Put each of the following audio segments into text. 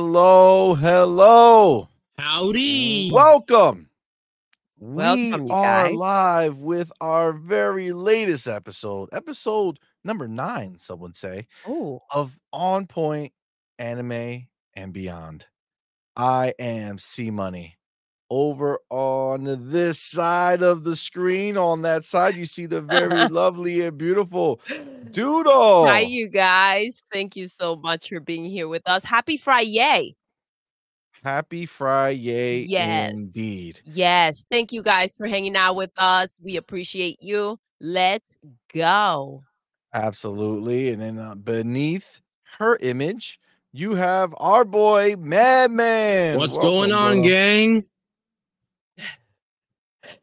Hello, hello. Howdy. Welcome. we Welcome, you are guys. live with our very latest episode, episode number nine, some would say, Oh, of On Point Anime and Beyond. I am C Money. Over on this side of the screen, on that side, you see the very lovely and beautiful Doodle. hi, you guys. Thank you so much for being here with us. Happy Friday. Happy Friday, Yes. indeed. Yes. Thank you guys for hanging out with us. We appreciate you. Let's go. Absolutely. And then uh, beneath her image, you have our boy Madman. What's Welcome, going on, bro. gang?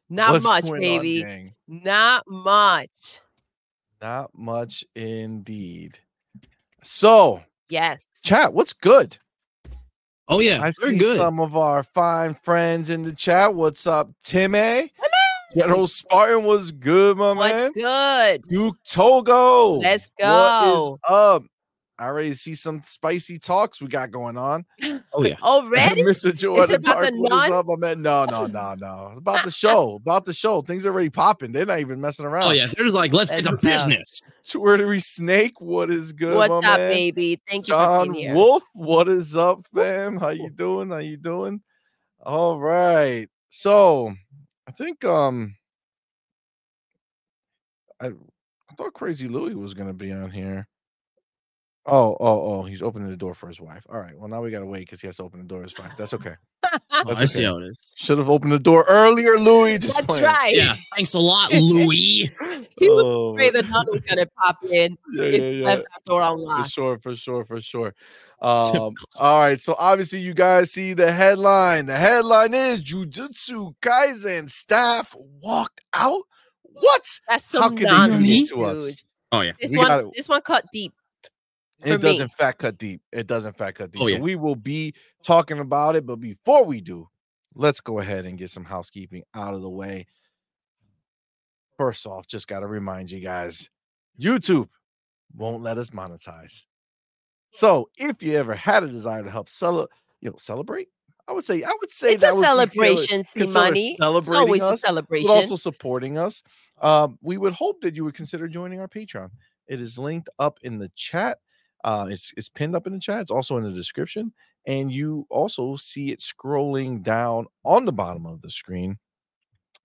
Not What's much, going on, baby. gang? Not much. Not much indeed. So, Yes. chat, what's good? Oh yeah, I we're see good. some of our fine friends in the chat. What's up, Timmy? General Spartan was good, my man. What's good? Duke Togo. Let's What is go. up? I already see some spicy talks we got going on. Oh yeah. Already? Mr. Jordan about the Dark, what is nun? up? I'm at no, no, no, no. It's about the show. About the show. Things are already popping. They're not even messing around. Oh yeah. There's like let's get Let's to go. business. Twittery Snake, what is good? What's my up, man? baby? Thank you for John being here. Wolf, what is up, fam? How you doing? How you doing? All right. So I think um I I thought Crazy Louie was gonna be on here. Oh, oh, oh, he's opening the door for his wife. All right. Well, now we gotta wait because he has to open the door for his wife. That's okay. Oh, That's I see okay. how it is. Should have opened the door earlier, Louis. Just That's playing. right. Yeah. Thanks a lot, Louie. He was Oh, Pray the nun was going to pop in. yeah, if yeah, you yeah. left that door For unlocked. sure, for sure, for sure. Um, all right. So obviously, you guys see the headline. The headline is Jujutsu Kaisen staff walked out. What? That's some How could they do nonsense, this to us? dude. Oh yeah. This We one, gotta- this one cut deep. And it for me. doesn't fat cut deep. It doesn't fat cut deep. Oh, so yeah. we will be talking about it. But before we do, let's go ahead and get some housekeeping out of the way. First off, just got to remind you guys YouTube won't let us monetize. So if you ever had a desire to help cele- you know, celebrate, I would say, I would say It's that a would be killer- celebration, see consider money. It's celebrating always a us, celebration. but also supporting us. Um, we would hope that you would consider joining our Patreon. It is linked up in the chat. Uh, it's it's pinned up in the chat. It's also in the description, and you also see it scrolling down on the bottom of the screen.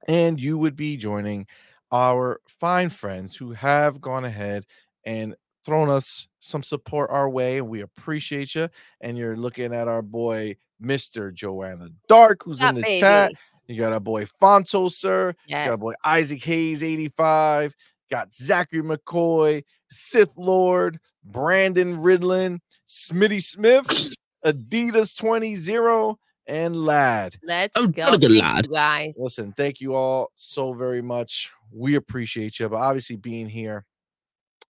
And you would be joining our fine friends who have gone ahead and thrown us some support our way. We appreciate you. And you're looking at our boy Mr. Joanna Dark, who's That in the baby. chat. You got our boy Fonto, sir. Got our Yes. boy Isaac Hayes, 85. Got Zachary McCoy, Sith Lord, Brandon Ridlin, Smitty Smith, Adidas 20 and Lad. Let's Oh, go. what a good Thank lad. You guys. Listen, thank you all so very much. We appreciate you, but obviously being here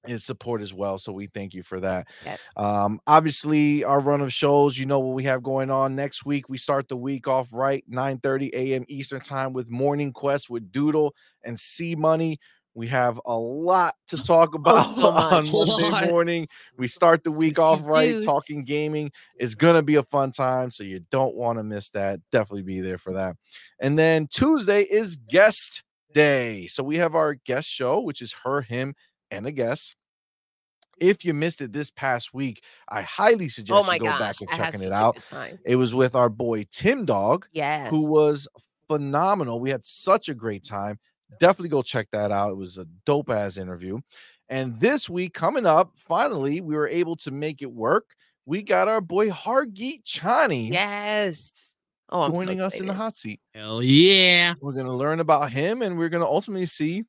is support as well. So we thank you for that. Yes. Oh Um, obviously, our run of shows, you know what we have going on next week. We start the week off right, 9 30 a.m. Eastern time with Morning Quest with Doodle and C Money. We have a lot to talk about so on much. Monday Lot. morning. We start the week see off right, juice. talking gaming. It's gonna be a fun time, so you don't want to miss that. Definitely be there for that. And then Tuesday is guest day. So we have our guest show, which is her, him, and a guest. If you missed it this past week, I highly suggest Oh my you go back gosh. and I had checking such it a out. good time. It was with our boy Tim Dog, Yes. who was phenomenal. We had such a great time. Definitely go check that out. It was a dope ass interview. And this week, coming up, finally, we were able to make it work. We got our boy Hargeet Chani Yes. Oh, I'm so joining us in the excited. hot seat. Hell yeah. We're going to learn about him and we're going to ultimately see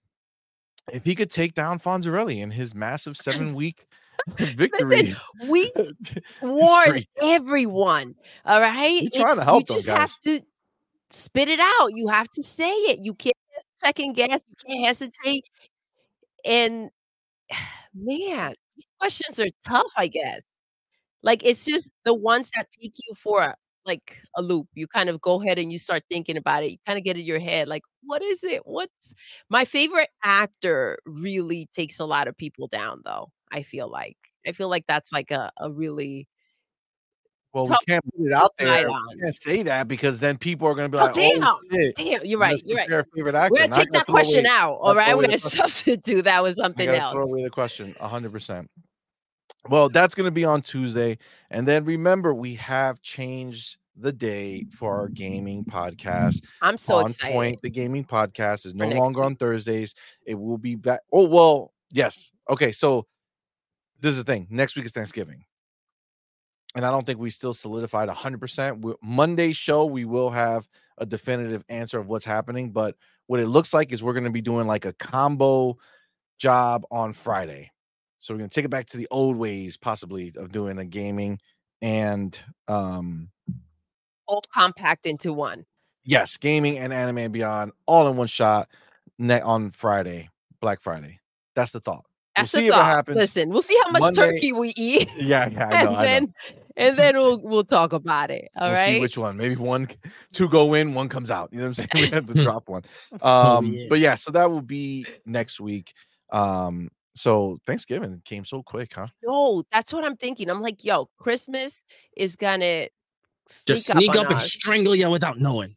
if he could take down Fonzarelli in his massive seven week victory. We warn straight. everyone. All right. We're trying to It's- help them, You just guys. have to spit it out. You have to say it. You can't second guess. You can't hesitate. And man, these questions are tough, I guess. Like it's just the ones that take you for a, like a loop. You kind of go ahead and you start thinking about it. You kind of get in your head, like, what is it? What's my favorite actor really takes a lot of people down, though. I feel like I feel like that's like a, a really Well, we Tell can't put it out there. Right We on. can't say that because then people are going to be Oh, like, "Oh shit, Damn, you're right. let's pick You're right. Their favorite actor. We're gonna Now I take gotta that throw away- question out. All I'll throw right, away we're the gonna question. substitute that with I something gotta else. throw away the question. hundred percent. Well, that's gonna be on Tuesday, and then remember we have changed the day for our gaming podcast. I'm so on excited. point, the gaming podcast is no next longer on Thursdays. It will be back. Oh well, yes. Okay, so this is the thing. Next week is Thanksgiving, and I don't think we still solidified hundred percent. Monday's show we will have a definitive answer of what's happening, but what it looks like is we're going to be doing like a combo job on Friday. So we're going to take it back to the old ways, possibly of doing a gaming and um All compact into one. yes, gaming and anime and beyond all in one shot ne- on Friday, Black Friday. That's the thought. We'll That's see the if it thought. happens Listen, we'll see how much Monday- turkey we eat, Yeah, yeah, I know. and then and then we'll we'll talk about it. I know. All we'll right. see which one. Maybe one, two go in, one comes out. You know what I'm saying? We have to drop one. Um, yeah. but yeah, so that will be next week. Um, so Thanksgiving came so quick, huh? no, that's what I'm thinking. I'm like, yo, Christmas is gonna sneak Just sneak up, up, on and us. strangle you without knowing.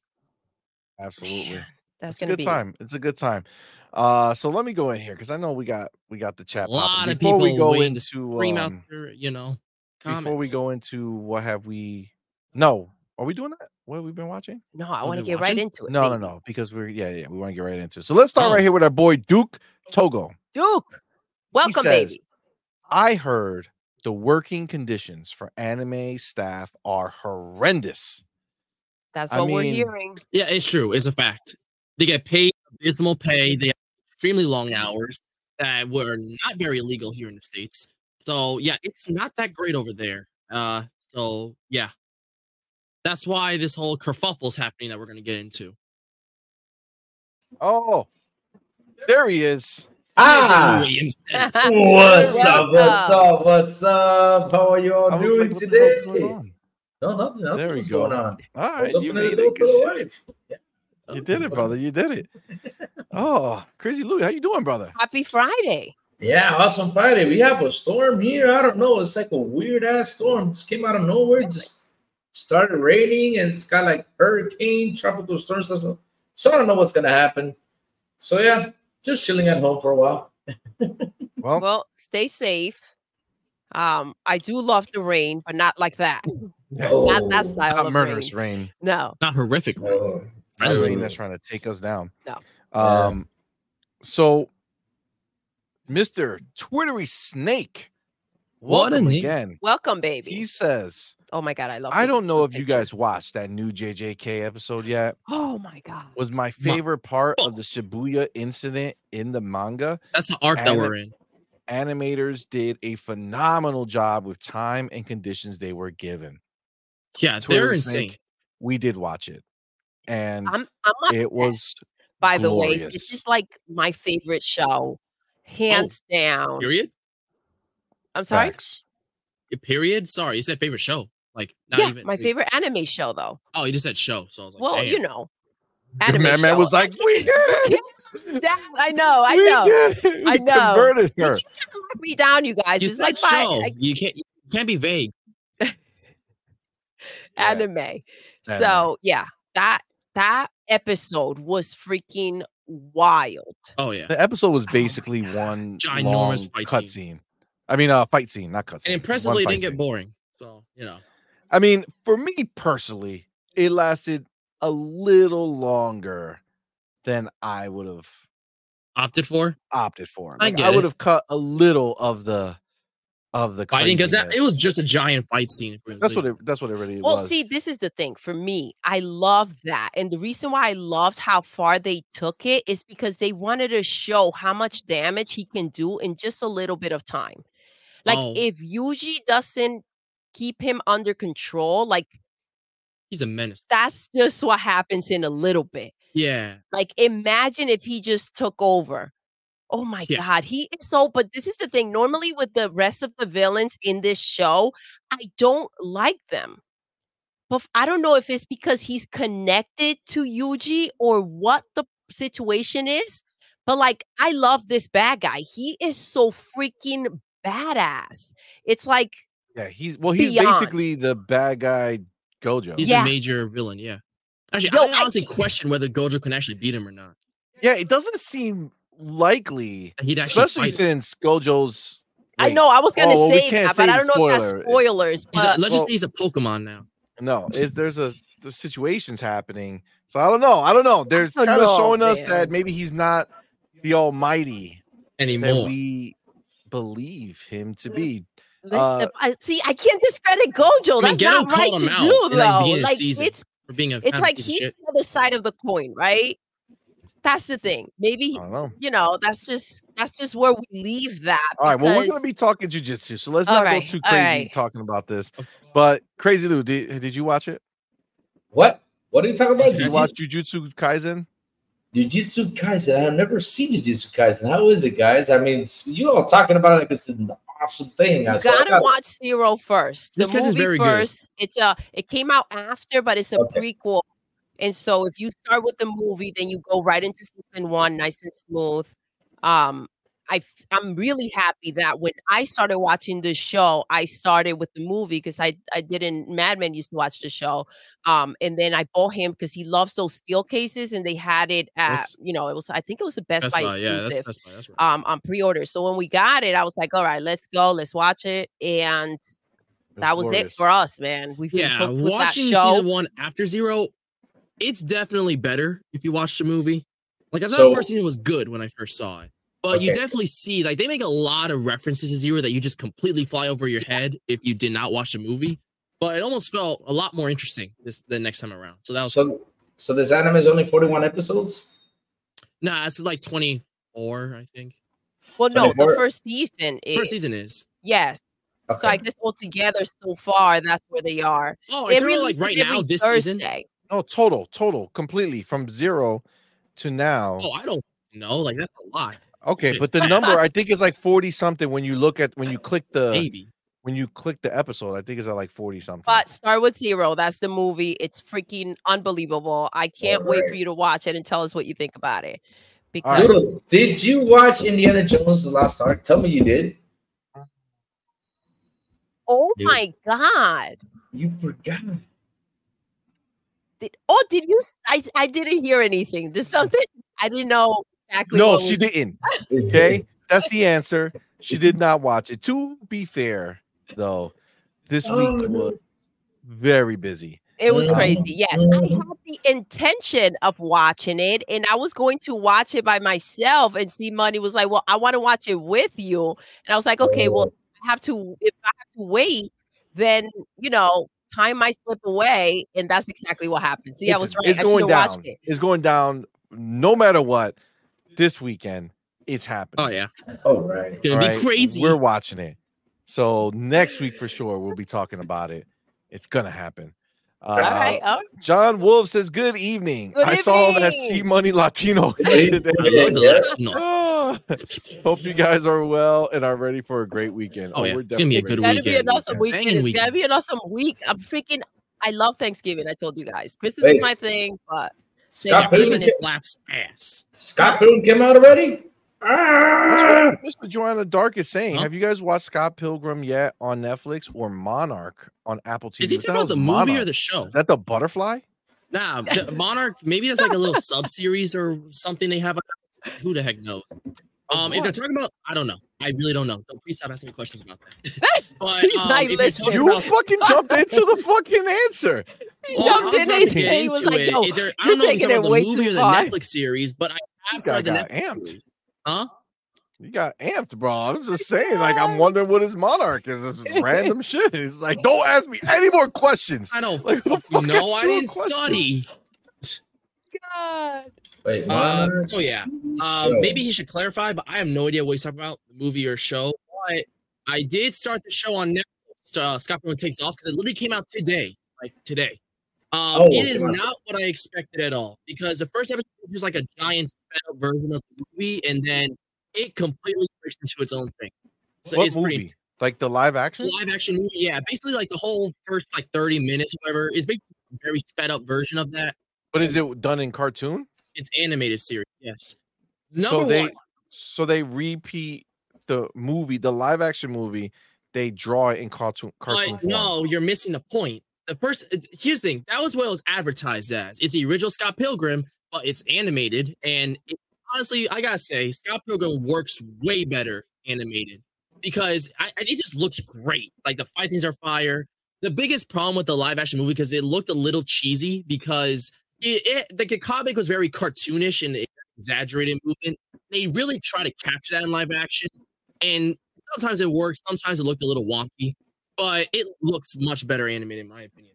Absolutely. Man, that's it's a gonna good be time. It's a good time. Uh, so let me go in here because I know we got we got the A chat. lot popping. of Before people we go waiting to into scream out um, their, you know, comments. before we go into what have we? No, are we doing that? What have we been watching? No, I Oh, want to they're get right watching? into it. No, no, baby. no, because we're yeah, yeah, we want to get right into. it. So let's start Oh. right here with our boy Duke Togo. Duke, welcome, says- baby. I heard the working conditions for anime staff are horrendous. That's I what we're mean, hearing. Yeah, it's true. It's a fact. They get paid abysmal pay. They have extremely long hours that were not very legal here in the states. So yeah, it's not that great over there. Uh, so yeah, that's why this whole kerfuffle is happening that we're gonna get into. Oh, there he is. Ah! It's Louis himself. What's Welcome. up? What's up? What's up? How are you all I was doing like, what the today? hell's going on? No, nothing. nothing There we was go. going on. All I was right, opening you made the door it. for good the shit. wife. Yeah. You did it, brother. You did it. Oh, crazy Louie, how you doing, brother? Happy Friday. Yeah, awesome Friday. We have a storm here. I don't know. It's like a weird ass storm. Just came out of nowhere. Just started raining and it's got like hurricane, tropical storms. So, so I don't know what's gonna happen. So yeah, just chilling at home for a while. Well, Well, stay safe. Um, I do love the rain, but not like that. Not that Oh, style not of murderous rain. rain. No. Not horrific. no. Not Friendly. rain that's trying to take us down. No. Yeah. Um, so Mr. Twittery Snake, What a welcome name. again. Welcome, baby. He says, oh my god, I love I the- don't know the if you picture. guys watched that new JJK episode yet. Oh my god. Was my favorite part of the Shibuya incident in the manga. That's the arc that And we're in. Animators did a phenomenal job with time and conditions they were given. Yeah, they're Twittery insane. Snake, we did watch it. And I'm I'm not it was by the way. glorious. Oh, This is like my favorite show. Hands down. Period. Eh, I'm sorry. facts. Period. Sorry, you said favorite show. Like not yeah, even my like- favorite anime show though. Oh, you just said show. So I was like, well, damn. you know. Your Anime man, man show. was like, We did it. That- I know, I We know. did it. I We know. Converted You her. can't lock me down, you guys. you it's said like my show. like, you can't. You can't be vague. Yeah. anime. Anime. So yeah, that that episode was freaking wild. Oh yeah. The episode was Oh my basically one Ginormous long fight cut scene. I mean, uh, fight scene, not cut scene. and one impressively it fight didn't get scene. boring. So you know, I mean, for me personally, it lasted a little longer than I would have opted for opted for. I Like, I, get it. would have cut a little of the of the fighting because it craziness. was just a giant fight scene. if we're That's what being- it. That's what it really Well, was. see, this is the thing for me. I love that. And the reason why I loved how far they took it is because they wanted to show how much damage he can do in just a little bit of time. Like Oh. if Yuji doesn't keep him under control, like he's a menace. that's just what happens in a little bit. Yeah, Like, imagine if he just took over. Oh my Yeah. God, he is so. But this is the thing. Normally, with the rest of the villains in this show, I don't like them. But f- I don't know if it's because he's connected to Yuji or what the situation is. But like, I love this bad guy. He is so freaking badass. It's like Yeah, he's well, he's Beyond. basically the bad guy Gojo. He's Yeah. a major villain, yeah. Actually, Yo, I I- honestly question whether Gojo can actually beat him or not. yeah, it doesn't seem likely, He'd actually especially fight. him. since Gojo's. I wait, know I was gonna Oh, well, we say can't that, say but I the don't know if that's spoiler. spoilers. He's a- But let's well- just say he's a Pokemon now. No, is there's a the situations happening. So I don't know. I don't know. They're don't kind of know, showing us man. that maybe he's not the Almighty that Anymore. we believe him to be. listen, uh, I, see, I can't discredit Gojo. I mean, Geto That's not right called him to out do in, like, the though. beginning of the Like season. it's for being a it's fat like piece he's of shit. the other side of the coin, right? That's the thing. Maybe I don't know. you know. That's just that's just where we leave that. All right. Well, we're because- gonna be talking jujitsu, so let's All not right, go too all crazy right. talking about this. Of- But crazy Lou, did, did you watch it? What? What are you talking about? Did you Yes. watch Jujutsu Kaisen? Jujutsu Kaisen. I've never seen Jujutsu Kaisen. How is it, guys? I mean, it's- you all talking about it like it's an awesome thing. I You so I gotta gotta- watch Zero first. The This case is movie very good. first. It's a it came out after, but it's a Okay. prequel. And so if you start with the movie, then you go right into season one, nice and smooth. Um, I f- I'm really happy that when I started watching the show, I started with the movie because I I didn't Mad Men used to watch the show, um, and then I bought him because he loves those steel cases, and they had it at What's- you know it was I think it was the Best, That's Buy why, yeah, exclusive that's, that's why, that's right. um on pre-order. So when we got it, I was like, all right, let's go, let's watch it. And that was it for us, man. We've been yeah, hooked with that watching show. season one after zero, it's definitely better if you watch the movie. Like I thought So- the first season was good when I first saw it, but you Okay. definitely see like they make a lot of references to zero that you just completely fly over your head if you did not watch the movie. But it almost felt a lot more interesting this the next time around. So that was So, so this anime is only 41 episodes? nah, it's like twenty four, I think. well, so no, the before- first season is First season is. yes. Okay. So I guess altogether so far, that's where they are. Oh, It it's really like releases right every now this season. Thursday. No, total, total, completely from zero to now. Oh, I don't know. Like that's a lot, okay, shit. but the number I think is like forty something when you look at when you click Uh, the maybe. when you click the episode. I think it's at like forty something. But Start with Zero, that's the movie. It's freaking unbelievable. I can't wait for Alright. you to watch it and tell us what you think about it. Because Alright. Doodle, did you watch Indiana Jones: The Lost Ark? Tell me you did. oh Dude. my god. You forgot. Did, oh, did you? s- I, I didn't hear anything. Did something? I didn't know exactly. Mm. no, what she was- didn't. Okay, that's the answer. She did not watch it. To be fair, though, this Oh, week no. was very busy. It was Yeah. crazy. Yes, I Mhm. had the intention of watching it, and I was going to watch it by myself. And see, money was like, "Well, I want to watch it with you," and I was like, "Okay, well, I have to. If I have to wait, then you know, time might slip away." And that's exactly what happened. See, I was Listen, right. It's I going should have down. watched it. It's going down no matter what. This weekend, it's happening. Oh yeah, All right. it's gonna be All right? crazy. We're watching it. So next week for sure, we'll be talking about it. It's gonna happen. Uh, All right, all right. John Wolf says, "Good evening." Good I saw that evening. C Money Latino Hey, today. I love the Ah. Hope you guys are well and are ready for a great weekend. Oh, yeah. we're It's gonna be a definitely good ready It's gonna for be a weekend. an weekend. awesome Banging weekend. It's gonna weekend. be an awesome week. I'm freaking. I love Thanksgiving. I told you guys, Christmas is Thanks. my thing, but Scott Yeah, Pilgrim, Christmas Christmas. slaps ass. Scott Pilgrim came out already. That's Ah! what, that's what Joanna Dark is saying. Huh? Have you guys watched Scott Pilgrim yet on Netflix or Monarch on Apple TV? Is he What talking hell about the is movie or Monarch? the show? Is that the butterfly? Nah, the Monarch. Maybe that's like a little sub series or something they have. Who the heck knows? Um, if they're what? talking about, I don't know. I really don't know. Don't please stop asking me questions about that. but He's um, not if you're listening. talking You about, fucking jumped into the fucking answer. he Well, I jumped was in about and to get he was into like, it. "Yo, If they're- I you're don't know if it's taking it about the way movie too or the far. Netflix series, but I You have got, started the got Netflix amped. series. Huh? You got amped, bro. I was just saying, like, I'm wondering what his monarch is. This is random shit. It's like, don't ask me any more questions. I don't Like, what the fuck know. is I your didn't question? study. God. Wait, Uh, what? so yeah, Um, Show. maybe he should clarify, but I have no idea what he's talking about, the movie or show. But I did start the show on Netflix. Uh, Scott Pilgrim Takes Off because it literally came out today, like today. Um, Oh, it is wow. not what I expected at all because the first episode is just like a giant sped up version of the movie, and then it completely breaks into its own thing. So what it's movie? pretty Like the live action? live action movie. Yeah, basically like the whole first like thirty minutes, whatever, is basically a very sped up version of that. But is it done in cartoon? It's animated series. Yes. Number so they one. so they repeat the movie, the live action movie they draw it in cartoon cartoon But no, you're missing the point. The person here's the thing that was what it was advertised as. It's the original Scott Pilgrim, but it's animated. And it- honestly, I gotta say, Scott Pilgrim works way better animated because I, I- it just looks great. Like the fight scenes are fire. The biggest problem with the live action movie because it looked a little cheesy because it, it the comic was very cartoonish and exaggerated movement. They really try to capture that in live action, and sometimes it works, sometimes it looked a little wonky but it looks much better animated in my opinion.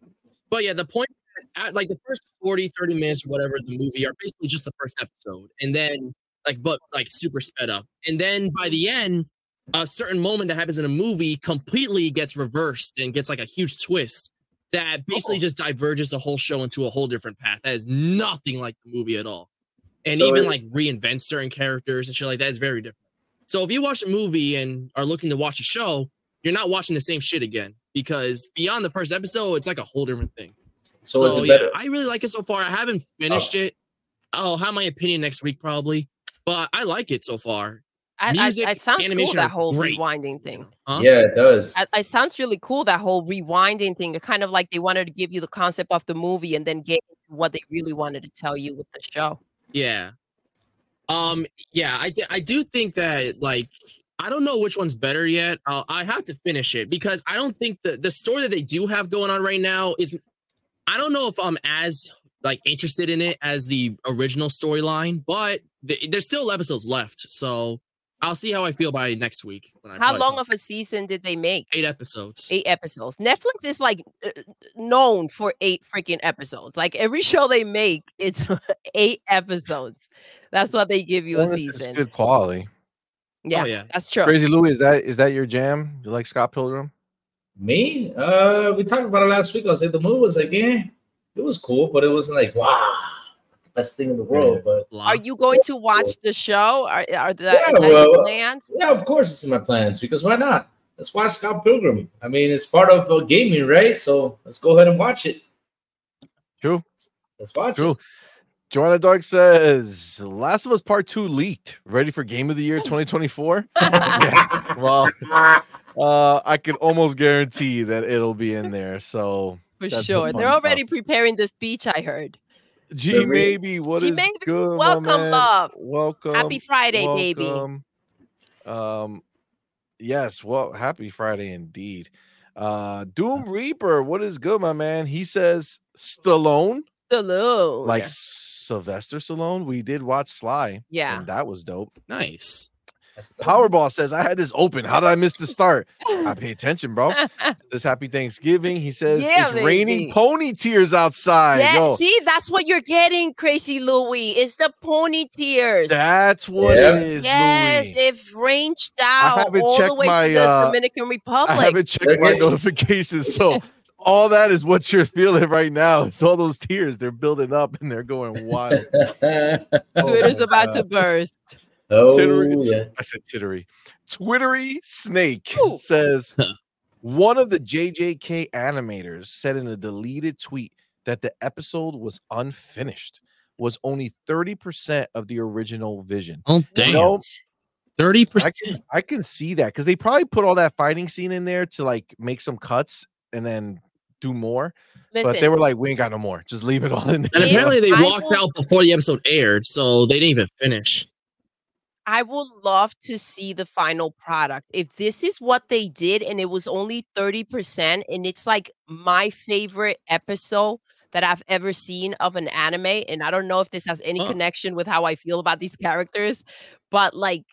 But yeah, the point at like the first 40, 30 minutes, whatever the movie are basically just the first episode. And then like but like super sped up. And then by the end, a certain moment that happens in a movie completely gets reversed and gets like a huge twist that basically just diverges the whole show into a whole different path. That is nothing like the movie at all. And So even it- like reinvents certain characters and shit like that is very different. So if you watch a movie and are looking to watch a show, you're not watching the same shit again because beyond the first episode, it's like a whole different thing. So, So, is it yeah, better? Oh. I really like it so far. I haven't finished it. I'll have my opinion next week probably, but I like it so far. I, Music, I, it sounds cool animation are that whole great. rewinding you thing. know, huh? yeah, it does. I, it sounds really cool that whole rewinding thing. It kind of like they wanted to give you the concept of the movie and then get into what they really wanted to tell you with the show. Yeah. Um. Yeah. I d- I do think that like I don't know which one's better yet. Uh, I have to finish it because I don't think the the story that they do have going on right now is. I don't know if I'm as like interested in it as the original storyline, but th- there's still episodes left, so I'll see how I feel by next week. When I How probably long talk. of a season did they make? eight episodes? Eight episodes. Netflix is like uh, known for eight freaking episodes. Like every show they make, it's eight episodes. That's what they give you a it's season. good quality. Yeah, Oh yeah. that's true. Crazy Louie, is that is that your jam? You like Scott Pilgrim? Me? Uh, we talked about it last week. I was like, the movie was like, yeah, it was cool, but it wasn't like, wow, best thing in the world. But Blah. Are you going to watch the show? Are are that, Yeah, is that your well, plans? yeah, of course it's in my plans because why not? Let's watch Scott Pilgrim. I mean, it's part of uh, gaming, right? So let's go ahead and watch it. True. Let's watch True. it. Joanna Dark says Last of Us Part 2 leaked. Ready for game of the year 2024? well, uh, I can almost guarantee that it'll be in there. So For That's the sure. They're fun stuff. already preparing the speech, I heard. G Really? maybe what G is Maybe, good? my welcome, man? love. Welcome. Happy Friday, baby. baby. Um yes, well, happy Friday indeed. Uh Doom Reaper, what is good, my man? He says Stallone, Salute. like Sylvester Stallone. We did watch Sly, yeah. Mm-hmm. and that was dope. nice? That's the- Powerball says, I had this open. How did I miss the start? I pay attention, bro. Says happy Thanksgiving. He says Yeah, it's raining baby. pony tears outside. yeah, Yo, see, that's what you're getting, Crazy Louie. It's the pony tears. that's what Yeah. it is. yes, Louis. it ranged out haven't all the checked way my, to the uh, Dominican I Republic. haven't checked They're my getting- notifications. So all that is what you're feeling right now. It's all those tears. They're building up and they're going wild. Oh Twitter's my about God. to burst. oh, Tittery- yeah. I said tittery. Twittery Snake Ooh. says one of the JJK animators said in a deleted tweet that the episode was unfinished, was only 30% of the original vision. Oh You damn! know, Thirty I percent. can, I can see that because they probably put all that fighting scene in there to like make some cuts and then do more. Listen, But they were like, we ain't got no more. Just leave it all in there. And If apparently they I walked will- out before the episode aired, so they didn't even finish. I would love to see the final product. If this is what they did and it was only 30%, and it's like my favorite episode that I've ever seen of an anime, and I don't know if this has any Huh. connection with how I feel about these characters, but like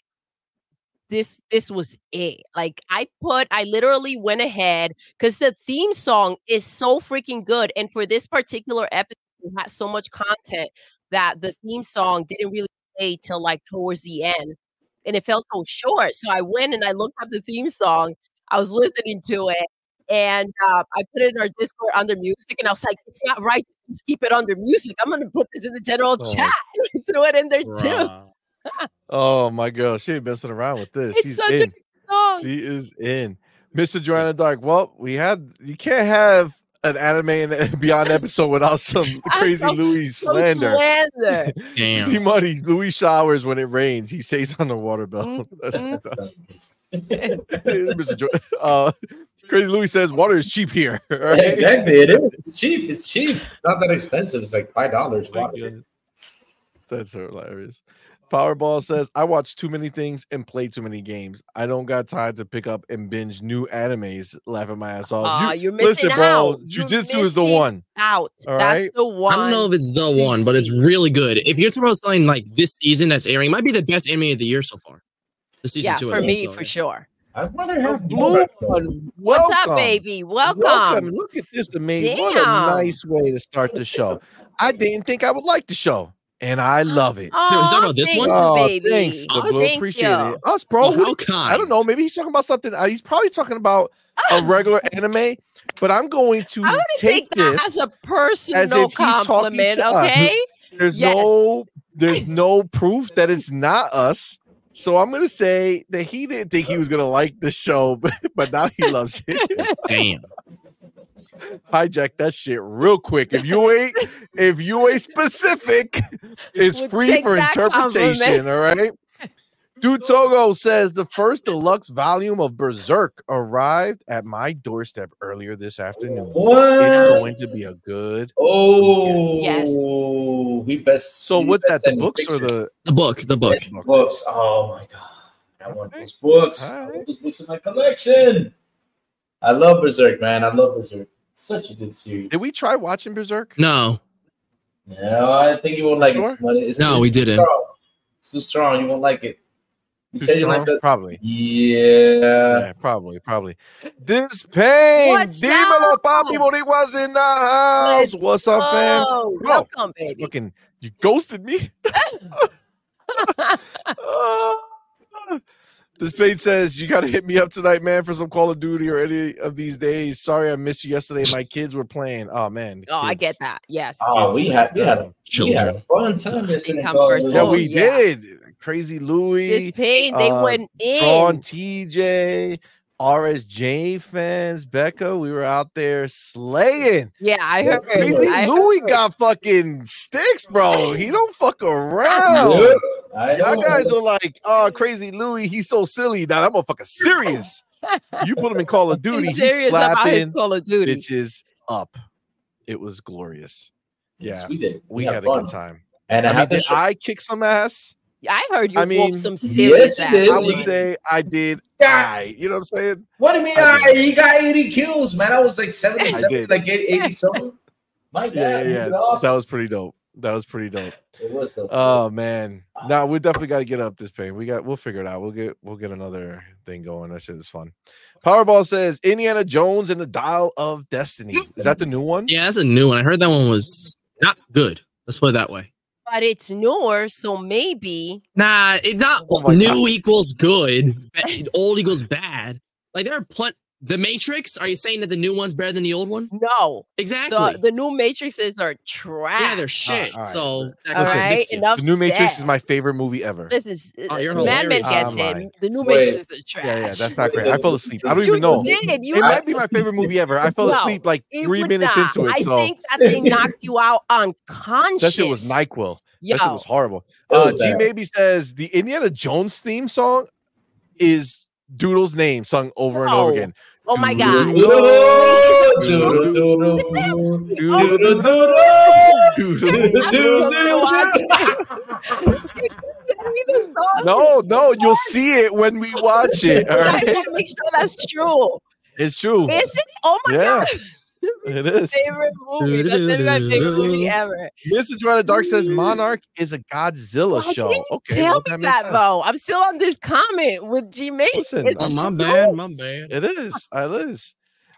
this this was it. Like I put I literally went ahead cuz the theme song is so freaking good and for this particular episode it had so much content that the theme song didn't really play till like towards the end and it felt so short. So I went and I looked up the theme song. I was listening to it and uh, I put it in our Discord under music. And I was like, it's not right to just keep it under music. I'm going to put this in the general Oh my- chat. And I threw it in there too. Bruh. Oh my girl, she ain't messing around with this. It's She's such a in. good song. She is in. Mr. Joanna Dark. Well, we had you can't have an anime and beyond episode without some I crazy don't- Louis So slander. slander. See, Damn. Muddy, Louis showers when it rains. He stays on the water belt. That's Mm. Mhm. mm. Mr. Jo- uh, Crazy Louis says water is cheap here. All right? exactly. It is. It's cheap. It's cheap. Not that expensive. It's like five dollars. My goodness. That's hilarious. Powerball says, I watch too many things and play too many games. I don't got time to pick up and binge new animes laughing my ass off. Aw, You- you're missing listen, out. bro, You're jujitsu is the missing one. Out. All That's right. the I one. don't know if it's the one, but it's really good. If you're talking about something like this season that's airing, it might be the best anime of the year so far. The season yeah, two for at least, me, so, for yeah. sure. I wonder Oh, how Blue one, welcome. What's up, baby? Welcome. Look at this amazing. What Damn. a nice way to start the show. I didn't think I would like the show, and I love it. Oh, that about this one? Oh, baby. thanks. the Us? Blue. Thank Appreciate you. it. Us, bro. Well, who how the- I don't know. Maybe he's talking about something. uh, he's probably talking about a regular anime, but I'm going to I want to take, take that this as a personal he's talking compliment, to us. okay? There's Yes. no there's no proof that it's not us. So I'm gonna say that he didn't think he was gonna like the show, but, but now he loves it. Damn. Hijack that shit real quick. If you ain't if you ain't specific, it's We'll free take for that interpretation. All right. Dude Togo says the first deluxe volume of Berserk arrived at my doorstep earlier this afternoon. It's What? going to be a good. Oh, Yes. He Oh, best. So he what's best that? The send books or pictures. the The book, the book. Yes, books? Oh my god! I want those books. I Alright. want those books in my collection. I love Berserk, man. I love Berserk. Such a good series. Did we try watching Berserk? No, No, I think you won't like Sure? it. But it's, No, it's we too didn't. Strong. It's too strong. You won't like it. You Too said you like strong? that. Probably. Yeah. Yeah, probably, probably. This pain, What's dímelo, up? papi, boricuas in the house. What's up, fam? Oh, Bro, welcome, baby. Fucking, you ghosted me. this page says you got to hit me up tonight, man, for some Call of Duty or any of these days. Sorry, I missed you yesterday. My kids were playing. Oh man. the Oh, I kids. get that. Yes. Oh, we had we had, we children. had a fun time. They listening to come all first. those- Yeah, Oh, we yeah. did. Crazy this Louie, pain, they uh, went in. Sean, TJ, RSJ fans, Becca. We were out there slaying. Yeah, I heard. That's Crazy I Louie heard. got fucking sticks, bro. He don't fuck around. Yeah, I Y'all know. guys are like, oh, crazy Louis, he's so silly. Now that motherfucker serious. You put him in Call of Duty, He's he's serious about his slapping Call of Duty. bitches up. It was glorious. Yes, Yeah, we did. We had, had a fun. good time. And I, I mean, have to did show- I kick some ass? I heard you I whooped mean, some serious yes, you ass. did. I would Yeah. say I did. Yeah. I, you know what I'm saying? What do you mean? I I did. he got 80 kills, man. I was like 77, did. like 80, 80 something. My God, Yeah, yeah, yeah. he lost. That was pretty dope. That was pretty dope. it was the Oh man, no, we definitely got to get up this pain. We got, we'll figure it out. We'll get, we'll get another thing going. That shit is fun. Powerball says Indiana Jones and the Dial of Destiny. Is that the new one? Yeah, that's a new one. I heard that one was not good. Let's put it that way. But it's newer, so maybe. Nah, it's not Oh my new God. equals good, ba- old equals bad. Like there are plenty. The Matrix. Are you saying that the new one's better than the old one? No, Exactly. the, the new Matrixes are trash. yeah, they're shit. all right. So that Uh, All goes to right, mix you. enough The new Matrix is said. my favorite movie ever. This is Oh, you're Mad Men hilarious. gets Oh, my. it. The new Wait. Matrix is trash. Yeah, yeah, that's not great. I fell asleep. I don't even know. You did. You It had- might be my favorite movie ever. I fell No, asleep like it three would minutes not. into it. I So think that they knocked you out unconscious. that shit was NyQuil. Yo, That shit was horrible. It Uh, was G bad. maybe says the Indiana Jones theme song is Doodle's name sung over and over No. again. oh my Doodle, god. Doodle, doodle, doodle, Oh, doodle, doodle, doodle, doodle. doodle, Doodle, doodle. doodle, gonna watch. doodle. Send me the song. No, no, you'll see it when we watch it. All I right, gotta make sure that's true. it's true. Is it? Oh my Yeah, god. it is. favorite movie. That's gonna be my favorite movie ever. Mr. Joanna Dark says Monarch is a Godzilla Why show. didn't you Okay, Tell well, me that makes that sense. though. I'm still on this comment with G Listen, Oh, I'm my trying- bad. My bad. It is. It is.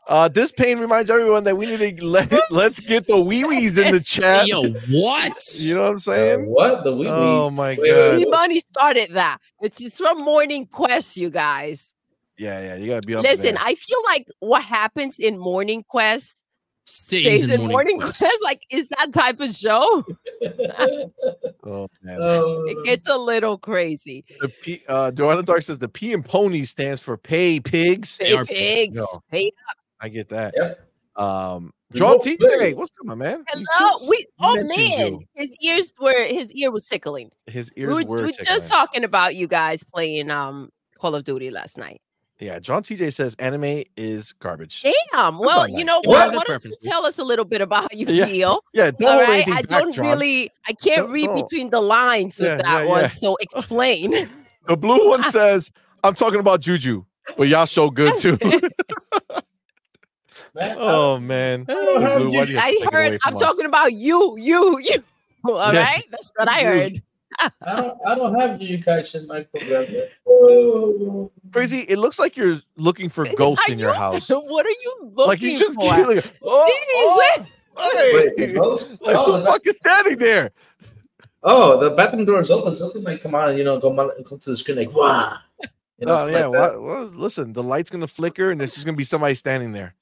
Uh, this pain reminds everyone that we need to let let's get the wee wees in the Hey, chat. yo, what? You know what I'm Uh, saying? What the wee Oh, my God. G Money started that. It's, it's from Morning Quest, you guys. Yeah, yeah. You gotta be up. Listen, there. I feel like what happens in Morning Quest Stays stays in in morning, quest. Like, is that type of show? Oh, Uh, man. It It gets a little crazy. the P, uh, Joanna Dark says the P and Pony stands for pay pigs. They Pay are pigs, pigs. no. Pay- I get that. Yep. Um, Draw No T way. Day. What's coming, man? You Hello, just we. Oh mentioned man, you. his ears were his ear was tickling. His We ears were, were we were tickling. just talking about you guys playing um Call of Duty last night. Yeah, John TJ says anime is garbage. Damn. Well, not you nice. know what? You have good Why don't you preferences. tell us a little bit about how you Yeah. feel? Yeah, don't All hold right. anything I back, don't John. really. I can't Don't- read don't. between the lines with Yeah, that yeah, one. yeah. So explain. The blue one says, "I'm talking about Juju, but y'all so good too." Man, I- oh man, I don't The have blue one, Juju. you have to I take it away heard. from I'm us. talking about you, you, you. All Yeah. right, that's what I You. heard. I don't, I don't have Juju Kaisen in my program yet. Oh. Crazy. It looks like you're looking for ghosts Are in your you- house. What are you looking Like you just for? keep like, oh, Seriously? oh, Wait, hey. the ghost? Like, oh, who the the ba- fuck is standing there? oh, the bathroom door is open. Something might come out, you know, come, out, come to the screen like, wow. You know, Oh stuff yeah. like that. Well, well, listen, the light's gonna flicker, and there's just gonna be somebody standing there.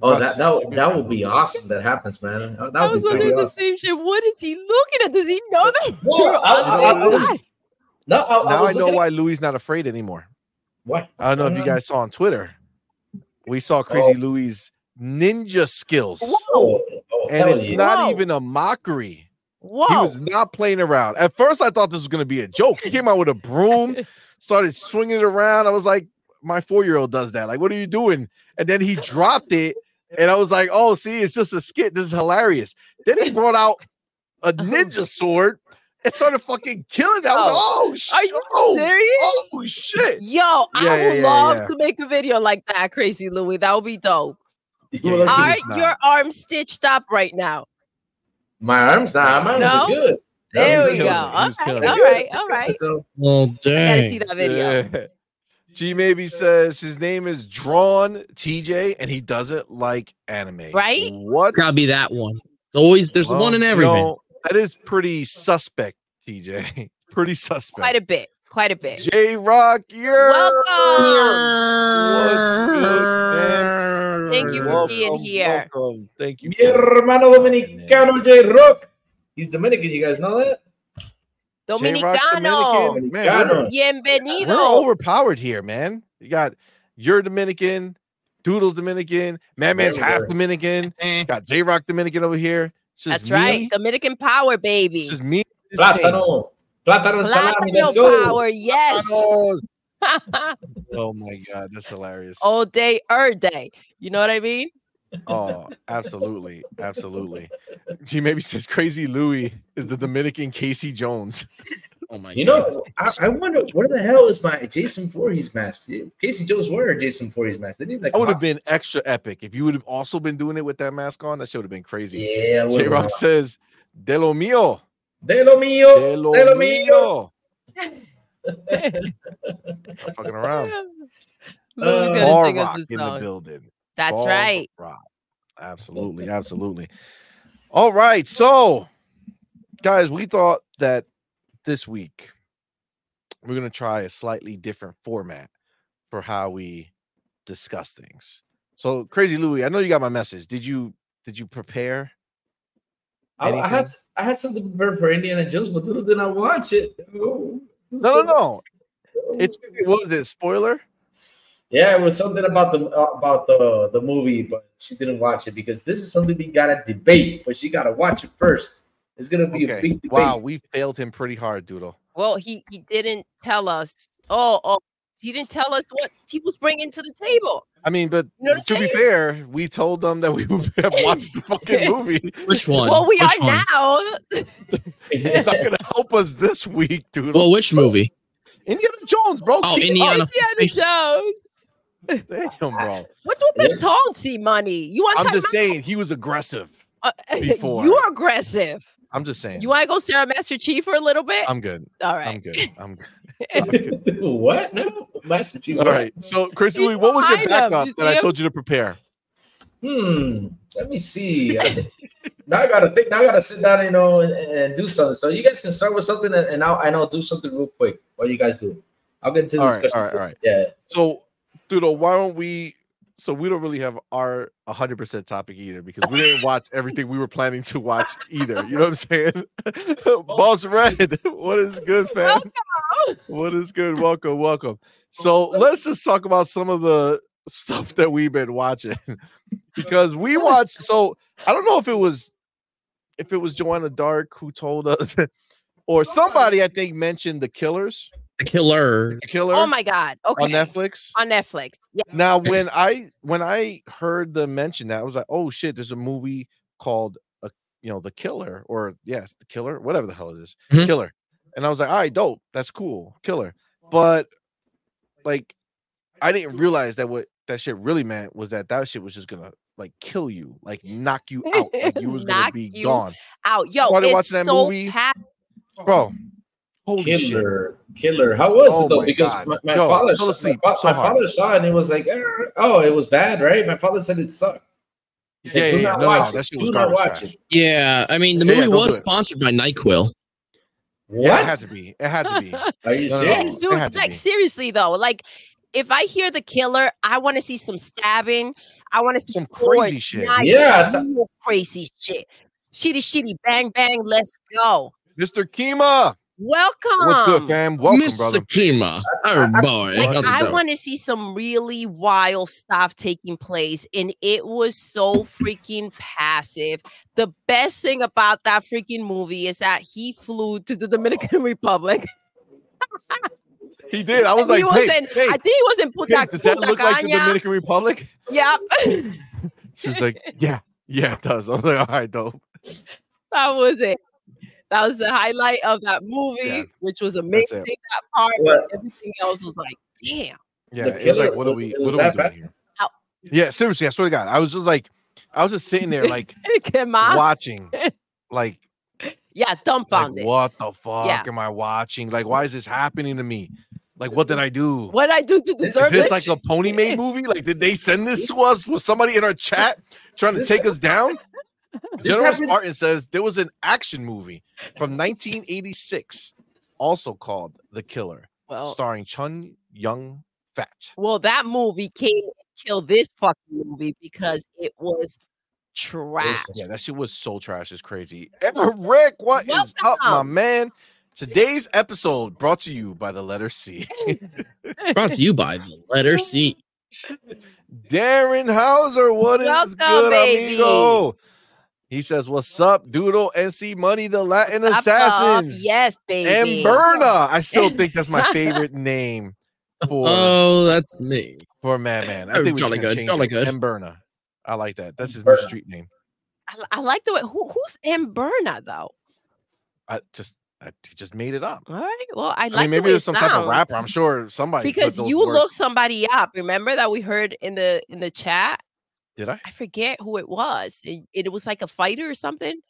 Oh, that, that, would- Fuck. that would be awesome. That happens, man. That would I was be pretty wondering the awesome. same shit. What is he looking at? Does he know that? No, you're I- on I- I this was- side? No, I, I now I was know looking at- why Louis not afraid anymore. Why? I don't know if you Uh, guys saw on Twitter. We saw Crazy Louis' ninja skills, Oh, oh, and hell it's yeah. not Whoa. even a mockery. He Whoa! was not playing around. At first, I thought this was going to be a joke. He came out with a broom, started swinging it around. I was like, my four year old does that. Like, what are you doing? And then he dropped it, and I was like, oh, see, it's just a skit. This is hilarious. Then he brought out a ninja sword and started fucking killing. It. I was like, Oh. oh, shit. Are you serious? Oh, shit. Yo, I Yeah, yeah, would yeah, love yeah. to make a video like that, Crazy Louie. That would be dope. You were Yeah, looking- yeah. Are it's not. your arms stitched up right now? My arms, nah, my arms No? are good. There was we go. killing it. He All was right, all killing it. right, all right. So, Well, Gotta see dang. that video. Yeah. G maybe says his name is Drawn TJ and he doesn't like anime. Right? What? It's gotta be that one. It's always there's one in everything. that is pretty suspect, TJ. pretty Quite suspect. a bit. Quite a bit. J Rock, you're Welcome. Thank Thank you for being here. Welcome. Thank you. mi for- hermano dominicano J Rock. He's Dominican. You guys know that? J-Rock's Dominicano. Dominican. Man, we're- Bienvenido. we're overpowered here, man. You got you're Dominican, Doodle's Dominican, Madman's There we half go. Dominican, Eh. got J Rock Dominican over here. It's just That's right. me. Dominican power, baby. It's just me. and this thing. Plátano. Plátano and salami. Let's Platinum go. power, yes. Platanos. Oh my god, that's hilarious. Oh, All day, er day. You know what I mean? Oh, absolutely, absolutely. G maybe says crazy Louis is the Dominican Casey Jones. Oh my You god. know, I, I wonder where the hell is my Jason Voorhees mask? Casey Joe's wearing a Jason Voorhees mask. They need like That would a- have been extra epic if you would have also been doing it with that mask on. That shit would have been crazy. Yeah, J Rock says, "De lo mío, De lo mio. de lo de lo mío." mío." Not fucking around. Louis Uh, gonna Bar sing us rock a in the song. building. That's Bar right. rock. Absolutely, absolutely. All right, so guys, we thought that this week we're gonna try a slightly different format for how we discuss things. So, Crazy Louie, I know you got my message. Did you did you prepare? I, I had Anything? I had something prepared for Indiana Jones, but dude did not watch it. No, No, no, no. It's what was it? Spoiler? Yeah, it was something about the about the the movie, but she didn't watch it because this is something we gotta debate, but she gotta watch it first. It's gonna be a Okay. big debate. Wow, we failed him pretty hard, Doodle. Well, he he didn't tell us. Oh, oh, he didn't tell us what he was bringing to the table. I mean, but You know what I'm to be saying? fair, we told them that we would have watched the fucking movie. Which one? Well, we which are one? now. It's not gonna help us this week, Doodle. Well, which movie? Indiana Jones, bro. Oh, Keep Indiana. Indiana up. Jones. Damn, bro. What's with Yeah. the Tonsi money? You want I'm to just saying he was aggressive. before. You are aggressive. I'm just saying. You want to go Sarah Master Chief for a little bit? I'm good. All I'm right. good. I'm good. what? No, Master Chief. All right. So, Chris He's Louie, what was your behind him. backup You that see I him? told you to prepare? Hmm. Let me see. I think- now I gotta think. Now I gotta sit down, you know, and, and do something. So you guys can start with something, and, and I'll and I'll do something real quick. What do you guys do? I'll get into the All right, discussion. all right, all right. Yeah. So, Doodle, why don't we? So we don't really have our 100% topic either because we didn't watch everything we were planning to watch either. You know what I'm saying? Oh, Boss Red, what is good, fam? What is good? Welcome, welcome. So let's just talk about some of the stuff that we've been watching because we watched. So I don't know if it was if it was Joanna Dark who told us, or somebody I think mentioned the Killers, The killer. the Killer Oh my God. Okay. on Netflix. On Netflix. Yeah. Now, Okay. when I when I heard them mention that, I was like, "Oh shit!" There's a movie called a you know the killer or yes, the killer, whatever the hell it is, Mhm. killer. And I was like, "All right, dope. That's cool, killer." But like, I didn't realize that what that shit really meant was that that shit was just gonna like kill you, like knock you out, like you was gonna Knock be you gone, Out. Yo, Started it's watching that so movie. packed. bro. Holy shit! Killer, killer. How was Oh it though? my Because God. my, my Yo, father, fell saw- asleep my, fa- so my hard. father saw it and it was like, "Eh, oh, it was bad, right? My father said it sucked. He said, Yeah, do yeah, yeah. not No, no, watch no, it. that shit do was not garbage watch trash. it. Yeah, I mean the Yeah, movie don't do was it. sponsored by NyQuil. What? Yeah, it had to be. It had to be. Are you No, no, no. serious? And it had dude, to like be. seriously though, like if I hear the killer, I want to see some stabbing. I want to see Some swords, crazy shit. knives, Yeah, I thought- real crazy shit. Shitty, shitty, bang, bang. Let's go. Mr. Kima, Welcome. what's good, fam? Welcome, Mr. brother. Kima, our boy. Like, How's it I going? want to see some really wild stuff taking place, and it was so freaking passive. The best thing about that freaking movie is that he flew to the Dominican Republic. He did. I was He like, was in- babe, babe, I think he was in Punta, Hey, does that Punta look like the Cana. Dominican Republic? Yep. She was like, Yeah, yeah, it does. I was like, All right, dope. that was it. That was the highlight of that movie, Yeah. which was That's it. amazing. That part, What? but everything else was like, damn. Yeah, The it was like, killer What are was- we, it what was are we doing that bad? here? Ow. Yeah, seriously, I swear to God, I was just like, I was just sitting there like Come on. watching, like, Yeah, like dumbfounded. what the fuck am I watching? Like, why is this happening to me? Like, what did I do? what I do to This- Is deserve this this? like a pony made movie? Like, did they send this to us? Was somebody in our chat trying to this- take us down? This General happened- Spartan says there was an action movie from 1986, also called The Killer, well, starring Chun Young Fat. well, that movie came and killed this fucking movie because it was trash. Yeah, that shit was so trash. It's crazy. Rick, what is up, my Welcome. man? Today's episode brought to you by the letter C. Brought to you by the letter C. Darren Hauser, what is Welcome, good, baby. amigo? He says, What's up, Doodle NC Money, the Latin Stop off. Assassins, Yes, baby. and Berna. I still think that's my favorite name for Oh, that's me. for Madman. I Oh, think we jolly should good, change jolly it. good. Emberna. I like that. That's his new Emberna. street name. I, I like the way who, who's in Berna though. I just I he just made it up. All right. Well, I like. I mean, the maybe way there's it some type of rapper. sounds. I'm sure somebody put because those you words- looked somebody up. Remember that we heard in the in the chat. Did I? I forget who it was. It, it was like a fighter or something.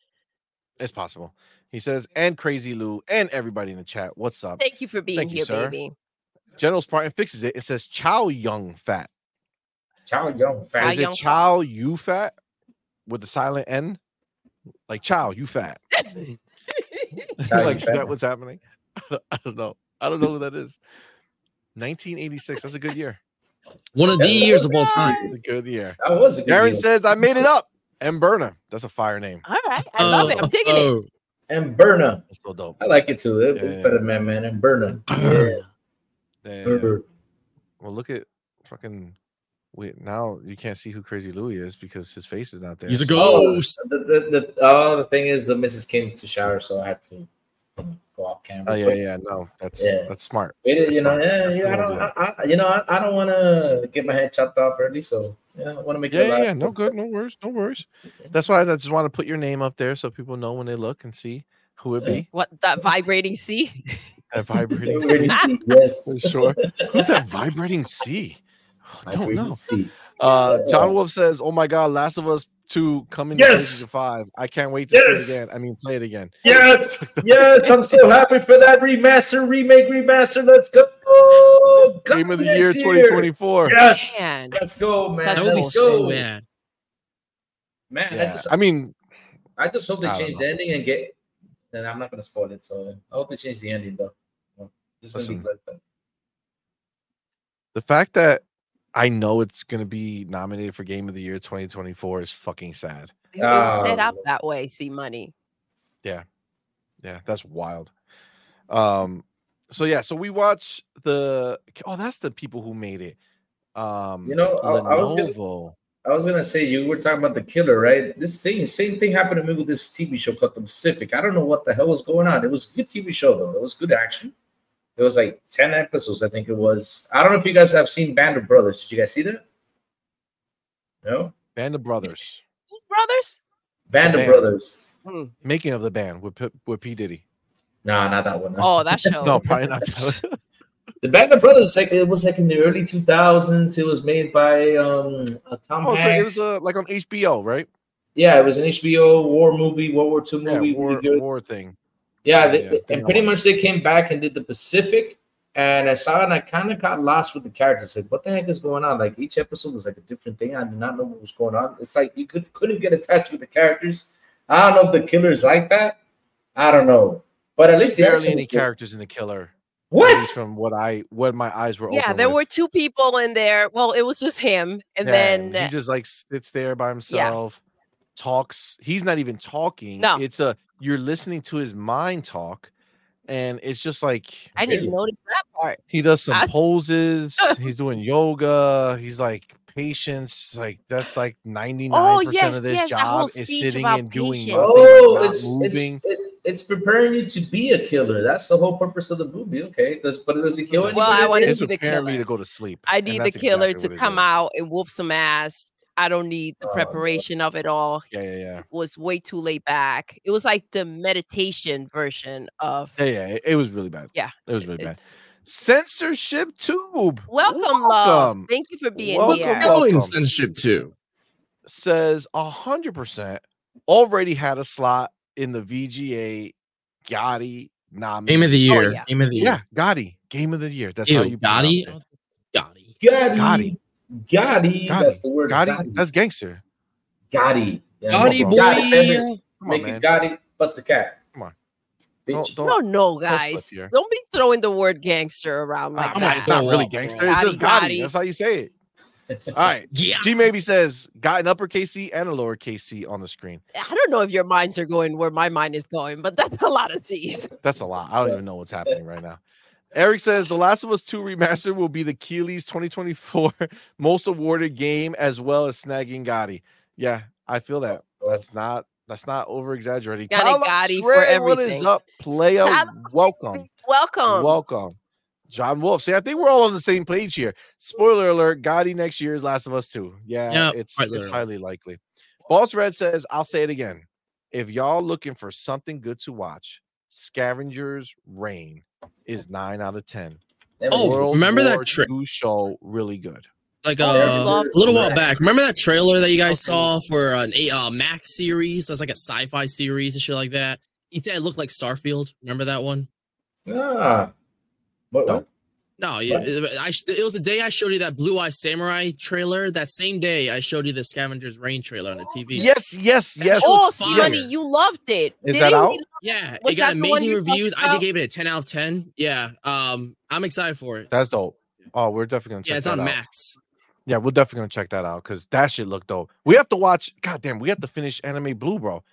It's possible. He says, and Crazy Lou and everybody in the chat. What's up? Thank you for being Thank you, here, sir. baby. General Spartan fixes it. It says Chow Young Fat. Chow Chow Young Is fat. it Young Fat. Chow You Fat with the silent N? Like Chow You Fat. Chow Yun like is Fat. that what's happening? I don't know. I don't know who that is. 1986. That's a good year. One of the years of all time. That's a good year. That was a good Darren deal. says, I made it up. M. Burner. That's a fire name. All right, I Oh, love Oh, it. I'm digging it. and Berna. That's so dope. I like it too. It- it's Yeah. better, man, man. And Berna. Berna. Yeah, yeah, yeah. Berna. Well, look at fucking. Wait, now you can't see who Crazy Louie is because his face is not there. He's a So- Oh, ghost. the, the, the, oh, the thing is, the missus came to shower, so I had to go off camera. Oh yeah, yeah. No, that's Yeah. that's smart. It is, you know, That's yeah, yeah, I We'll don't, do I, that. I, you know, I, I don't want to get my head chopped off early, so yeah, I want to make Yeah, it yeah, alive. yeah. No good, no worries, no worries. That's why I just want to put your name up there so people know when they look and see who it be. What that vibrating sea? That They vibrating already C. see, yes. For sure. Who's that vibrating C? I I don't already know. see. Uh, Yeah. John Wolf says, "Oh my God, Last of Us Two coming to PlayStation Yes. Five. I can't wait to Yes. see it again. I mean, play it again. Yes, yes, I'm so happy for that remaster, remake, remaster. Let's go. Come Game of the next year 2024. Yes, Man, let's go, man. That That would be Let's so go. bad. Man, I Yeah, just, I mean, I just hope they I don't change the ending and get. Then I'm not gonna spoil it, so I hope they change the ending though. This is gonna be Listen. good, but- the fact that I know it's gonna be nominated for Game of the Year 2024 is fucking sad. it was set Oh. up that way. See money. Yeah, that's wild. Um, so yeah, so we watch the. Oh, that's the people who made it. Um, You know, I- I was gonna- Lenovo. I was gonna say you were talking about the killer, right? This same same thing happened to me with this TV show called The Pacific. I don't know what the hell was going on. It was a good TV show though. It was good action. It was like ten episodes, I think it was. I don't know if you guys have seen Band of Brothers. Did you guys see that? No, Band of Brothers, Who's brothers? Band of Band. Brothers. making of the band with P- with P Diddy. Nah, not that one. Oh, that show. No, probably not. that. The Band of Brothers, like it was like in the early two thousands. It was made by um uh, Tom oh, so it Hanks. was uh, like on HBO, right? yeah, it was an HBO war movie, World War II Yeah, movie. war, really good. war thing. Yeah, Yeah, they, yeah, they- think and I pretty much watched they came back and did the Pacific, and I saw it, and I kind of got lost with the characters. Like, what the heck is going on? Like each episode was like a different thing. I did not know what was going on. It's like you could couldn't get attached with the characters. I don't know if the killer's like that. I don't know, but at least the Barely action any was good. characters in the killer. at What? least From what I what my eyes were. yeah, open there with. were two people in there. Well, it was just him, and then he just like sits there by himself, talks. He's not even talking. No. It's a you're listening to his mind talk, and it's just like I didn't even notice that part. he does some I- poses. he's doing yoga. He's like patience. Like that's like ninety nine Oh, percent yes, of this yes, that whole job is speech sitting about and doing patience. nothing, Oh, not it's moving. it's it- it's preparing you to be a killer. That's the whole purpose of the movie. Okay, does but does it kill Well, anybody? I wanna It's see the preparing me killer. to go to sleep. I and need the that's killer exactly to what it come is. out and whoop some ass. I don't need the Oh, Lord. preparation of it all. Yeah, yeah, yeah. was way too laid back. It was like the meditation version of Yeah, yeah, it, it was really bad. Yeah, it was really bad. it's- Censorship tube. Welcome, love. Welcome. Thank you for being Welcome, here. welcome. Going censorship too. says 100% already had a slot in the VGA Gotti nominee. Game of the year. Oh, yeah. Game of the year. Yeah, Gotti. Game of the year. That's how Ew, you pronounce Gotti. it. Gotti. Gotti. Gotti. Gotti. That's the word. Gotti, that's gangster. Gotti. Yeah, Gotti no boy. problem. God damn Come on, Make it man. Gotti. Bust the cat. Come on. Bitch. No, no, slip guys. here. Don't be throwing the word gangster around like Ah, I'm man, gonna it's that. not throw really up, gangster. bro. It's just Gotti, Gotti. Gotti. That's how you say it. All right. Yeah. G maybe says got an uppercase C and a lowercase C on the screen. I don't know if your minds are going where my mind is going, but that's a lot of Z's. That's a lot. I don't even Yes. know what's happening right now. Eric says The Last of Us 2 remaster will be the Keeley's 2024 most awarded game as well as snagging Gotti. Yeah, I feel that. That's not that's not over exaggerating. Gotta Gotti for what is everything. up, player? Tyler, Welcome. Welcome. Welcome. John Wolf. See, I think we're all on the same page here. Spoiler alert, Gotti next year is Last of Us 2. Yeah, Yeah, it's, spoiler it's alert. highly likely. Boss Red says, I'll say it again. If y'all looking for something good to watch, Scavenger's Reign is 9 out of 10. That was- Oh, uh, remember that trick- II show really good. Like Oh, Eric uh, love a little while that. back. Remember that trailer that you guys Okay. saw for an a uh, Mac series? That's like a sci-fi series and shit like that. He said it looked like Starfield. Remember that one? Ah. What, No. what? No, yeah, Right. it- I, sh- it was the day I showed you that Blue Eye Samurai trailer. That same day I showed you the Scavenger's Rain trailer on the TV. Yes, yes, That yes. show oh, looks fire. Sonny, you loved it. Is that we out? love- yeah, Was it got that the one amazing you talked reviews. I just about? gave it a ten out of ten. Yeah, um, I'm excited for it. That's dope. Oh, we're definitely gonna check yeah, it's that on out. Max. Yeah, we're definitely gonna check that out because that shit looked dope. We have to watch. God damn, we have to finish Anime Blue, bro.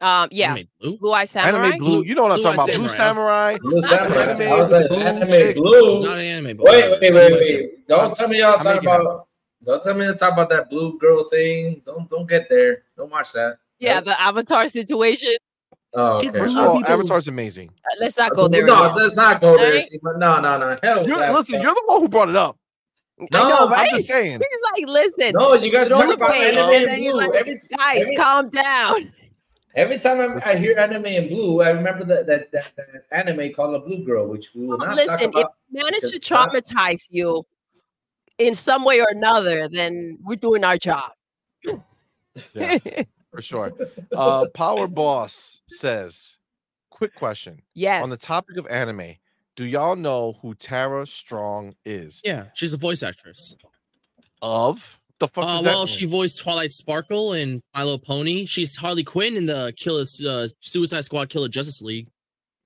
Um, yeah. Anime Blue? Blue Eye Samurai. Anime Blue, you know what I'm Blue talking Eye about? Blue Samurai. Blue Samurai. Anime I was like, blue anime chick. It's blue. not an anime. But Wait, wait, wait, whatever. wait. Don't tell me y'all I'll make talking it happen. about. Don't tell me to talk about that blue girl thing. Don't don't get there. Don't watch that. Yeah, the Avatar situation. Oh, It's okay. blue. First of lot of all, people- Avatar's amazing. Uh, Let's not go there. No, again. let's not go there. Alright. See, but no, no, no. Hell, You're, with that listen, stuff. you're the one who brought it up. I know, No, right? I'm just saying. He's like, listen, No, you guys Don't talk about play. anime He's blue. like, every, guys, every, calm down. every time I'm- I, I Listen. hear anime in blue, I remember that that, that that anime called a blue girl, which we will not talk Oh, Listen, if about. we manage to because that- traumatize you in some way or another, then we're doing our job. Yeah, for sure. Uh, Power Boss says, quick question yes. on the topic of anime. Do y'all know who Tara Strong is? Yeah, she's a voice actress. Of the fuck? Uh, does that well, mean? she voiced Twilight Sparkle in My Little Pony. She's Harley Quinn in the Killer uh, Suicide Squad Killer Justice League.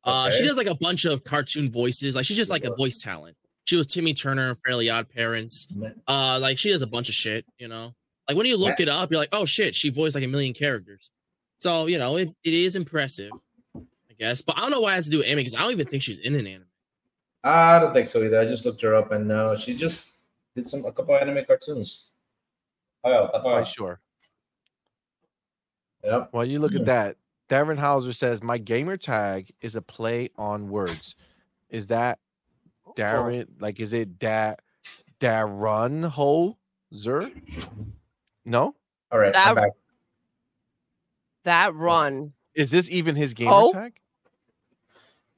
Uh, She Okay. does like a bunch of cartoon voices. Like she's just like a voice talent. She was Timmy Turner in Fairly Odd Parents. Uh, like she does a bunch of shit. You know, like when you look it up, you're like, oh shit, she voiced like a million characters. So you know, it, it is impressive, I guess. But I don't know why it has to do with anime because I don't even think she's in an anime. I don't think so either. I just looked her up, and no, uh, she just did some a couple anime cartoons. Oh, Quite Uh, about, sure. yep. While you look at that, Darren Hauser says, My gamer tag is a play on words. Is that Oh. Darren? Like, is it da- Darren Holzer? No? All right, I'm That- back. That run. Is this even his gamer Oh. tag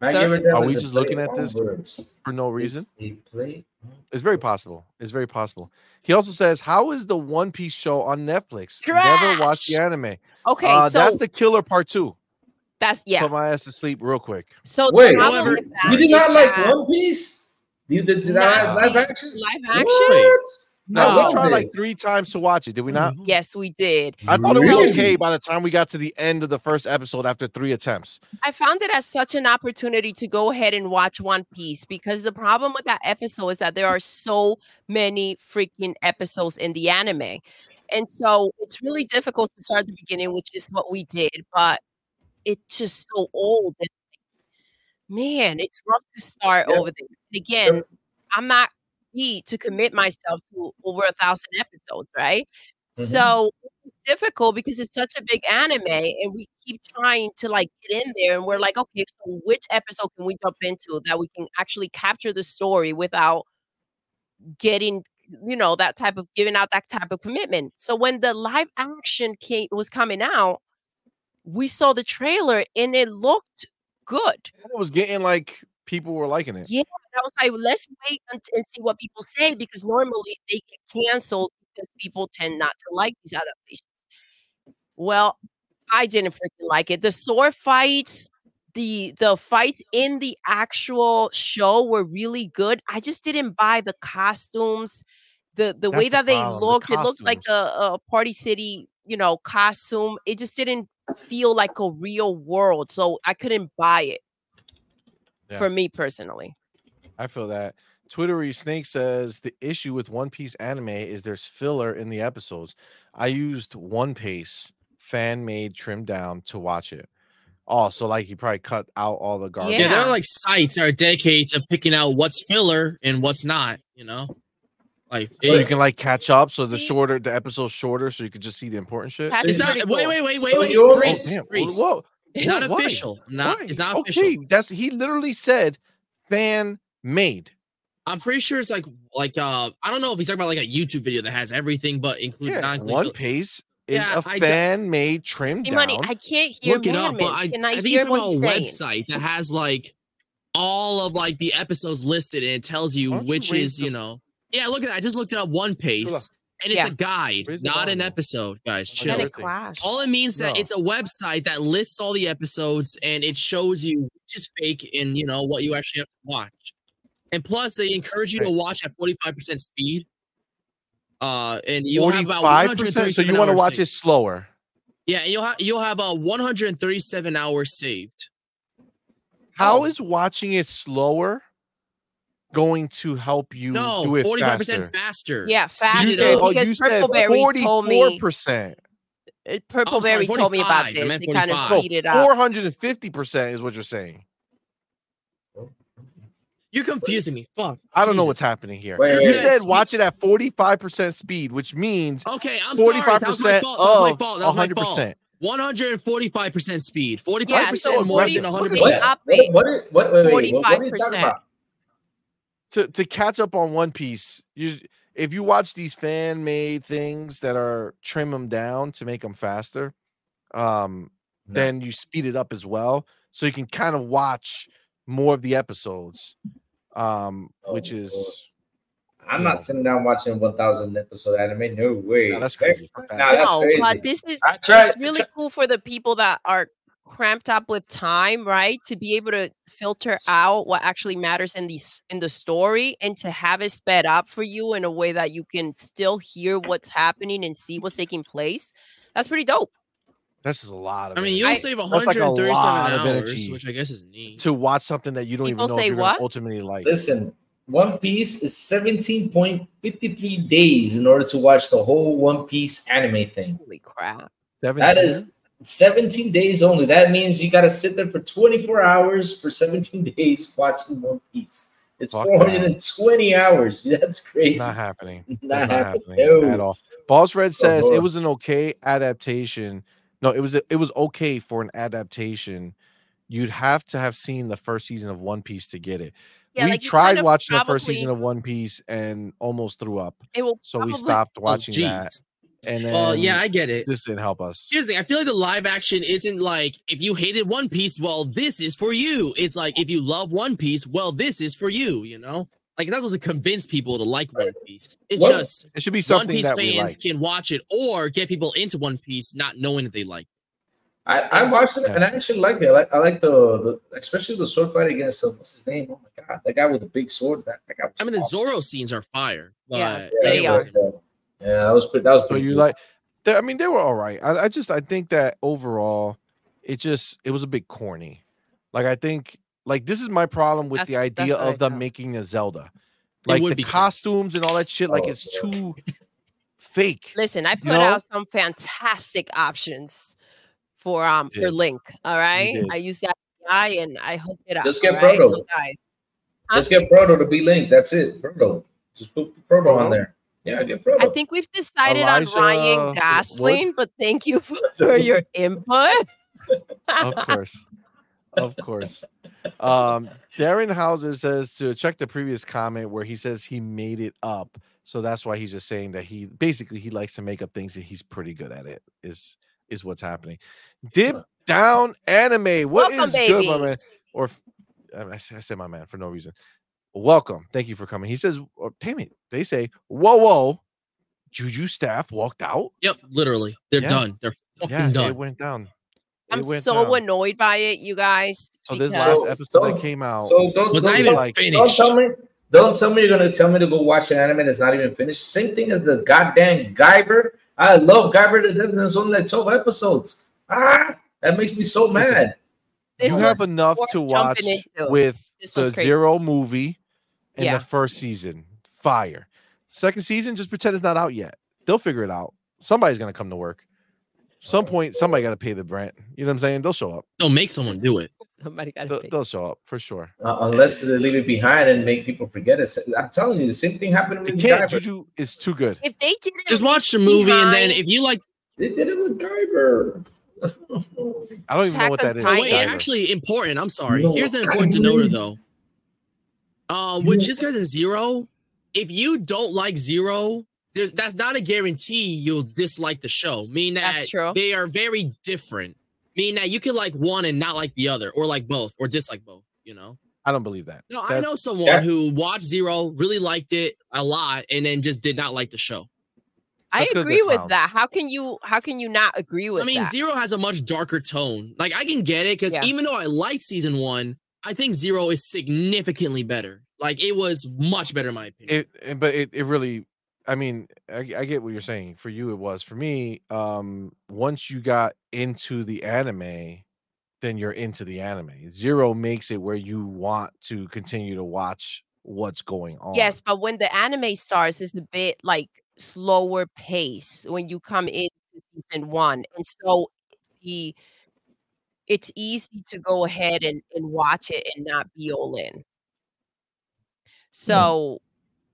My Sir? favorite type Are we is a just play looking at on this words. for no reason? It's a play on It's very possible. It's very possible. He also says, How is the One Piece show on Netflix? Never watch the Trash. anime. Okay, uh, so that's the killer part two. that's yeah. Put my ass to sleep real quick. So the Wait, problem however, with so You Oh, that did not is like that One Piece? You did, did not have Nah. live action? live What? action. No, No. we tried like it. three times to watch it. Did we not? Yes, we did. I thought it was Really? okay by the time we got to the end of the first episode after three attempts. I found it as such an opportunity to go ahead and watch One Piece because the problem with that episode is that there are so many freaking episodes in the anime. And so it's really difficult to start at the beginning, which is what we did, but it's just so old. And man, it's rough to start Yeah. over there. And again, I'm not need to commit myself to over a thousand episodes, right? Mhm. So it's difficult because it's such a big anime, and we keep trying to like get in there, and we're like, okay, so which episode can we jump into that we can actually capture the story without getting you know that type of giving out that type of commitment. So when the live action came was coming out, we saw the trailer and it looked good. It was getting like people were liking it. Yeah, and I was like, let's wait and, and see what people say because normally they get canceled because people tend not to like these adaptations. Well, I didn't freaking like it. The sword fights, the the fights in the actual show were really good. I just didn't buy the costumes, the the way That's the that they problem, the looked. it looked like a, a Party City, you know, costume. It just didn't feel like a real world, so I couldn't buy it. Yeah. For me personally. I feel that. Twittery Snake says the issue with One Piece anime is there's filler in the episodes. I used One Piece fan made trimmed down to watch it. Oh, so like he probably cut out all the garbage. Yeah. there Yeah. are like sites that are dedicated to picking out what's filler and what's not. You know, like So you it- can like catch up. So the See? shorter the episode's shorter, so you could just see the important shit. That's it's not. pretty Wait, cool. wait, wait, So wait, wait. you're- Oh, Grace, damn. Grace. Whoa. It's not Why? official. Not. Why? It's not okay, official. that's he literally said fan made. I'm pretty sure it's like like uh I don't know if he's talking about like a YouTube video that has everything but include Yeah, non-include One filler. Piece is uh, Yeah, a I don't- fan made trim See, down. money, I can't hear Look it up, but Norman. I, Can I I, think it's hear what about a he's saying? website that has like all of like the episodes listed and it tells you Why don't you which raise is the- you know yeah look at that. I just looked up One Piece and it's Yeah. a guide, Raise the not an volume. episode, guys. I got Chill. it. All it means that No. it's a website that lists all the episodes and it shows you which is fake and you know what you actually have to watch. And plus, they encourage you to watch at forty five percent speed. Uh, and you'll have about one 45 hundred percent. thirty. So you want to watch it it? slower. Yeah, and you'll have you'll have a one hundred thirty seven hours saved. Oh. How is watching it slower going to help you No, do it forty five percent faster? faster. Yeah, Speed it faster. up. Oh, because you said Purple Berry told me- 44%. Uh, Purple I'm sorry, Berry told me about 45. I this. meant They kind of 45. So speed it up. 450% is what you're saying. You're confusing me. Fuck. I don't know Jesus. what's happening here. Wait, you wait, said wait. watch it at 45% speed, which means Okay, I'm sorry. That was my 45% fault. That was my of fault. Oh, That was my fault. 100%. One hundred and forty five percent speed. Forty five Yeah, percent so more than aggressive. one hundred Look They at percent. that. up What, it. what, is- what, wait, wait, what, what are you talking 45%. about? to to catch up on One Piece, you if you watch these fan made things that are trim them down to make them faster, um, No. then you speed it up as well, so you can kind of watch more of the episodes, um, which Oh, is I'm No. not sitting down watching 1,000 episode anime. No way. Nah, that's crazy. Fuck that. Nah, Ah, that's no, crazy. but this is I tried. it's really cool for the people that are cramped up with time, right? To be able to filter out what actually matters in the s- in the story and to have it sped up for you in a way that you can still hear what's happening and see what's taking place. That's pretty dope. that's just a lot of. I mean, energy. you'll I- save one like hundred a and thirty lot seven of hours, energy. which I guess is neat. to watch something that you don't even People know say if you're gonna what? ultimately like. Listen, One Piece is 17.53 days in order to watch the whole One Piece anime thing. Holy crap. That 17? is 17 days only. That means you got to sit there for 24 hours for 17 days watching One Piece. It's Fuck 420 hours. That's crazy. Not happening. Not That's not happening No. at all. Boss Red says it Lord. was an okay adaptation. No, it was it was okay for an adaptation. You'd have to have seen the first season of One Piece to get it. we you tried kind of watching the first probably- season of One Piece and almost threw up, It will so we probably- stopped Oh, watching that. jeez. And then Well, yeah, I get it. this didn't help us. Here's the thing. I feel like the live action isn't like if you hated One Piece, well, this is for you. It's like if you love One Piece, well, this is for you. You know, like that doesn't convince people to like One Piece. It's What- just It should be One something Piece that we fans like. can watch it or get people into One Piece not knowing that they like. I, I watched it Yeah. and I actually like it. I like, I like the, the especially the sword fight against um, what's his name? Oh my god, that guy with the big sword. That, that guy. Was I mean, the awesome. Zoro scenes are fire. But Yeah, Yeah, they I are. like that. Yeah, that was pretty. That was So pretty. you cool. like? they- I mean, they were all right. I, I just I think that overall, it just it was a bit corny. Like I think like this is my problem with the That's- that's idea what I of them thought. making a Zelda, like would the be corny. costumes and all that shit. Like Oh, it's yeah. too fake. Listen, I put know? out some fantastic options for um Yeah. for Link. All right, did. I used that guy and I hooked it up. Just get all right? Frodo. So guys, huh? Let's get Frodo to be linked. That's it. Frodo. Just put Frodo on there. Yeah, get Frodo. I think we've decided on Elijah Ryan Wood? Gosling, but thank you for, for your input. Of course, of course. Um, Darren Hauser says to check the previous comment where he says he made it up. So that's why he's just saying that he basically he likes to make up things and he's pretty good at it. Is is what's happening. Dip down anime. What is Welcome, good, my baby. man? Or f- I, mean, I say- I said my man for no reason. Welcome. Thank you for coming. He says, or, damn it. They say, whoa, whoa. Juju staff walked out. Yep, literally, they're Yeah. done. They're fucking Yeah, done. it went down. I'm It went so down. annoyed by it, you guys. So this because- last So- episode so- that came out, so. Don't, was don't not it's even tell- like- don't finished. tell me. Don't tell me you're gonna tell me to go watch an anime that's not even finished. Same thing as the goddamn Guyver. I love Guyver to death, and there's only like 12 episodes. Ah, that makes me so mad. this you was have enough worth to jumping watch into. with This the was crazy. Zero movie and Yeah. the first season. Fire. Second season, just pretend it's not out yet. They'll figure it out. Somebody's gonna come to work. Some point, somebody got to pay the rent. You know what I'm saying? They'll show up. Don't make someone do it. somebody got They'll, to they'll show up for sure. Uh, unless they leave it behind and make people forget it. I'm telling you, the same thing happened They with can't. Guyver. Juju is too good. If they did it, Just watch the movie, and then behind- if you like, They did it with Guyver. I don't even know Attack what on that is. oh, wait, Titan. Tyler. actually important. I'm sorry. No, Here's an I important to mean, note it's- though. Um, You which know- is because of zero. If you don't like zero, there's that's not a guarantee you'll dislike the show. Meaning that That's true. they are very different. Meaning that you could like one and not like the other, or like both, or dislike both. You know. I don't believe that. No, I That's- know someone Yeah. who watched Zero, really liked it a lot, and then just did not like the show. I That's 'cause agree they're with clowns. that. How can you? How can you not agree with? I mean, that? Zero has a much darker tone. Like I can get it because Yeah. even though I liked season one, I think Zero is significantly better. Like it was much better in my opinion. it, it- but it, it really i mean I, g- I get what you're saying for you it was for me um once you got into the anime then you're into the anime zero makes it where you want to continue to watch what's going on Yes, but when the anime starts, it's a bit like slower pace when you come in to season one, and so the it's easy to go ahead and, and watch it and not be all in. So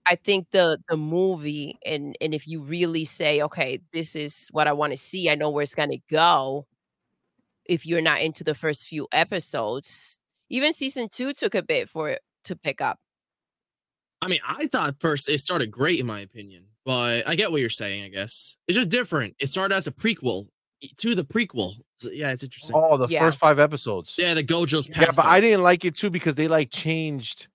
I think the the movie and and if you really say, okay, this is what I want to see, I know where it's gonna go. If you're not into the first few episodes, even season two took a bit for it to pick up. I mean, I thought first it started great in my opinion, but I get what you're saying. I guess it's just different. It started as a prequel e, to the prequel. So, yeah, it's interesting. oh the Yeah. first five episodes Yeah, the Gojo's yeah past. but i didn't like it too because they like changed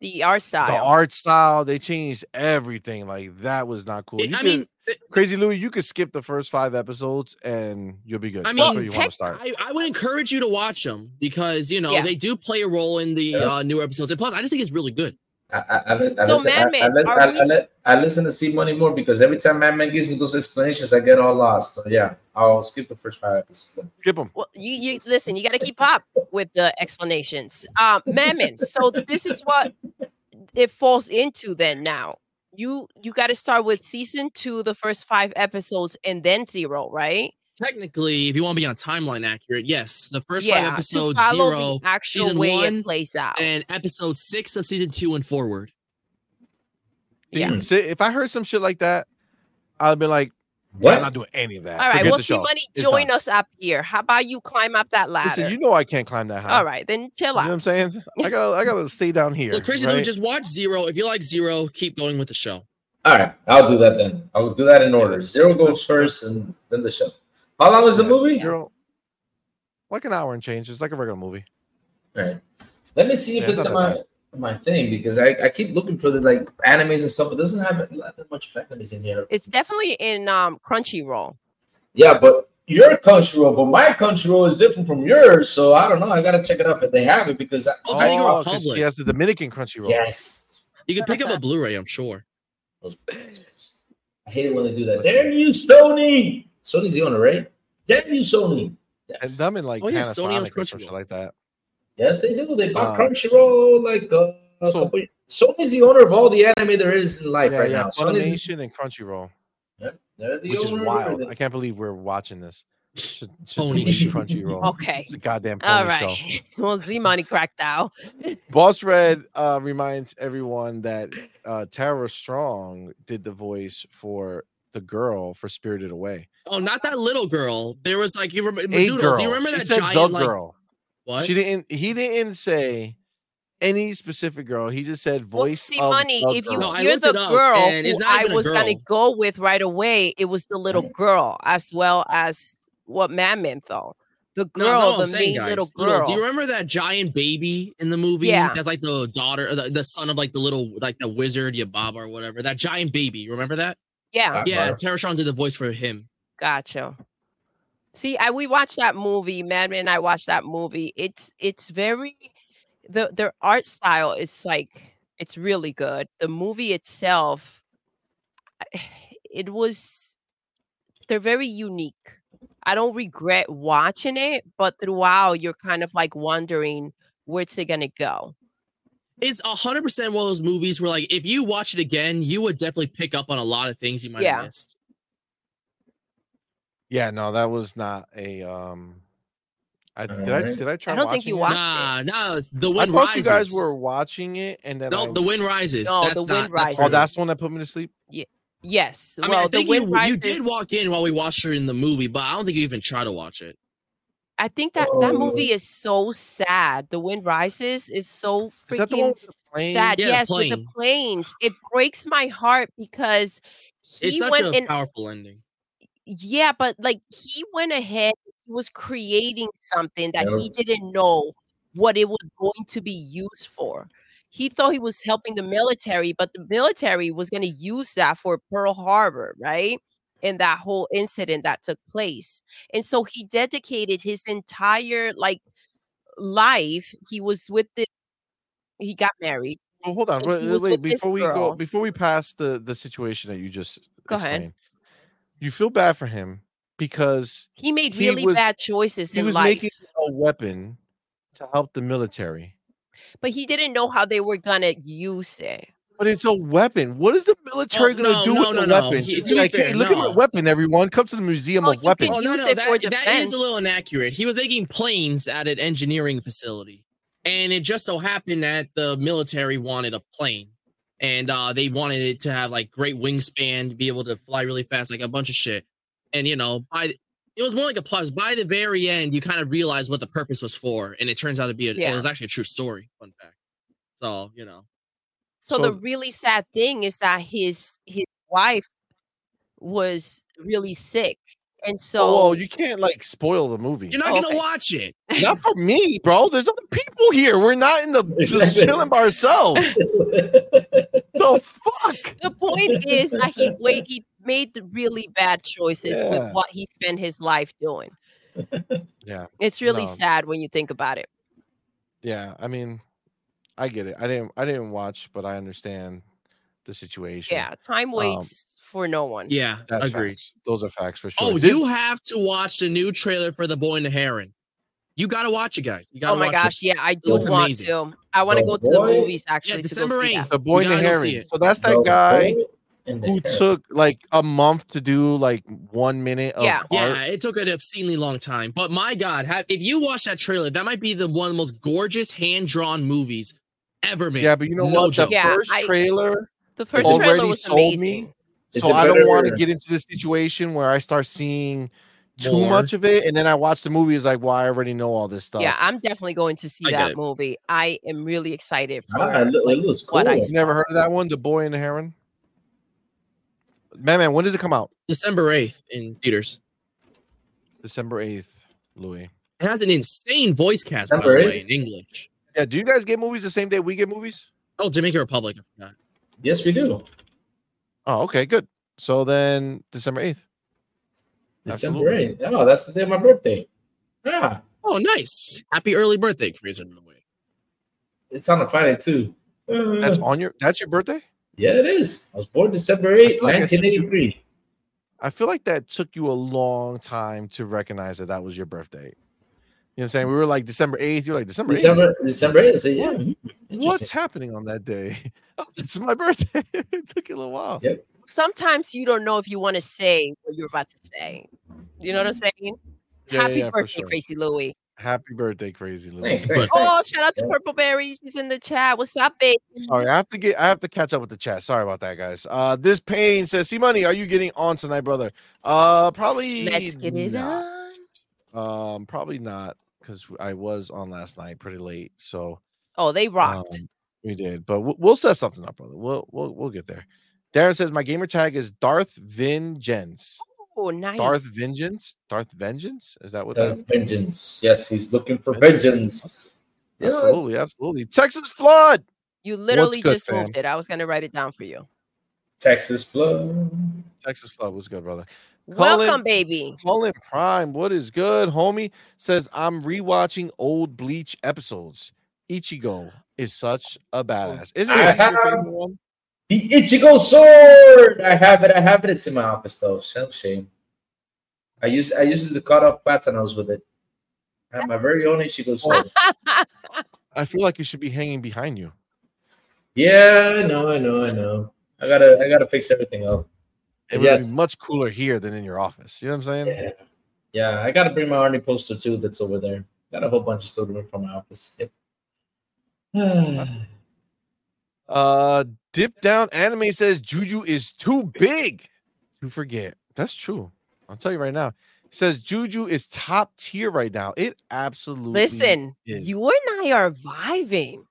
The art style. the art style they changed everything like that was not cool You I could- mean, it- crazy louie you could skip the first five episodes and you'll be good I That's mean, where you want to start I, I would encourage you to watch them because you know Yeah. they do play a role in the Yeah. uh, newer episodes. And plus, I just think it's really good. I, I, I, li- I So, listen, I, I, Madman, li- are I, we- I, li- I listen to see money more because every time Madman gives me those explanations, I get all lost. So yeah, I'll skip the first five episodes. skip them Well, you, you listen, you got to keep up with the explanations. Um, Mammon, so this is what it falls into then now. You you got to start with season 2 the first 5 episodes and then zero, right? technically, if you want to be on timeline accurate, yes, the first yeah, five to episodes follow zero the actual season way one, it plays out. and episode six of season two and forward. Yeah. Hmm. Dude, see, if I heard some shit like that, I'd be like, What? I'm not doing any of that. All right, Forget well, the see, show. money, It's join done. us up here. How about you climb up that ladder? Listen, you know I can't climb that high. All right, then chill Uh, You know what I'm out. saying? I gotta I gotta stay down here. Look, crazy right? dude, just watch zero. If you like zero, keep going with the show. All right, I'll do that then. I'll do that in order. Zero goes first, and then the show. How long is the Yeah. movie? You're- like an hour and change. It's like a regular movie. All right. Let me see if Yeah, it's it's on not my my thing because I, I keep looking for the like animes and stuff, but it doesn't have that much animes in here. It's definitely in um, Crunchyroll. Yeah, but your country roll, but my country roll is different from yours, so I don't know. I gotta check it out if they have it because I, Oh, Oh, Dominican 'cause Republic. She has the Dominican Crunchyroll. yes, You can pick up a Blu-ray, I'm sure. Those bastards. I hate it when they do that. Damn you, Sony! Sony's the owner, right? Damn you, Sony! And Yes, them in like Oh, yeah, Sony owns Panasonic or some shit Crunchyroll. like that. yes they do. They bought Uh, Crunchyroll like uh, a so- couple- Sony's the owner of all the anime there is in life yeah, right yeah. now. Sony's Funimation and Crunchyroll, yep, they're the which is owner. wild. I can't believe we're watching this. Should, should Pony delete show. Crunchyroll. Okay. It's a goddamn pony All show. right. well, Z Money cracked out. Boss Red uh, reminds everyone that uh, Tara Strong did the voice for the girl for Spirited Away. Oh, not that little girl. There was like you remember A girl. Madudo, do you remember She that said giant the like girl. what? She didn't. He didn't say any specific girl. He just said Well, voice. see, of money. the If you girl. No, I hear looked the it up, girl and it's who not I even a was gonna girl. go with right away, it was the little Right. girl as well as what Madman though. The No, that's not girl, what the I'm saying, main guys. little Dude, girl. do you remember that giant baby in the movie? Yeah. That's like the daughter, or the, the son of like the little, like the wizard Yababa or whatever. That giant baby. You remember that? yeah, Wow. Yeah, Tara Strong did the voice for him. Gotcha. See, I we watched that movie, Madman and I watched that movie. It's it's very the their art style is like it's really good. The movie itself I- it was they're very unique. I don't regret watching it, but throughout you're kind of like wondering where's it gonna go. It's hundred percent one of those movies where like if you watch it again, you would definitely pick up on a lot of things you might Yeah. have missed. Yeah, no, that was not a. Um, I, did I Alright. did I try? I don't think watching you it? watched nah, nah, it's the I wind thought rises. you guys were watching it, and then no, I- the wind rises. No, that's The not, Wind Rises. oh, That's that's the one that put me to sleep. Yes. I mean, well, I think the you, wind you rises, did walk in while we watched her in the movie, but I don't think you even try to watch it. I think that that Oh. movie is so sad. The wind rises is so freaking Is that the one with the plane? sad. Yeah, the yes, with the plane. planes. It breaks my heart because he It's such went a and powerful ending. yeah, but like he went ahead. He was creating something that he Yeah. didn't know what it was going to be used for. He thought he was helping the military, but the military was going to use that for Pearl Harbor, right? And that whole incident that took place. And so he dedicated his entire like life. He was with the he got married. Well, hold on, and wait, he was wait, with this before we girl. go, before we pass the the situation that you just Go ahead. explained, you feel bad for him because He made He really was- bad choices he in was life. making a weapon to help the military. but he didn't know how they were gonna use it. But it's a weapon. What is the Oh, military going to no, do no, with the no, no. weapon? He- Just to be be like, hey, fair, look at no. my weapon, everyone. Come to the Museum Oh, of you can Weapons. Oh no, use no, it that, for that is defense. a little inaccurate. He was making planes at an engineering facility, and it just so happened that the military wanted a plane, and uh, they wanted it to have like great wingspan, be able to fly really fast, like a bunch of shit. And you know, by it was more like a plus. By the very end, you kind of realize what the purpose was for, and it turns out to be a, Yeah. it was actually a true story. Fun fact. So you know, So, the So- really sad thing is that his his wife was really sick, and so oh, you can't like spoil the movie. you're not Oh, gonna okay. watch it. not for me, bro. There's other people here. We're not in the just chilling by ourselves. The fuck? the point is that he wait he made the really bad choices Yeah. with what he spent his life doing. Yeah, It's really No. sad when you think about it. yeah. I mean, I get it. I didn't. I didn't watch, but I understand the situation. Yeah, time waits for no one. Um, Yeah, that's agreed. facts. Those are facts for sure. Oh, This- you have to watch the new trailer for The Boy and the Heron. You gotta watch it, guys. You gotta Oh my watch it. gosh, yeah, I do Looks want amazing. to. I want to The go to the boy- movies actually. to go December see that. 8th. the boy You in the gotta go see herring. it. So that's that guy in who the air. took like a month to do like one minute of Yeah. art. Yeah, it took an obscenely long time. But my God, have, if you watch that trailer, that might be the one of the most gorgeous hand drawn movies ever made. Yeah, but you know No what? The joke. Yeah, first I- trailer, The first already trailer was sold me. amazing. It's so a I don't want to better- get into the situation where I start seeing too More. much of it, and then I watch the movie. It's like, well, I already know all this stuff. Yeah, I'm definitely going to see I get that it. movie. I am really excited for Ah, it loo- it looks cool. what I you never heard of that one, The Boy and the Heron. Man, man, when does it come out? December 8th in theaters. December eighth, Louis. It has an insane voice cast, by December the 8th? way, in English. Yeah, do you guys get movies the same day we get movies? Oh, Jamaica Republic. I forgot. yes, we do. Oh, okay, good. So then December eighth. December 8th. Oh, that's the day of my birthday. Ah, Yeah, Oh, nice. Happy early birthday, Fraser. By the way. it's on a Friday too. Uh, That's on your. That's your birthday. yeah, it is. I was born December 8th, feel like I should 1983. I feel like that took you a long time to recognize that that was your birthday. You know what I'm saying? We were like December 8th. You're like December 8th. December December 8th. So, yeah, mhm. What's Interesting. happening on that day? Oh, it's my birthday. it took you a little while. Yeah. Sometimes you don't know if you want to say what you're about to say. You know what I'm saying? Mm-hmm. Yeah, Happy yeah, for birthday, sure. Crazy Louie. Happy birthday, crazy Lou. Thanks, But- thanks, thanks. Oh, shout out to Yeah. Purple Berry. She's in the chat. What's up, babe? Sorry, I have to get I have to catch up with the chat. Sorry about that, guys. Uh this pain says, See money, are you getting on tonight, brother? Uh probably Let's get it not. on. Um, probably not because I was on last night pretty late, so Oh, they rocked. um, we did, but we'll, we'll set something up, brother. We'll we'll we'll get there. Darren says my gamer tag is Darth Vengeance. oh, nice. Darth Vengeance. Darth Vengeance. Is that what? Uh, that is? vengeance. Yes, he's looking for vengeance. You know, it's- absolutely, absolutely. Texas flood. you literally good, just moved it. I was going to write it down for you. Texas flood. Texas flood was good, brother. Colin- Welcome, baby. Colin Prime, what is good, homie? Says I'm rewatching old Bleach episodes. Ichigo is such a badass. Isn't I it your have- favorite one? The Ichigo sword. I have it. I have it. It's in my office though. Shame, shame. I used I used it to cut off platanos with it. I have my very own Oh, Ichigo sword. I feel like it should be hanging behind you. yeah, I know, I know, I know. I gotta I gotta fix everything up. It would Yes. be much cooler here than in your office. You know what I'm saying? Yeah. Yeah, I gotta bring my Arnie poster too. That's over there. Got a whole bunch of stuff to bring from my office. Yep. Uh, dip down anime says Juju is too big to forget. That's true. I'll tell you right now. He says Juju is top tier right now. It absolutely Listen, is. you and I are vibing.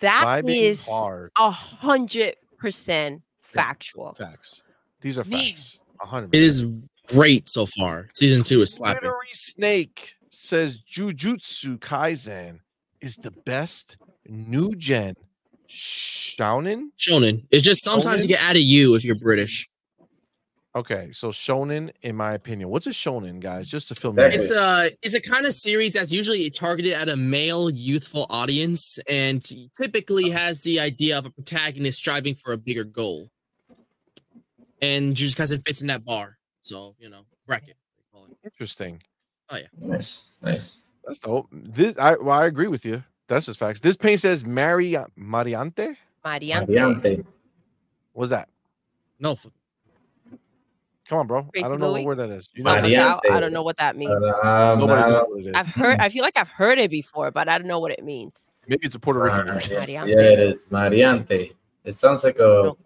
That vibing is hard a hundred percent factual. facts. These are Me. facts. A hundred. It is great so far. Season two is slapping. Glittery Snake says Jujutsu Kaisen is the best new gen shonen. Shonen. It's just sometimes Shonen? you get out of you if you're British. Okay, so shonen, in my opinion, what's a shonen, guys? Just to film. Exactly. It's a it's a kind of series that's usually targeted at a male youthful audience and typically has the idea of a protagonist striving for a bigger goal. And Jujutsu Kaisen fits in that bar. So, you know, bracket. Interesting. nice, nice. That's dope. This I well, I agree with you. That's just facts. This paint says Mari Mariante. Mariante. Adiante. What's that? No, f- Come on, bro. Crazy I don't know Louis. what word that is. You know, Help what us it is? Mariante. out. I don't know what that means. Um, nobody uh, knows what it is. I've heard. I feel like I've heard it before, but I don't know what it means. Maybe it's a Puerto Rican uh, word. yeah, Mariante. yeah, it is Mariante. It sounds like a No.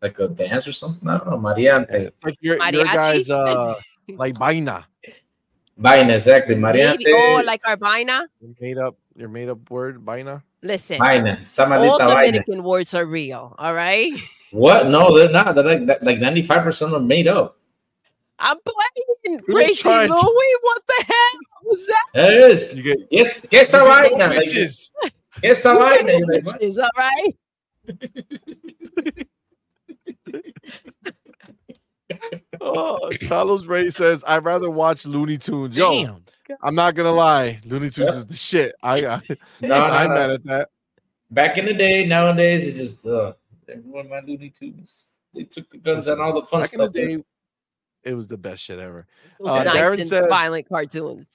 like a dance or something. I don't know. Mariante. It's like your, your Mariachi? guys, uh, like vaina. Vaina, exactly. Mariante. Maybe, oh, like Arbina. Your Made up your made up word vaina. Listen, Vaina. all Samalita Vaina. Dominican words are real. All right, What? No, they're not. They're like that- like 95% are made up. I'm playing We're Gracie just trying Louie. to- What the hell was that? It is. You get, you Yes, yes, get no Vaina. Like, yes, bitches. Vaina. You're like, what? Bitches, all right. Oh, Carlos Ray says I'd rather watch Looney Tunes. Yo, I'm not gonna lie, Looney Tunes Yeah. is the shit. I I, No, no, I'm no. mad at that. Back in the day, nowadays, it's just, uh, everyone, my Looney Tunes. They took the guns and all the fun Back in the stuff. day, it was the best shit ever. It was Uh, nice Darren and says- violent cartoons.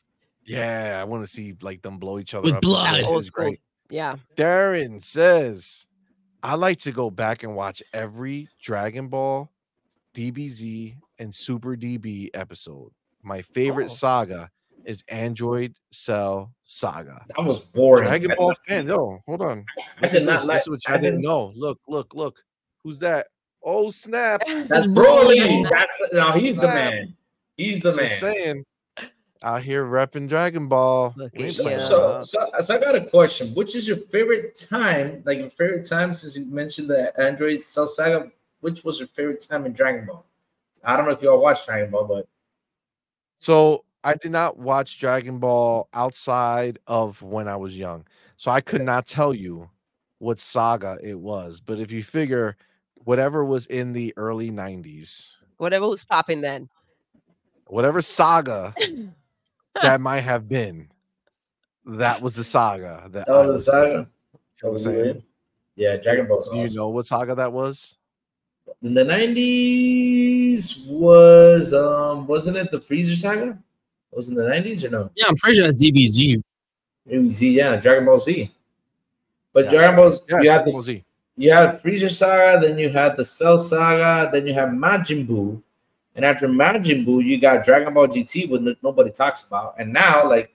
Yeah, I want to see like them blow each other With up and blood. shit. Old It's school. great. Yeah. Darren says, I like to go back and watch every Dragon Ball, DBZ, and Super DB episode. My favorite Oh. saga is Android Cell Saga. That was boring. Dragon I- Ball fan. No, hold on. I did This, not like. this is what I didn't know. Look, look, look. Who's that? Oh snap! That's Broly. That's now he's the man. He's the man. Just saying. Out here repping Dragon Ball. Look We at ain't So, playing Yeah. so, that. so, so I got a question. Which is your favorite time? Like your favorite time since you mentioned the Android Cell Saga. Which was your favorite time in Dragon Ball? I don't know if you all watched Dragon Ball, but So I did not watch Dragon Ball outside of when I was young. So I could not tell you what saga it was. But if you figure whatever was in the early 90s, Whatever was popping then. whatever saga that might have been, that was the saga that I oh, the was- saga. what I'm saying. Yeah, Dragon Ball's do you awesome. know what saga that was? In the nineties was um wasn't it the Freezer Saga? Was it in the nineties or no? Yeah, I'm pretty sure that's DBZ. It was Z, yeah, Dragon Ball Z. But Yeah. Dragon Ball, Yeah, you had Dragon Ball this, Z. you had Freezer Saga, then you had the Cell Saga, then you had Majin Buu, and after Majin Buu, you got Dragon Ball GT, which no- nobody talks about, and now like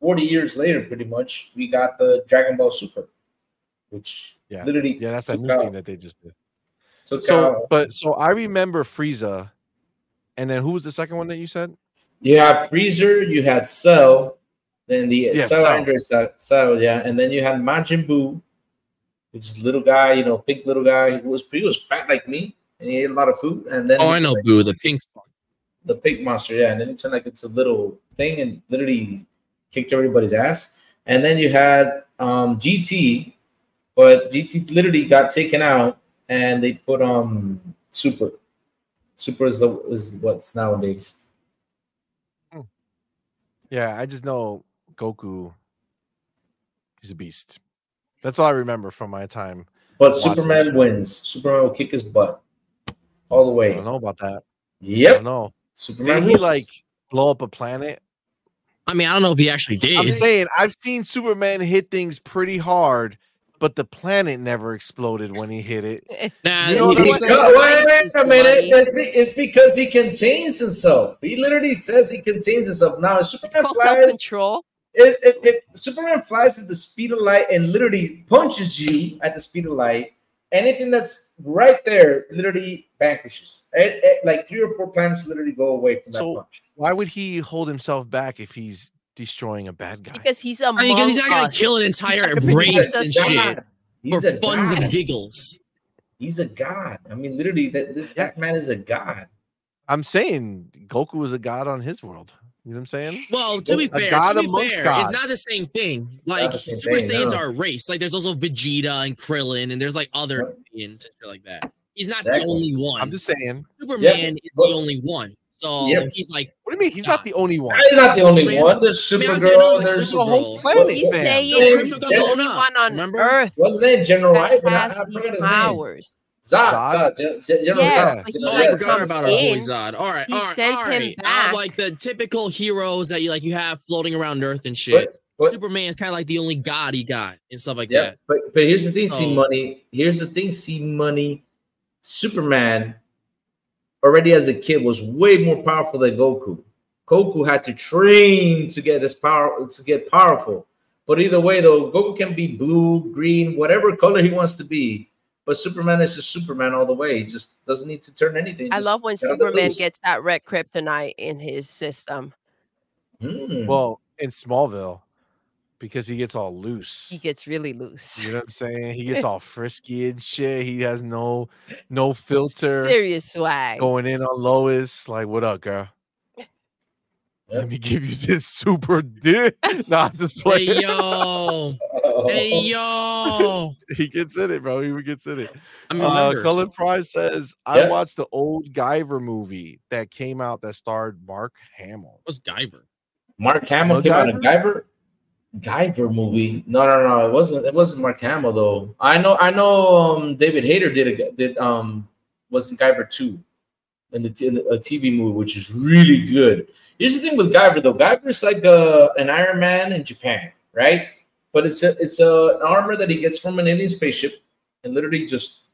forty years later, pretty much, we got the Dragon Ball Super, which Yeah. literally Yeah, that's that took new out, thing that they just did. took So, out. but so I remember Frieza, and then who was the second one that you said? You had Freezer, you had Cell, then the Yeah, Cell Cell. Android Cell, Cell, yeah, and then you had Majin Buu, which is little guy, you know, big little guy. He was he was fat like me, and he ate a lot of food. And then Oh, he I know turned- Boo, the pink fuck. the pig monster, yeah. And then it turned like into a little thing and literally kicked everybody's ass. And then you had um, GT, but GT literally got taken out, and they put um Super. Super is the is what's nowadays. Yeah, I just know Goku. He's a beast. That's all I remember from my time. But Watch Superman this. wins. Superman will kick his butt all the I way. don't know about that. I don't Yep. know. Superman. Did he wins. like blow up a planet? I mean, I don't know if he actually did. I'm saying I've seen Superman hit things pretty hard, but the planet never exploded when he hit it. Nah, You know what he- I'm Because- saying? wait, wait a minute. Somebody. It's, be- it's because he contains himself. He literally says he contains himself. Now, if It's Superman called self flies. control. If, if, if Superman flies at the speed of light and literally punches you at the speed of light, anything that's right there literally vanquishes. It, it- like three or four planets literally go away from that So- punch. Why would he hold himself back if he's destroying a bad guy? Because he's I a mean, because he's not gonna kill an trying entire to protect race us. and god. shit He's for a buns god. and giggles. He's a god. I mean, literally, that this that man is a god. I'm saying Goku was a god on his world. You know what I'm saying? Well, to be A fair, god to be amongst fair, gods. it's not the same thing. not Like the same Super thing, Saiyans no. are a race. Like there's also Vegeta and Krillin, and there's like other Yep. Saiyans and shit like that. He's not the Exactly. only one. I'm just saying. Superman is but- the only one. So Yep. he's like, What do you mean? He's not the only one. He's not the only Man. one. There's I mean, I was saying, I Supergirl. was like, there's The whole Supergirl. planet. He's fam. saying There's- he's the there's- only one on Remember? Earth what's his name? General that Ivy. I, I has forgot these his name. powers. Zod. Zod? Zod. Gen- Gen- General Yes, Zod. but General Oh, he, I like, Zod. forgot comes about our boy in, Zod. All right, he all right, sends all him right. Out back. Of, like the typical heroes that you like, you have floating around Earth and shit. But- but- Superman's kind of like the only god he got and stuff like Yeah, that. but but here's the thing, C So- Money. Here's the thing, C Money. Superman already as a kid was way more powerful than Goku. Goku had to train to get this power to get powerful. But either way, though, Goku can be blue, green, whatever color he wants to be. But Superman is just Superman all the way. He just doesn't need to turn anything. I Just love when get on the Superman loose. gets that red kryptonite in his system. Mm. Well, in Smallville, because he gets all loose. He gets really loose. You know what I'm saying? He gets all frisky and shit. He has no no filter Serious swag. going in on Lois. Like, what up, girl? Yep. Let me give you this super dick. nah, I'm just playing. Hey yo, hey yo. he gets in it, bro. He gets in it. I Uh, remember. Cullen Fry says, I Yeah. watched the old Guyver movie that came out that starred Mark Hamill. was Guyver. Mark Hamill came out of MacGyver? Guyver. Guyver movie? No, no, no. It wasn't. It wasn't Mark Hamill though. I know. I know. Um, David Hayter did a did um was in Guyver two, in the t- in a TV movie, which is really good. Here's the thing with Guyver though. Guyver is like uh an Iron Man in Japan, right? But it's a, it's a, an armor that he gets from an alien spaceship, and literally just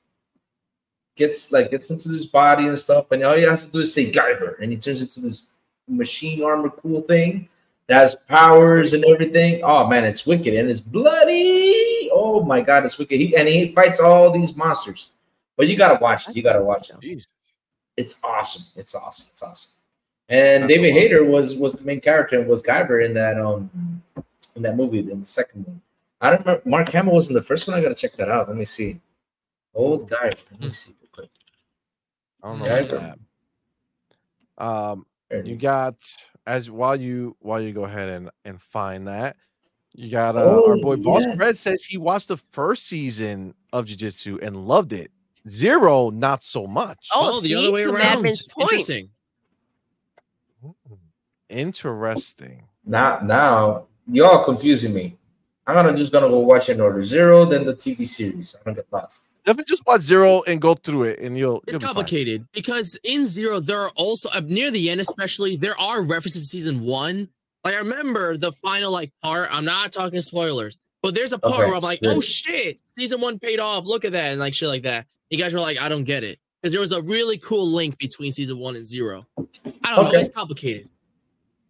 gets like gets into his body and stuff, and all he has to do is say Guyver, and he turns into this machine armor cool thing that has powers and everything. Oh man, it's wicked and it's bloody. Oh my god, it's wicked. He and he fights all these monsters. But you gotta watch it. You gotta watch it. Jeez. It's awesome. It's awesome. It's awesome. And That's David a lot. Hayter was was the main character and was Guyver in that um in that movie, in the second one. I don't remember Mark Hamill was in the first one. I gotta check that out. Let me see. Hmm. Old Guyver. Let me see real quick. I don't know Yeah, about I- that. Um, There it you is. got as while you while you go ahead and and find that you got uh, our Oh, boy Boss Red yes. says he watched the first season of Jiu Jitsu and loved it. Zero, not so much. Oh, the see? other way To around. Madman's point. Interesting. Interesting. Now, now y'all confusing me. I'm gonna just gonna go watch in order zero, then the TV series. I'm gonna get lost. Definitely just watch Zero and go through it, and you'll. It's you'll be fine. complicated because in Zero there are also uh, near the end, especially there are references to season one. Like I remember the final like part. I'm not talking spoilers, but there's a part Okay, where I'm like, good. oh shit, season one paid off. Look at that and like shit like that. You guys were like, I don't get it because there was a really cool link between season one and zero. I don't know. Okay. It's complicated.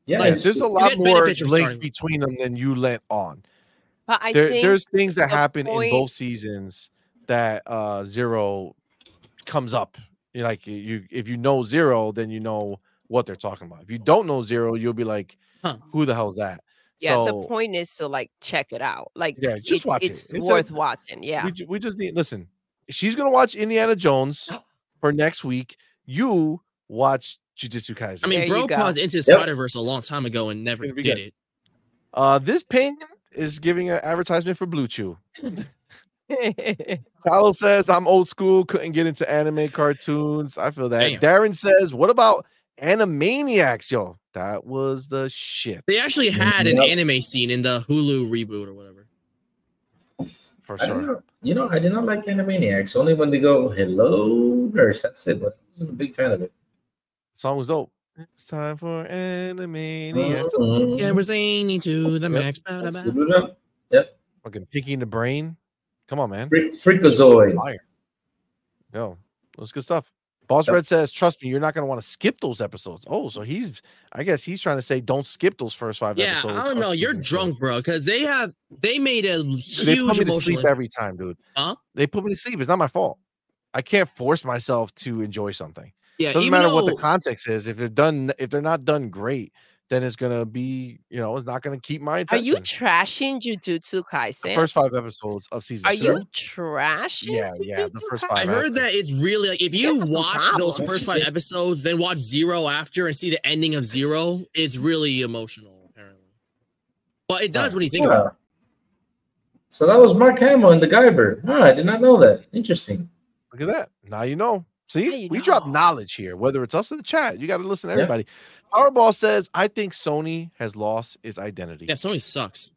Yeah, Like, it's- There's a lot get more benefits from link starting. between them than you let on. But I There, think there's things that the happen in point- both seasons that uh Zero comes up. You're like you, if you know Zero, then you know what they're talking about. If you don't know Zero, you'll be like, Huh. "Who the hell's that?" yeah, so, the point is to like check it out. Like Yeah, just it's, watch it. it's It's a- worth watching. Yeah. We, ju- we just need listen. She's gonna watch Indiana Jones for next week. You watch Jujutsu Kaisen. I There mean, you bro go. paused into Spider Verse a long time ago and never gonna be did good. it. uh, this ping is giving an advertisement for Blue Chew. Tyler says, I'm old school, couldn't get into anime cartoons. I feel that. Damn. Darren says, What about Animaniacs? Yo, that was the shit They actually had an Yep. anime scene in the Hulu reboot or whatever. for I don't sure. know. You know, I did not like Animaniacs. Only when they go, "Hello, nurse." That's it. But I wasn't a big fan of it. Song was dope. It's time for Animaniacs. Mhm. Yeah, we're zany to the Yep. max. Let's ba-da-ba. do that. Fucking Pinky in the Brain. Come on, man. Freak- Freakazoid. Yo, that's good stuff. Boss Yep. Red says, Trust me, you're not going to want to skip those episodes. Oh, so he's, I guess he's trying to say, Don't skip those first five Yeah, episodes. I don't of know. You're season two." drunk, bro, because they have they made They a put huge me to sleep emotional. every time, dude. Huh? They put me to sleep. It's not my fault. I can't force myself to enjoy something. Yeah, It doesn't even matter though what the context is. If they're done, if they're not done great, then it's gonna be, you know, it's not gonna keep my Are attention. you trashing Jujutsu the Kaisen? first five episodes of season Are two? you trashing? Yeah, yeah, the Jujutsu first Kaisen? five I heard that it's really like if you have some watch those problems. first five episodes, then watch Zero after and see the ending of Zero, it's really emotional, apparently. But it does Right. when you think about Yeah. So that was Mark Hamill and the Guyver. Ah, I did not know that. Interesting. Look at that. Now you know. See, Now you we drop know. knowledge here, whether it's us in the chat. You got to listen to Yeah. everybody. Powerball says, I think Sony has lost its identity. it. Yeah, Sony sucks.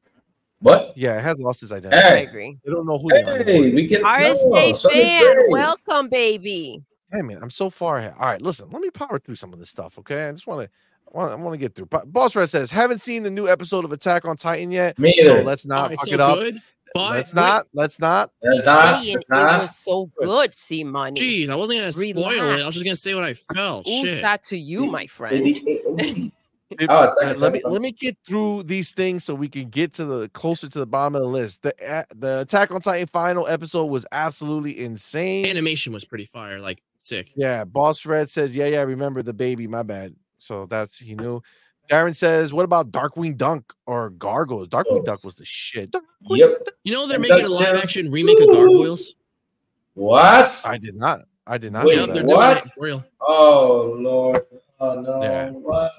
What? Yeah, it has lost its identity. I Hey, agree. They don't know who they are. anymore. hey, we can RSA so it's fan, great. welcome, baby. Damn it, I'm so far ahead. All right, listen, let me power through some of this stuff, okay? I just want to I want to get through. Bo- Boss Red says, haven't seen the new episode of Attack on Titan yet. Me So either. let's Oh, not it's fuck so it up. good. But let's not. Let's not. That's not. Saying it That's not. was so good, see money. Jeez, I wasn't gonna spoil it. I was just gonna say what I felt. Shit. Usa to you, my friend. It- Oh, it's- uh, it's- let me it's- let me get through these things so we can get to the closer to the bottom of the list. The a- the Attack on Titan final episode was absolutely insane. Animation was pretty fire, like sick. Yeah, Boss Red says, yeah, yeah, remember the baby, my bad. So that's he knew. Darren says, what about Darkwing Dunk or Gargoyles? Darkwing Oh. Dunk was the shit. Dark- yep. You know they're And making a DuckTales. live action remake of Gargoyles. What? I did not. I did not. Wait, know Yep, that. they're doing what? it for real. Oh Lord. Oh no. Yeah. Why?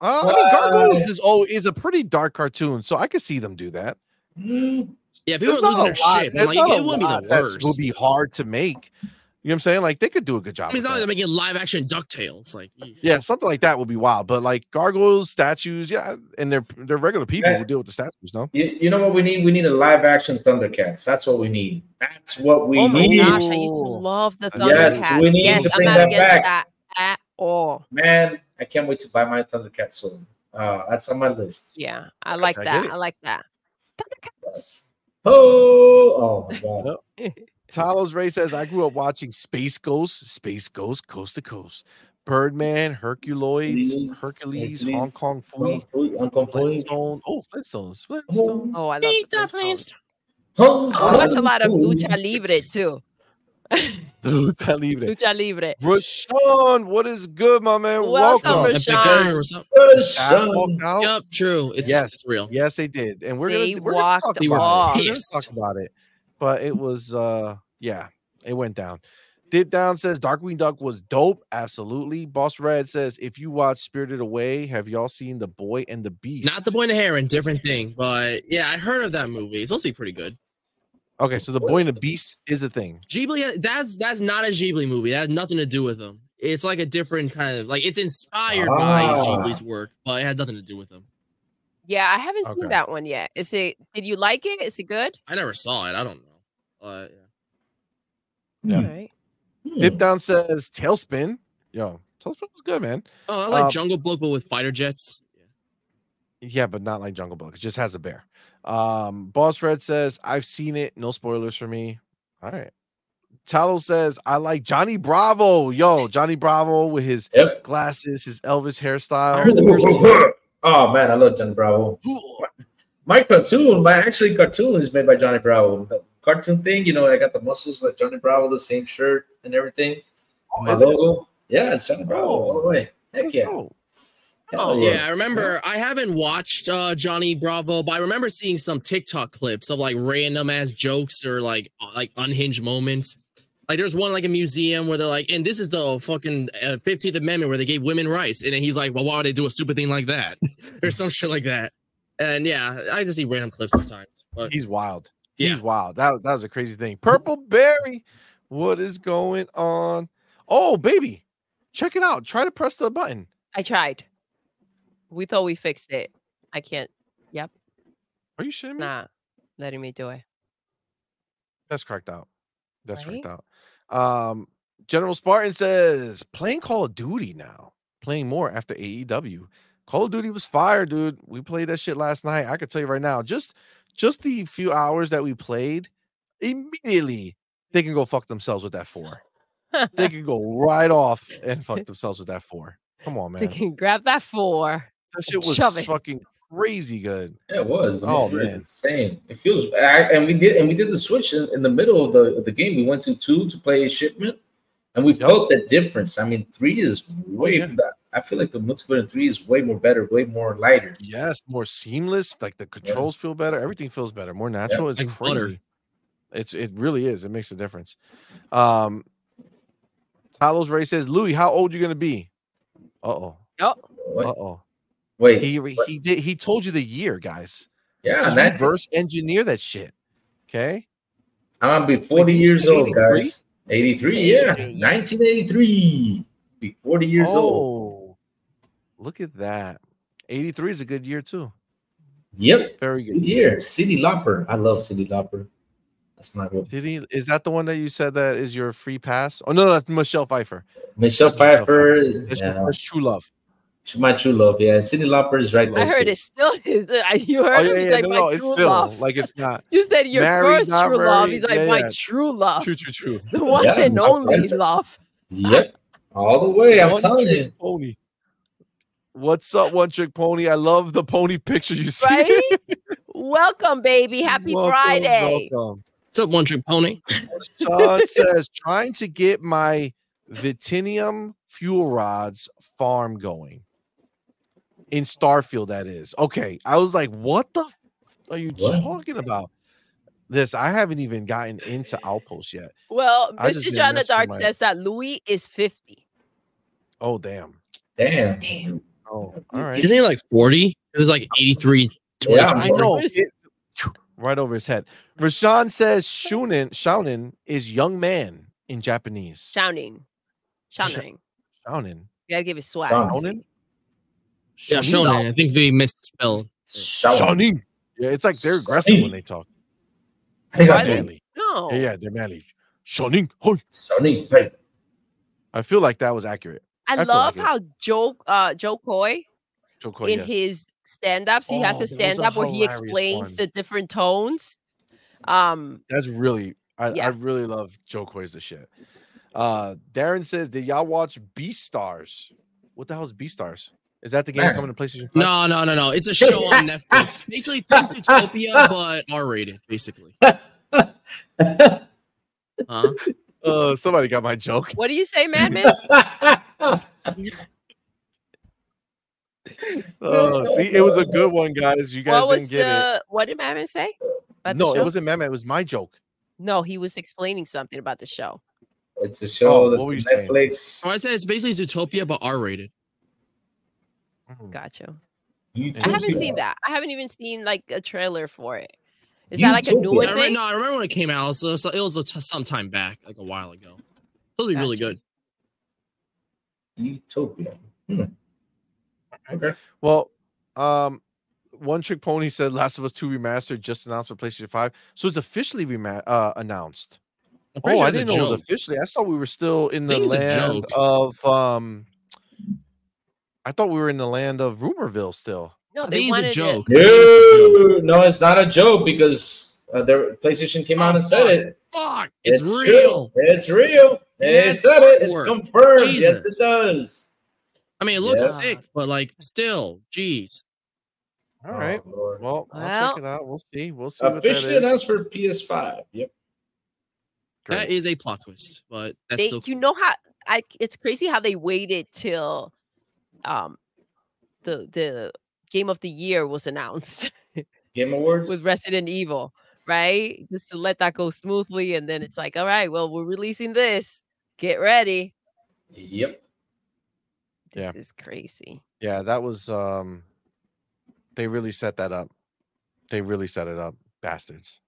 Uh, I mean, Gargoyles Why? is oh is a pretty dark cartoon, so I could see them do that. Hmm. Yeah, people There's are not a losing their lot- shit. there's but, Like, not a it wouldn't be lot the that's- worst. Would be hard to make. You know what I'm saying? Like they could do a good job. I mean, it's with that. not like they're making live action Ducktales. Like, yeesh. yeah, something like that would be wild. But like gargoyles, statues, yeah, and they're they're regular people Yeah. who deal with the statues. No, You, you know what we need? We need a live action Thundercats. That's what we need. That's what we oh my need. gosh, I used to Ooh. love the Thundercats. Yes, we need Yes, to I'm bring not that against back. that at all. Man, I can't wait to buy my Thundercats soon. Uh, that's on my list. Yeah, I like I get that. it. I like that. Thundercats. Yes. Oh, oh my god. Talos Ray says, I grew up watching Space Ghost, Space Ghost, Coast to Coast, Birdman, Herculoids, Hercules, Hercules, Hong Hercules, Kong Fooey, Kung Fu- Hong Kong Fu. Flintstones. Oh, Flintstones, Flintstones. Oh, I love Big the Flintstones. Flintstones. Kung I watch a Fu. lot of lucha libre too. Lucha Libre. Lucha libre. Rashawn, what is good, my man? Welcome, Welcome. Rashawn. Rashawn. What's up? Shaq Son. walked out. Yup, true. It's, Yes. it's real. Yes, they did, and we're They gonna we're gonna talk walked about off. it. We're gonna Pissed. talk about it, but it was uh yeah, it went down. Dip down says Darkwing Duck was dope, absolutely. Boss Red says if you watch Spirited Away, have y'all seen The Boy and the Beast? Not the boy and the heron, different thing. But yeah, I heard of that movie. It's supposed to be pretty good. okay, so The Boy and the Beast is a thing. Ghibli, that's that's not a Ghibli movie. That has nothing to do with them. It's like a different kind of like it's inspired by Ah. Ghibli's work, but it had nothing to do with them. Yeah, I haven't Okay. seen that one yet. Is it? Did you like it? Is it good? I never saw it. I don't know. Uh, Yeah. All right. Hmm. Hmm. Dip down says Tailspin. Yo, Tailspin was good, man. oh, I like Um, Jungle Book, but with fighter jets. Yeah, but not like Jungle Book. It just has a bear. Um, Boss Red says, I've seen it. No spoilers for me. All right. Talo says, I like Johnny Bravo. Yo, Johnny Bravo with his Yep. glasses, his Elvis I heard hairstyle. the first Oh man, I love Johnny Bravo. My cartoon, my actually cartoon is made by Johnny Bravo. The cartoon thing, you know, I got the muscles like Johnny Bravo, the same shirt and everything. my Oh, is it? Oh, logo. Yeah, it's Johnny Bravo all the way. Heck Let's yeah. go. Oh, Hell Oh, Yeah, I remember. I haven't watched uh, Johnny Bravo, but I remember seeing some TikTok clips of like random ass jokes or like uh, like unhinged moments. Like there's one like a museum where they're like, and this is the fucking uh, Fifteenth Amendment where they gave women rights, and then he's like, well, why would they do a stupid thing like that or some shit like that? And yeah, I just see random clips sometimes. But He's wild. yeah, He's wild. That, that was a crazy thing. Purple Berry, what is going on? Oh, baby, check it out. Try to press the button. I tried. We thought we fixed it. I can't. Are you It's shitting me? not letting me do it. That's cracked out. That's cracked Right? out. Um, General Spartan says playing Call of Duty now, playing more after AEW. Call of Duty was fire, dude. We played that shit last night. I could tell you right now, just just the few hours that we played, immediately they can go fuck themselves with that four. They can go right off and fuck themselves with that four. Come on, They man. can grab that four. That shit was shove it. fucking crazy good. Yeah, it was. The Oh, oh, man. man. insane. It feels I, and we did and we did the switch in, in the middle of the, of the game. We went to two to play shipment, and we felt the difference. I mean, three is way. Oh, Yeah. be- I feel like the multiplayer in three is way more better, way more lighter. Yes, more seamless. Like the controls feel better. Everything feels better. More natural. It's Like crazy. butter. It's it really is. It makes a difference. Um Talos Ray says, Louis, how old you gonna be? Uh oh. Uh What? oh. Wait, He re- he did he told you the year, guys. yeah, Just that's reverse engineer that shit. Okay. I'm gonna be 40 Wait, you years said old, guys. 83, yeah, 83, yes. 1983. Be 40 years old. Oh, look at that. 83 is a good year too. Yep, Very good. good year. City Lopper. I love City Lopper. That's my girl. Did he is that the one that you said that is your free pass? Oh no, that's Michelle Pfeiffer. Michelle Michelle Pfeiffer. That's, yeah. that's true love. She- My true love, yeah. And Cindy Lauper is right there. I heard too. it still. You heard Oh him? yeah, He's yeah, like, no, my no, it's true still love. like it's not You said your married, first not true love. married. He's like, Yeah, my yeah. true love. true, true, true. The one Yeah, and Michelle only Pfeiffer. love. Yep. All the way. I'm One telling Trick you. Pony. What's up, one trick pony? I love the pony picture you see. Right? Welcome, baby. Happy Welcome, Friday. welcome. what's up, One Trick Pony? Sean says, trying to get my Vitinium fuel rods farm going in Starfield. That is okay. I was like, what the f- are you What? talking about? This I haven't even gotten into Outpost yet. Well, I just Mr. didn't John the mess with Dark my- says that Louis is 50. Oh damn! Damn. Damn. Oh, all right. Isn't he like forty? This is like 83, 24. Yeah, I Right. know. It- right over his head. Rashawn says Shunin Shounin is young man in Japanese. Shouting. Shou- Shouting. Shounin. You gotta give it swag. Shouting. Yeah, Shonen. I think they misspelled. Sean. Shounin. Yeah, it's like they're aggressive when Shounin. they talk. Hey, Why They're Are they? goddamn. manly. No. Yeah, yeah, they're manly. Shounin. Hoi. Sony. Hey. I feel like that was accurate. I, I feel love like it. how Joe uh Joe Coy Joko, in yes. his stand-ups, he has Oh, a there was a stand-up where he hilarious explains one. the different tones. Um That's really I, I Yeah. really love Joe Coy's the shit. Uh, Darren says, Did y'all watch B Stars? What the hell is B Stars? Is that the game Man. coming to PlayStation 5? No, no, no, no. It's a show on Netflix. Basically, thinks Utopia, but R rated, basically. Huh? Uh, somebody got my joke. What do you say, Madman? Uh, see, it was a good one, guys. You guys what was didn't get the what did Madman say? it. about the No, it show? wasn't Meme. It was my joke. No, he was explaining something about the show. it's a show Oh, that's what were on you saying? So I Netflix. said it's basically Zootopia, but R rated. Mm. Gotcha. I Interesting. haven't seen that. I haven't even seen like a trailer for it. Is that like a Utopia. newer I remember, thing? no, I remember when it came out. So, so it was a t- some time back, like a while ago. It'll be really good. Utopia. Hmm. Okay. Well, um, One Trick Pony said Last of Us 2 Remastered just announced for PlayStation 5. So it's officially rema- uh, announced. I'm Oh, pretty sure I it's a didn't know it was joke. officially. I thought we were still in the Thing's a land joke. of um I thought we were in the land of rumorville still. No, I they think it's a wanted joke. joke. I think it's a joke. No, no, it's not a joke because uh, their PlayStation came out and said it. Fuck, it's, true. real. It's real. It They has said it. It's artwork. confirmed. Yes, Jesus. it does. I mean, it looks Yeah. sick, but like, still, jeez. All right. Oh, Lord. Well, I'll Well. check it out. We'll see. We'll see what that is. officially announced for PS5. Yep. That is a plot twist, but that's They, still you know how I it's crazy how they waited till um the the game of the year was announced Game Awards. with Resident Evil, right? Just to let that go smoothly and then it's like, all right, well, we're releasing this. Get ready. Yep. This Yeah. is crazy. Yeah, that was um they really set that up. They really set it up, bastards.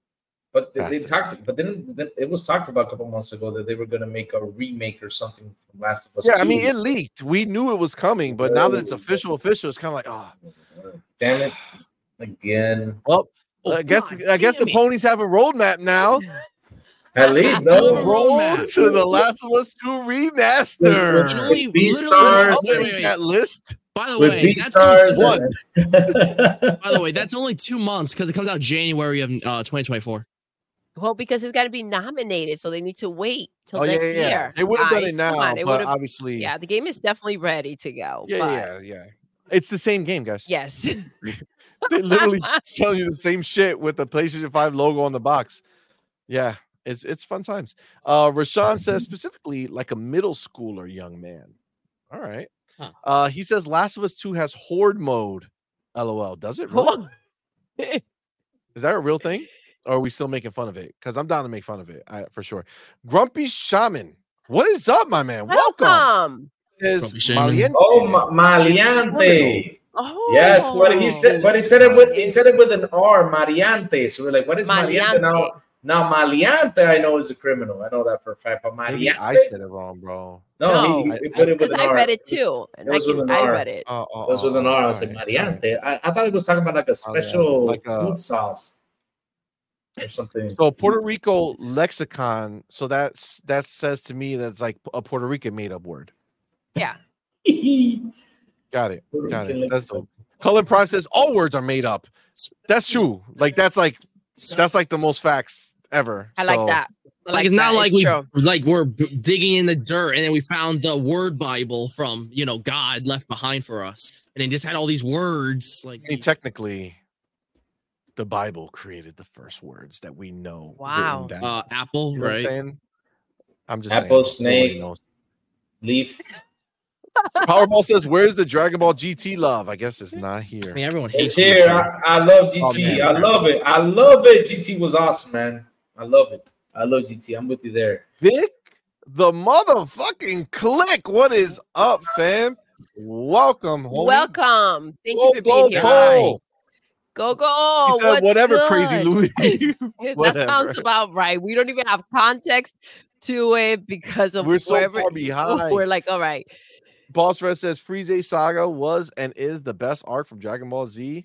But they, they Bastards. talked. But then, then it was talked about a couple months ago that they were going to make a remake or something from Last of Us. Yeah, I mean 2. it leaked. We knew it was coming, but now that it's official, official, it's kind of like, oh, Damn it! Again. Oh, I guess God I guess damn the it. ponies have a roadmap now. At least Let's do though. a roadmap. Road to the Last of Us 2 With- remaster. Literally- with these literally- oh, stars, I'll Wait, wait, take wait. that list. By the with way, these that's only stars. two, one. and- by the way, that's only two months because it comes out January of uh, 2024. Well, because it's got to be nominated, so they need to wait till Oh yeah, next yeah, yeah. year. They would have done it guys. Come now, on, it but would've- obviously, yeah, yeah, the game is definitely ready to go. yeah, but yeah, yeah. It's the same game, guys. Yes. They literally tell you the same shit with the PlayStation 5 logo on the box. Yeah, it's it's fun times. Uh Rashawn says specifically like a middle schooler young man. All right. Huh. Uh he says Last of Us 2 has horde mode. LOL. Does it? Really? Oh, Is that a real thing? Or are we still making fun of it? Because I'm down to make fun of it I, for sure. Grumpy Shaman. What is up, my man? Welcome. Welcome. Says Grumpy Shaman. Maliente. oh, ma- Maliante. criminal. Oh, Yes, but he said, but he said it with he said it with an R, Mariante. So we're like, what is Mariante now? Maleante. Now Maliante, I know is a criminal. I know that for a fact. But Maybe I Mariante, said it wrong, bro. no, he, No, he- he put it Because with an I R. read it was- too, and it I, was with can, an I R. read it. Oh, oh, It was oh, with an R. I all was right, like all right. Mariante. I, I thought it was talking about like a special like a- food sauce or something. So Puerto Rico lexicon. So that's that says to me that's like a Puerto Rican made up word. Puerto Got it. Got Rican it. That's lexicon. dope. Colin Prime says all words are made up. That's true. Like that's like that's like the most facts ever. I like So, that. I Like, it's not that. like we true. like we're b- digging in the dirt and then we found the word Bible from you know God left behind for us, and it just had all these words like I mean, technically, the Bible created the first words that we know. written Wow. down. uh, apple, You know what I'm right? saying? I'm just Apple, saying, nobody snake. knows. Leaf. Powerball says, "Where's the Dragon Ball GT love?" I guess it's not I here. mean, everyone hates It's here. GTA. I, I love Oh, GT. man. I love it. I love it. GT was awesome, man. I love it. I love GT. I'm with you there. Vic, the motherfucking click. What is up, fam? Welcome home. Welcome. Thank you for go, being here. go. Go go. he said, what's "Whatever, good? crazy Louis." that sounds Whatever. about right. We don't even have context to it because of We're so wherever far we're behind. like, all right. Boss Red says, "Frieze Saga was and is the best arc from Dragon Ball Z."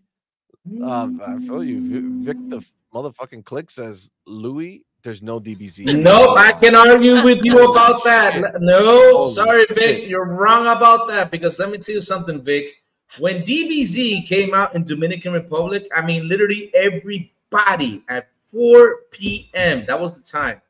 Uh, I feel you. Vi- Vic the motherfucking click says, "Louis, there's no DBZ." Nope, I can argue with you about that. No, Holy sorry, shit. Vic, you're wrong about that because let me tell you something, Vic. When DBZ came out in Dominican Republic, I mean, literally everybody at 4 p.m. That was the time.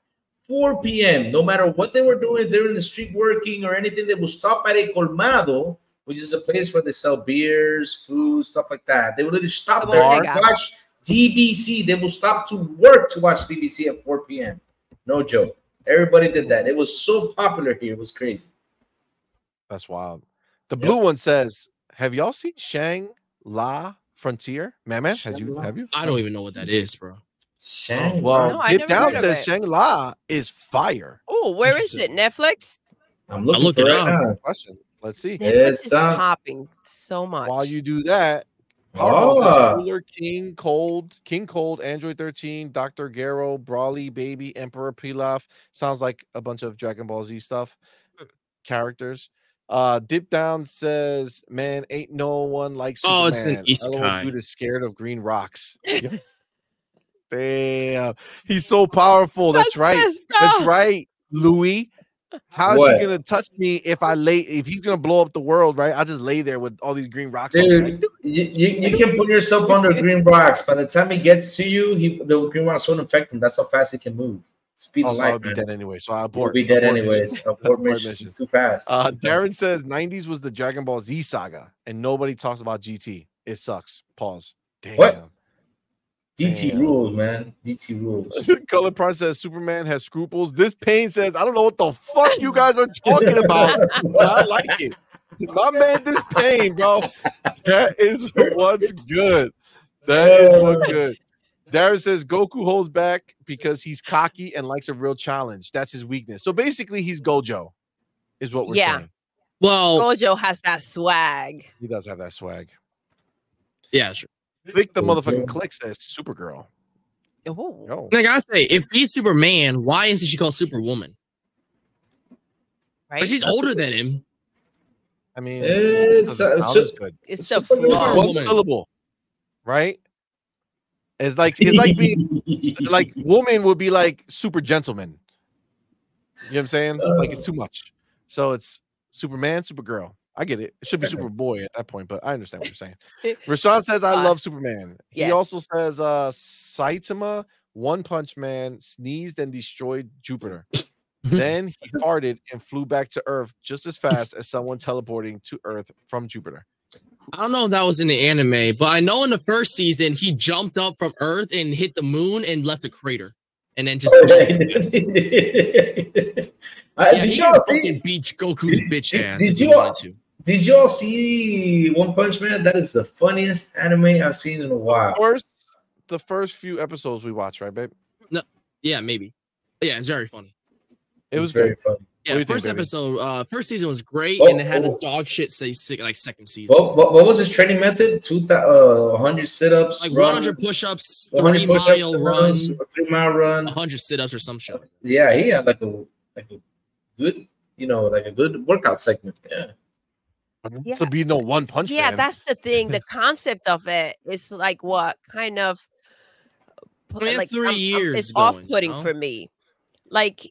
4 p.m., no matter what they were doing, if they were in the street working or anything, they would stop at a colmado, which is a place where they sell beers, food, stuff like that. They would literally stop The there and bodega. watch DBC. They will stop to work to watch DBC at 4 p.m. No joke. Everybody did that. It was so popular here. It was crazy. That's wild. The Yep. blue one says, "Have y'all seen Shang La Frontier?" Man, man, have you? Shang-La. Have you? I don't even know what that is, bro. Shang. Well, No, I Dip never Down heard of says it. Shang La is fire. Oh, where is it? Interesting. Netflix? I'm looking I looked for it it up. now. Question. Let's see. Yeah, Netflix it's, is uh, hopping so much. While you do that, Powerball says Oh, Cooler, King Cold, King Cold, Android 13, Dr. Garo, Brawly, Baby, Emperor Pilaf. Sounds like a bunch of Dragon Ball Z stuff, Hmm. characters. Uh, Dip Down says, Man, ain't no one like Superman. Oh, it's an isekai." Dude is scared of green rocks. Yep. Damn, he's so powerful. oh, That's right. messed That's up. right, Louis. How is What? he gonna touch me if I lay if he's gonna blow up the world, right? I just lay there with all these green rocks. on me, like, dude, you, you, you can put yourself under green rocks. By the time he gets to you, he, the green rocks won't affect him. That's how fast he can move. Speed Oh, of so I light, would be man. dead anyway. So I We'll abort. be dead abort mission. anyways. Abort mission. mission. It's too fast. Uh, Too Darren fast. says '90s was the Dragon Ball Z saga, and nobody talks about GT. It sucks. Pause. Damn. What? DT Damn. rules, man. DT rules. Color Prime says Superman has scruples. This pain says I don't know what the fuck you guys are talking about, but I like it. My man, this pain, bro. That is what's good. That is what's good. Darren says Goku holds back because he's cocky and likes a real challenge. That's his weakness. So basically, he's Gojo, is what we're Yeah. saying. Well, Gojo has that swag. He does have that swag. yeah, sure. Click the motherfucking Gojo. click says Supergirl. Ooh. Yo, Like I say, if he's Superman, why isn't she called Superwoman? Right? But she's older than him. I mean, It's, doesn't uh, sound so- as good. It's the It's Superman. Wow. flaw. one Woman. syllable, right? It's like it's like being like woman would be like super gentleman. You know what I'm saying? Like it's too much. So it's Superman, Supergirl. I get it. It should be Exactly. Superboy at that point, but I understand what you're saying. Rashawn says, "I Uh, love Superman." He yes. also says, "Uh, Saitama, One Punch Man, sneezed and destroyed Jupiter. then he farted and flew back to Earth just as fast as someone teleporting to Earth from Jupiter." I don't know if that was in the anime, but I know in the first season he jumped up from Earth and hit the moon and left a crater, and then just Uh, yeah, did he y'all can see? fucking beat Goku's bitch did- ass did if he you- wanted to. Did y'all see One Punch Man? That is the funniest anime I've seen in a while. First, the first few episodes we watched, right, babe? Yeah, maybe. Yeah, it's very funny. It was very good. funny. What do Yeah, you think, first baby? episode, uh, first season was great, Oh, and it had oh. a dog shit say sick like second season, What, what, what was his training method? Two thou- uh, 100 sit ups, like 100 push-ups, three mile run, runs, a three mile run. 100 sit-ups or some shit. Yeah, he had like a like a good, you know, like a good workout segment. Yeah, Yeah. To be no one punch yeah, man. that's the thing. The concept of it is like what kind of I mean, three years it's going, you off-putting know? for me. Like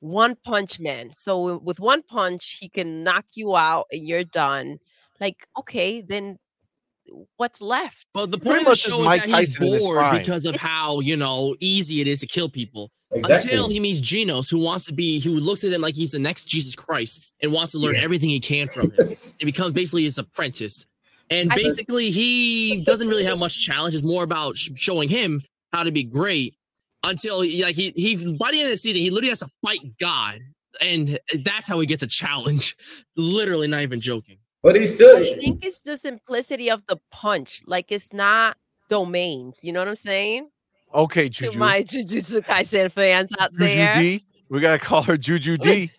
One Punch Man. So wi- with one punch, he can knock you out and you're done. Like okay, then what's left? But the Pretty point of the much just show is Mike that he's Tyson in his prime. bored because of It's- how you know easy it is to kill people. exactly. Until he meets Genos, who wants to be, who looks at him like he's the next Jesus Christ and wants to learn Yeah. everything he can from him. It becomes basically his apprentice, and I- basically he doesn't really have much challenge. It's more about sh- showing him how to be great. Until he, like he he by the end of the season, he literally has to fight God, and that's how he gets a challenge. Literally, not even joking. but he still. I think it's the simplicity of the punch. Like it's not domains. You know what I'm saying? okay, To Juju. my Jujutsu Kaisen fans out Juju there. D. We gotta call her Juju D.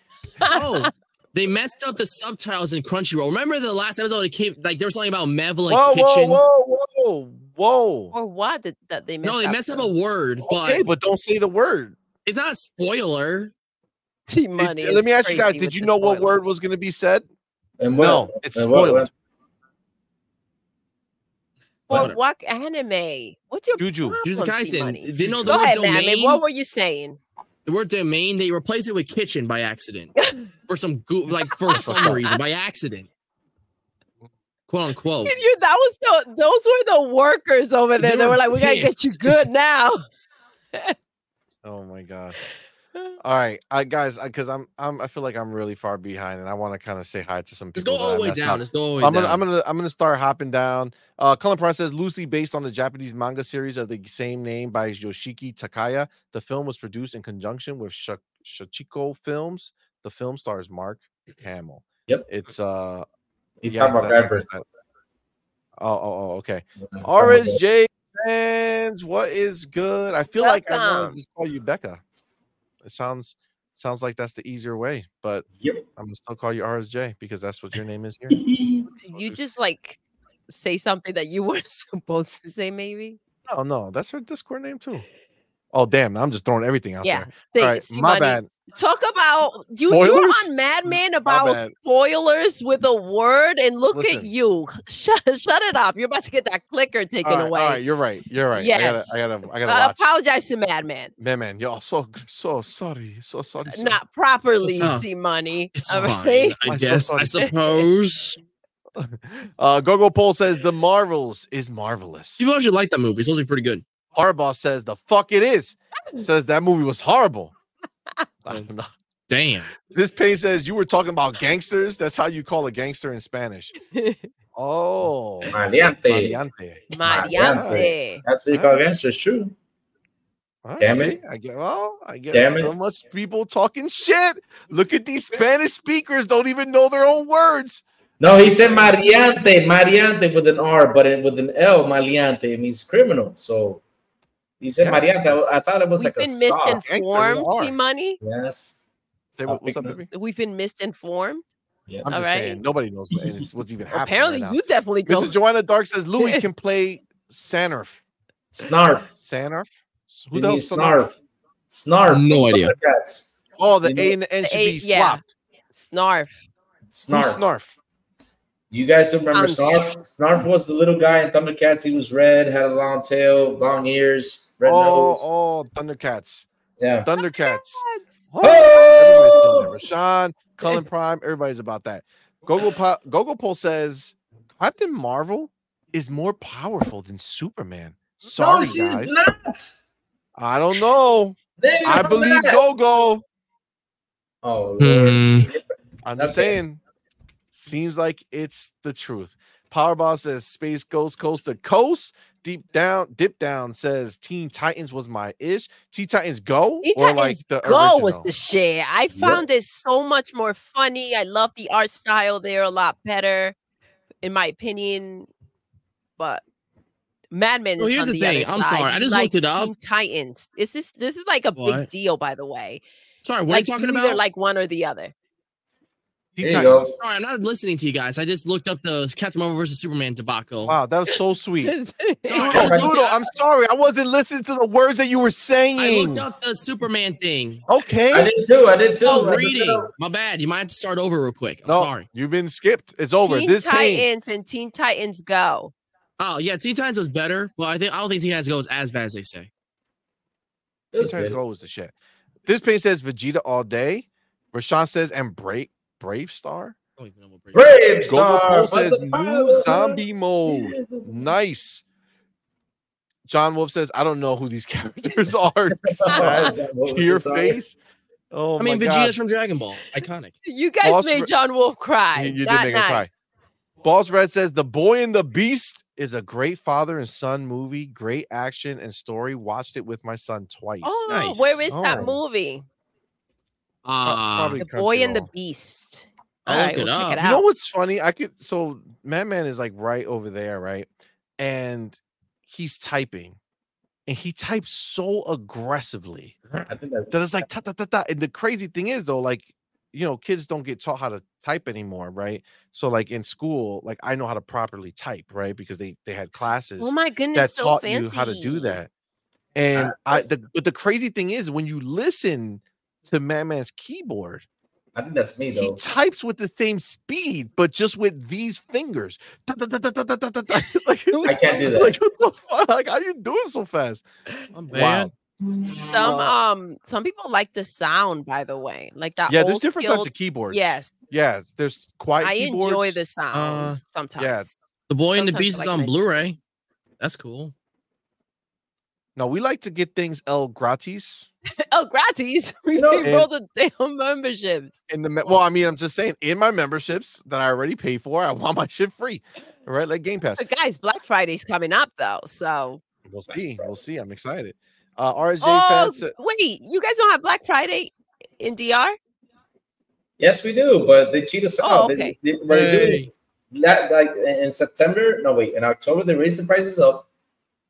Oh, they messed up the subtitles in Crunchyroll. Remember the last episode? It came like there was something about Mev like whoa, kitchen. whoa, whoa, whoa, whoa. or what that, that they messed No, they up messed up the a word, but Okay, but don't say the word. it's not a spoiler. tea Did- money. let is me ask you guys: crazy Did with you the know what spoilers. word was gonna be said? and No, it's and what- spoiled. what- Or Whatever. what anime? What's your Juju. Jujutsu problem, Kaisen. T-Money? They know the Go word ahead, man. I mean, domain. what were you saying? the word domain. They replaced it with kitchen by accident for some goo like for some reason by accident, quote unquote. Dude, you- that was the, those were the workers over there. They They were were like, "We gotta get you pissed. good now." Oh my gosh. All right, I guys, because I'm, I'm, I feel like I'm really far behind, and I want to kind of say hi to some Let's people. go all that the way messed down. up. Let's go all the way I'm gonna, down. I'm gonna, I'm gonna start hopping down. Uh, Colin Pryor says loosely based on the Japanese manga series of the same name by Yoshiki Takaya. The film was produced in conjunction with Sh- Shachiko Films. The film stars Mark Hamill. Yep. It's uh. He's yeah, talking about that's- I rappers. guess that- Oh, oh, oh, okay. He's talking about rappers. RSJ fans, what is good? I feel like I want Welcome. to just call you Becca. It sounds sounds like that's the easier way, but Yep. I'm gonna still call you RSJ because that's what your name is here. You just like say something that you weren't supposed to say, maybe. No, Oh, no, that's her Discord name too. Oh damn, now I'm just throwing everything out Yeah, there. Say, All right, see, my money. bad. Talk about you. You're Spoilers? Mm, on Madman about bad. spoilers with a word, and look at Listen. you. Shut, shut it up. You're about to get that clicker taken All right, away. all right, you're right. You're right. Yes. Uh, I gotta, I gotta, I gotta I watch. apologize to Madman. Man, man, y'all so so sorry, so sorry. so- Not properly, sorry. see money. uh, It's all fine, right? I'm I so guess. I sorry. suppose Uh, Gogo Poll says the Marvels is marvelous. people actually like that movie. It's supposed to be pretty good. Harbaugh says the fuck it is. Says that movie was horrible. I don't know. Damn. This page says you were talking about gangsters. That's how you call a gangster in Spanish. Oh, Maleante. Maleante. Mariante. That's what you call gangsters, true. Huh, Damn it. see? I get well. I get Damn so it. much people talking shit. Look at these Spanish speakers. Don't even know their own words. No, he said Mariante, Mariante with an R, but it- with an L, Maliante, it means criminal. So he said Yeah. Mariante. I, I thought it was We've like a been missed and sauce. Gangster with swarmed, an R. see money. Yes. Say Stop what- what's up, picking up. baby? We've been misinformed. Yeah. I'm just All right. saying nobody knows what, and it's what's even happening. Apparently, right you definitely now. don't. Mrs. Joanna Dark says Louis can play Sanarf. Snarf. Sanarf. Who Who the hell's Sanarf? snarf? Snarf. No idea. Thundercats. Oh, the You A and the N The should A- be yeah. swapped. Snarf. Who's Snarf. Snarf. You guys don't remember Snarf. Snarf? Snarf was the little guy in Thundercats. He was red, had a long tail, long ears, red Oh, nose. oh, Thundercats. Yeah. Thundercats. Everybody's Oh! feeling it. Rashawn, Cullen Prime, everybody's about that. Gogo po- Gogo Poll says Captain Marvel is more powerful than Superman. Sorry, no, she's guys. not. I don't know. Nigga, I I'm believe not. Gogo. Oh, Lord. Hmm. I'm just Okay. saying. Seems like it's the truth. Powerball says Space Ghost Coast to Coast. Deep down, dip down says Teen Titans was my ish. Teen Titans Go Teen or like Titans the Go was original? the shit. I found it so much more funny. I love the art style there a lot better, in my opinion. But Madman Well, is here's on the the, thing. other I'm side. sorry. I He just looked likes it up. Teen Titans. This is this is like a big What? deal, by the way. Sorry, what like are you talking either about? like one or the other. Teen There you Titans. go. Sorry, I'm not listening to you guys. I just looked up the Captain Marvel versus Superman debacle. Wow, that was so sweet. Sorry, Doodle, I, just looked Doodle, up, I'm sorry. I wasn't listening to the words that you were I saying. looked up the Superman thing. I Okay. did too. I did too. I was I did reading. too. My bad. You might have to start over real quick. I'm No, sorry. you've been skipped. It's over. Teen this pain. Titans and Teen Titans Go. Oh yeah, Teen Titans was better. Well, I think I don't think Teen Titans goes as bad as they say. It Teen was Titans good. Go was the shit. This pain says Vegeta all day. Rashawn says and Brave Brave Star. I don't even know what Brady said. Gogo Brave Star. Pole was says the new pilot. zombie mode. Nice. John Wolf says, I don't know who these characters are. Sad John Wilson, to your sorry. face. Oh I mean, my Vegeta's God. from Dragon Ball. Iconic. You guys Boss Ra- made John Wolf cry. You- you did Not make him nice. cry. Boss Red says The Boy and the Beast is a great father and son movie. Great action and story. Watched it with my son twice. Oh, Nice. where is that Oh. movie? Pro- Ah, probably The Boy and the Crunchyroll. Beast. I'll All look it we'll check up. You know what's funny? I could so Madman is like right over there, right? And he's typing. And he types so aggressively I think that's that it's like ta ta ta ta. And the crazy thing is though, like you know, kids don't get taught how to type anymore, right? So like in school, like I know how to properly type, right? Because they they had classes. Oh my goodness, that so taught fancy. you how to do that. And I, the, but the crazy thing is, when you listen to Madman's keyboard, I think that's me he though. types with the same speed, but just with these fingers. Da- da- da- da- da- da- da- da- da. Like, I can't do that. like, what the fuck? Like, how you doing so fast? I'm Wow. bad. Some Uh, um some people like the sound, by the way. Like that. yeah, there's old different types skilled- of keyboards. Yes. yeah, there's quiet. I keyboards. uh, enjoy the sound sometimes. yeah. The Boy and the Sometimes I Beast is like on my- Blu-ray. That's cool. No, we like to get things el gratis Oh, gratis. We know, roll the damn memberships. in the me- well. I mean, I'm just saying in my memberships that I already pay for. I want my shit free, right? Like Game Pass. But guys, Black Friday's coming up though. So We'll see. We'll see. I'm excited. Uh, RSJ oh, Fad said, wait, you guys don't have Black Friday in DR? Yes, we do, but they cheat us Oh, out. They- okay. they- what they do is la- like in September, no wait, in October they raise the prices up,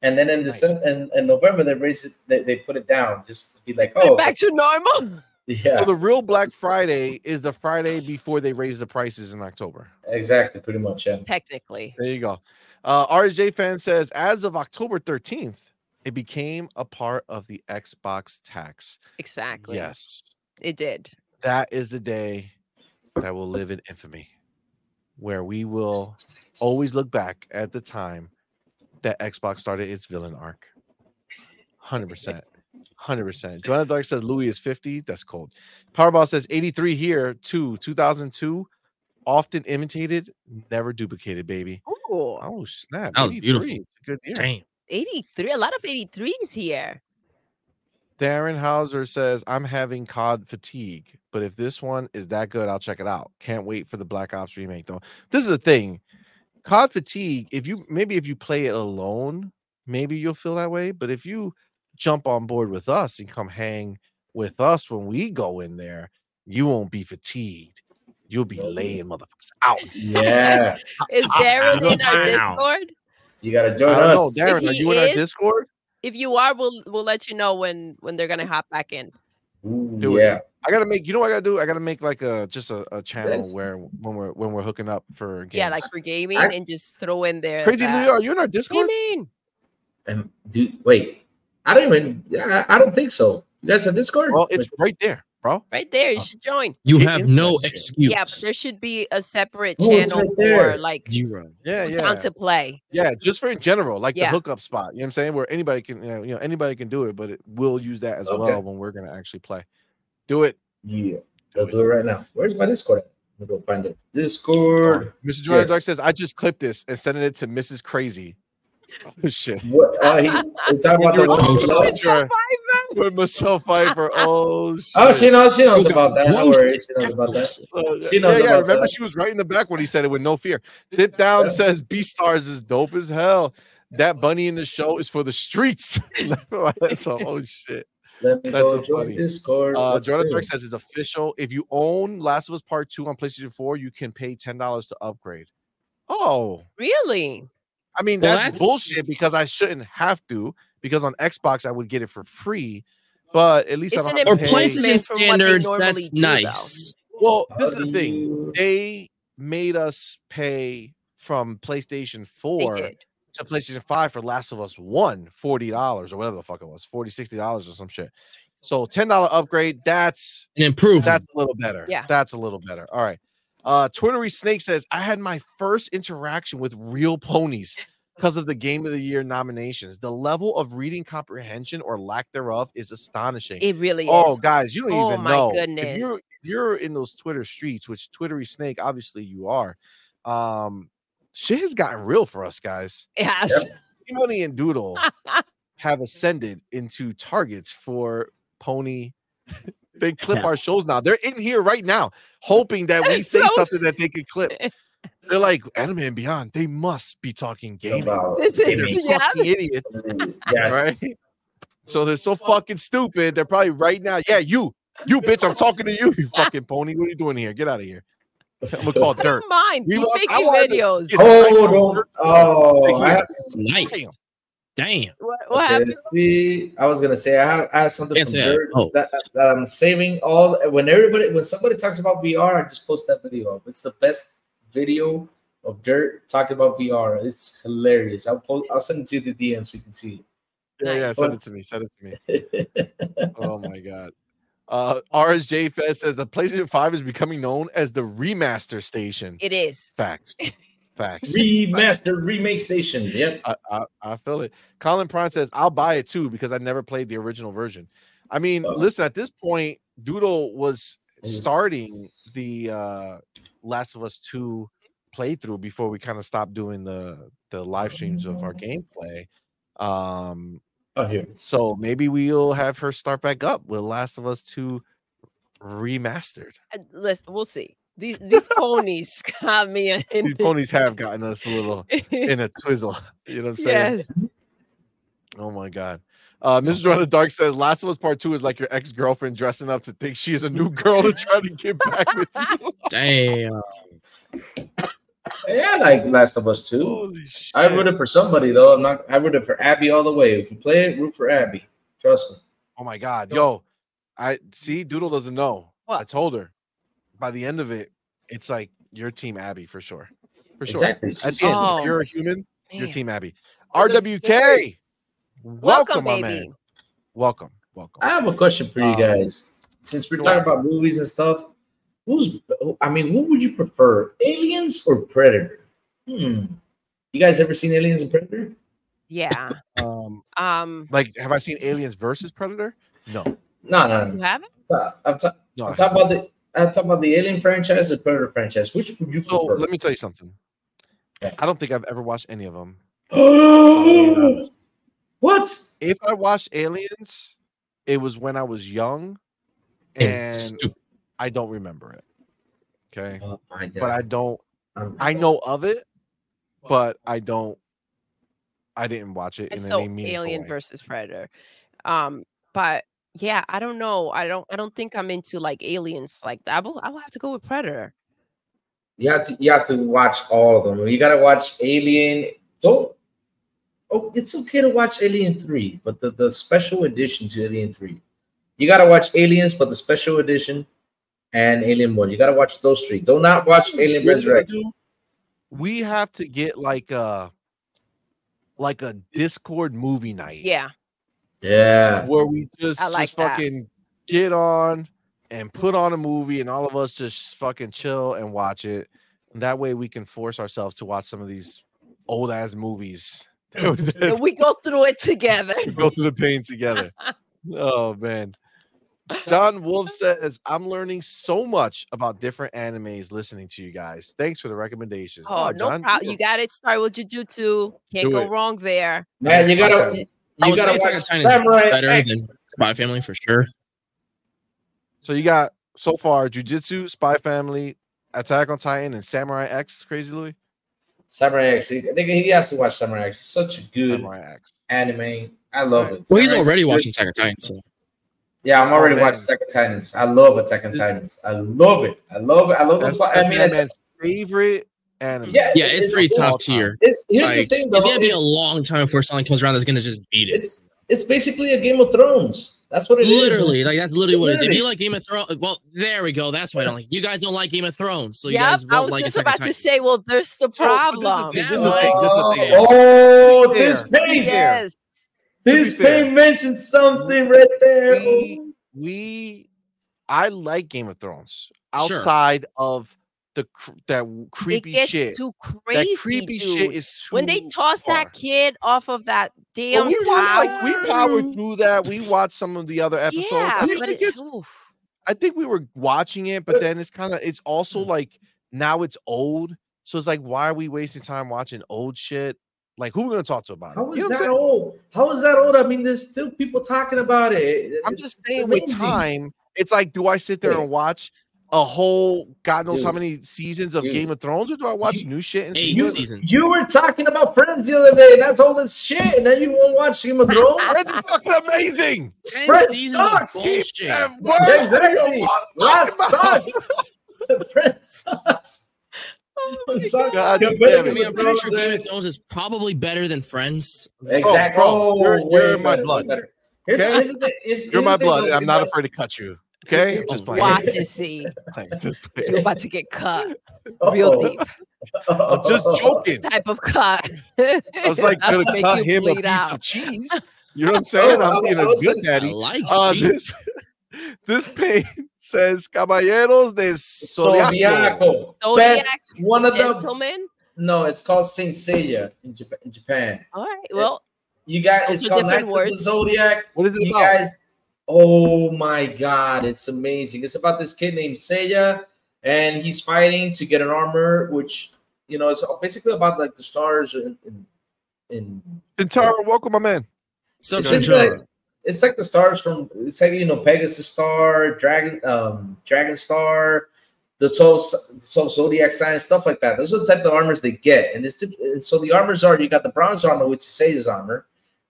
and then in Nice. December and, and November they raise it. They, they put it down just to be like, Put it oh Back to normal. so yeah, the real Black Friday is the Friday before they raise the prices in October. exactly, pretty much. Yeah. Technically. There you go. Uh, RSJ fan says, as of October 13th, it became a part of the Xbox tax. Exactly. Yes, It did. that is the day that will live in infamy, where we will always look back at the time that Xbox started its villain arc. 100%. 100%. Joanna Dark says Louis is 50. That's cold. Powerball says 83 here, two, 2002. Often imitated, never duplicated, baby. Oh, Oh, snap. That was beautiful. 83. It's a good year. Damn. 83. A lot of 83s here. Darren Hauser says, I'm having COD fatigue, but if this one is that good, I'll check it out. Can't wait for the Black Ops remake, though. This is the thing COD fatigue. If you maybe if you play it alone, maybe you'll feel that way. But if you jump on board with us and come hang with us when we go in there, you won't be fatigued. You'll be Nope. laying motherfuckers out. yeah, Is I- Darren I'm gonna in our sign out. Discord? you gotta join I don't know, us. Darren. Are he you in our is- Discord? If you are, we'll we'll let you know when when they're gonna hop back in. Ooh, Do it. yeah, I gotta make. You know what I gotta do? I gotta make like a just a, a channel Yes. where when we're when we're hooking up for games. Yeah, like for gaming I- and just throw in there. Crazy that Leo, are you in our Discord? Gaming. Um, dude, wait, I don't even. I, I don't think so. You guys have Discord? Well, it's right there, bro. Right there, you Oh. should join. You It have is no frustrating. excuse. Yeah, but there should be a separate Oh, it's channel right there. for like Zero. Yeah, yeah, sound to play. yeah. Just for in general, like Yeah. the hookup spot. You know what I'm saying? Where anybody can, you know, you know anybody can do it, but it, we'll use that as Okay. well when we're gonna actually play. Do it, yeah, Do I'll do it right now. Where's my Discord? at? Let me go find it. Discord. Mr. Jordan Yeah. Dark says. I just clipped this and sending it to Mrs. Crazy. Oh, Shit. What? Oh, he, it's talking When about you were the one. talking Michelle about Pfeiffer. Michelle- with Michelle Pfeiffer. Oh shit. Oh, she knows. She knows You about got that. Don't roasted worry. She knows about that. effortlessly. Uh, She yeah, knows yeah. about Remember, that. she was right in the back when he said it with no fear. Dip down Yeah. says B stars is dope as hell. That bunny in the show is for the streets. so, oh shit. Let me That's go so join funny. Discord. Uh, Let's Jordan do Drake it. says it's official. If you own Last of Us Part Two on PlayStation Four, you can pay ten dollars to upgrade. Oh, Really? I mean Well, that's, that's- bullshit because I shouldn't have to because on Xbox I would get it for free. But at least I It's don't have an Or to Okay. pay. place- PlayStation From what they standards, normally that's do, though. nice. Well, this How is the do thing. you- They made us pay from PlayStation They Four did. to PlayStation 5 for Last of Us 1, $40 or whatever the fuck it was, $40, $60 or some shit. So $10 upgrade, that's An improvement. That's a little better. Yeah. That's a little better. All right. Uh Twittery Snake says, I had my first interaction with real ponies because of the game of the year nominations. The level of reading comprehension or lack thereof is astonishing. It really oh, is. guys, you don't Oh, even my know. If goodness. you're if you're in those Twitter streets, which Twittery Snake, obviously you are. Um, shit has gotten real for us, guys. It has. Money and Doodle have ascended into targets for pony. they clip Yeah. our shows now. They're in here right now, hoping that we say Those- something that they can clip. They're like anime and beyond. They must be talking gaming. About- This is- They're Gaming. Yeah. fucking idiots, Yes. right? So they're so fucking stupid. They're probably right now. Yeah, you, you bitch. I'm talking to you. You fucking pony. What are you doing here? Get out of here. I'm gonna call I dirt. don't mind. We Keep want- I making wanted to videos. see- Hold on. Oh, I have, Yes. Nice. Damn. Damn. What, what okay, happened? see, I was gonna say I have, I have something Yes, from yeah. Dirt Oh. that, that I'm saving all. When everybody, when somebody talks about VR, I just post that video. up. It's the best video of Dirt talking about VR. It's hilarious. I'll post. I'll send it to you the DM so you can see. Yeah, yeah. Nice. Send it to me. Send it to me. it. Oh my god. Uh RSJ Fest says the PlayStation 5 is becoming known as the remaster station. It is. Facts. Facts. Remaster remake station. Yep. I, I, I feel it. Colin Prime says, I'll buy it too because I never played the original version. I mean, Oh. listen, at this point, Doodle was Yes. starting the uh Last of Us 2 playthrough Mm-hmm. before we kind of stopped doing the the live streams of our gameplay. Um Oh, here. it is. So maybe we'll have her start back up with Last of Us 2 remastered. Uh, Listen, we'll see. These these ponies got me in. These ponies have gotten us a little in a twizzle. You know what I'm saying? yes. Oh my god. Uh, Mr. Jordan Dark says Last of Us Part Two is like your ex girlfriend dressing up to think she is a new girl to try to get back with you. Damn. Yeah, I like Last of Us too. Holy shit. I rooted for somebody though. I'm not. I rooted for Abby all the way. If you play it, root for Abby. Trust me. Oh my god, yo, I see. Doodle doesn't know. I What? told her. By the end of it, it's like your team Abby for sure, for sure. Exactly. At the end, Oh, if you're a human. Your man. team Abby. RWK, welcome, Welcome, my baby. man. Welcome, welcome. I have a question for you Um, guys. Since we're talking about movies and stuff, who's I mean, who would you prefer, Aliens or Predator? Hmm. You guys ever seen Aliens and Predator? Yeah. Um, Um. like, have I seen Aliens versus Predator? No, No, no, You no. haven't? I'm, ta- no. I I'm talking about the. I'm talking about the Alien franchise or Predator franchise. Which would you So prefer? let me tell you something. Okay. I don't think I've ever watched any of them. what? If I watched Aliens, it was when I was young, and Stupid. I don't remember it. Okay, Oh my god! Uh, but I don't. I'm- I know of it, but I don't. I didn't watch it in so any meaningful alien way. versus predator um but yeah i don't know i don't i don't think i'm into like aliens like that i will, I will have to go with predator You have to you have to watch all of them. You gotta watch Alien. Don't oh it's okay to watch Alien 3, but the, the special edition to Alien 3. You gotta watch Aliens, but the special edition and Alien 1. You gotta watch those three. Do not watch You know Alien what we Resurrection. do? We have to get like a like a Discord movie night. yeah Yeah. where we just I like just that. fucking get on and put on a movie and all of us just fucking chill and watch it. And that way we can force ourselves to watch some of these old ass movies. and we we go through it together go through the pain together. Oh man. John Wolf says, I'm learning so much about different animes listening to you guys. Thanks for the recommendations. oh no John, problem you're you got it start with jujutsu can't Do go it. wrong there Man, you gotta you I would say gotta Attack on watch Titan is Samurai Better X. than Spy Family for sure. So you got so far Jujitsu, Spy Family, Attack on Titan, and Samurai X. Crazy Louis, Samurai X. He, he has to watch Samurai X. Such a good Samurai X. anime. I love it. Well, he's Samurai X is already good. watching Attack on Titan. So. Yeah, I'm already Oh, man. watching Attack on Titans. I love Attack on This- Titans. I love it. I love it. I love That's, it. I that's mean, it's, Batman's favorite anime. Yeah. Yeah, it's pretty It's- top tier. it's here's Like, the thing though. It's gonna be a it- long time before something comes around that's gonna just beat it. it's it's basically a Game of Thrones. That's what it is. Literally, like that's literally what it is. If Literally. you like Game of Thrones, well, there we go. That's why I don't like you guys don't like Game of Thrones, so you yeah guys i won't was like just Attack on about to Titan. say well there's the but this is the problem thing, this is oh, the thing, this is the thing. oh, To be this fair, fair. pain. yes This To be fair. pain mentioned something right there. We- We, I like Game of Thrones Sure. outside of the cr- that w- creepy it gets shit. too That crazy creepy dude. shit is too. when they toss far. that kid off of that But damn we watched, tower like we powered through that. We watched some of the other episodes. yeah I, think but it it, gets- oof. I think we were watching it, but then it's kind of it's also like now it's old. So it's like, why are we wasting time watching old shit? Like, who we gonna talk to about it? You How is know what I'm that saying? old? How is that old? I mean, there's still people talking about it. I'm It's- just it's saying with amazing. time, it's like, do I sit there Wait. and watch a whole God knows how Dude. many seasons of Dude. Game of Thrones, or do I watch You- new shit and see Eight what- seasons. You were talking about Friends the other day. That's all this shit, and then you won't watch Game of Thrones. Friends is fucking amazing. Ten Brett seasons of sucks. bullshit. And why are we Exactly. all That talking about it? sucks. Friends sucks. Oh, I'm sorry. God You're damn better I it. mean, I'm pretty sure Thrones Game of is- Thrones is probably better than Friends. Exactly. Oh, bro, you're- Oh, you're way in my better, way blood. better. Here's, Okay? here's the thing- here's- You're here's my the thing, blood. and though, I'm not is afraid to cut you. Okay, I'm just Oh, playing. wow. watch and see Playing, just you're playing. about to get cut that- real Uh-oh. deep oh, I'm just joking. type of cut. I was like, gonna cut him a piece of cheese. You know Oh, what I'm saying? I'm being a I was good like, I daddy. like oh, Uh, cheese. this this pain says Caballeros de Zodiaco. Zodiaco. Zodiac, Best one of the Gentlemen, no, it's called Saint Seiya in Japan. In Japan. all right. Well, You guys, it's Those are called different Knights of the words. Zodiac. What is it you about? guys oh my god it's amazing it's about this kid named seiya and he's fighting to get an armor which you know it's basically about like the stars in in, in Tara, welcome, my man. So It's just like, it's like the stars from it's like you know Pegasus star, Dragon, um, Dragon star, the 12, s- 12 zodiac signs, stuff like that. Those are the type of armors they get, and it's diff- and so the armors are you got the bronze armor, which is Sage's armor,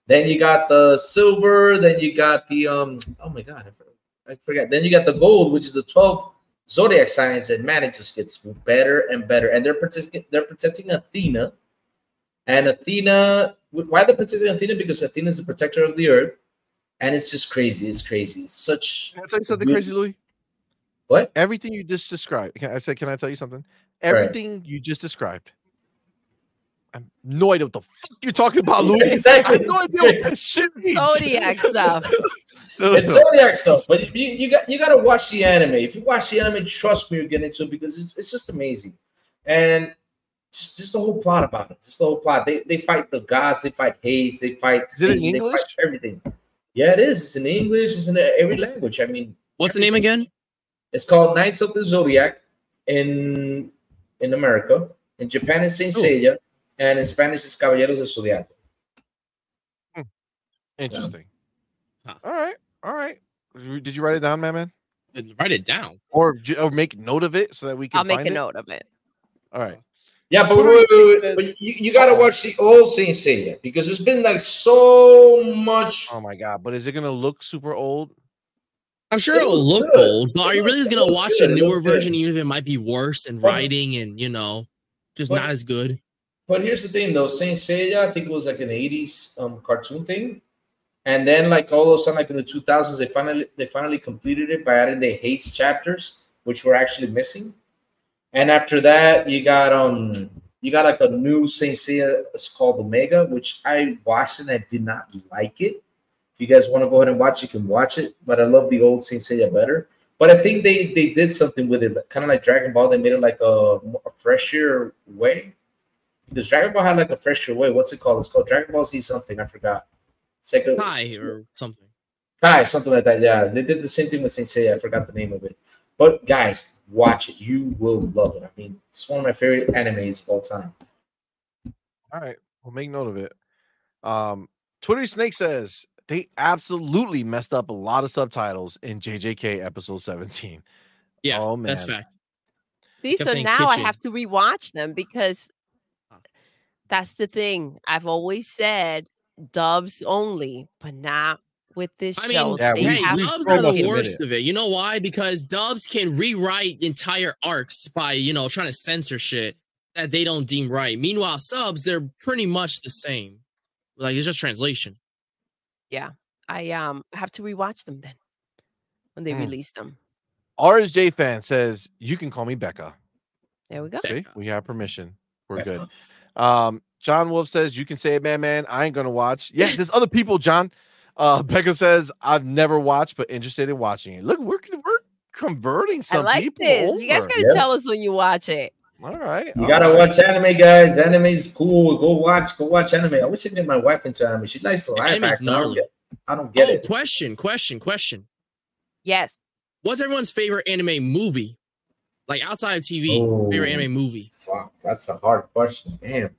then you got the silver, then you got the um, oh my god, I forgot, I forgot. Then you got the gold, which is the twelve zodiac signs, and man, it just gets better and better, and they're protecting they're protecting Athena. And Athena, why they're protecting Athena? Because Athena is the protector of the earth. And it's just crazy. It's crazy. It's such Can I tell you something Mhm. crazy, Louis? what? Everything you just described. Can I said, can I tell you something? Everything you just described. I'm annoyed what the fuck you're talking about, Louis. I exactly. have no idea what this shit means. Zodiac stuff. No, no, It's no. zodiac stuff, but you, you got you got to watch the anime. If you watch the anime, trust me, you'll get into it because it's, it's just amazing, and just, just the whole plot about it. Just the whole plot. They they fight the gods. They fight Hades. They fight. Is it in Satan, they English? fight everything. Yeah, it is. It's in English. It's in every language. I mean, What's the name again? It's called Knights of the Zodiac in in America. In Japan, it's Saint Ooh. Seiya, and in Spanish, it's Caballeros del Zodiaco. Interesting. Huh. All right. All right. Did you- Did you write it down, my man? Write it down. Or, j- or make note of it so that we can I'll make find a it? note of it. All right. Yeah, but, Twitter wait, wait, wait, says- but you, you gotta watch the old Saint Seiya because there's been like so much. Oh my god. But is it gonna look super old? I'm sure It it'll looks look good. old, but It are you really looks- just it gonna looks watch good. a It newer looks good. version, even if it might be worse and But- writing and you know, just But- not as good? But here's the thing, though, Saint Seiya, I think it was like an '80s um, cartoon thing, and then like all of a sudden, like in the 2000s, they finally they finally completed it by adding the hates chapters, which were actually missing. And after that, you got um you got like a new Saint Seiya, it's called Omega, which I watched and I did not like it. If you guys want to go ahead and watch, you can watch it. But I love the old Saint Seiya better. But I think they they did something with it, kind of like Dragon Ball. They made it like a, a fresher way because Dragon Ball had like a fresher way. What's it called? It's called Dragon Ball Z something. I forgot. It's like a- Tie or something. Kai, something like that. Yeah, they did the same thing with Saint Seiya. I forgot the name of it. But guys, watch it. You will love it. I mean, it's one of my favorite animes of all time. All right. We'll make note of it. Um, Twitter Snake says they absolutely messed up a lot of subtitles in JJK episode 17. Yeah, oh man. That's fact. See, kept so saying now I kitchen. have to rewatch them because Huh. that's the thing. I've always said dubs only, but not with this I show. mean, Yeah, They we- hey, have we to Dubs throw are the us a give- worst minute. of it. You know why? Because Dubs can rewrite entire arcs by you know trying to censor shit that they don't deem right. Meanwhile, subs they're pretty much the same. Like it's just translation. I um have to rewatch them then when they Mm. release them. RSJ fan says you can call me Becca. There we go. Okay. See, we have permission. We're good. Becca. Um, John Wolf says you can say it, man, man. I ain't gonna watch. Yeah, there's other people, John. Uh, Becca says I've never watched, but interested in watching it. Look, we're we're converting I some like people. this. You guys over. gotta Yeah. tell us when you watch it. all right. You all gotta Uh, right. watch anime, guys. Anime is cool. Go watch. Go watch anime. I wish I could get my wife into anime. She likes the live Anime's action. I don't gnarly. get, I don't get oh, it. question, question, question. Yes. What's everyone's favorite anime movie? Like outside of TV, favorite Oh. anime movie. Fuck, that's a hard question. Damn.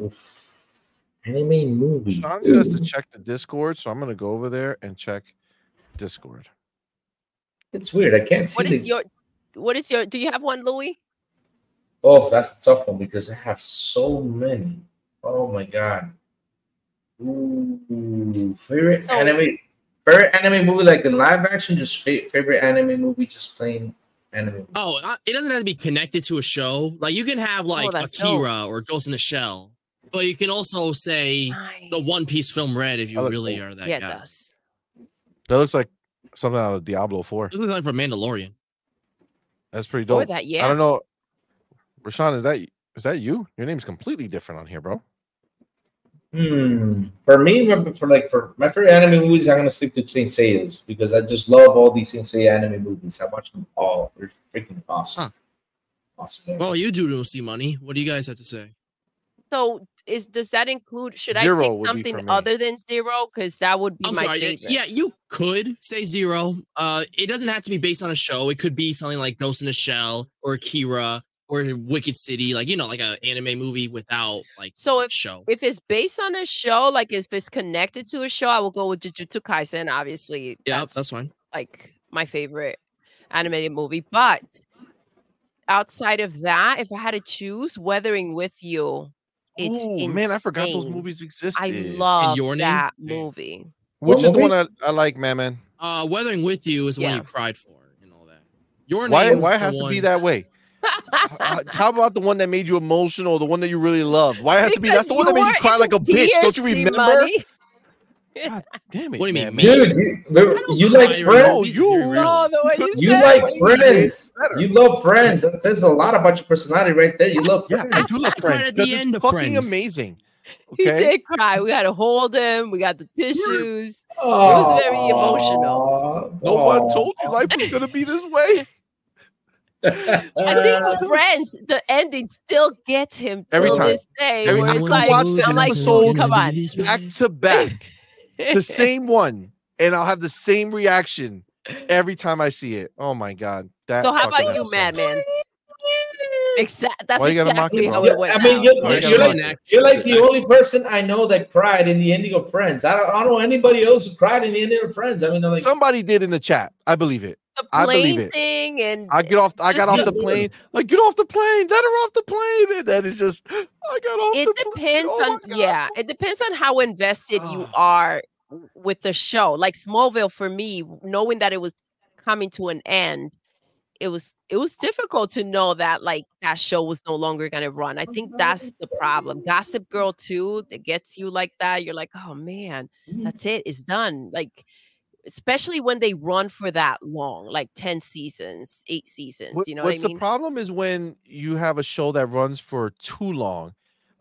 Oof. Anime movie. Sean says to check the Discord, so I'm gonna go over there and check Discord. It's weird. I can't see What is the- your what is your do you have one, Louis? Oh, that's a tough one because I have so many. Oh my god. Ooh, favorite So- anime, favorite anime movie like in live action, just fa- favorite anime movie, just plain anime. Oh, I- it doesn't have to be connected to a show. Like you can have like that's dope. Akira or Ghost in the Shell, but you can also say the Nice. One Piece film Red if you That looks really cool. are that Yeah, it guy. does. That looks like something out of Diablo 4. It looks like from Mandalorian. That's pretty Or dope. that, I yeah. don't know. Rashawn, is that y- is that you? Your name's completely different on here, bro. Hmm. For me, my- for like for my favorite anime movies, I'm gonna stick to Saint Seiya's because I just love all these Saint Seiya anime movies. I watch them all. They're freaking awesome. Huh. Awesome. Well, you do don't see money. What do you guys have to say? So is does that include should I Zero would pick be for something me. other than zero? Because that would be I'm my sorry. uh, favorite. Yeah, you could say zero. Uh, it doesn't have to be based on a show. It could be something like Ghost in the Shell or Akira or Wicked City, like you know, like an anime movie without like So if show. if it's based on a show, like if it's connected to a show, I will go with Jujutsu Kaisen. Obviously, Yeah, that's fine. like my favorite animated movie. But outside of that, if I had to choose Weathering with You, it's Ooh, man, I forgot those insane. movies existed. I love Your Name? that Yeah. movie. Which What is the movie? one I, I like, man, man. Uh, Weathering with You is the one Yeah. you cried for and all that. Your Why? Name's Why it the has to be one- that way? Uh, How about the one that made you emotional? The one that you really love? Why it has to be? That's the one that Because made you you cry were like a in bitch. Don't you tears, remember? Imani. Damn it! What do you mean, man? man? Dude, you, I don't you cry like over friends? No, movies, you- very rarely. Oh, the way you, Couldn't- You said like it. friends. Better. You love friends. That says a lot about your personality right there. You love Yeah, friends. I do love I cried Friends. at the 'cause end it's of fucking Friends. amazing. He Okay. did cry. We had to hold him. We got the tissues. Aw. very emotional. No one Aw. told you life was gonna be this way. I think Friends, the ending still gets him Uh, Every till time. this day. Every where time it's you like, watch the I'm like, episode, come on. Back to back, the same one, and I'll have the same reaction every time I see it. Oh my god! That so how fucking about you, episode. Madman? Exact. That's Why you gotta mock exactly him, how bro? it went. I mean, down. you're, Sorry, you're come like on. you're like the only person I know that cried in the ending of Friends. I don't, I don't know anybody else who cried in the ending of Friends. I mean, I'm like, Somebody did in the chat. I believe it. the I believe plane it. thing and I get off. I Just got off not the doing plane. it. Like get off the plane. Let her off the plane. And that is just. I got off. it the plane. depends Oh on my God. yeah it depends on how invested you Ah. are w- with the show like smallville for me w- knowing that it was coming to an end it was it was difficult to know that like that show was no longer going to run i Uh-huh. think that's the problem gossip girl too that gets you like that you're like oh man hmm, that's it it's done like especially when they run for that long like 10 seasons 8 seasons What- you know what's what i mean the problem is when you have a show that runs for too long.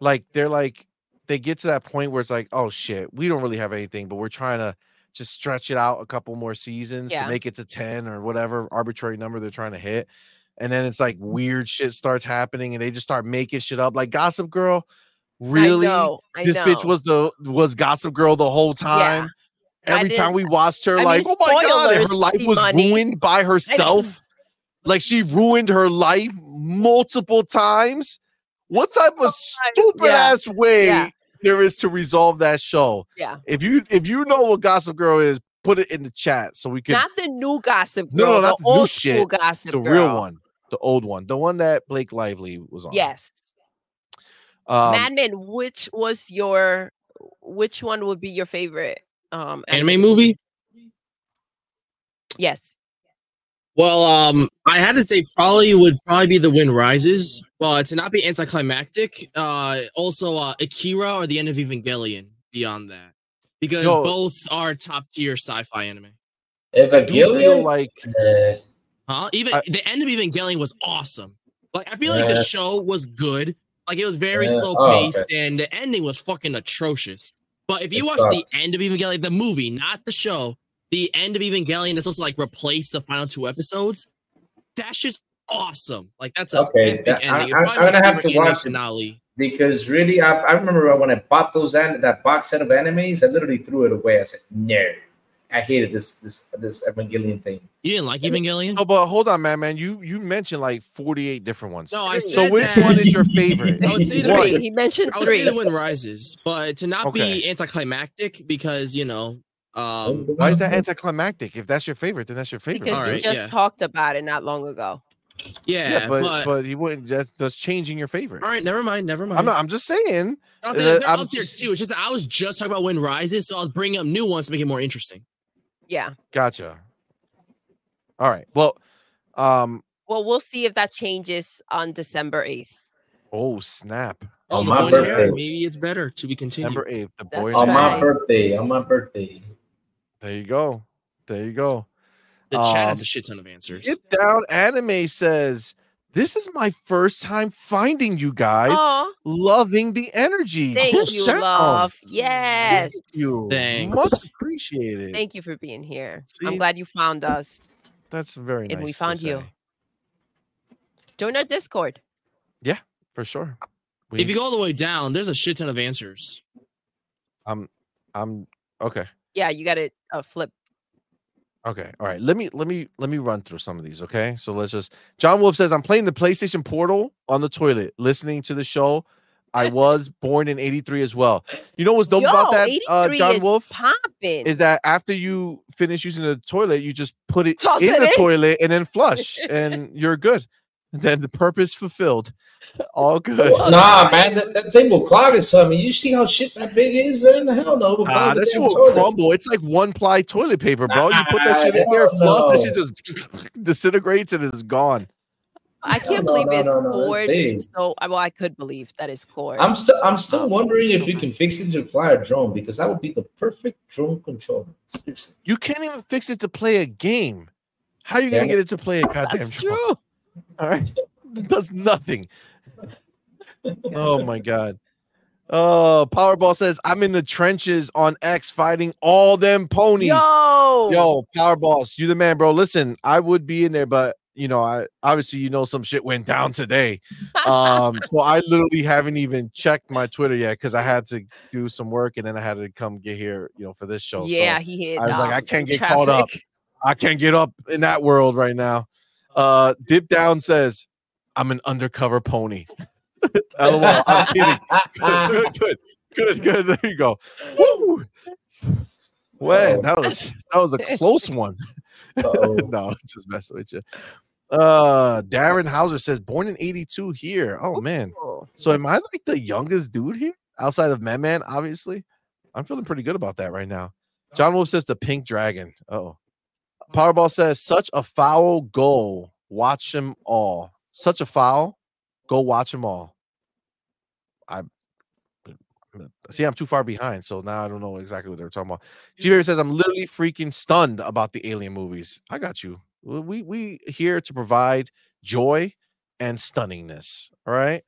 Like they're like they get to that point where it's like, oh shit, we don't really have anything, but we're trying to just stretch it out a couple more seasons Yeah. to make it to ten or whatever arbitrary number they're trying to hit. And then it's like Mm-hmm. weird shit starts happening, and they just start making shit up. Like Gossip Girl, really? I know, I this bitch know. was the was Gossip Girl the whole time. I Every time didn't- we watched her, I mean, like, oh my god, and her spoilers, life was Imani. ruined by herself. Like she ruined her life multiple times. What type of stupid yeah, ass way yeah. there is to resolve that show? Yeah. If you if you know what Gossip Girl is, put it in the chat so we can not the new gossip No, girl no, the not the new old shit, school gossip the girl real one, the old one, the one that Blake Lively was on. Yes. Um, Madman, which was your which one would be your favorite um Anime movie? Yes. Well, um, I had to say probably would probably be The Wind Rises, but to not be anticlimactic, uh, also uh, Akira or the end of Evangelion. Beyond that, because Yo. both are top tier sci-fi anime. I do feel Evangelion. like Eh, Huh? Even I- the end of Evangelion was awesome. Like I feel like the Yeah. show was good. Like it was very Yeah. slow Oh, paced, and the ending was fucking atrocious. But if you It watch the end of Evangelion, the movie, not the show, the end of Evangelion is supposed to like replace the final two episodes. That's just awesome. Like that's a Okay, epic that- I- ending. It's I- probably I'm my gonna have favorite to anime watch it. finale. because really, I, I remember when I bought those an- that box set of animes, I literally threw it away. I said, no, I hated this this this Evangelion thing. You didn't like no, Evangelion? but hold on, man, man. You you mentioned like 48 different ones. No, I So so said which that- one is your favorite? I would say the What? Three. He mentioned I would say three. the wind rises, but to not be Okay. anticlimactic because you know, um, Oh, Why is that anticlimactic? If that's your favorite, then that's your favorite. Because All you right, just yeah. talked about it not long ago. yeah, yeah, but, but but he wouldn't. That's, that's changing your favorite. All right, never mind, never mind. I'm not. I'm just saying. I was saying, uh, they're I'm up there just- too. It's just that I was just talking about when rises, so I was bringing up new ones to make it more interesting. Yeah. Gotcha. All right. Well, um. Well, we'll see if that changes on December 8th. Oh snap! Oh, On the my one hair, birthday. maybe it's better to be continued. Number eight. The boy. That's in on the my right. Hood. birthday. On my birthday. There you go. There you go. the chat has um, a shit ton of answers. Get down. Anime says, "This is my first time finding you guys. Oh, Loving the energy. thank Cool you, sounds. love. Thank Yes. you. Thanks. Much appreciated. Thank you for being here. See? I'm glad you found us. That's very nice. And we to found you. say, Join our Discord. for sure. if you go all the way down, there's a shit ton of answers. I'm. I'm okay. Yeah, you got to uh, flip Okay. All right. Mm-hmm. Let me let me let me run through some of these. Okay. So let's just John Wolf says, I'm playing the PlayStation Portal on the toilet, listening to the show. I was born in 83 as well. You know what's dope about that, uh, 83 John is Wolf? Popping. Is that after you finish using the toilet, you just put it Toss in it the in. toilet and then flush, and you're good. Then the purpose fulfilled. All good. Nah, man, that, that thing will clog us up. I mean, you see how shit that big is, man? Hell no. it will Ah, clog the that shit damn will toilet. crumble. It's like one ply toilet paper, bro. You put that shit in Ah, there, flush, that shit hell just disintegrates and it's gone. I can't No, no, believe no, it's no, no, it's cord. big. so I- well, I could believe that it's cord. I'm still I'm still wondering if you can fix it to fly a drone because that would be the perfect drone controller. Seriously. You can't even fix it to play a game. How are you Yeah. gonna get it to play a goddamn That's drum? true. All right, it does nothing. Oh my god. Oh, Powerball says I'm in the trenches on X fighting all them ponies. Yo, Yo, Powerballs, you the man, bro. Listen, I would be in there, but you know, I obviously you know some shit went down today. Um, so I literally haven't even checked my Twitter yet because I had to do some work and then I had to come get here, you know, for this show. So yeah, he hit. I was like, I um, can't get caught up. traffic. I can't get up in that world right now. Uh, Dip Down says, I'm an undercover pony. LOL, I'm kidding. Ah. Good, good, good, good. There you go. Woo! Man, that was that was a close one. Uh-oh. no, just messing with you. Uh, Darren Hauser says, born in 82 here. Oh man. Cool. So am I like the youngest dude here outside of Man Man? Obviously, I'm feeling pretty good about that right now. John Wolf says the pink dragon. Oh, Powerball says such a foul goal. Watch them all. Such a foul. Go watch them all. I uh, see. I'm too far behind, so now I don't know exactly what they were talking about. G says I'm literally freaking stunned about the alien movies. I got you. We- We we here to provide joy and stunningness. All right.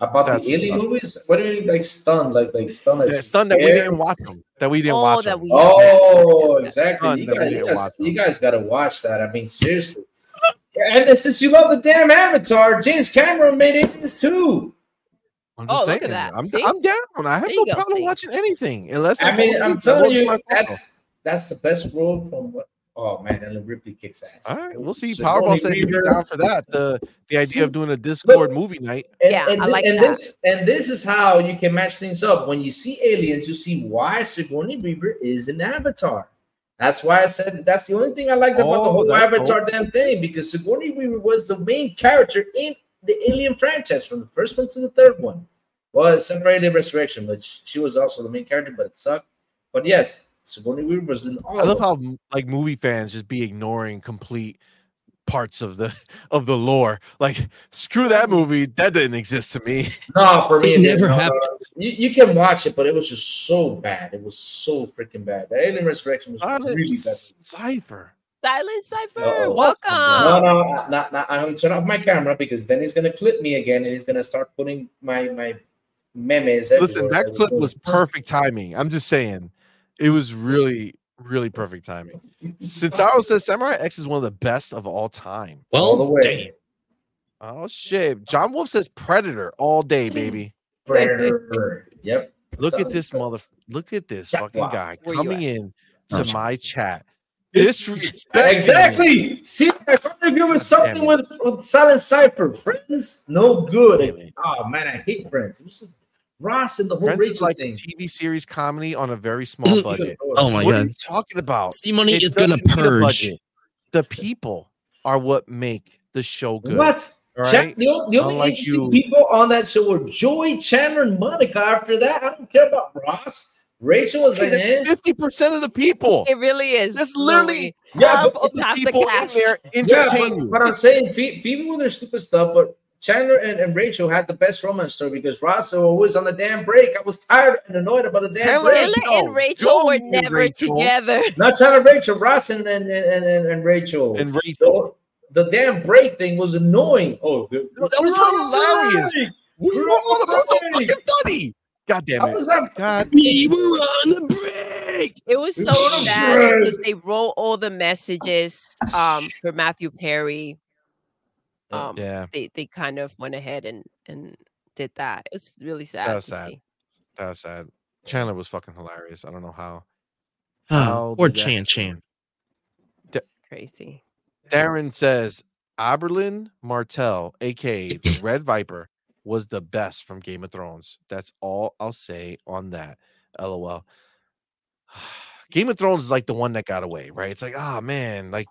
About That's the what's indie up. movies? What do you mean like stunned? Like like stunned like Yeah, stunned that we scared? didn't watch them. That we didn't Oh, watch that them. we- Oh, exactly. Stunned You that we guys, you, didn't watch guys, them. you guys gotta watch that. I mean, seriously. And since you love the damn Avatar, James Cameron made aliens too. I'm Oh, just look at saying. that. I'm, See? I'm down. I have There no you go, problem Steve. watching anything unless I I mean, I'm telling you, that's that's the best role from what. Oh man, Ellen Ripley kicks ass. All right, we'll see. Sigourney Powerball said he'd be Weaver. down for that. The the idea of See? doing a Discord movie night. And, Yeah, and, I thi- like and that. this and this is how you can match things up. When you see aliens, you see why Sigourney Weaver is an avatar. That's why I said that's the only thing I liked about the Oh, whole that's avatar damn thing because Sigourney Weaver was the main character in the Alien franchise from the first one to the third one. Well, except for Alien Resurrection, which she was also the main character, but it sucked. But yes, Sigourney Weaver was in all. I of love them. how m- like movie fans just be ignoring complete parts of the of the lore. Like screw that movie. That didn't exist to me. No, for me, It never didn't. No, no, happened. no. You, you can watch it, but it was just so bad. It was so freaking bad. The Alien Resurrection was really Silent bad. Cipher. Silent Cipher, Uh-oh. welcome. No, no, not, not, not- I'm gonna turn off my camera because then he's gonna clip me again, and he's gonna start putting my my memes. Listen, everywhere. that clip was perfect timing. I'm just saying, it was really, really perfect timing. Sentaro says Samurai X is one of the best of all time. all the Well, way. damn. Oh shit! John Wolf says Predator all Mm-hmm. day, baby. Brrr. Yep. Look at Sounds this good. mother. Look at this Yeah, fucking wow. guy Where you coming in Oh, to sh- my chat. Dis- Disrespect. Exactly. See, I finally agree with something Damn with, with Silent Cypher. Friends, no good. Really? Oh man, I hate Friends. It was just Ross and the whole Friends is Rachel like thing. TV series comedy on a very small budget. Oh my what are god. you talking about? C Money It is gonna doesn't need a purge. budget. The people are what make the show good. What? All Chan- right? the, o- the only Unlike interesting you. people on that show were Joey, Chandler, and Monica. After that, I don't care about Ross. Rachel was like, eh. That's 50% of the people. It really is. That's literally yeah, half but, of It's the half the people in cast. there yeah, entertain but, you. but I'm saying Phoe- Phoebe with her stupid stuff, but Chandler and, and Rachel had the best romance story because Ross was always on the damn break. I was tired and annoyed about the damn Chandler- break. Taylor No, and Rachel Joey were and never Rachel. together. Not Chandler, Rachel, Ross, and and and, and, and Rachel. And Rachel, the, the damn break thing was annoying. Oh, that No, that was hilarious. we were all about to Right. fucking study. God damn I it. was on God, We were on the break. It was so Oh, sad shit. because they roll all the messages um, for Matthew Perry. Yeah. Um, Yeah. they they kind of went ahead and and did that. It's really sad. That's to sad. see. that was sad. Chandler was fucking hilarious. I don't know how. Huh, How or did that Ah, Chan happen? Chan. crazy. Darren says Aberlin Martell, aka the Red Viper, was the best from Game of Thrones. That's all I'll say on that. LOL. Game of Thrones is like the one that got away, right? It's like, ah man, like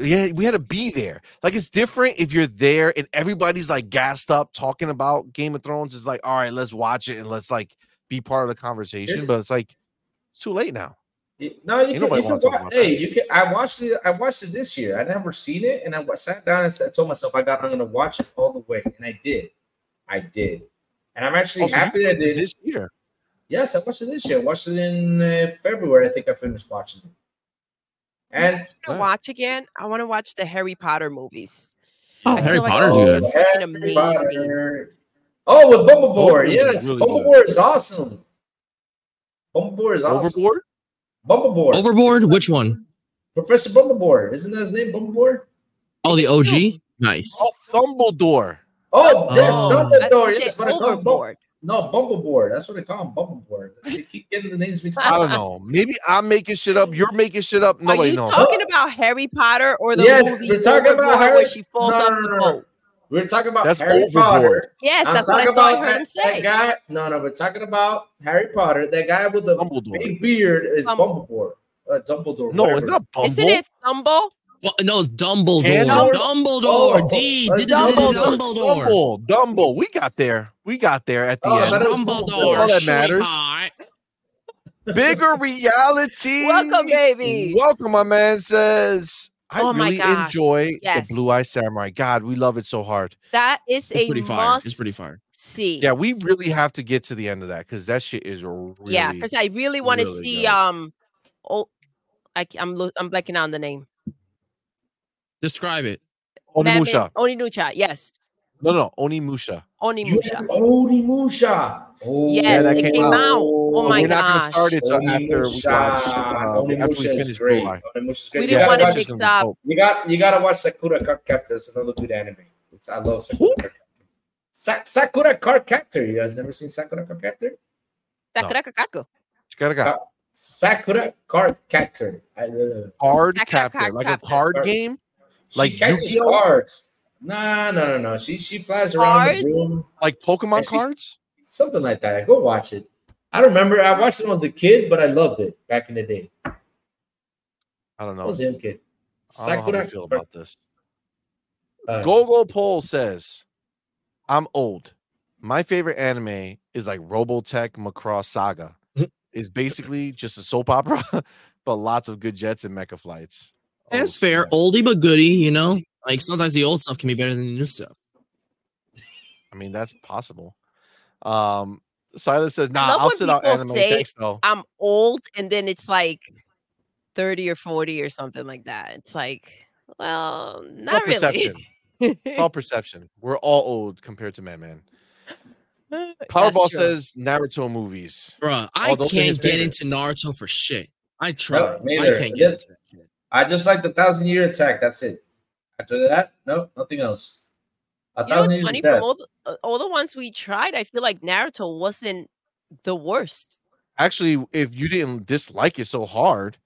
yeah, we had to be there. Like it's different if you're there and everybody's like gassed up talking about Game of Thrones. It's like, all right, let's watch it and let's like be part of the conversation. Yes. But it's like it's too late now. It- No, you Ain't can, nobody you can wanna talk wa- about hey, that. you can. I watched it. I watched it this year. I never seen it, and I wa- sat down and said, told myself, I got. I'm gonna watch it all the way, and I did. I did, and I'm actually Also, Oh, you happy that I watched it did. this year. Yes, I watched it this year. I watched it in uh, February. I think I finished watching it. And To Wow. watch again, I want to watch the Harry Potter movies. Oh, I Harry feel like Potter, those dude. are freaking amazing. Potter. Oh, with Those Bumblebore. movies are Yes, really good. Bumblebore is awesome. Bumblebore is awesome. Overboard. Bumblebore. Overboard, which one? Professor Bumblebore. Isn't that his name? Bumblebore. Oh, the OG. Nice. Oh, Dumbledore. Oh, that's Oh. I thought Dumbledore. you Yes, said what I call him. Bum- overboard. No, Bumblebore. That's what they call him, Bumblebore. They keep getting the names mixed I up. don't know. Maybe I'm making shit up. You're making shit up. Are Nobody you knows. talking about Harry Potter or the Yes, movie we're talking about Overboard where Harry- she falls No, off no, the no, no. boat? We're talking about That's Harry Overboard. Potter. Yes, I'm that's what I talking thought I about heard him that, that say. guy. No, no, we're talking about Harry Potter. That guy with the Dumbledore. big beard is Bumble- Bumblebore. Uh, Dumbledore. No, whatever. it's not Bumble. Isn't it Thumble? Well, no, it's Dumbledore. Handle? Dumbledore. Oh, D. uh, D- D- D- D- Dumbledore. Dumbledore. Dumbledore. Dumble, Dumble. We got there. We got there at the Oh, It's that end. is- Dumbledore. That's all that matters. sweetheart. Bigger reality. Welcome, baby. Welcome, my man says. I Oh my really gosh. enjoy Yes. the Blue Eye Samurai. God, we love it so hard. That is It's a pretty fire. must It's pretty fire. see. Yeah, we really have to get to the end of that because that shit is really. yeah, because I really want to really see. good. Um, oh, I, c- I'm lo- I'm blanking on the name. Describe it. Onimusha. Onimusha. Yes, No, no, Onimusha. You Onimusha. Onimusha. Oh, Yes, Yeah, that it came came, out. out. Oh But my we're not gosh. gonna start it till after we watch. Uh, Onimusha. after we Onimusha finish is great. Blue Eye. Onimusha is We great. didn't You Yeah, wanna gotta that shit's watch- mix gonna be up. dope. You got you gotta watch Sakura Card Captor. It's another good anime. It's I love Sakura. Card Captor. Sa- Sakura Card Captor. You guys never seen Sakura Card Captor? No. Sakurakaku. Gotta go. Sakura Card Captor. I uh, Card Sac- sac- captor, sac- like a captor. card Or- game, she Like catches Yu-Gi-Oh? cards. No, no, no, no. She she flies around Cards? the room, like Pokemon Actually- cards. something like that. Go watch it. I don't remember. I watched it when I was a kid, but I loved it back in the day. I don't I know. was a young kid. I don't know how we feel Card- about this. uh, Gogo Poll says, I'm old. My favorite anime is like Robotech Macross Saga. It's basically just a soap opera, but lots of good jets and mecha flights. Oh, That's fair. snap. Oldie but goodie, you know? Like sometimes the old stuff can be better than the new stuff. I mean, that's possible. Um, Silas says, nah, love I'll when sit out people anime. say- Thanks, though. I'm old, and then it's like thirty or forty or something like that. It's like, well, It's all not perception. really. It's all perception. We're all old compared to Man Man. Powerball says Naruto movies. Bruh, I Although they're his can't get favorite. into Naruto for shit. I tried. I neither. can't Yeah. get into that shit. I just like the thousand year attack. That's it. After that, no, nothing else. A You know thousand what's years funny? of death. From all the, uh, all the ones we tried, I feel like Naruto wasn't the worst. Actually, if you didn't dislike it so hard,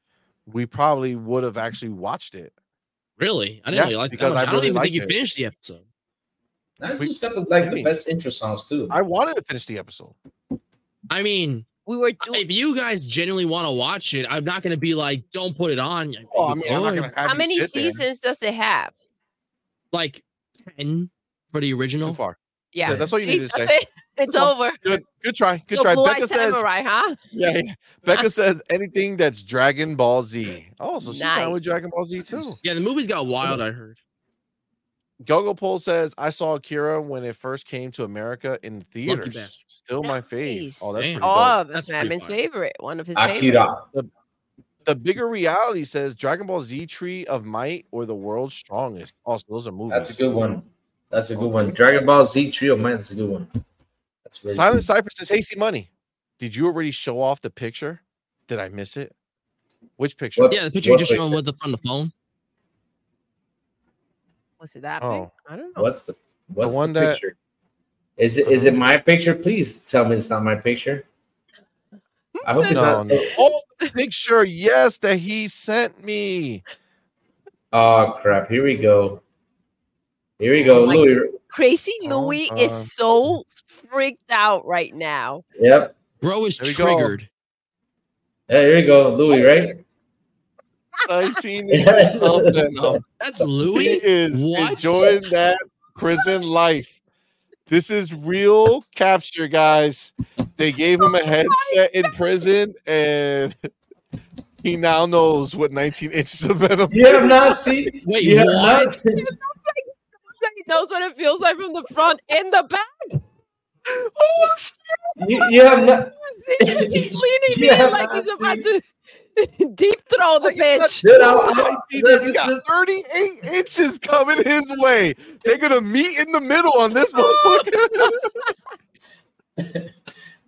we probably would have actually watched it. Really? I didn't Yeah, really like that. because much. I I, don't really even liked think you it. finished the episode. Now you We- just got the, what do you like the mean? best intro songs too. I wanted to finish the episode. I mean, We were doing. if you guys genuinely want to watch it, I'm not gonna be like, don't put it on. Oh, I mean, I'm not gonna have How you many sit there. seasons does it have? like ten for the Too original. far. Yeah, that's all you See, needed to that's say. it. It's Come over. Good, good try, good so try. Blue Eye Becca says, Samurai, huh? yeah, yeah. Becca says anything that's Dragon Ball Z. Oh, so she's down with Nice. Dragon Ball Z too. Yeah, the movies got wild. I heard. Gogo Pole says I saw Akira when it first came to America in theaters. bastard. Still my fave. Oh, that's Nice. pretty dope. Oh, that's That's pretty Madman's fire. favorite. One of his favorites. Akira. The bigger reality says Dragon Ball Z Tree of Might or the World's Strongest. Also, those are movies. That's a good one. That's a good one. Dragon Ball Z Trio, man, that's a good one. That's very Silent good. Cypher says, Hey, see money. Did you already show off the picture? Did I miss it? Which picture? What- Yeah, the picture you what just showed picture? with the from the phone. Was it that Oh. big? I don't know. What's the what's the, one that- picture? Is it is it my picture? Please tell me it's not my picture. I hope it's No, not. So, no. Oh, the picture. Yes, that he sent me. Oh crap! Here we go. Here we go, Oh my Louis. Crazy Oh, Louis is uh, so freaked out right now. Yep. Bro is There we go. triggered. Yeah, here we go, Louis. Right? 19 and something. Um, That's He Louis. is What? enjoying that prison life. This is real capture, guys. They gave him a headset in prison, and he now knows what 19 inches of venom. You have not seen. Wait, You have what? not seen. He knows what it feels like from the front and the back. You, you have not. He's leaning You in have like he's not about to deep throw the bitch. Dude, I- I- 19 this- he this- got 38 inches coming his way. They're gonna meet in the middle on this motherfucker.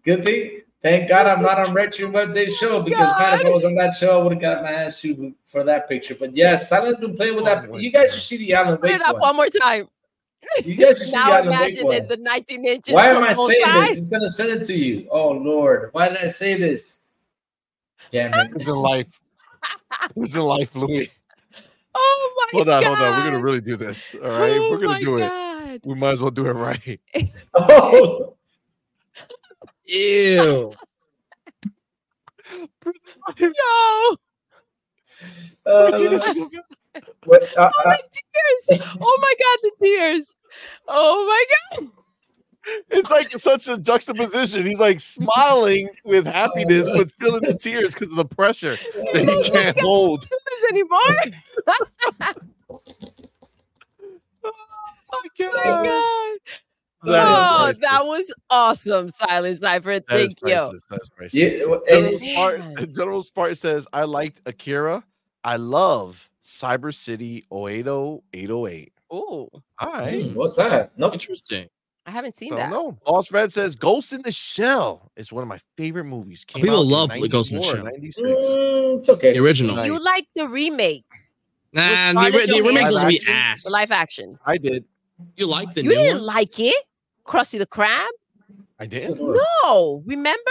Good thing. Thank God I'm not on Retro Web Day show because man, if I was on that show, I would have got my ass shoot for that picture. But yes, Silent's been playing with that. Oh, my You guys God. should see the Alan Put Wake it up one. one more time. You guys should see the Now Alan Wake imagine one. it, the 19 inches. Why am from I both saying sides. this? He's gonna send it to you. Oh Lord, why did I say this? Damn it. prison life. Prison life, Louis. Oh my Hold on, god. hold on. We're gonna really do this. All right, oh we're gonna my do it. god. We might as well do it right. Oh, Ew. Yo. oh uh, 19 inches of what- uh, Oh uh, my tears. Oh my god, the tears. Oh my god. It's like such a juxtaposition. He's like smiling with happiness, but feeling the tears because of the pressure Oh, that he can't hold. Do this anymore. Oh Oh my god. That oh, is that was awesome, Silent Cypher. That is Oh, Thank you. priceless. That is priceless. yeah, well, General and- Spartan, General Spartan says, I liked Akira. I love Cyber City 08008. Oh, All right. Hmm, what's that? Nope. Interesting. I haven't seen Don't that. know. Lost Red says, Ghost in the Shell is one of my favorite movies. Came people out in love Ghost in the 94, Shell. 96. Mm, it's The okay. original. Nice. You like the remake, Nah, the, Scarlett ori- the Johansson. remakes was be Live ass. the live action. I did. You like the you new didn't one? like it, Krusty the Crab. I did. No, remember?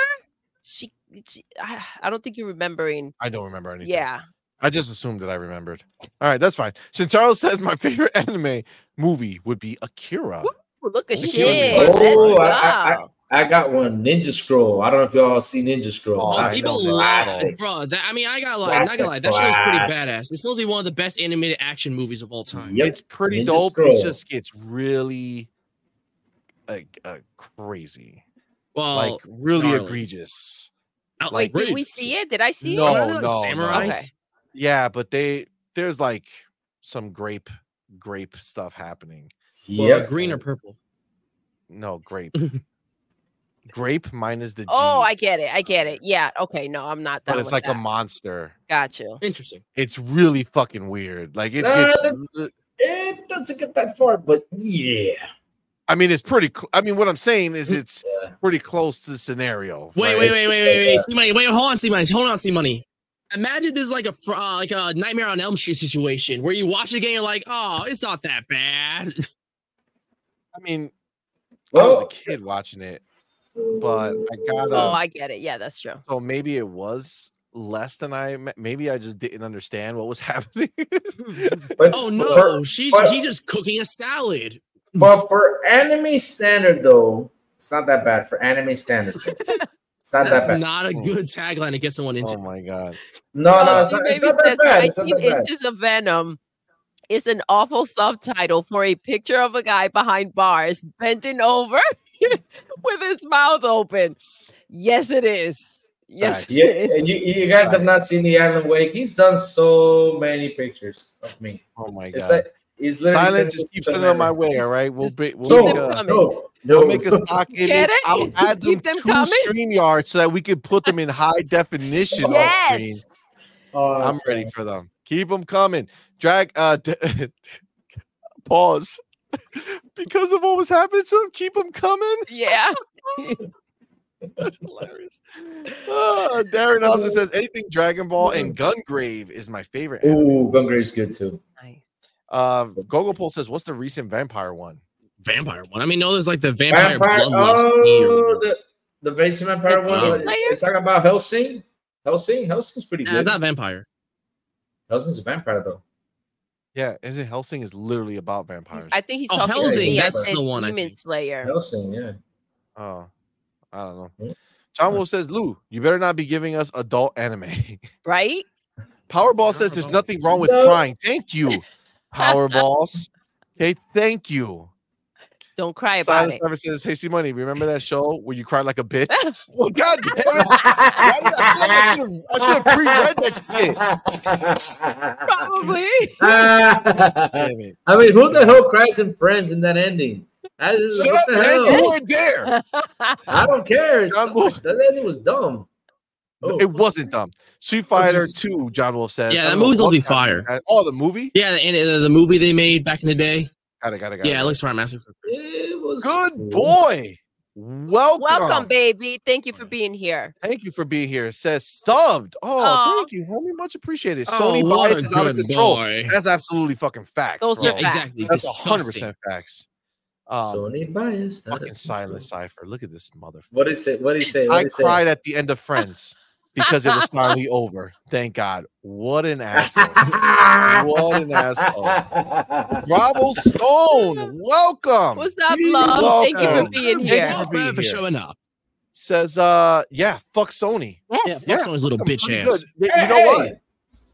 She, she I, I don't think you're remembering. I don't remember anything. Yeah. I just assumed that I remembered. All right, that's fine. Shintaro says my favorite anime movie would be Akira. Ooh, look at She was shit. close. Let's Oh, I- I- go. I got one Ninja Scroll. I don't know if y'all seen Ninja Scroll. Oh, Oh, I That's people know that. love Classic. bro. That, I mean, I got like, not Classic, gonna lie, that show is pretty classic. badass. It's supposed to be one of the best animated action movies of all time. Yep. It's pretty Ninja dope. Scroll. It just gets really like uh, crazy, Oh, Well, like really gnarly. egregious. outright Wait, did we rude. see it? Did I see No, it? Remember the no, no. samurais. Okay. Yeah, but they there's like some grape grape stuff happening. Well, Yep. green or purple. No grape, grape minus the G. Oh, I get it. I get it. Yeah. Okay. No, I'm not done. but it's like a monster. Got you. Interesting. It's really fucking weird. Like it, Nah, that- it's It doesn't get that far, but yeah. I mean, it's pretty. Cl- I mean, what I'm saying is, it's Mm, Yeah. pretty close to the scenario. Wait, right? wait, wait, wait, wait, wait. Yeah. See money. Wait, hold on, see money. Hold on, see money. Imagine this is like a fr- uh, like a Nightmare on Elm Street situation where you watch it again, you're like, oh, it's not that bad. I mean, I was a Well, kid watching it, but I gotta. Oh, I get it. Yeah, that's true. so maybe it was less than I. me- Maybe I just didn't understand what was happening. but Oh for- no, she's but- she's just cooking a salad. But for anime standard, though, it's not that bad. For anime standard, it's not That's that bad. not a Mm. good tagline to get someone into. oh my god! no, no, it's She not, it's maybe not that says bad. It's not 19 that bad. inches of venom. It's an awful subtitle for a picture of a guy behind bars, bending over with his mouth open. Yes, it is. Yes, Facts. Yeah, it is. and you, you guys have not seen the Alan Wake. He's done so many pictures of me. Oh my It's god! like he's literally Silent sending just keeps me sending on my pictures. way. All right, we'll be. We'll keep make them a, coming. No, We'll no, make a stock image. it? I'll add them, Keep them to coming. StreamYard so that we can put them in high definition. on Yes. screen. Uh, I'm ready for them. Keep them coming. Drag. Uh, d- pause. because of what was happening to him, keep them coming. Yeah. That's hilarious. Uh, Darren Osman says anything Dragon Ball and Gungrave is my favorite. anime." Ooh, Gungrave's good too. Nice. Uh, Gogopole says, "What's the recent vampire one? Vampire one. I mean, no, there's like the vampire, Vampire, bloodlust. oh, the the Vasey Vampire The one. Demon but Slayer? You're talking about Helsing. Helsing, Helsing's pretty Nah, it's good. not vampire. Helsing's a vampire though. Yeah, is it Helsing is literally about vampires. He's- I think he's Oh, talking Helsing, to that's the one, I Demon think. Slayer. Nelson, yeah. Oh, I don't know. Yeah. John Wolf says, Lou, you better not be giving us adult anime. Right? Powerball says there's Powerball. nothing wrong with No. crying. Thank you, Powerballs. Okay, thank you. Don't cry about Silas it. Never says, Hey, C Money, remember that show where you cried like a bitch? well, god damn it. Why did I, feel like I should have pre-read that shit. Probably. Damn it. I mean, who the hell cries in Friends in that ending? I, just, Shut what up, the man. hell? You weren't there. I don't care. It's- John Wolf. That ending was dumb. Oh. It wasn't dumb. Street Fighter 2, John Wolf says. Yeah, I that don't know movie's supposed to be what kind of- Oh, the movie? Yeah, and uh, the movie they made back in the day. Got it, got it, got it. Yeah, it looks fine. Master for Christmas. It was Good cool. boy. Welcome. Welcome, baby. Thank you for being here. Thank you for being here. It says subbed. Oh, Aw. thank you, homie. Much appreciated. Oh, Sony what bias a is out of good control. boy. That's absolutely fucking facts. Those bro. are Yeah, facts. exactly. That's hundred Disgusting. percent facts. Um, Sony bias. that fucking is- silent cipher. Look at this motherfucker. What is it? What is it? What I is cried at the end of Friends because it was finally over. Thank God. What an asshole. What an asshole. Bravo Stone, welcome. What's up, You're love? Thank you for welcome. being Thank here. you Yeah. for being for here. showing up. Says, uh, yeah, fuck Sony. Yeah, Yes. fuck someone's little bitch Pretty ass. good. They- you know what?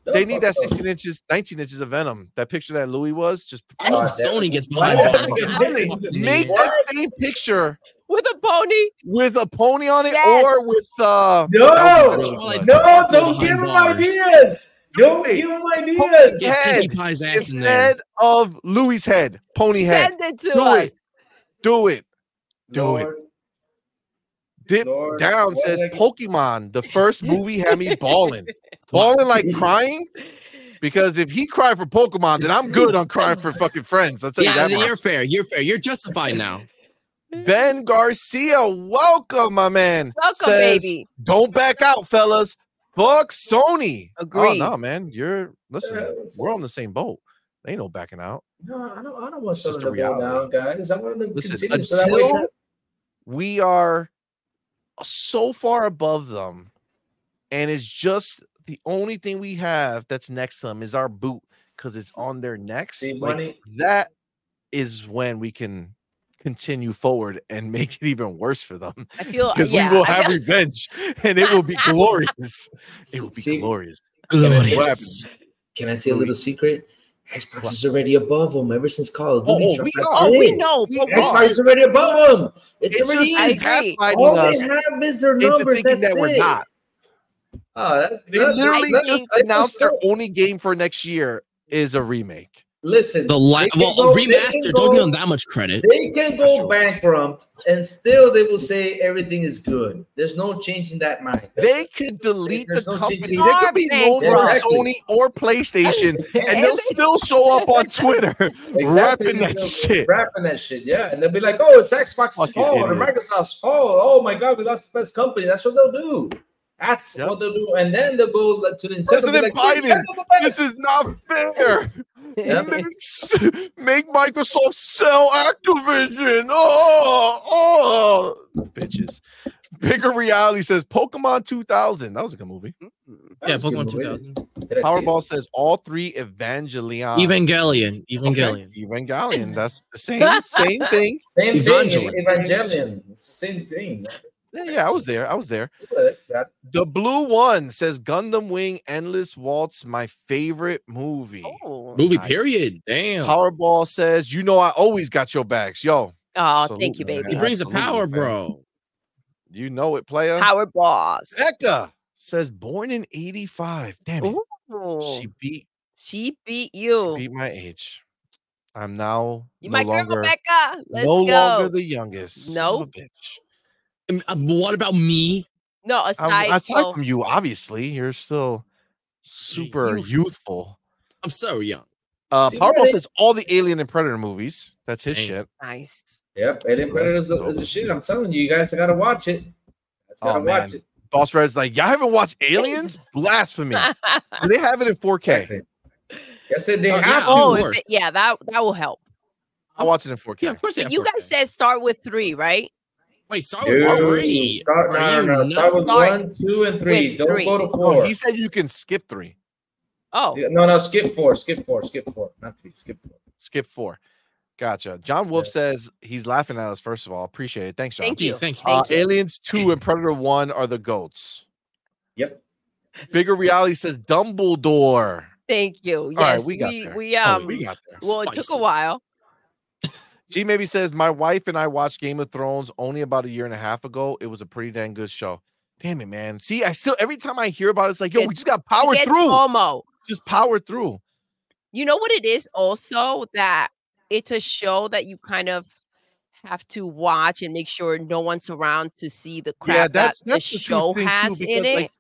They need that 16 inches, 19 inches of venom. That picture that Louis was just I hope God, that- Sony gets Why behind did that. I fucking get fucking this? idiot. make that same picture With a pony. with a pony on it Yes. or with uh No, that would be really good. no, don't Behind give him bars. ideas. Don't Hey, give him his ideas. Get head. Pinkie Pie's ass in there. instead of Louis head, pony head. Send it to Do us. it. Do it. Do it. Lord, Dip Lord, down what says a- Pokemon. The first movie had me balling, balling like crying. Because if he cried for Pokemon, then I'm good on crying for fucking friends. I'll tell Yeah, you that you're much. fair. You're fair. You're justified now. Ben Garcia, welcome, my man. Welcome, Says, baby. Don't back out, fellas. Fuck Sony. Oh Agreed. no, man. You're listen, Yeah, it's- we're on the same boat. They ain't no backing out. No, I don't. I don't want It's just someone to the go down, reality. guys. I want them to Listen, continue. So that way, until- we are so far above them, and it's just the only thing we have that's next to them is our boot because it's on their necks. see Like, money. that is when we can continue forward and make it even worse for them I feel because yeah. we will I have feel- revenge and it will be glorious. It will be See- glorious. Glorious. Can I say a little secret? Xbox is already above them ever since Call of Oh, Duty. oh, dropped. we That's are. it. we know. We but are. we Xbox is already above them. It's, It's already I just in. agree. gaslighting All us they have is their into numbers. thinking That's that we're it. not. Oh, that's They that- literally that- just that- announced their that's- only game for next year is a remake. Listen, The la- they can well, go- a they can remaster. Don't give go- them that much credit. They That's can go true. bankrupt, and still they will say everything is good. There's no changing that mind. They could delete the There's no company. They changing- could be Are known for bankrupt. Sony or PlayStation, and And they'll they- still show up on Twitter Exactly, rapping that they'll- shit. Rapping that shit, yeah. And they'll be like, oh, it's Xbox's Fucking fault or idiot. Microsoft's fault. Oh my God, we lost the best company. That's what they'll do. That's Yep. what they'll do. And then they'll go like, to Nintendo. President be like, Biden, "Nintendo the best." This is not fair. Yeah. Make, make Microsoft sell Activision. Oh, oh, bitches. Bigger reality says Pokemon 2000. That was a good movie. Yeah, That's Pokemon good, really. 2000. Did I see Powerball says all three Evangelion. Evangelion. Okay, Evangelion. Evangelion. That's the same same thing. it? Same Evangelion. thing. Evangelion. It's the same thing. Yeah, yeah, I was there. I was there. Look, that- The blue one says Gundam Wing Endless Waltz, my favorite movie. Oh, Movie Nice. period. Damn. Powerball says, you know, I always got your backs. Yo, Aw, Salute, Oh, thank you, man. baby. He brings a power, Absolutely, man. bro. you know it, player. Power boss. Becca says, born in 85. Damn it. Ooh, She beat she beat she you. beat my age. I'm now you no my girl, longer Becca. Let's no go. longer the youngest. son of a Nope. bitch. Um, uh, What about me? no, oh, I'm- aside, aside so- from you, obviously, you're still super youth. youthful. I'm so young. Uh, See, yeah, Powerball they- says all the Alien and Predator movies. That's his Dang. shit. nice. Yep, Alien Predator is a, is a shit. I'm telling you, you guys gotta watch it. That's gotta Oh, man. watch it. Boss Red's like, y'all haven't watched Aliens? Blasphemy! Do they have it in 4K. Exactly. Yes, they Oh, have yeah. to. oh, of if course. it- yeah, that that will help. I watch it in 4K. Yeah, of course. They have You guys 4K. said start with three, right? Wait, Star Dude, Wars oh, three. Start, Are no, you no, no, nuts? start with Start one, two, and three. with Don't three. go to No, four. he said you can skip three. Oh, Yeah, No, no, skip four, skip four, skip four, not three, skip four. Skip four. Gotcha. John Wolf Yeah. says he's laughing at us. First of all, appreciate it. Thanks, John. Thank Gee, you. thanks. Thank uh, Aliens Two and Predator One are the goats. Yep. Bigger reality says Dumbledore. thank you. Yes, right, we we got we, there. um oh, we got there. well, it took a Spicy. while. G maybe says my wife and I watched Game of Thrones only about a year and a half ago. It was a pretty dang good show. Damn it, man. See, I still every time I hear about it, it's like, yo, we It's- just got power It's through. Homo. just power through. You know what it is also that it's a show that you kind of have to watch and make sure no one's around to see the crap yeah, that's that that's the the, show true thing has too, because in it. like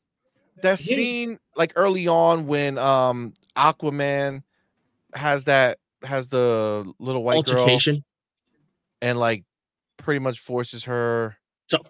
that Here's- scene, like early on when um Aquaman has that has the little white girl Altercation. and like pretty much forces her So-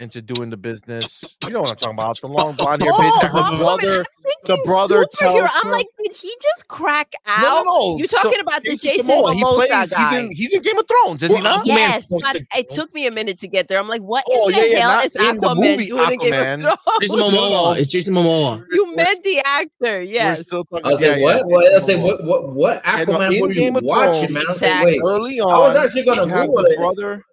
into doing the business. You know what I'm talking about? The long blonde hair Oh, bitch. that's Aquaman, a brother. thinking brother superhero. tells I'm her- like, did he just crack out? No, no, no. You're So- talking about the Jason Momoa, he Momoa plays- guy. He's in, he's in Game of Thrones, is he Well, not? Aquaman yes, fucked God, the it girl. took me a minute to get there. I'm like, what Oh, in yeah, the yeah, hell not is in the Aquaman movie doing in Game Aquaman. of Thrones? Jason Momoa. It's Jason Momoa. you meant the actor, We're yes. still talking, I was yeah, like, yeah, Jason what? what? I was like, Momoa. what? What? What? Yeah, no, Aquaman? in what are Game you of watching, Thrones- man? I was like, Exactly. wait. Early on, I was actually gonna you have Google the it. brother.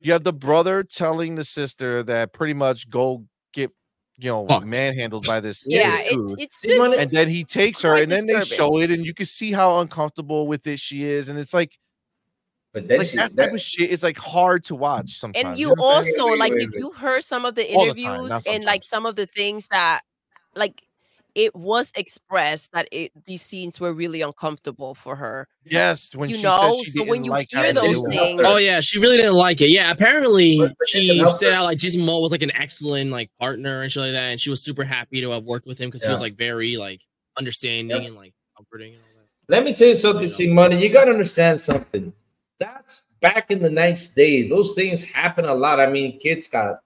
You have the brother telling the sister that pretty much go get you know Fucked. manhandled by this Yeah, this it's dude. it's See, my just name- and then he takes her, quite and then they disturbing. show it, and you can see how uncomfortable with it she is, and it's like But then like she, that that, type of shit is like hard to watch sometimes. and you you know what I'm saying? also Wait, like wait, if wait. you've heard some of the All the time, interviews not and like some of the things that like it was expressed that it these scenes were really uncomfortable for her. yes, when you she know, says she so didn't when you like hear having to those do it. things- Oh yeah, she really didn't like it. Yeah, apparently But- but she it's an said upper- out like Jason Momoa was like an excellent like partner and shit like that, and she was super happy to have worked with him because he was Yeah. like very like understanding Yep. and like comforting and all that. Let me tell you something, Yeah. Sig Money. You gotta understand something. That's back in the nice day. Those things happen a lot. I mean, kids got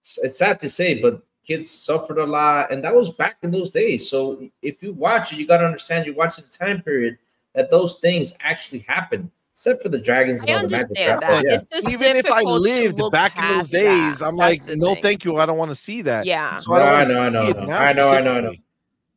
it's it's sad to say, but kids suffered a lot, and that was back in those days. So if you watch it, you gotta understand you're watching the time period that those things actually happen, except for the dragons. I all the magic understand crap, that. but It's just Even if I difficult to lived look back in those past that. days, I'm That's like, the no, thing. thank you. I don't want to see that. Yeah. So I don't No, want I to know, I know, see I it know. now I know, I know, I know. specifically.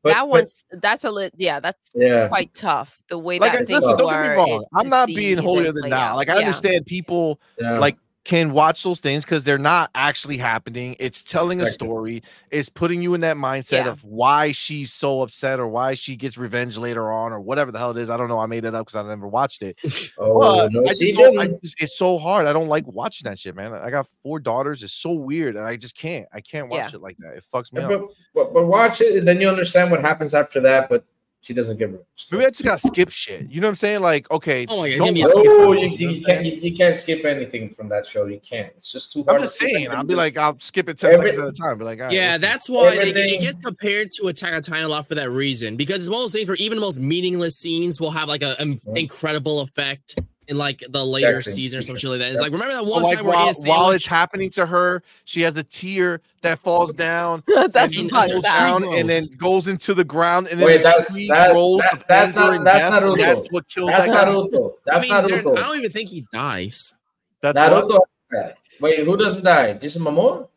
But- that but- one's that's a lit yeah, that's yeah. quite tough the way Like, I, that listen, things don't get were. me it- wrong. I'm to not see being them holier than play now. out. Like, I Yeah. understand people yeah. like can watch those things because they're not actually happening. It's telling a Correct. story. It's putting you in that mindset Yeah. of why she's so upset or why she gets revenge later on or whatever the hell it is. I don't know. I made that up because I never watched it. oh But no, I just she don't, I didn't. just, it's so hard. I don't like watching that shit, man. I got four daughters. It's so weird, and I just can't. I can't watch it like that. It fucks me up. But, but, but watch it, and then you understand what happens after that. But she doesn't give her. Maybe I just gotta skip shit. You know what I'm saying? Like, okay, Oh my god, Don't give me a worry. skip. Oh, No, you know you, you, what I'm you can't you, you can't skip anything from that show. You can't. It's just too hard. I'm just to skip saying. I'll anything. be like, I'll skip it ten Every- seconds at a time. Be like, all right, Yeah, we'll see. that's why they, Everything- it gets compared to Attack on Titan a lot for that reason. Because it's one of those things where even the most meaningless scenes will have like an Mhm. incredible effect in like the later Exactly. season or some shit like that. It's like Yep. remember that Or one like time where while, Ina while Sandwich- it's happening to her, she has a tear that falls down. that's and the it part goes that- down and then goes into the ground and then Wait, the that's- tree that- rolls that- of that's anger not- and that's death, not and Naruto. that's what kills that's that not guy. Naruto. I That's mean, not there- I Naruto. don't even think he dies. That's what- Naruto. Wait, who doesn't die? Jason Momoa.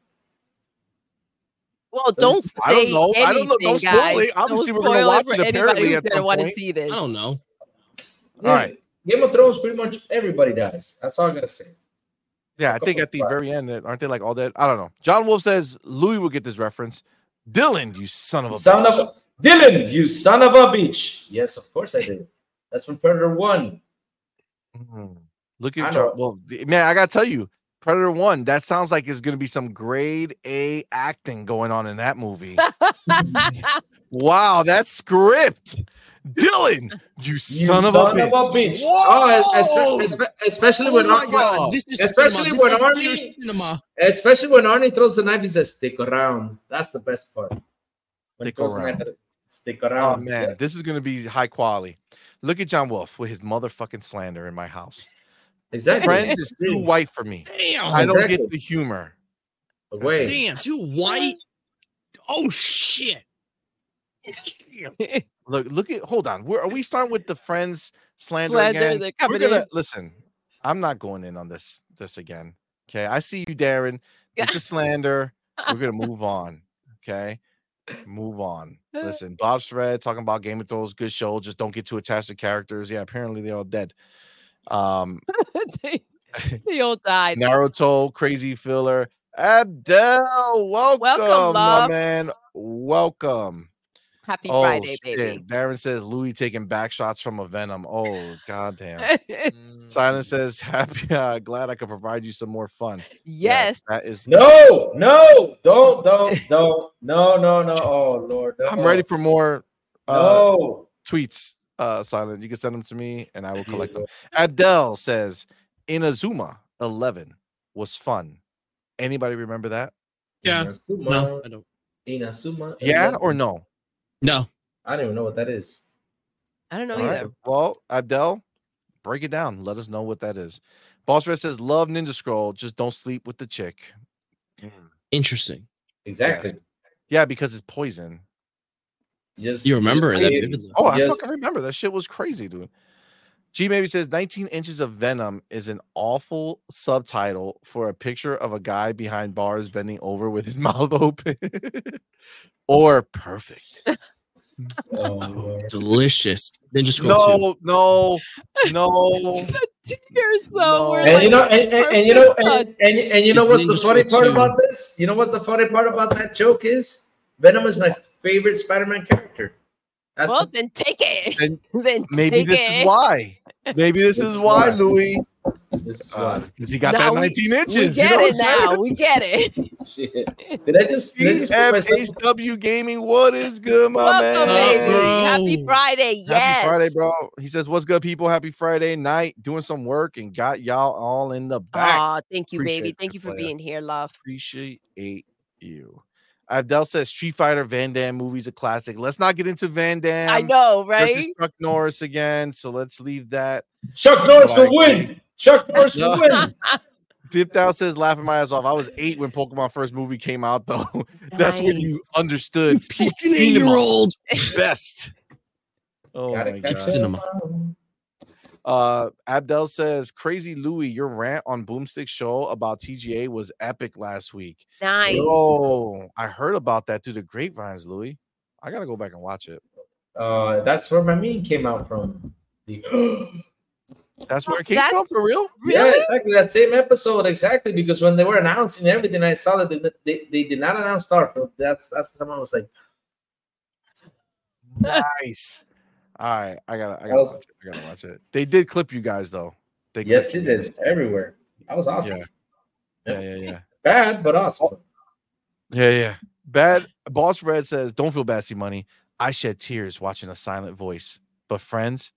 Well, don't say I don't know. I don't know. Don't anything, spoil guys. it. Obviously, don't we're gonna spoil watch for it anybody apparently who's at gonna some wanna point. Oh. see I this. don't know. All right. Game of Thrones. Pretty much everybody dies. That's all I gotta say. Yeah, I think at the very end, that aren't they like all dead? I don't know. John Wolf says Louis will get this reference. Dylan, you son of a Son bitch. of a- Dylan, you son of a bitch. Yes, of course I did. That's from Predator One. Mhm. Look I at know. John. Well, the- man, I gotta tell you, Predator One. That sounds like it's gonna be some grade A acting going on in that movie. wow, that script, Dylan, you You son, of, a bitch. Oh, es- Whoa! espe- espe- especially when my Arnie, God. Oh This is Especially cinema. when this is pure Arnie- cinema. especially when Arnie throws the knife, he says, "Stick around." That's the best part. When he Stick throws the knife, around. stick Oh around. man, this is gonna be high quality. Look at John Wolf with his motherfucking slander in my house. exactly. Friends is too white for me. Damn. I don't Exactly. get the humor. Away. Damn, too white. Oh shit. Damn. Look, look at. Hold on. We're, are we starting with the friends slander, Slander, again? they're We're coming gonna in. listen. I'm not going in on this this again. Okay, I see you, Darren. With the slander, we're gonna move on. Okay, Move on. Uh. Listen, Bob Shred talking about Game of Thrones, good show. Just don't get too attached to characters. Yeah, apparently they're all dead. Um, they, they all died. Naruto, crazy filler. Abdel, welcome, my love. man. Welcome. Happy oh, Friday, shit. baby. Darren says Louis taking back shots from a Venom. Oh, goddamn. Mm. Silent says, happy. Uh, glad I could provide you some more fun. Yeah, yes. that is. No, no, don't, don't, don't, no, no, no. Oh Lord, no. I'm ready for more uh, no. tweets, uh, Silent. You can send them to me and I will collect Yeah. them. Abdel says, Inazuma 11 was fun. Anybody remember that? Yeah. Inazuma, No, I don't. Inazuma. Yeah Inazuma. or no? No. I don't even know what that is. I don't know All right. either. Well, Abdel, break it down. Let us know what that is. Boss Red says, Love Ninja Scroll, just don't sleep with the chick. Interesting. Exactly. Yeah, because it's poison. Just You remember it? just That leave- vividly. Oh, I Yes. fucking remember that shit was crazy, dude. G maybe says 19 inches of venom is an awful subtitle for a picture of a guy behind bars bending over with his mouth open. or perfect. Oh, Lord. Delicious. Then just go to. No, no, no. Tears though. No. we're and like, you know, and, and, and you know, and, and, and you know It's what's the Ninja funny Scroll part two. about this? You know what the funny part about that joke is? Venom is my favorite Spider-Man character. That's well, the, then take it. And then Maybe take this it. is why. Maybe this This is is why, why. Louis. this is Uh, why. 'cause he got Now that we- 19 We inches. get you know it now. We get it. Shit. Did I just? Did I just put myself? DFHW Gaming, what is good, my Welcome, man? baby. Happy Oh. Friday. Yes. Happy Friday, bro. He says, What's good, people? Happy Friday night. Doing some work and got y'all all in the back. Aw, thank you, Appreciate baby. you, Thank you for player. being here, love. Appreciate you. Abdel says Street Fighter Van Damme movie's a classic. Let's not get into Van Damme I know, versus right? Chuck Norris again. So let's leave that. Chuck Norris Like- will win. Chuck Norris will win. Oh Dipped out says laughing my ass off. I was eight when Pokemon first movie came out, though. That's when you understood peak cinema Eight-year-old. best. Oh Gotta my catch god. Cinema. up. Uh, Abdel says, "Crazy Louie, your rant on Boomstick Show about TGA was epic last week. nice. Oh, I heard about that through the grapevines, Louie. I gotta go back and watch it. Uh, that's where my meme came out from. The- That's where it came Oh, That's- from for real. Yeah, Really? exactly. That same episode, exactly. Because when they were announcing everything, I saw that they, they, they did not announce Starfield. That's that's the time I was like, Nice. All right, I gotta, I gotta was- watch it. I gotta watch it. They did clip you guys though. They yes, they clipped you guys. did everywhere. That was awesome. Yeah, yeah, yeah, Bad, but awesome. yeah, yeah. Bad boss red says, "Don't feel bad, see money. I shed tears watching a silent voice, but friends,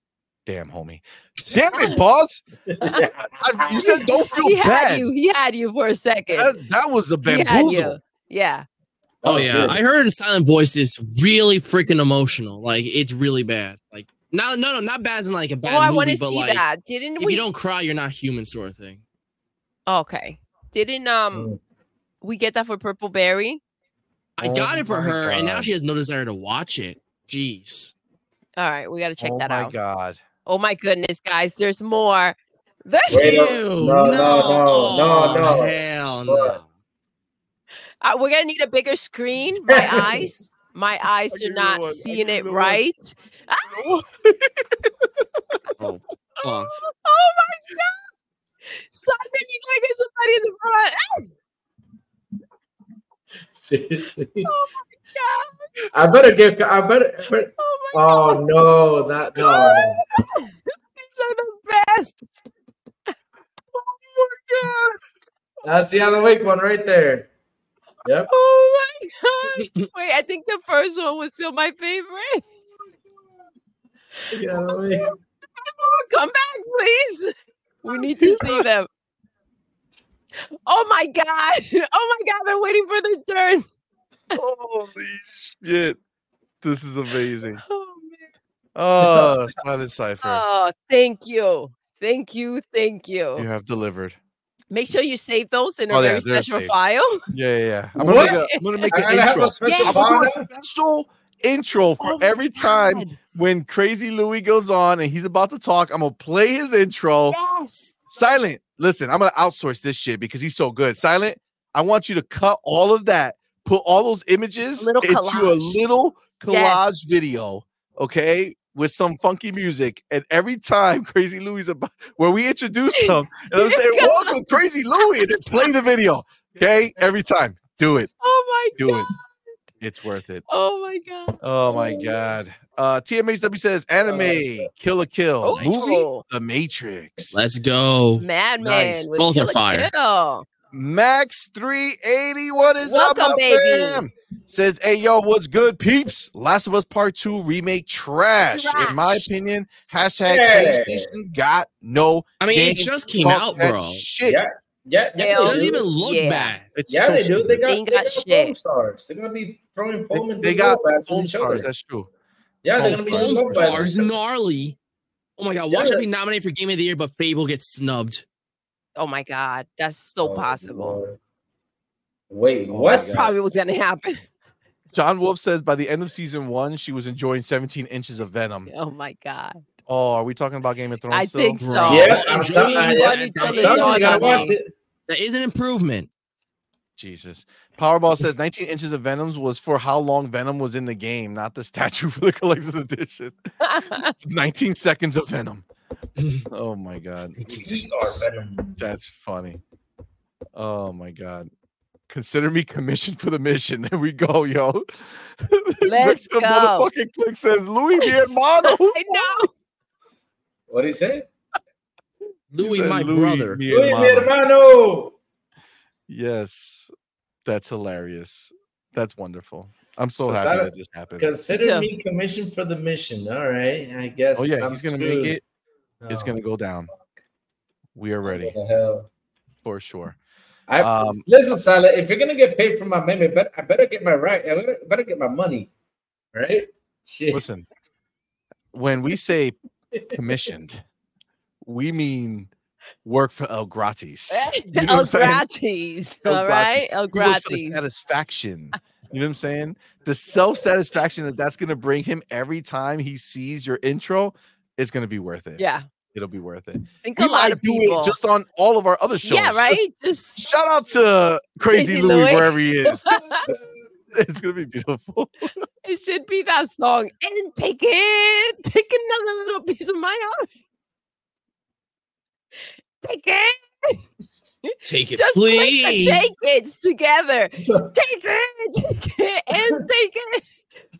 damn homie, damn it, boss. Oh, I- you said don't feel He had bad. you. He had you for a second. That, that was a he had bamboozle. you. Yeah. Oh yeah, I heard Silent Voice is really freaking emotional. Like it's really bad. Like not no no not bad as in like a bad oh, I want movie, to but see like that. Didn't if we? Oh, you don't cry, you're not human, sort of thing. okay. Didn't um Mm. we get that for Purple Berry? I Oh got it for my her, and now God. she has no desire to watch it. Jeez. All right, we got to check oh that my out. god. Oh my goodness, guys, there's more. There's Wait, more. no, no, no, no, Oh, no. Hell no. Look. Uh, we're gonna need a bigger screen. My eyes, my eyes give are you not one. I seeing give you it one. right. Oh, fuck. Oh my god! Simon, you gotta get somebody in the front. Seriously, Oh my I better get. I better. I better- god! Oh my oh no, that no. no. god! These are the best. That's the other week one right there. Yep. Oh my god! Wait, I think the first one was still my favorite. the Alawik. Oh, Come back, please. We need to see them. Oh my god! Oh my god! They're waiting for their turn. Holy shit. This is amazing. Oh man. Oh, silent cipher. Oh, thank you. Thank you. Thank you. You have delivered. Make sure you save those in a Oh, yeah, very they're special saved. file. Yeah, yeah, yeah. I'm gonna What? make a, I'm gonna make I an gotta have intro. a special Yes. I'm gonna box. do a special intro for Oh my every time God. when Crazy Louie goes on and he's about to talk. I'm gonna play his intro. Yes. Silent, listen, I'm gonna outsource this shit because he's so good. Silent, I want you to cut all of that, put all those images A little into a collage. little collage Yes. video, okay, with some funky music. And every time Crazy Louie's about where we introduce him, and I'm saying, Come Welcome, Crazy Louie, and then play the video. Okay, every time. Do it. Oh my Do god. it. It's worth it. Oh my god. Oh my Oh. god. Uh TMHW says anime, kill a kill, Oh, movie The Matrix. Let's go. Madman Nice. with Both are Kill la fire. Kill. Max 380. What is up, Welcome, my baby. fam? Says, hey yo, what's good, peeps? Last of Us Part 2 remake trash. In my Trash. opinion, hashtag Yeah. PlayStation got no I mean, it Dang, just came fuck out, that bro. Shit. Yeah, yeah, yeah. It Hell they doesn't do. even look yeah. bad. It's yeah, so they do. They stupid. They got, they ain't got, got foam shit. stars. They're gonna be throwing foam They- and they doing got foam Foam each other. stars, that's true. Yeah, Foam they're Oh, gonna be stars. doing Foam foam Stars, battles. gnarly. Oh my god, watch Yeah. it be nominated for Game of the Year, but Fable gets snubbed. Oh my god. That's so Oh, possible. Lord. Wait, Oh, what? That's probably what's gonna happen. John Wolf says by the end of season one, she was enjoying 17 inches of venom. Oh my god. Oh Oh, are we talking about Game of Thrones? I still? think Bro, so. Yeah, I'm I'm telling telling you, you, that- I'm that Something is you gotta something. watch it. That is an improvement. Jesus. Powerball says 19 inches of Venoms was for how long Venom was in the game, not the statue for the collector's edition. 19 seconds of Venom. Oh my God. We are venom. That's funny. Oh my God. Consider me commissioned for the mission. There we go, yo. Let's the go. motherfucking click says Louis Mano. I know. What do you say? Louis, my brother. Uy, mi hermano. Yes. That's hilarious. That's wonderful. I'm so So happy Sal- that this happened. Consider So- me commissioned for the mission. All right, I guess. Oh yeah, I'm he's gonna screwed. make it. It's Oh, gonna go down. We are ready What the hell? for sure. I, Um, listen, Salah. If you're gonna get paid for my meme, but I better get my right. I better, better get my money, right? Shit. Listen, when we say commissioned, we mean work for El Gratis. You know what I'm El saying? gratis. El All gratis. right. El He works for the gratis. satisfaction. You know what I'm saying? The self satisfaction that that's gonna bring him every time he sees your intro is gonna be worth it. Yeah. it'll be worth it. think We a lot might of do people. it just on all of our other shows. yeah, Just right. Just Shout out to Crazy, Crazy Louie Louie. wherever he is. it's gonna be beautiful. it should be that song. And take it, take another little piece of my heart. Take it, Take it, just click the please. take it's together. So- Take it, take it, and take it.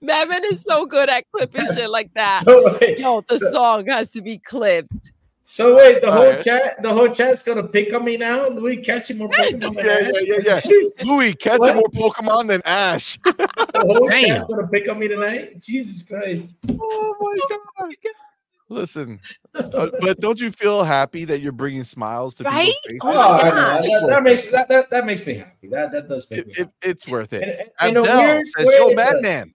Madman is so good at clipping shit like that. so wait, Yo, the so- song has to be clipped. so wait, the All whole right. chat, the whole chat's gonna pick on me now. Louis catching more Pokemon. than Yeah, Ash? yeah, yeah, yeah. Seriously, Louis catching What? more Pokemon than Ash. The whole Damn. chat's gonna pick on me tonight. Jesus Christ. Oh my god. Listen, uh, but don't you feel happy that you're bringing smiles to Right? people's faces? Oh my gosh. I know. Ah, That, that makes that, that that makes me happy. That that does make It- me it- happy. it's worth it. In- in a Abdel weird says, way, "Yo, it does. Madman,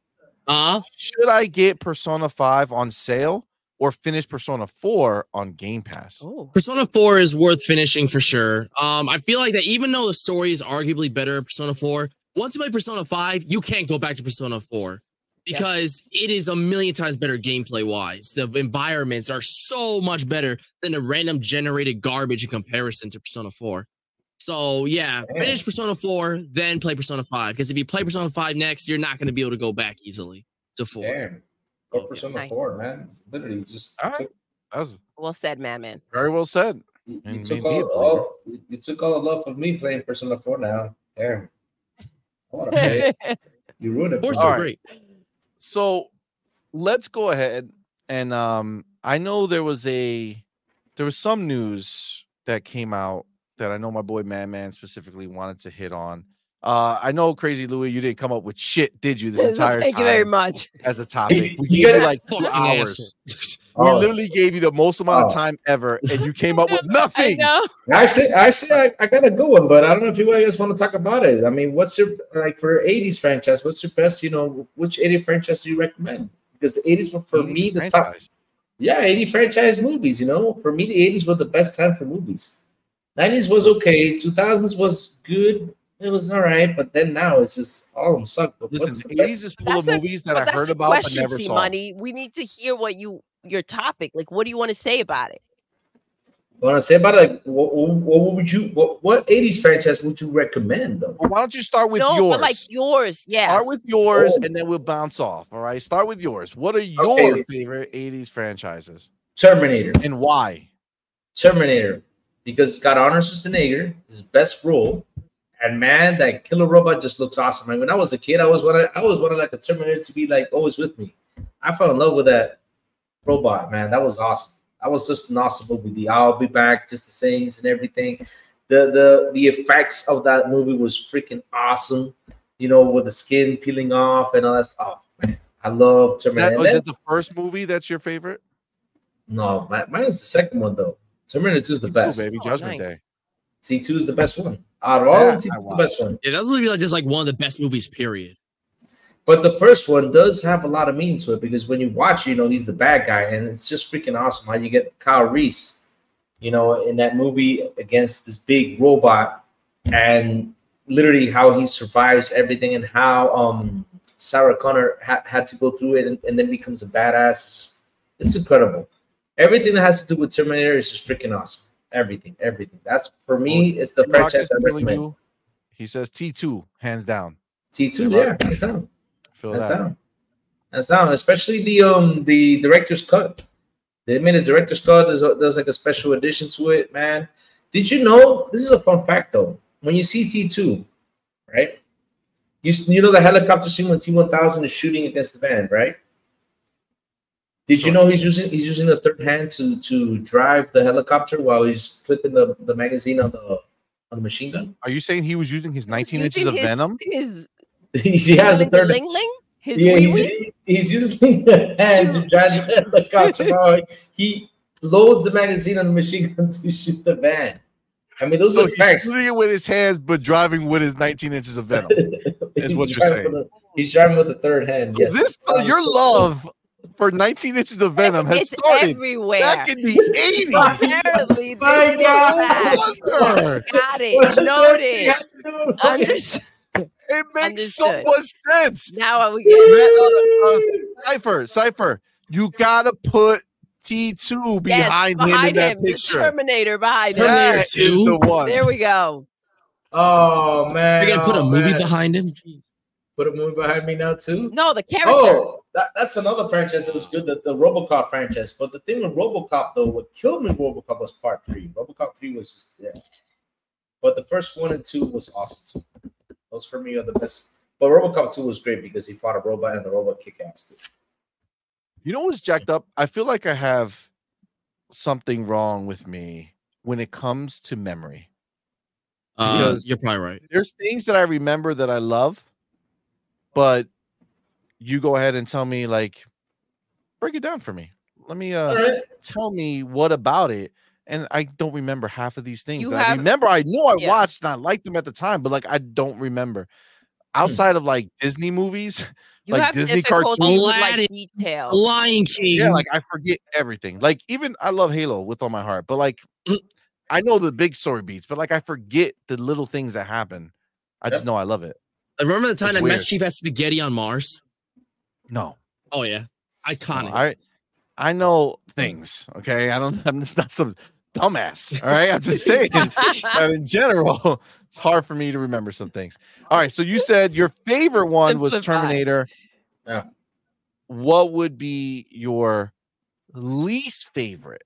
Uh, should I get Persona Five on sale or finish Persona Four on Game Pass?" Oh, Persona 4 is worth finishing for sure. Um, I feel like that even though the story is arguably better at Persona 4, once you play Persona 5, you can't go back to Persona 4 Yeah. because it is a million times better gameplay wise. The environments are so much better than the random generated garbage in comparison to Persona 4. So yeah, Damn. finish Persona 4, then play Persona 5. Because if you play Persona 5 next, you're not going to be able to go back easily to 4. Damn. Oh, Go yeah. Persona Nice. 4, man. It's Literally just All right. took, That was well said, Madman. very well said. you, you And took made me all, a believer. all you you took all the love of me playing Persona 4 now. Damn. What a Okay. man. you ruined it. for 4's me. so Alright. great. so let's go ahead and um i know there was a there was some news that came out that i know my boy madman specifically wanted to hit on uh i know crazy louie you didn't come up with shit did you this entire Thank time you very much. as a topic we You gave you gotta- like two Fuck hours hours. we Oh, literally gave you the most amount of Oh. time ever and you came up with I nothing know. Actually, actually, I, I got a good one, but I don't know if you guys want to talk about it. I mean, what's your like for '80s franchise? What's your best? You know, which '80 franchise do you recommend? Because the '80s were for me the top. Franchise. Yeah, 80 franchise movies, you know. For me, the 80s were the best time for movies. 90s was okay, 2000s was good, it was all right, but then now it's just all of them suck. But what's Listen, the the 80s best- is full of That's a- movies that But I that's heard a about but question, never saw. Money. We need to hear what you your topic. Like, what do you want to say about it? What I say about like what, what would you what, what 80s franchise would you recommend though? Well, why don't you start with no, yours? but like yours, yes. Start with yours, Oh. and then we'll bounce off. All right. Start with yours. What are your Okay. favorite '80s franchises Terminator. and why? Terminator. Because it's got Arnold Schwarzenegger, his best role. And man, that killer robot just looks awesome. Like when I was a kid, I was wanted I always wanted like a Terminator to be like always with me. I fell in love with that robot, man. That was awesome. That was just an awesome movie. The I'll be back, just the sayings and everything. The the the effects of that movie was freaking awesome. You know, with the skin peeling off and all that stuff. Oh, Man, I love Terminator. That, And was then- it the first movie that's your favorite? no, mi- mine is the second one though. Terminator 2 is the Ooh, best. baby, Oh, Judgment nice. Day. T2 is the best one. Out of all Yeah, I of T2 is the watched. best one. Yeah, that's really like just like one of the best movies, period. But the first one does have a lot of meaning to it because when you watch, you know, he's the bad guy, and it's just freaking awesome how you get Kyle Reese, you know, in that movie against this big robot, and literally how he survives everything and how um Sarah Connor ha- had to go through it and, and then becomes a badass. It's just it's incredible. Everything that has to do with Terminator is just freaking awesome. Everything, everything. That's for me, it's the You rock franchise it, I you really recommend. do. He says T2, hands down. T2, yeah, hands down. Feel That's that. down. That's down. Especially the um the director's cut. They made a director's cut. There's, a, there's like a special edition to it, man. Did you know? This is a fun fact though. When you see T two, right? You s- you know the helicopter scene when T one thousand is shooting against the van, right? Did you know he's using he's using the third hand to to drive the helicopter while he's flipping the, the magazine on the on the machine gun? Are you saying he was using his 19 Using inches of his- venom? His, he has a the third ling ling. His yeah, wee he's, wee. he's using the hand to Dude. drive the helicopter. out. He loads the magazine on the machine gun to shoot the van. I mean, those So are he's facts. shooting it with his hands, but driving with his 19 inches of venom. He's what you're driving saying. with the- he's driving with the third hand. Yes. This so your love for 19 inches of venom has it's started everywhere. back in the 80s. Apparently, this Oh My goes God. No wonder. back. Got What does it. that Noted. have to do with- Understood. It makes so Understood. much sense. Now we get Matt, uh, uh, Cipher, Cipher, you gotta put T2 yes, behind, him in behind that him, the picture. Terminator behind him. That is Terminator 2. the one. There we go. uh, Oh man! You're gonna put a oh, movie man. behind him? Jeez. Put a movie behind me now too. No, the character. Oh, that, that's another franchise that was good, the, the RoboCop franchise. But the thing with RoboCop, though, what killed me with RoboCop was Part Three. RoboCop Three was just yeah. But the first one and two was awesome too. Those for me are the best. But RoboCop Two was great because he fought a robot and the robot kick ass too. You know what's jacked up? I feel like I have something wrong with me when it comes to memory. Uh, Because- you're probably right. There's things that I remember that I love, but you go ahead and tell me, like, break it down for me. Let me uh All right, tell me what about it. And I don't remember half of these things. You that I have- remember I know I Yeah. watched and I liked them at the time, but like I don't remember. Hmm. Outside of like Disney movies, You like have Disney difficulty with cartoons. like The details. Lion King. Mm-hmm. yeah, like I forget everything. Like even I love Halo with all my heart, but like Mm. I know the big story beats, but like I forget the little things that happen. I just Yep. know I love it. I remember the time It's that weird. Master Chief had spaghetti on Mars. No, Oh yeah, no, iconic. I I know things. Okay, I don't. I'm just not some dumbass. All right, I'm just saying. that in general, it's hard for me to remember some things. All right, so you said your favorite one was Simplify. Terminator. Yeah. What would be your least favorite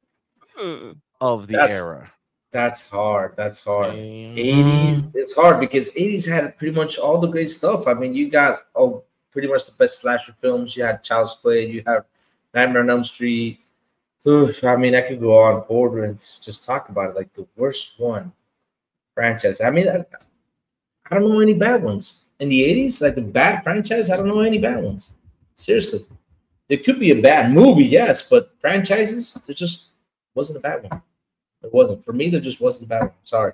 Hmm. of the That's- era? that's hard. That's hard. Eighties. 80s it's hard because 80s had pretty much all the great stuff i mean you got oh pretty much the best slasher films you had child's play you have nightmare on elm street Oof, i mean i could go on forward and just talk about it like the worst one franchise i mean i, I don't know any bad ones in the 80s like the bad franchise i don't know any bad ones seriously it could be a bad movie yes but franchises there just wasn't a bad one There wasn't for me there just wasn't a bad one sorry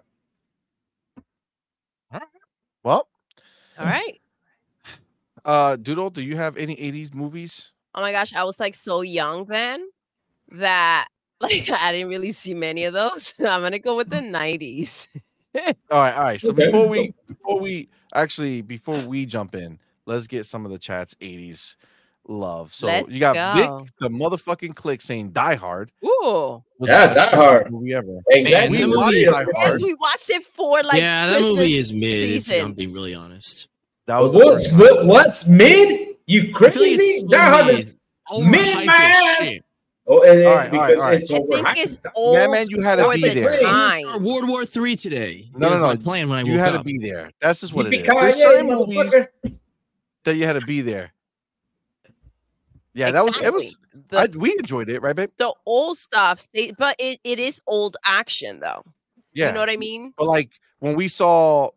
Well, All right. uh, Doodle, do you have any 80s movies? Oh my gosh, I was like so young then that like I didn't really see many of those. I'm gonna go with the Mm. 90s. All right, all right. So Okay. before we before we actually before we jump in, let's get some of the chat's 80s love. So Let's you got go. Vic, the motherfucking click saying Die Hard. Ooh. was the Yeah, best Die Christmas Hard. movie ever. Exactly. Man, we that watched movie is- Die Yes, Hard. we watched it for like yeah, that movie Christmas. is mid. If season. I'm being really honest. That was the What's first one. what, what's mid? You I feel like crazy? it's Die so Hard is- mid. Mid, Overhyped my as ass. shit. Oh, it is All right, all right, because all right. it's I over. think it's old. Yeah, man, you had to for be the there. I'm gonna start time. World War Three today. No, that was no, my no. plan when I You woke had to up. be there. That's just what it is. Yippee-ki-yay, There's certain movies motherfucker. that you had to be there. Yeah, that was it. Was The, I, we enjoyed it, right, babe? the old stuff, they, but it, it is old action though. Yeah. You know what I mean? But like when we saw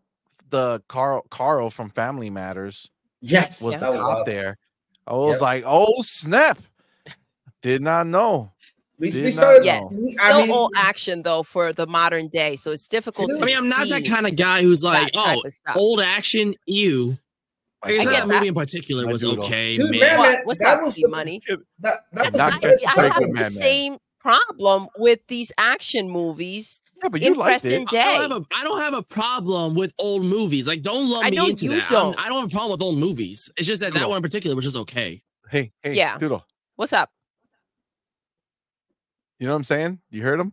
the Carl Carl from Family Matters Yes, was that the was cop awesome. there, I was Yep. like, oh snap! Did not know. We, Did we not started. know. Yes. we- Still I mean, old action though for the modern day, so it's difficult. I I to mean, I'm not that see kind of guy who's like, that oh, type of stuff. old action. Ew. Like, Like, I that get that. movie in particular I was do, though. okay, Dude, man. man, What- that- what's that up, was C some- money? That, that That's was Not I, just I like have with the Mad Men. same problem with these action movies. yeah, but you liked Impressing it. I don't, day. have a, I don't have a problem with old movies. Like, don't lump I me know into you that. I'm- don't. I don't have a problem with old movies. It's just that No. that one in particular was just okay. Hey, hey, Yeah. Doodle. What's up? You know what I'm saying? You heard him?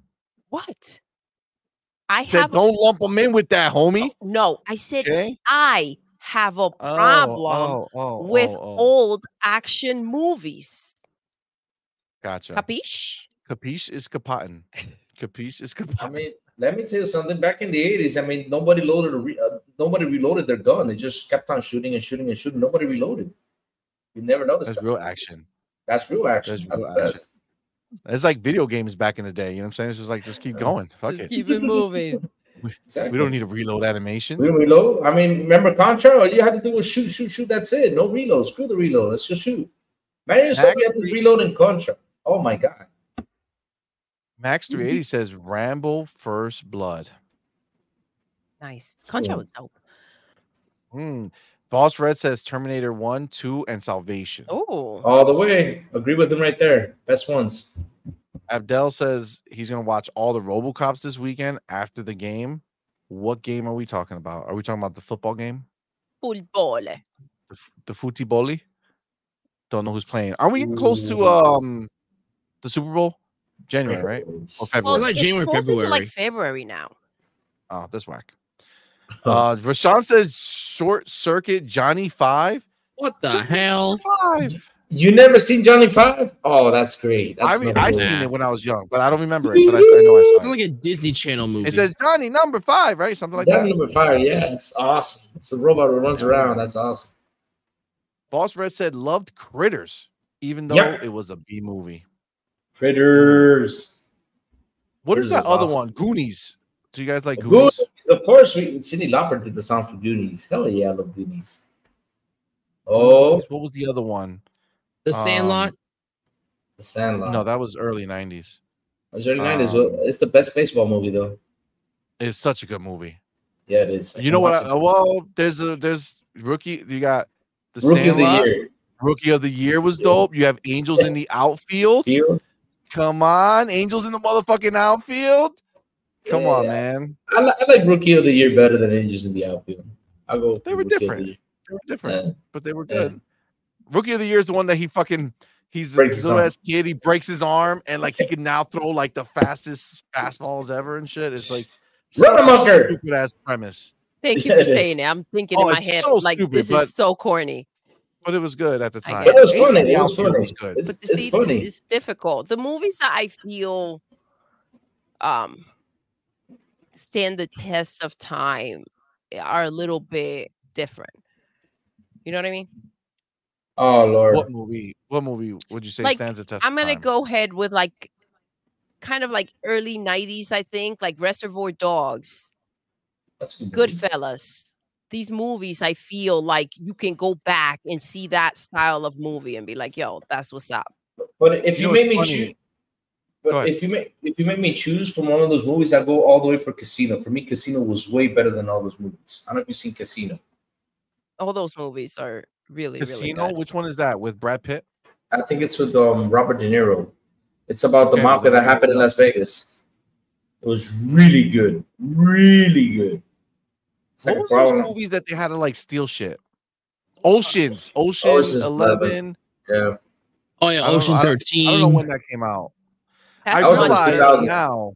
What? I Said have a- Oh, don't lump him in with that, homie. no. I said Okay. I have a Oh, problem oh, oh, with oh, oh. old action movies. Gotcha. Capiche? Capiche is capotin. Capiche is I capotin. mean, let me tell you something. Back in the eighties, I mean, nobody loaded, a re- uh, nobody reloaded their gun. They just kept on shooting and shooting and shooting. Nobody reloaded. You never noticed That's that. real action. That's real action. That's That's, real the action. best. It's like video games back in the day. You know what I'm saying? It's just like just keep Uh, going. Fuck Just it. Keep it moving. Exactly. We don't need a reload We animation. don't reload. I mean, remember Contra? All you had to do was shoot, shoot, shoot. That's it. No reload. Screw the reload. Let's just shoot. Man, yourself, you have to Actually- reload in Contra. Oh my god. Max 380 says Rambo First Blood. nice. Contra So- was dope. Hmm. Boss Red says Terminator 1, 2, and Salvation. Oh, All the way. Agree with him right there. Best ones. Abdel says he's going to watch all the Robocops this weekend after the game. What game are we talking about? Are we talking about the football game? football. The, f- the Futiboli? Don't know who's playing. Are we getting close to um the Super Bowl? January, right? Or Well, February. like it's January, closer to February. like February now. Oh, that's whack. Oh. Uh, Rashawn says short circuit Johnny five. What the hell? Five. You never seen Johnny Five? Oh, that's great. That's I mean, nothing I but- seen it when I was young, but I don't remember it. But I, I know I It's saw it. like a Disney Channel movie. It says Johnny number five, right? Something like That that. number five, yeah, it's awesome. It's a robot that runs around. That's awesome. Boss Red said loved Critters, even though Yeah. it was a B movie. Critters. What is Critters that was other awesome. one? Goonies. Do you guys like Goonies? Goonies. Of course, we Cindy Lauper did the song for Goonies. Hell yeah, I love Goonies. Oh, What was the other one? the Sandlot. Um, The Sandlot. No, that was early '90s. It was early 90s. um, Well, It's the best baseball movie though. It's such a good movie. Yeah, it is. I You can know what? watch I, it. well, there's a there's rookie. You got the Rookie of the Sandlot. year. Rookie of the year was Yeah. dope. You have Angels in the outfield. Field. Come on, Angels in the motherfucking outfield. Come on, Yeah. man. I, li- I like Rookie of the Year better than Angels in the Outfield. I go. They were Rookie of the different. Year. They were different, Yeah. but they were Yeah. good. Rookie of the year is the one that he fucking he's a Breaks his little arm. ass kid. He breaks his arm and like he can now throw like the fastest fastballs ever and shit. It's like Run such a amok her. stupid ass premise, Thank you Yeah, for it saying is. it. I'm thinking Oh, in my it's head, so like stupid, this but- is so corny. but it was good at the I time. guess. It was Angels in funny. the It was Outfield funny. was good. It's, But to it's see funny. this is difficult. The movies that I feel um stand the test of time eh, are a little bit different. You know what I mean? oh Lord. What movie? What movie would you say Like, stands the test? I'm of gonna time? go ahead with like kind of like early 90s, I think, like Reservoir Dogs, That's a movie. Goodfellas. These movies, I feel like you can go back and see that style of movie and be like, yo, that's what's up. But if You you, know, made it's me funny. choose, Go but ahead. if you make if you make me choose from one of those movies, I go all the way for Casino. For me, Casino was way better than all those movies. I don't know if you've seen Casino. All those movies are really, Casino. really good. Which one is that with Brad Pitt? I think it's with um, Robert De Niro. It's about the Okay, mafia well, that happened in Las Vegas. It was really good, really good. It's like what a was problem. those movies that they had to like steal shit? Oceans, Ocean Ocean's Eleven. Eleven, Yeah. Oh yeah, I don't- Ocean I don't- I Thirteen. don't know when that came out. That's I That was like fun. realize 2000. now.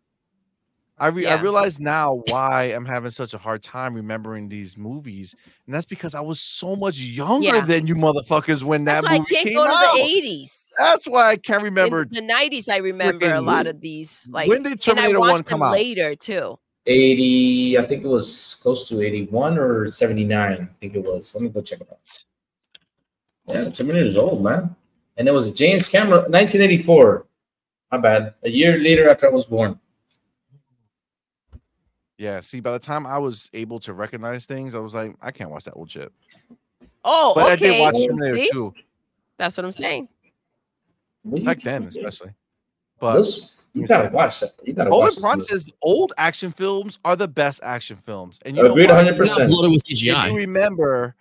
I, re- I Yeah. realize now why I'm having such a hard time remembering these movies, and that's because I was so much younger Yeah. than you motherfuckers when that That's why I movie can't came go to out. the 80s. That's why I can't In remember. the 90s, I remember a freaking lot of these. Like, when did and I Terminator One watched come them out? later too. 80, I think it was close to 81 or 79. I think it was. Let me go check it out. Yeah, Terminator's old, man. And it was James Cameron, 1984. My bad. A year later after I was born. Yeah. See, by the time I was able to recognize things, I was like, I can't watch that old shit. Oh, But I okay. did watch well, Terminator see? Two That's what I'm saying. back then, especially. But Those, you gotta watch that. You gotta watch Owen this Prime movie. says old action films are the best action films, and you know Agreed why? 100%. Loaded with If you CGI. remember,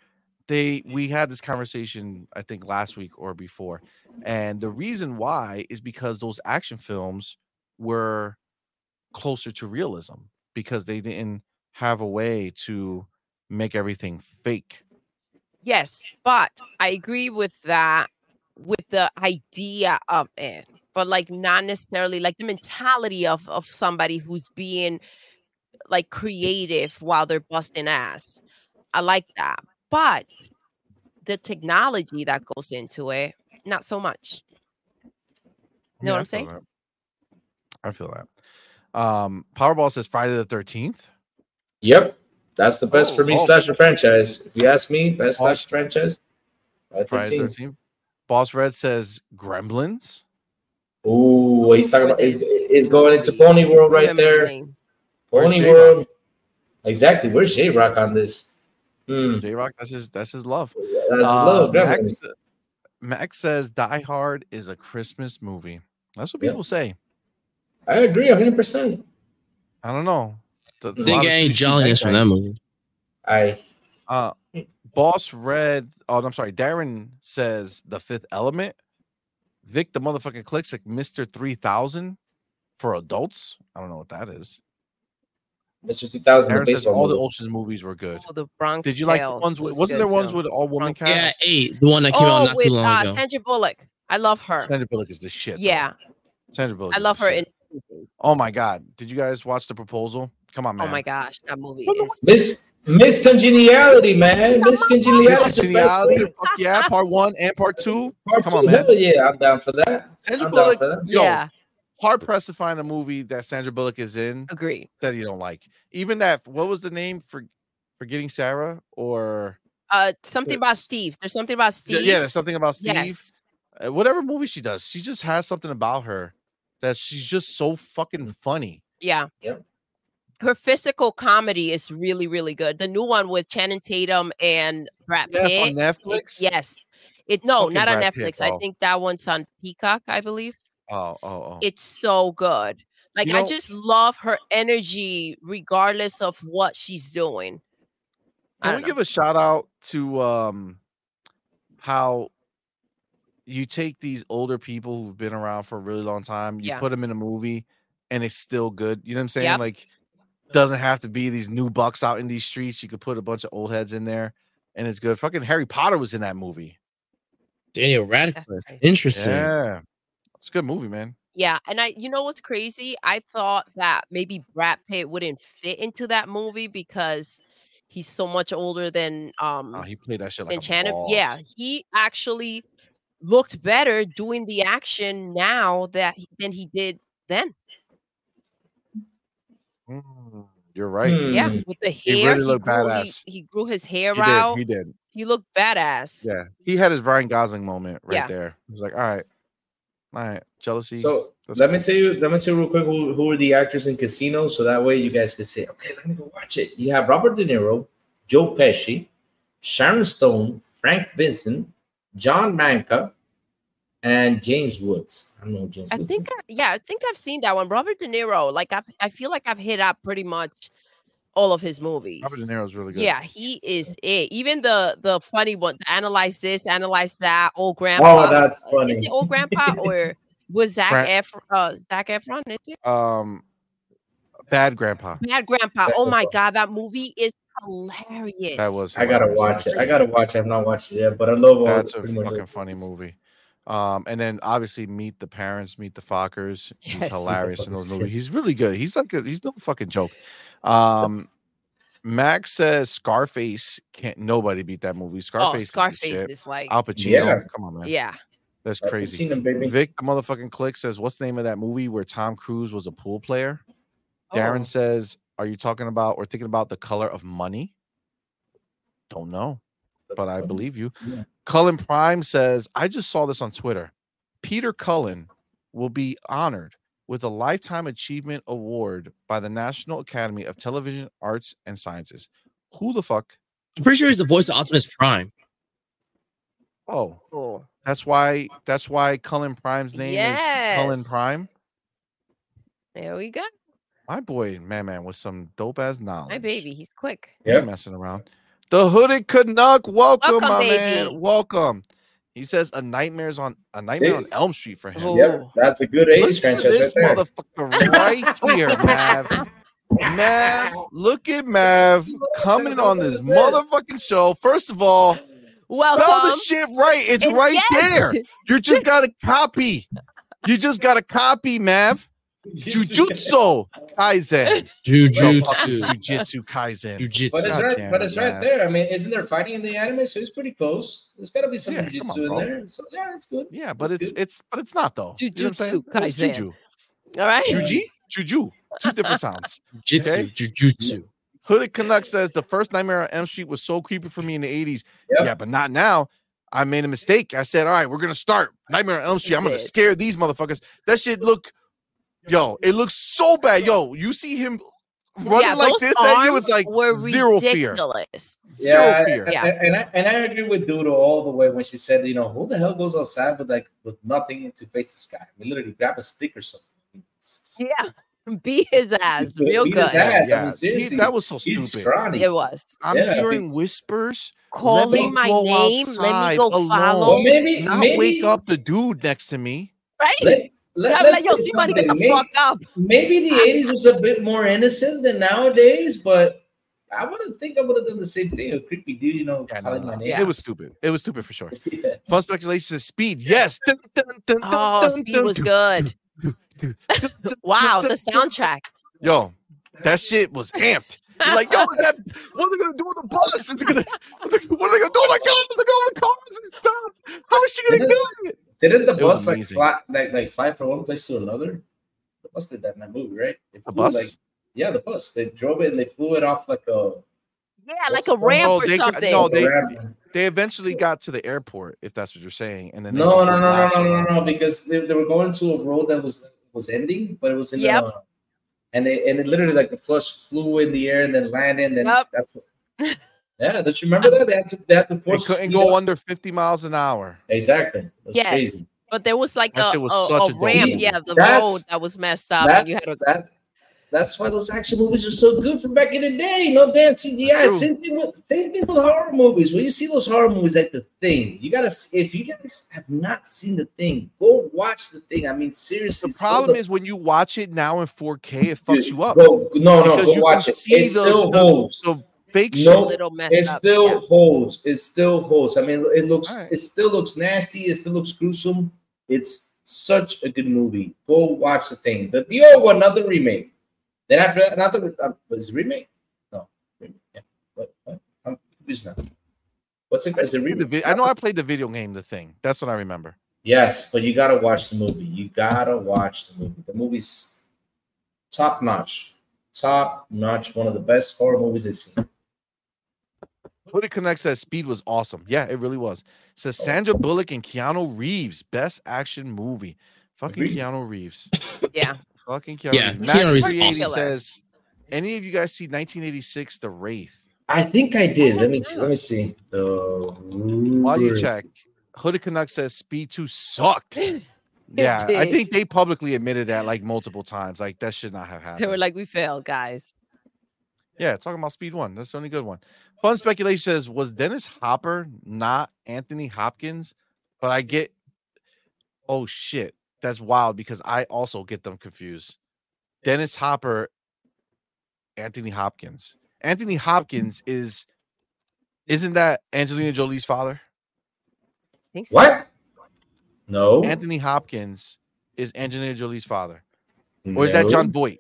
they we had this conversation I think last week or before, and the reason why is because those action films were closer to realism because they didn't have a way to make everything fake. Yes, but I agree with that, with the idea of it, but like not necessarily like the mentality of of somebody who's being like creative while they're busting ass. I like that, but the technology that goes into it, not so much. Yeah, Know what I I'm feel saying? that. I feel that. Um, Powerball says Friday the Thirteenth. Yep. That's the best Oh, for me oh. slasher franchise. If you ask me, best Oh. slasher franchise. I Friday the 13. Thirteenth. Boss Red says Gremlins. Ooh, he's talking about is is going into Pony World right Remember the there. name. Where's Pony J-Rock? World. Exactly. Where's J Rock on this? Hmm. J Rock, that's his that's his love. That's Uh, love. Max, Gremlins. Max says Die Hard is a Christmas movie. That's what Yeah. people say. I agree 100%. I don't know. The, the Think lot I of ain't sushi jolliness from night that movie. I night. Uh, Boss Red. Oh, I'm sorry. Darren says The Fifth Element. Vic the motherfucking clicks like Mr. 3000 for adults. I don't know what that is. Mr. 2000 the Darren says baseball all the movie. Ocean's movies were good. Oh, the Bronx. Did you like the Tale ones with, was wasn't good, there ones too. with all woman Bronx Tale. cast? Yeah, eight. The one that came out oh, not with too long uh, ago. Sandra Bullock. I love her. Sandra Bullock is the shit. though. yeah, Sandra Bullock. I is love the her shit. in. Oh my god! Did you guys watch the proposal? Come on, man. Oh my gosh, that movie Well, the is. Miss Miss Congeniality, man. Miss Congeniality. Miss the best Congeniality, one. fuck yeah, part one and part two. Part Come on, two. man. Hell yeah, I'm down for that. Sandra I'm down Bullock, for that. yo, Yeah, hard pressed to find a movie that Sandra Bullock is in agree. that you don't like. Even that, what was the name for Forgetting Sarah or Uh, something about Steve. There's something about yeah, Steve. yeah, there's something about Steve. Yes. Uh, Whatever movie she does, she just has something about her that she's just so fucking funny. Yeah. Yep. Her physical comedy is really, really good. The new one with Channing Tatum and Brad Pitt. Yes, on Netflix. It's, yes. It no, Fucking not on Brad Pitt, Netflix. I bro. think that one's on Peacock, I believe. Oh, oh, oh. It's so good. Like You I know- just love her energy, regardless of what she's doing. I Can don't we know. give a shout out to um how you take these older people who've been around for a really long time, you Yeah. put them in a movie and it's still good. You know what I'm saying? Yep. Like doesn't have to be these new bucks out in these streets. You could put a bunch of old heads in there and it's good. Fucking Harry Potter was in that movie. Daniel Radcliffe. crazy. Interesting. Yeah. It's a good movie, man. Yeah, and I, you know what's crazy? I thought that maybe Brad Pitt wouldn't fit into that movie because he's so much older than um Oh, he played that shit like than a Channing. boss. Yeah, he actually looked better doing the action now that he, than he did then. Mm, you're right. Yeah, Hmm. with the hair, He really looked grew, badass. He, he grew his hair He out. did. He did. He, looked badass. Yeah. He had his Ryan Gosling moment right Yeah. there. He was like, all right. All right. Jealousy. So That's let cool. me tell you, let me tell you real quick who, who are the actors in Casino, so that way you guys can say, okay, let me go watch it. You have Robert De Niro, Joe Pesci, Sharon Stone, Frank Vincent, John Manca, and James Woods. I don't know who James. I Woods think, is. I, yeah, I think I've seen that one. Robert De Niro. Like I, I feel like I've hit up pretty much all of his movies. Robert De Niro's really good. Yeah, he is it. Even the the funny one, the analyze this, analyze that. Old grandpa. Oh, that's Uh, funny. Is it old grandpa or was Zach Gra- Efron? Uh, Zach Efron? Is it Um, bad grandpa. bad grandpa? Zac Oh my Efron. god, that movie is hilarious. That was. I gotta hilarious, watch it. I actually. gotta watch it. I've not watched it yet, but I love all That's a pretty much all fucking the funny movies. movie. Um, and then obviously meet the parents, meet the Fockers. He's Yes. hilarious in those movies. He's really good. He's Yes. like a, he's no fucking joke. Um, Max says Scarface can't nobody beat that movie. Scarface, oh, is the Scarface shit. is like, Al Pacino. Yeah. Come on, man. yeah, That's Al crazy. Pacino, baby. Vic motherfucking click says, What's the name of that movie where Tom Cruise was a pool player? Darren Oh. says, Are you talking about or thinking about the color of money? Don't know, but I believe you. Yeah. Cullen Prime says, I just saw this on Twitter. Peter Cullen will be honored with a Lifetime Achievement Award by the National Academy of Television Arts and Sciences. Who the fuck? I'm pretty sure he's the voice of Optimus Prime. Oh, that's why that's why Cullen Prime's name is Cullen Yes. Prime. There we go. My boy, man, man, with some dope ass knowledge. My baby, he's quick. He ain't Yep. messing around. The hooded Canuck, welcome, Welcome, my baby. man, welcome. He says a nightmare's on a nightmare See? on Elm Street for him. Oh, Yep, that's a good Look age at franchise this right there. motherfucker right here, Mav. Mav, look at Mav coming on this motherfucking show. First of all, spell Welcome. the shit right. It's And right yes, there. You just got to copy. You just got to copy, Mav. Jujutsu Kaisen. Jujutsu. Jujutsu Kaisen. But it's Jujutsu. God right, damn but it, it's right man. there. I mean, isn't there fighting in the anime? So it's pretty close. There's got to be some Yeah, come jujitsu on, in bro. there. So yeah, it's good. Yeah, but That's it's good. it's but it's not though. Jujutsu Kaisen. Juju. All right. Juji? Juju. Two different sounds. Jujutsu. Jujutsu. Hooded Canuck says the first nightmare on M Street was so creepy for me in the 80s. Yep. Yeah, but not now. I made a mistake. I said, all right, we're gonna start Nightmare on Elm Street. I'm gonna did. scare these motherfuckers. That shit look yo, it looks so bad. Yo, you see him running yeah, like those this at you, arms it's like were zero fear. ridiculous. Zero Yeah, fear. And- Yeah. And, I and I agree with Doodle all the way when she said, you know, who the hell goes outside with like with nothing to face the sky? I mean, literally grab a stick or something. It's just- Yeah. Beat his ass Beat real his good. ass. Yes, I mean, He- seriously, that was so He's stupid. scrawny. It was. I'm Yeah, I hearing whispers. Calling my go name. Let outside me go alone. Well, follow. maybe, Not maybe wake up the dude next to me. Right? Let's, let, I'm us like, yo, somebody get the maybe, fuck up. maybe the '80s was a bit more innocent than nowadays, but I wouldn't think I would have done the same thing. A creepy dude, you know, Yeah, no, calling no, my no. name. It was stupid. It was stupid for sure. Yeah. Fun speculation is speed. Yes. Dun, dun, dun, dun, Oh, dun, Speed dun, was dun, good. dun, dun, dun, dun, Wow, dun, the dun, dun. soundtrack. Yo, that shit was amped. You're like, yo, is that what are they gonna do with the bus? Is it gonna what are they gonna do? Oh my god, look at all the cars and stuff. How is she gonna do it? Didn't the It was bus like amazing. fly, like like fly from one place to another? The bus did that in that movie, right? It The flew, bus? like- yeah, the bus. They drove it and they flew it off like a. Yeah, What's like a the- ramp No, or they got- something. no, they- ramp. They eventually got to the airport, if that's what you're saying. And then they no, just no, no, did no, laps no, no, around. no, because they, they were going to a road that was was ending, but it was in Yep. the, and they and it literally like the flush flew in the air and then landed, and then Yep. that's what. Yeah, don't you remember that? They had to they had to They force couldn't speed go up. under 50 miles an hour. Exactly. It was Yes. crazy. But there was like That a, shit was a- such a a ramp, disease. yeah, the road That's- that was messed up. and That's you had to, that, that's why those action movies are so good from back in the day. No damn CGI. That's true. Same thing with same thing with horror movies. When you see those horror movies, like the thing, you gotta s- if you guys have not seen the thing, go watch the thing. I mean, seriously. The it's problem hold is when you watch it now in 4K, it up. fucks you up. Go, no, no, because go you watch can it. see It the- still the- holds. So fake No, shit. a little messed It up. still yeah. holds. It still holds. I mean, it looks. Alright. It still looks nasty. It still looks gruesome. It's such a good movie. Go watch the thing. The, the old one, not the remake. Then after that, not the uh, was it remake. No, remake. Yeah. What, what? I'm confused now. What's it? Is it The remake? vi- I know I played the video game, the thing. That's what I remember. Yes, but you gotta watch the movie. You gotta watch the movie. The movie's top notch. Top notch. One of the best horror movies I've seen. What it connects says speed was awesome. Yeah, it really was. Says Sandra Bullock and Keanu Reeves, best action movie. Fucking Agreed. Keanu Reeves. Yeah. Fucking Keanu Yeah, Reeves. Keanu Max Reeves is 380 awesome. says, any of you guys see 1986 The Wraith? I think I did. I Let me don't know. let me see. The While you check, Hooded Canuck says Speed 2 sucked. Yeah, I did. think they publicly admitted that like multiple times. Like that should not have happened. They were like, we failed, guys. Yeah, talking about speed one. That's the only good one. Fun speculation says was Dennis Hopper not Anthony Hopkins? But I get oh shit. That's wild because I also get them confused. Dennis Hopper, Anthony Hopkins. Anthony Hopkins is isn't that Angelina Jolie's father? I think so. What? No. Anthony Hopkins is Angelina Jolie's father, or is that No. John Voight?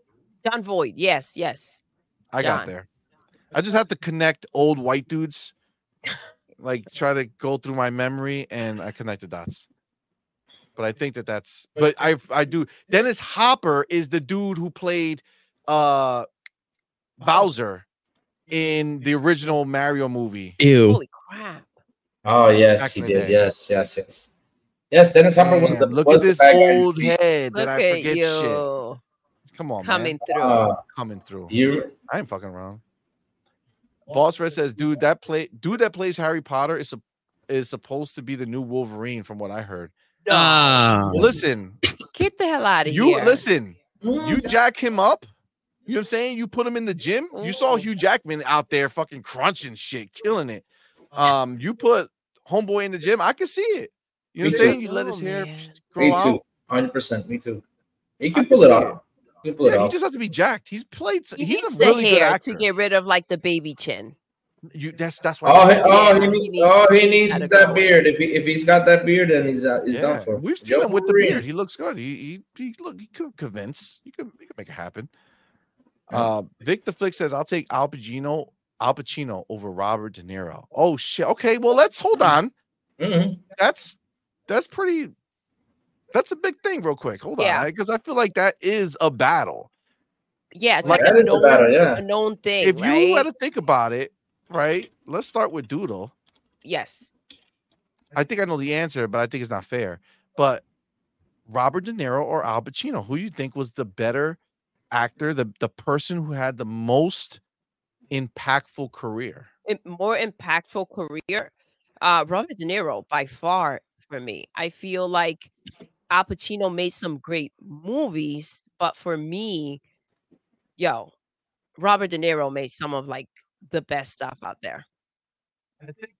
John Void. Yes, yes. I got John. there. I just have to connect old white dudes, like try to go through my memory, and I connect the dots. But I think that that's. But I I do. Dennis Hopper is the dude who played uh Bowser in the original Mario movie. Ew. Holy crap. Oh yes, Back he in the did. day. Yes, yes, yes. Yes, Dennis Hopper was the Damn, look was at the this bad guy. old head that Look I at forget you shit. Come on, man. coming through. Uh, coming through. you I ain't fucking wrong. Boss Red says, "Dude, that play dude that plays Harry Potter is sup- is supposed to be the new Wolverine, from what I heard." Ah. Listen, Get the hell out of you here. listen, you Mm, jack him up. You know what I'm saying? You put him in the gym. You saw Mm. Hugh Jackman out there fucking crunching shit, killing it. Um, you put homeboy in the gym. I could see it. You know Me what I'm too. saying? You let his Oh, hair man. grow me out. too. Hundred percent. Me too. You I can can pull it see off. You can pull it Yeah, he off. just has to be jacked. He's played. s- He He's needs a really the good hair actor. to get rid of like the baby chin. you, that's that's why. All I Oh, he, like him. all, he Yeah, needs, he all he needs- needs he's is gotta that grow it. beard. If he, if he's got that beard, then he's uh, he's done Yeah, for. We've seen Yo, him with the beard. Wolverine. He looks good. He he, he look he could convince. He could he could make it happen. Yeah. Uh, Vic the Flick says, "I'll take Al Pacino, Al Pacino over Robert De Niro." Oh shit. Okay, well let's Hmm. hold on. Mhm. That's that's pretty. That's a big thing. Real quick, hold Yeah. on, because I feel like that is a battle. Yeah, it's Like, like, That a, is a known, battle. Yeah. a known thing, if right? you had to think about it, right? Let's start with Doodle. yes. I think I know the answer, but I think it's not fair. But Robert De Niro or Al Pacino, who you think was the better actor, the, the person who had the most impactful career? im- more impactful career, uh, Robert De Niro by far for me. I feel like Al Pacino made some great movies, but for me, yo, Robert De Niro made some of like the best stuff out there. I think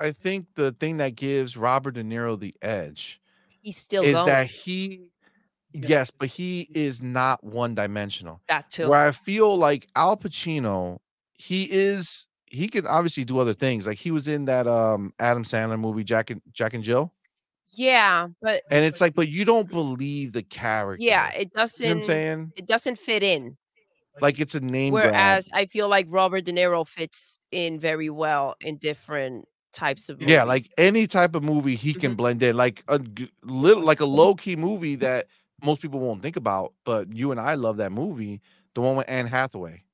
I think the thing that gives Robert De Niro the edge He's still is going. that That, he yes, but he is not one dimensional. too. Where I feel like Al Pacino, he is he can obviously do other things. Like he was in that um Adam Sandler movie Jack and Jack and Jill. Yeah, but And it's like, but you don't believe the character. yeah, it You know what I'm doesn't. saying? It doesn't fit in. Like it's a name grab. Whereas I feel like Robert De Niro fits in very well in different types of movies. Yeah, like any type of movie he can blend in. Like a g- little like a low key movie that most people won't think about, but you and I love that movie, the one with Anne Hathaway.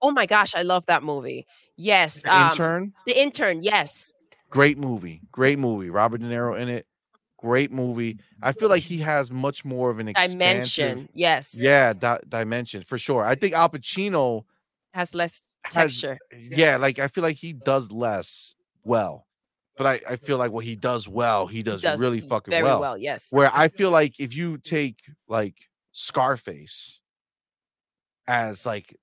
oh my gosh, I love that movie. Yes, The um, Intern, The intern, yes. great movie. Great movie. Robert De Niro in it. Great movie. I feel like he has much more of an expansive- Dimension, yes. Yeah, di- dimension for sure. I think Al Pacino Has less Has- texture. yeah, like I feel like he does less well, but I, I feel like what he does well, he He does, really l- fucking very well. Yes. Where I feel like if you take like Scarface as like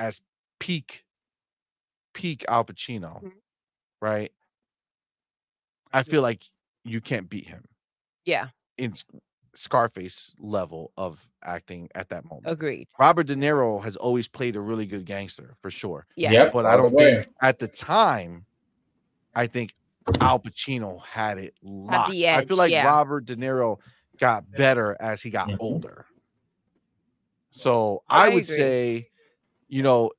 as peak peak Al Pacino, Mhm. right? I feel like you can't beat him yeah. in S- Scarface level of acting at that moment. Agreed. Robert De Niro has always played a really good gangster for sure Yeah. Yep, but I all the don't way. think at the time, I think Al Pacino had it locked. I edge, feel like yeah. Robert De Niro got better as he got Mhm. older. So I I, would agree. say, you know,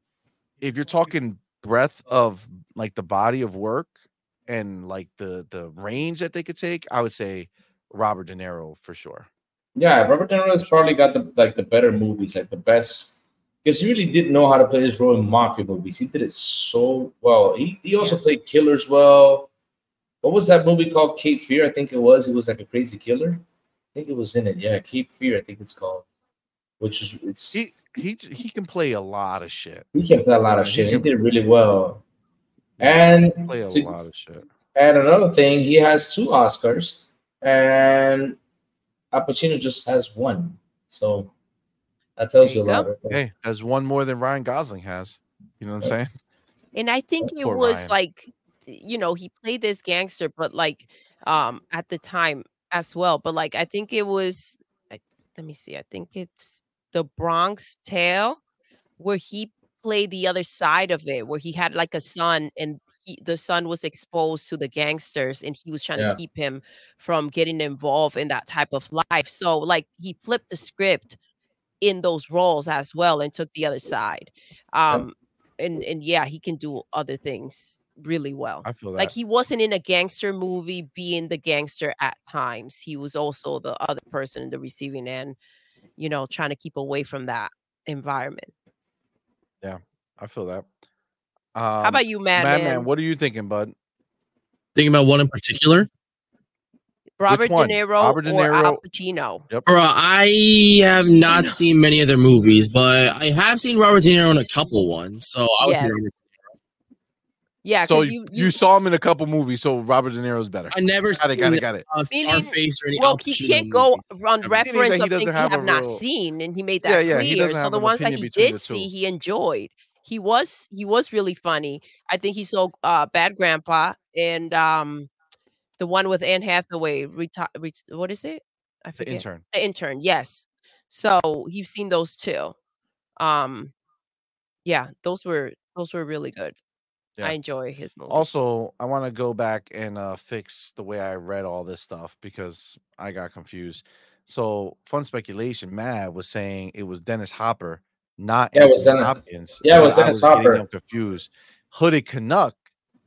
if you're talking breadth of like the body of work and like the the range that they could take, I would say Robert De Niro for sure. Yeah, Robert De Niro has probably got the like the better movies, like the best, because he really did know how to play his role in mafia movies. He did it so well. He he also played killers well. What was that movie called? Cape Fear, I think it was. He was like a crazy killer. I think it was in it. Yeah, Cape Fear, I think it's called. Which is it's He he, he he can play a lot of shit. can play a lot of He shit. He can- did really well. And Play a to- lot of shit. and another thing, he has two Oscars, and Al Pacino just has one. So that tells There you a you lot. go. right there. Hey, that's one more than Ryan Gosling has. You know what I'm saying? And I think That's it poor was Ryan. like, you know, he played this gangster, but like, um, at the time as well. But like, I think it was. I, let me see. I think it's the Bronx Mm. Tale, where he played the other side of it, where he had like a son, and he, the son was exposed to the gangsters and he was trying Yeah. to keep him from getting involved in that type of life. So like he flipped the script in those roles as well and took the other side. Um and and yeah, he can do other things really well. I feel that. Like he wasn't in a gangster movie being the gangster at times. He was also the other person in the receiving end, you know, trying to keep away from that environment. I feel that. Um, How about you, Madman? Madman? what are you thinking, bud? Thinking about one in particular. Robert De, one? Niro Robert De or Al Niro- Pacino? Bro, I have not seen many of their movies, but I have seen Robert De Niro in a couple ones. So I would say Yes. Robert- Yeah, So 'cause you, you saw him in a couple movies, so Robert De Niro's better. I never Got it, seen got it, got it. uh, Meaning- Scarface or any well, Al he Pacino can't go movies. on Ever. Meaning that reference he of doesn't things he have a have not real- seen, and he made Yeah, that yeah, he clear. doesn't So have the an ones that opinion he between did the see, two. he enjoyed. He was he was really funny. I think he saw uh, Bad Grandpa and um, the one with Anne Hathaway. Reti- re- what is it? I The forget. intern. the intern yes so you've seen those two um yeah those were those were really good Yeah. i enjoy his movies Also, I want to go back and uh, fix the way I read all this stuff because I got confused. So, fun speculation. Mad was saying it was Dennis Hopper, not Yeah, it was Anthony Dennis- Hopkins. yeah, it was but I Dennis was getting Hopper. them confused. Hooded Canuck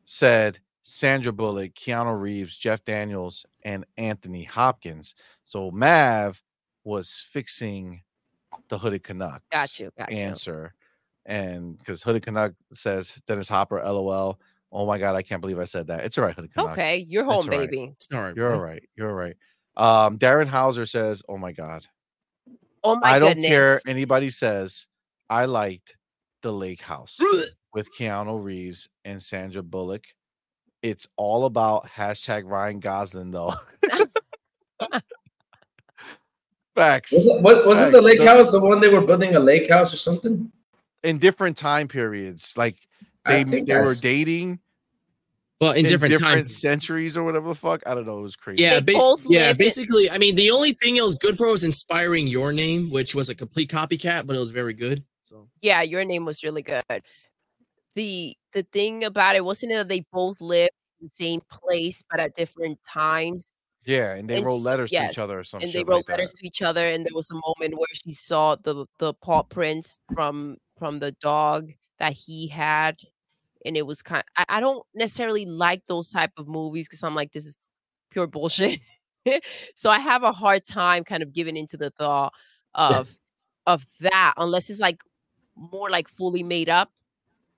said Sandra Bullock, Keanu Reeves, Jeff Daniels, and Anthony Hopkins. So Mav was fixing the Hooded Canucks got you got you answer. And because Hooded Canuck says Dennis Hopper, LOL. Oh my God, I can't believe I said that. It's all right, Hooded Canuck. okay you're That's home right. baby Sorry, You're bro. all right. You're all right. Um, Darren Hauser says, Oh my God. oh my I don't goodness care anybody says I liked the lake house with Keanu Reeves and Sandra Bullock. It's all about hashtag Ryan Gosling though. Facts Was it, what, wasn't the Nice. lake The- house the one they were building a lake house or something? in different time periods, like I they think they I were s- dating But in, different, times. centuries or whatever the fuck. I don't know. It was crazy. Yeah, They ba- both live yeah. in- Basically, I mean, the only thing it was good for was inspiring your name, which was a complete copycat, but it was very good. So yeah your name was really good the the thing about it wasn't it that they both lived in the same place but at different times yeah, and they and wrote s- letters to yes, each other or something. and they wrote letters to each other and there was a moment where she saw the the paw prints from from the dog that he had and it was kind I, I don't necessarily like those type of movies because i'm like this is pure bullshit so i have a hard time kind of giving into the thought of of that unless it's like more like fully made up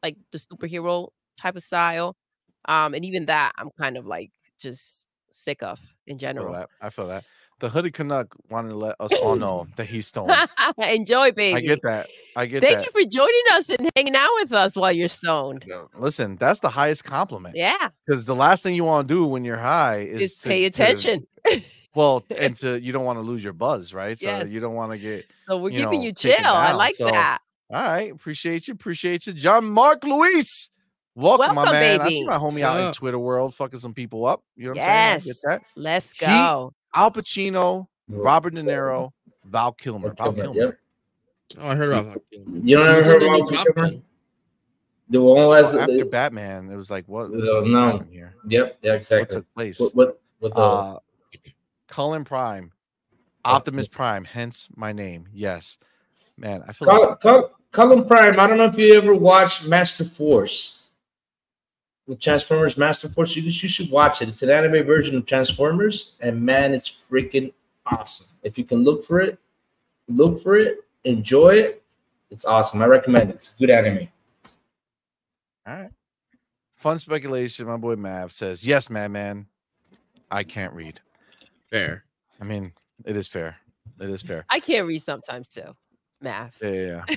like the superhero type of style um and even that i'm kind of like just sick of in I feel general that. I feel that. The hooded Canuck wanted to let us all know that he's stoned. Enjoy, baby. I get that. I get Thank that. you for joining us and hanging out with us while you're stoned. No, Listen, that's the highest compliment Yeah, because the last thing you want to do when you're high is just to- pay to- attention. well, and to you don't want to lose your buzz, right? So Yes. you don't want to get so we're you giving know, you taken chill. I down, like so that. all right. Appreciate you. Appreciate you, John Mark Luis. Welcome, my Welcome, man. I see baby. my homie out in Sup? Twitter world fucking some people up. You know what I'm saying? yes, I get that. let's He- go. Al Pacino, Robert De Niro, Val Kilmer. Val Kilmer, Kilmer. yep. oh, I heard about Val Kilmer. You don't He ever was heard in the new about Val Top Kilmer? Gun. The one was Well, after the- Batman, it was like what? Uh, what's no. happened here? Yep, yeah, What exactly. took place? What what, what the uh, Cullen Prime, Optimus yes. Prime, hence my name. Yes, man, I feel like Col- Col- Colin Prime, I don't know if you ever watched Master Force. The Transformers Master Force, you, you should watch it. It's an anime version of Transformers, and man, it's freaking awesome. If you can look for it, look for it, enjoy it. It's awesome. I recommend it. It's a good anime. all right. Fun speculation. My boy Mav says, "Yes, Madman, I can't read." Fair. I mean, it is fair. It is fair. I can't read sometimes too. Math. Yeah, yeah,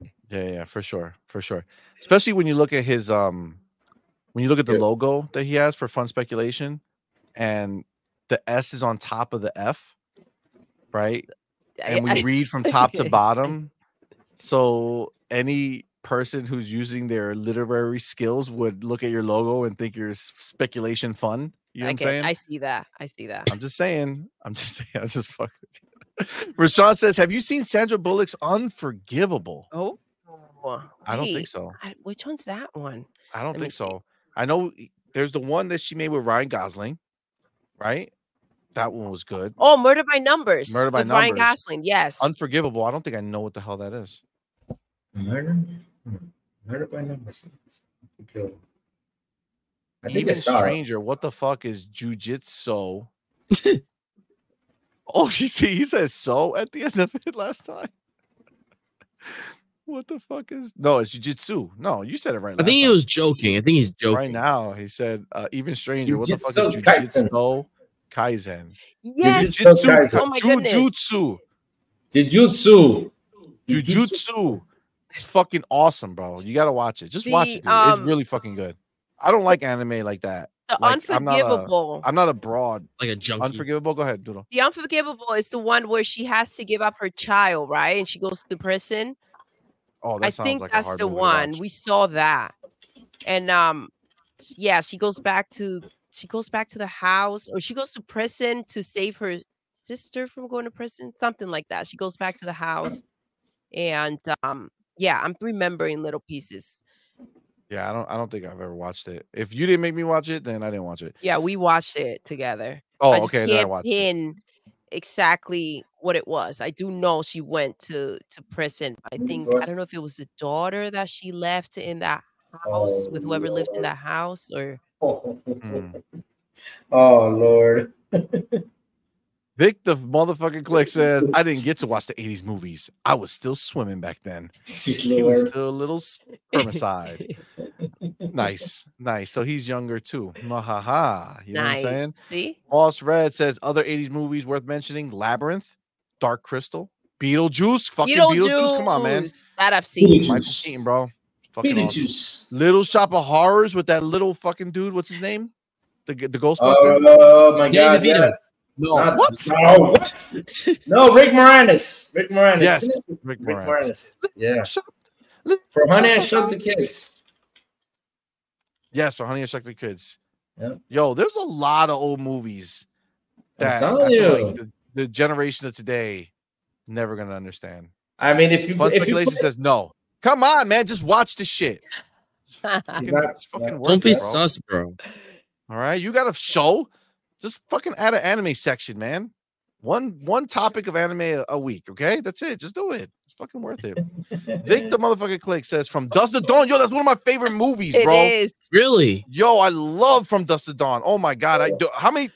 yeah, yeah, yeah, for sure, for sure. Especially when you look at his um, when you look at the Yeah. logo that he has for Fun Speculation, and the S is on top of the F, right? I- and we I- read from top to Okay. bottom. So any person who's using their literary skills would look at your logo and think you're s- speculation fun. You know I what I'm can- saying? I see that. I see that. I'm just saying. I'm just saying. I'm just fucking. with you. Rashawn says, "Have you seen Sandra Bullock's Unforgivable?" Oh, I don't think wait, so. I- which one's that one? I don't Let me think see. so. I know there's the one that she made with Ryan Gosling, right? That one was good. Oh, Murder by Numbers. Murder by with Ryan Numbers. Gosling. Yes. Unforgivable. I don't think I know what the hell that is. Murder? Hmm. Murder by numbers. Okay. I think Even it's saw it. stranger. What the fuck is jujitsu? oh, you see, he says so at the end of it last time. what the fuck is no? It's jujitsu. No, you said it right. I think he last was joking. I think he's time. joking. right now. He said uh, even stranger. what the fuck Jujutsu is Kaisen. jujitsu kaizen? yes. just- Jujutsu Kaisen. Oh my goodness. jujutsu, Jujutsu. jujutsu. It's fucking awesome, bro. You gotta watch it. Just watch The, it. Dude. um, it's really fucking good. I don't like anime like that. The like, I'm not a- Unforgivable. I'm not a broad Like a junkie. unforgivable. Go ahead, Doodle. the Unforgivable is the one where she has to give up her child, right? And she goes to prison. Oh, that I sounds think like a that's hard the movie to one. watch. We saw that. And um yeah, she goes back to she goes back to the house or she goes to prison to save her sister from going to prison, something like that. She goes back to the house and um yeah, I'm remembering little pieces. Yeah, I don't. I don't think I've ever watched it. If you didn't make me watch it, then I didn't watch it. Yeah, we watched it together. Oh, I just okay. Then I can't watched it. pin exactly what it was. I do know she went to to prison. I Mm, think I that's- don't know if it was the daughter that she left in that house Oh. with whoever lived in Lord. that house or Oh, Mm. Lord. Vic the motherfucking click says I didn't get to watch the '80s movies. I was still swimming back then. He was Lord. still a little spermicide. nice, nice. So he's younger too. Mahaha. You know nice. what I'm saying? See? Boss Red says other '80s movies worth mentioning: Labyrinth, Dark Crystal, Beetlejuice. Fucking Beetlejuice. Come on, man. Beetlejuice, That I've seen. Michael Beetlejuice. Keaton, bro. Fucking awesome. Beetlejuice. Little Shop of Horrors with that little fucking dude. What's his name? The g- the Ghostbuster. Oh, oh my Danny God. DeVito. Yes. no, Oh, Not- what? No, what? No, Rick Moranis. Rick Moranis. Yes, Isn't it? Rick Rick Moranis. Moranis. Yeah. Shut up. For Honey, I Shut Shrunk the Kids. Yes, for Honey I Shrunk the Kids. Yep. Yo, there's a lot of old movies I'm that I telling feel like you. the, the generation of today never gonna understand. I mean, if you Fun if you speculation put- says no. Come on, man, just watch the shit. He's Fucking- not- it's fucking not- worth Don't be it, bro. sus, bro. All right, you got a show. Just fucking add an anime section, man. One one topic of anime a, a week, okay? That's it. Just do it. It's fucking worth it. Vic the motherfucking click says from Dust to Dawn. Yo, that's one of my favorite movies, It bro. is. Really? Yo, I love From Dust to Dawn. Oh my god, I do, how many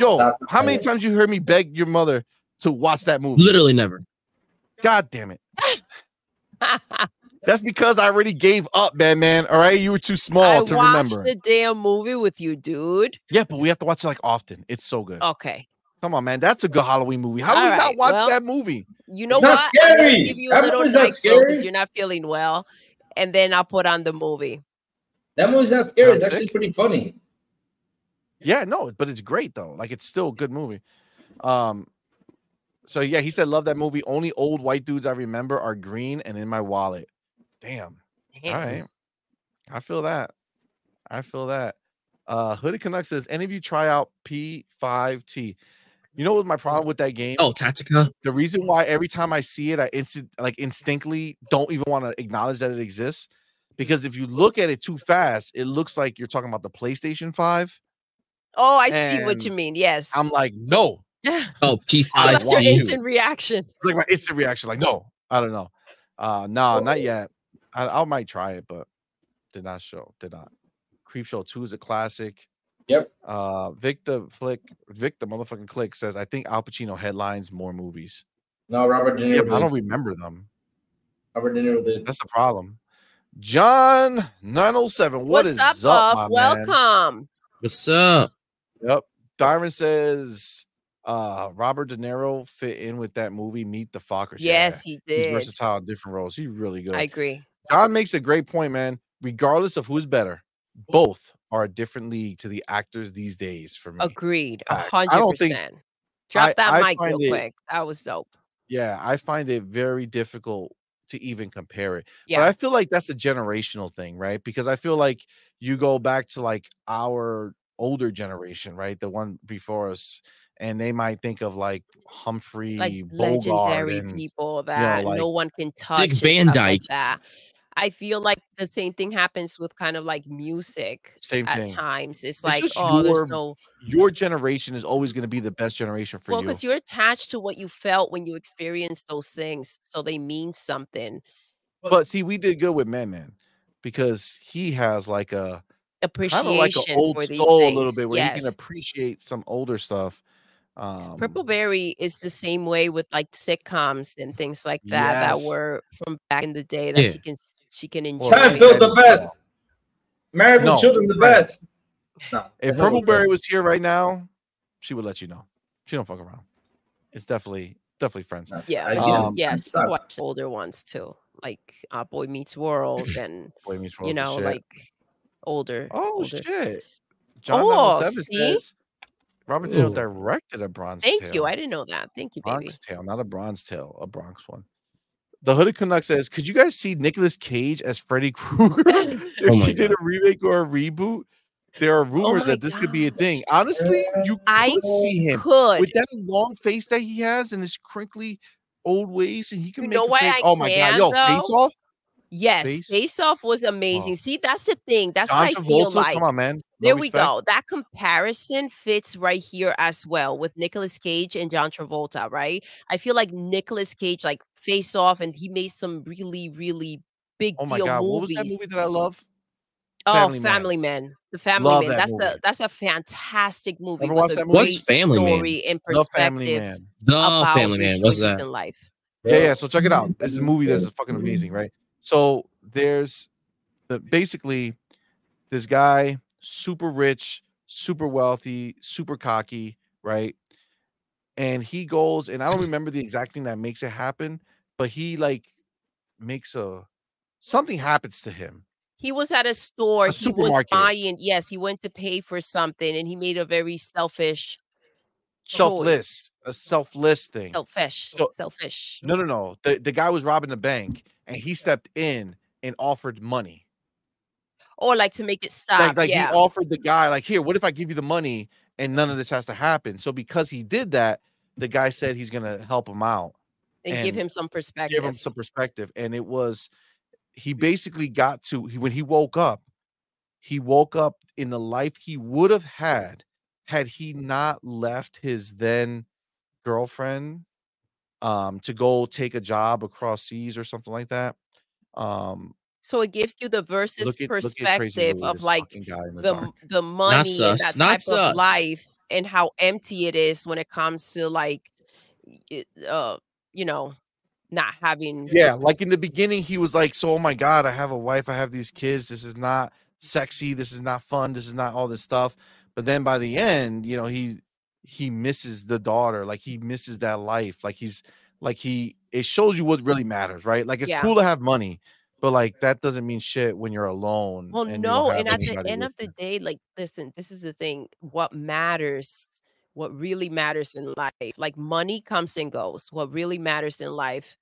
yo, Stop how many it. times you heard me beg your mother to watch that movie? Literally never. God damn it. That's because I already gave up, man, man. All right, you were too small I watched to remember. the damn movie with you, dude. Yeah, but we have to watch it like often. It's so good. Okay. Come on, man. That's a good Halloween movie. How do we All not right, watch well- that movie? You know It's not what? I'm gonna scary. Give you a That little movie's not night pill 'cause scary. you're not feeling well, and then I'll put on the movie. That movie's not scary. I'm It's actually sick. pretty funny. Yeah, no, but it's great though. Like it's still a good movie. Um so yeah, he said love that movie. Only old white dudes I remember are green and in my wallet. Damn. All Damn. right. I feel that. I feel that. Uh Hoodie Canuck says, any of you try out P5T? You know what my problem with that game? Oh, Tactica. the reason why every time I see it, I instant like instinctively don't even want to acknowledge that it exists. Because if you look at it too fast, it looks like you're talking about the PlayStation 5. Oh, I see what you And mean. Yes. I'm like, no. Oh, I That's your want P5T. you. instant reaction. It's like my instant reaction, like, no, I don't know. Uh no, not yet. I, I might try it, but did not show, did not. Creep Show 2 is a classic. Yep. Uh Vic the Flick, Vic the motherfucking click says, I think Al Pacino headlines more movies. No, Robert De Niro. Yeah, but I did. don't remember them. Robert De Niro did. That's the problem. John 907. What's What's up, up, Buff? my man? Welcome. What's up? Yep. Dyron says uh Robert De Niro fit in with that movie, Meet the Fockers. Yes, he Yeah, he's did. versatile in different roles. He's really good. I agree. John makes a great point, man. Regardless of who's better, both are a different league to the actors these days for me. Agreed. A Fact. Mm. I hundred don't think- percent. Drop I- that I mic real find it- quick. That was dope. Yeah, I find it very difficult to even compare it. Yeah. But I feel like that's a generational thing, right? Because I feel like you go back to like our older generation, right? The one before us, and they might think of like Humphrey like Bogart legendary and people that like no one can touch. Dick and Van stuff like Dyke. that. I feel like the same thing happens with kind of like music Same at thing. times. It's like, just oh, your there's no Your generation is always going to be the best generation for well, you. because you're attached to what you felt when you experienced those things, so they mean something. But see, we did good with Man Man because he has like a kind Appreciation of like an old for these soul things. a little bit where yes. he can appreciate some older stuff. Um, Purple Berry is the same way with like sitcoms and things like that Yes. that were from back in the day that Yeah. she can s- she can enjoy. or Seinfeld, the Eddie best. Brock. Married No, with children, the right. best. No, If that's not Purple what that Berry is. was here right now, she would let you know. She don't fuck around. It's definitely definitely friends. No, Yeah, I but get she- it. Um, yeah, I'm she sorry. watched older ones too, like uh, Boy Meets World and Boy Meets World's you the know shit. like older. oh older. shit, John Oh, 007 see? says Robert De Niro Ooh. directed a Bronze Thank Tale. you. I didn't know that. Thank you, baby. Bronx Tale, not a Bronze Tale, a Bronx one. The Hooded Canuck says, "Could you guys see Nicolas Cage as Freddy Krueger Oh if my he did a remake or a reboot?" There are rumors my that this could be a thing. Honestly, you I could see him Could with that long face that he has and his crinkly old ways, and he can You make know a why face- I Oh my god, can, yo, face though? off. Yes, Face? face, off was amazing. See, that's the thing. That's John what I feel Travolta, like. come on, man. No There we respect? go. That comparison fits right here as well with Nicolas Cage and John Travolta, right? I feel like Nicolas Cage, like face off, and he made some really, really big Oh my deal god, movies. what was that movie that I love? Oh, Family Family, Man. Man. The Family Love Man. that That's movie. the that's a fantastic movie. Ever with watched a that movie? What's great Family Man? story and The perspective Family Man. The about Family your Man. What's choices that? in life. Yeah, Mm-hmm. yeah. So check it out. It's a movie that's Yeah. fucking amazing, right? So there's the basically this guy, super rich, super wealthy, super cocky, right? And he goes, and I don't remember the exact thing that makes it happen, but he like makes a something happens to him. He was at a store. he was supermarket. buying. Yes, he went to pay for something, and he made a very selfish, Selfless, a selfless thing. selfish, So- selfish. No, no, no. The the guy was robbing the bank and he stepped in and offered money. or like to make it stop. like, like yeah. he offered the guy like here what if i give you the money and none of this has to happen so because he did that the guy said he's gonna help him out and give and him some perspective. give him some perspective and it was he Mm. basically got to he, when he woke up he woke up in the life he would have had had he not left his then girlfriend um to go take a job across seas or something like that um so it gives you the versus look at, look at Crazy perspective Lou, of this like fucking guy in the the dark. m- the money and sus, that not type of sus. life and how empty it is when it comes to like it, uh you know not having Yeah, like in the beginning, he was like, "So, oh my god, I have a wife, I have these kids. This is not sexy. This is not fun. This is not all this stuff." But then by the end, you know, he he misses the daughter. Like he misses that life. Like he's like he. It shows you what really matters, right? Like it's Yeah. cool to have money, but like that doesn't mean shit when you're alone. Well, you don't no, have and at the anybody end with of the you. day, like, listen, this is the thing. What matters, what really matters in life, like money comes and goes. What really matters in life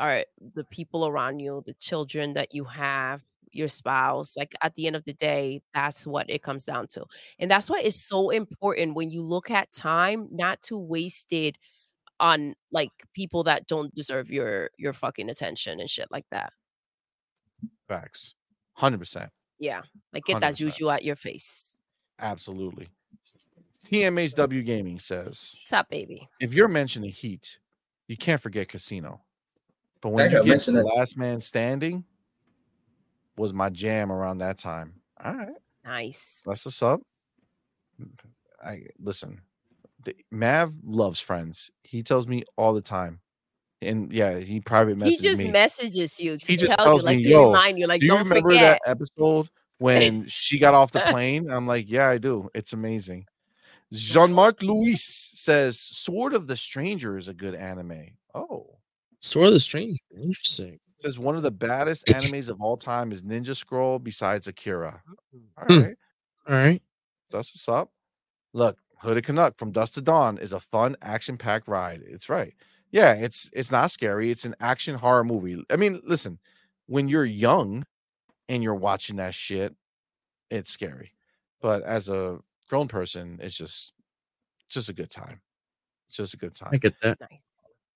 are the people around you, the children that you have, your spouse. Like, at the end of the day, that's what it comes down to. And that's why it's so important when you look at time not to waste it on like people that don't deserve your your fucking attention and shit like that. facts, hundred percent, Yeah. Like get that 100%. juju out your face. absolutely. TMHW Gaming says. What's up, baby? if you're mentioning Heat, you can't forget Casino. But when That you got get to mentioned the it. Last Man Standing, was my jam around that time. All right, Nice. that's what's up. I listen. the- Mav loves Friends. He tells me all the time, and yeah, he private He messaged just me. messages you to He just tell tells you, like me, to "Yo, remind you, like Do you don't remember forget. that episode when she got off the plane? I'm like, yeah, I do. It's amazing. Jean Marc Luis says, "Sword of the Stranger" is a good anime. Oh, Sort of the strange. Interesting. says one of the baddest animes of all time is Ninja Scroll besides Akira. All Hmm. right, All right. that's what's up. Look, Hooded Canuck from Dust to Dawn is a fun action-packed ride. It's right. Yeah, it's it's not scary. It's an action horror movie. I mean, listen, when you're young and you're watching that shit, it's scary. But as a grown person, it's just just a good time. It's just a good time. I get that. Nice.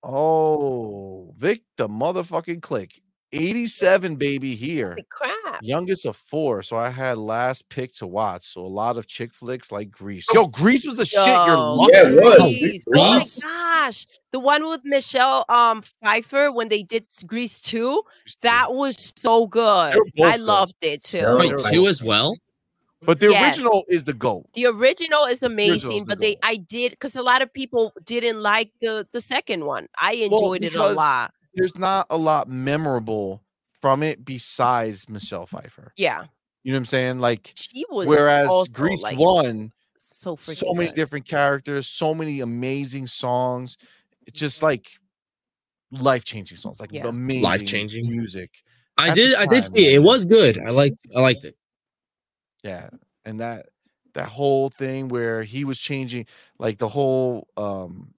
Oh, Vic the motherfucking click. 87 baby here. Holy crap. Youngest of four, so I had last pick to watch. So a lot of chick flicks like Grease. Yo, Grease was the shit. You're Yo, lucky. Yeah, it was. Grease. Oh Grease. my gosh. The one with Michelle um Pfeiffer when they did Grease 2, that was so good. They're both I good. loved it too. So Wait, You're right. two as well. But the Yes. original is the goat. The original original is is amazing, the but they gold. I did because a lot of people didn't like the the second one. I Well, enjoyed it a because- lot. There's not a lot memorable from it besides Michelle Pfeiffer. Yeah, You know what I'm saying? Like, she was. whereas also, Grease like, one, so freaking so many good. different characters, so many amazing songs. It's just like life changing songs, like Mm-hmm. Yeah. amazing Life-changing. music. I At the did. I did time, see it. It man. was good. I liked. I liked it. Yeah, and that that whole thing where he was changing, like the whole, um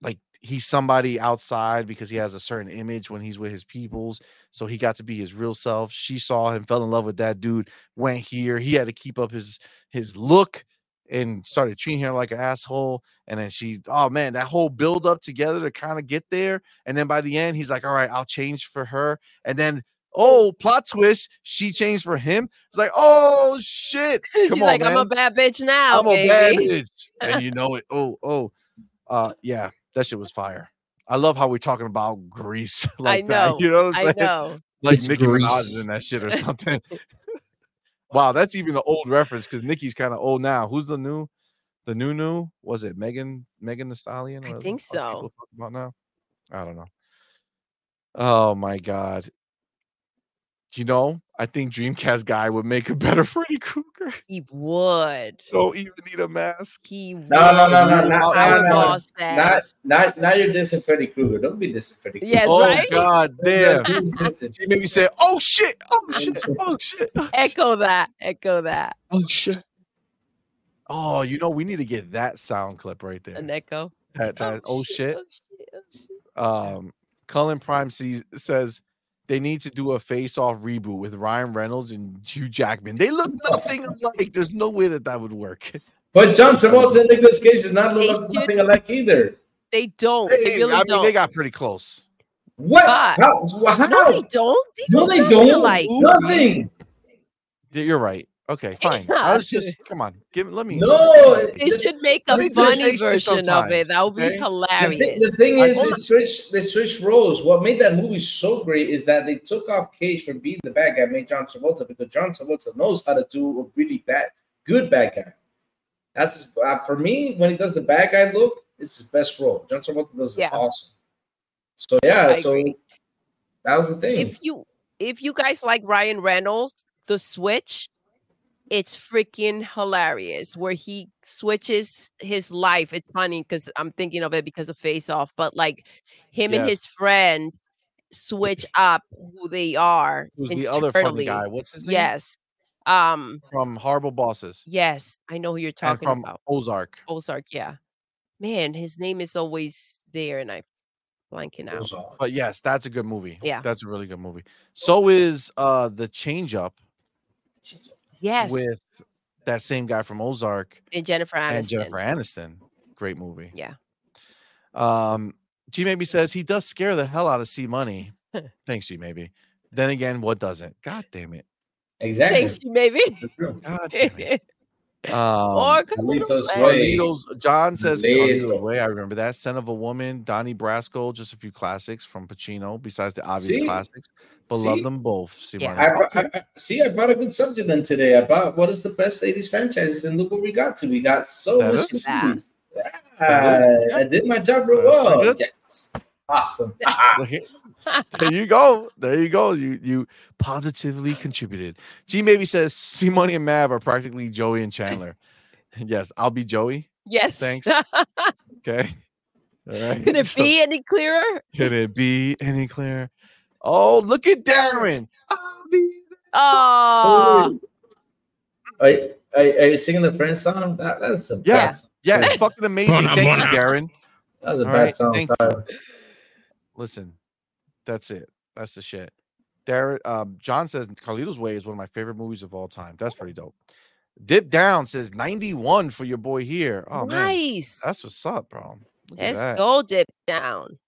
like he's somebody outside because he has a certain image when he's with his peoples. So he got to be his real self. She saw him, fell in love with that dude, went here. He had to keep up his his look and started treating her like an asshole. And then she, oh man, that whole build up together to kind of get there. And then by the end, he's like, all right, I'll change for her. And then oh, plot twist, she changed for him. It's like, oh shit. She's Come on, like, I'm a man. bad bitch now. I'm a bad baby." bitch. And you know it. Oh, oh. Uh yeah, that shit was fire. I love how we're talking about Greece like know, that. You know what I'm I saying? know. Like It's Nicki Minaj is Grease. in that shit or something. wow, that's even an old reference because Nicki's kind of old now. Who's the new the new new? Was it Megan Megan the Stallion? I whatever the think fuck people talk About now? I don't know. Oh my god. You know, I think Dreamcast guy would make a better Freddy Krueger. He would. Don't even need a mask. He would. No, no, no, no, no, I no, would no, no. lost that. Not, not, now you're dissing Freddy Krueger. Don't be dissing Freddy Krueger. Yes, oh right? god damn. Who's dissing? She made me say, "Oh shit! Oh shit! Oh shit!" Echo that. Echo that. Oh shit! Oh, you know, we need to get that sound clip right there. An echo. That, that oh shit. Oh shit. Oh shit. Um, Cullen Prime sees, says they need to do a face-off reboot with Ryan Reynolds and Hugh Jackman. They look nothing alike. There's no way that that would work. But John Travolta and Nicolas Cage is not They look should- nothing alike either. They don't. They, They really I mean, don't. they got pretty close. What? But- How? How? no, they don't. They No, don't they look don't. alike. Nothing. Yeah, You're right. Okay, fine. I was just come on. Give let me. No. They the- should make Let a me just say funny shit version of sometimes, it. That would okay? be The, thi- hilarious. the thing I is, they told- switched, they switched roles. What made that movie so great is that they took off Cage from being the bad guy, made John Travolta because John Travolta knows how to do a really bad, good bad guy. That's uh, for me when he does the bad guy look, it's his best role. John Travolta does Yeah. it awesome. So yeah, I so agree. that was the thing. If you if you guys like Ryan Reynolds, the switch, it's freaking hilarious. Where he switches his life. It's funny because I'm thinking of it because of face off, but like him and Yes. his friend switch up who they are. Who's the other funny internally. guy? What's his name? Yes. Um, From Horrible Bosses yes, I know who you're and talking from about. Ozark. Ozark, yeah. Man, his name is always there and I'm blanking out. Goes on. But yes, that's a good movie. Yeah. that's a really good movie. So is uh the Change Up Yes. with that same guy from Ozark and Jennifer Aniston. and Jennifer Aniston. Great movie. Yeah. Um, G maybe says he does scare the hell out of C Money. Thanks, G maybe. Then again, what doesn't? God damn it! Exactly. Thanks, you maybe. That's true. God damn it! Um, or Carlito's Carlito's Way. Way. Carlitos, John says Carlito's Leto. Way. I remember that. Son of a Woman, Donnie Brasco, just a few classics from Pacino, besides the obvious See? classics. But love See? them both. C Yeah. Money. I, brought- Oh, Okay. I, I- see. I brought a good subject in today about what is the best 80s franchises, and look what we got to. We got so That much. is- good movies. That Ah, I did my job real That's pretty well. good. Yes, awesome. There there you go. There you go. You you positively contributed. G maybe says C Money and Mav are practically Joey and Chandler. yes, I'll be Joey. Yes. Thanks. Could Okay. All right. it So, be any clearer? Could it be any clearer? Oh, look at Darren. I'll be- Oh, Are, are, are you singing the Prince song? That, that's a Yeah. bad song. Yeah, it's fucking amazing. Bona, Thank bona. you, Darren. That was a All bad right, song. thank Sorry. Listen, that's it. That's the shit. Darren um, John says Carlito's Way is one of my favorite movies of all time. That's pretty dope. Dip Down says 91 for your boy here. Oh man. nice. That's what's up, bro. Look at Let's that. go dip down.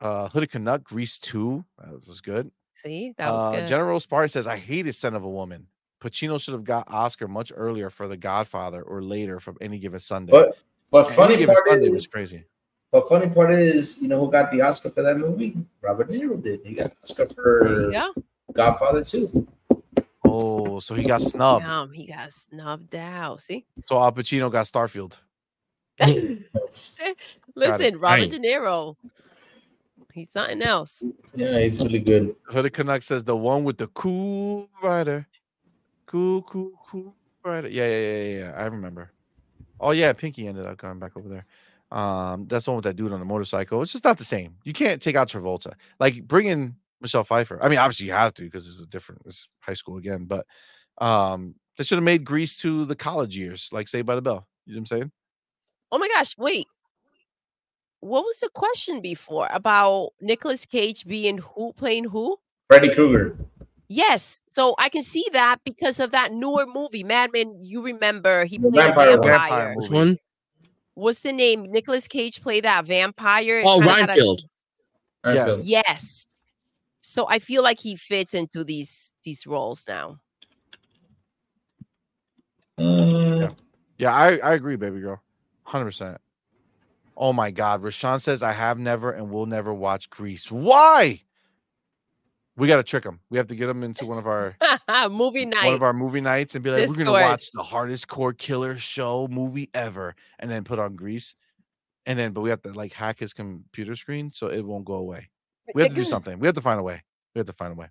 Uh, Hooded Canuck, Grease 2. That was good. See, that was Uh, good. General Spar says, I hated Son of a Woman. Pacino should have got Oscar much earlier for The Godfather or later from any given Sunday. But but Any funny Given part Sunday was is, crazy. but funny part is, you know who got the Oscar for that movie? Robert De Niro did. He got the Oscar for yeah, Godfather too. Oh, so he got snubbed. um, he got snubbed out. See, So Al Pacino got Starfield. listen, Dang. Robert De Niro, he's something else. Yeah, he's really good. Hooded Canuck says the one with the cool rider. Cool, cool, cool rider. Yeah, yeah, yeah, yeah, yeah. I remember. Oh yeah, Pinky ended up going back over there. Um, that's the one with that dude on the motorcycle. It's just not the same. You can't take out Travolta. Like bringing Michelle Pfeiffer. I mean, obviously you have to because it's a different. It's high school again, but um, they should have made Grease to the college years, like Saved by the Bell. You know what I'm saying? Oh my gosh, wait. What was the question before about Nicolas Cage being who playing who? Freddy Krueger. Yes, so I can see that because of that newer movie, Madman. You remember he The played vampire a one. vampire. Vampire Which movie. one? What's the name? Nicolas Cage played that vampire. It Oh, kinda got a- Reinfeld. I Yes. feel- Yes. So I feel like he fits into these these roles now. Mm, Yeah. Yeah, I, I agree, baby girl. 100%. Oh my God. Rashawn says, I have never and will never watch Grease. Why? We got to trick him. We have to get him into one of our. Movie One night. of our movie nights and be like, This we're gonna story. watch the hardest core killer show movie ever, and then put on Grease, and then but we have to like hack his computer screen so it won't go away. We have to do something. We have to find a way. We have to find a way.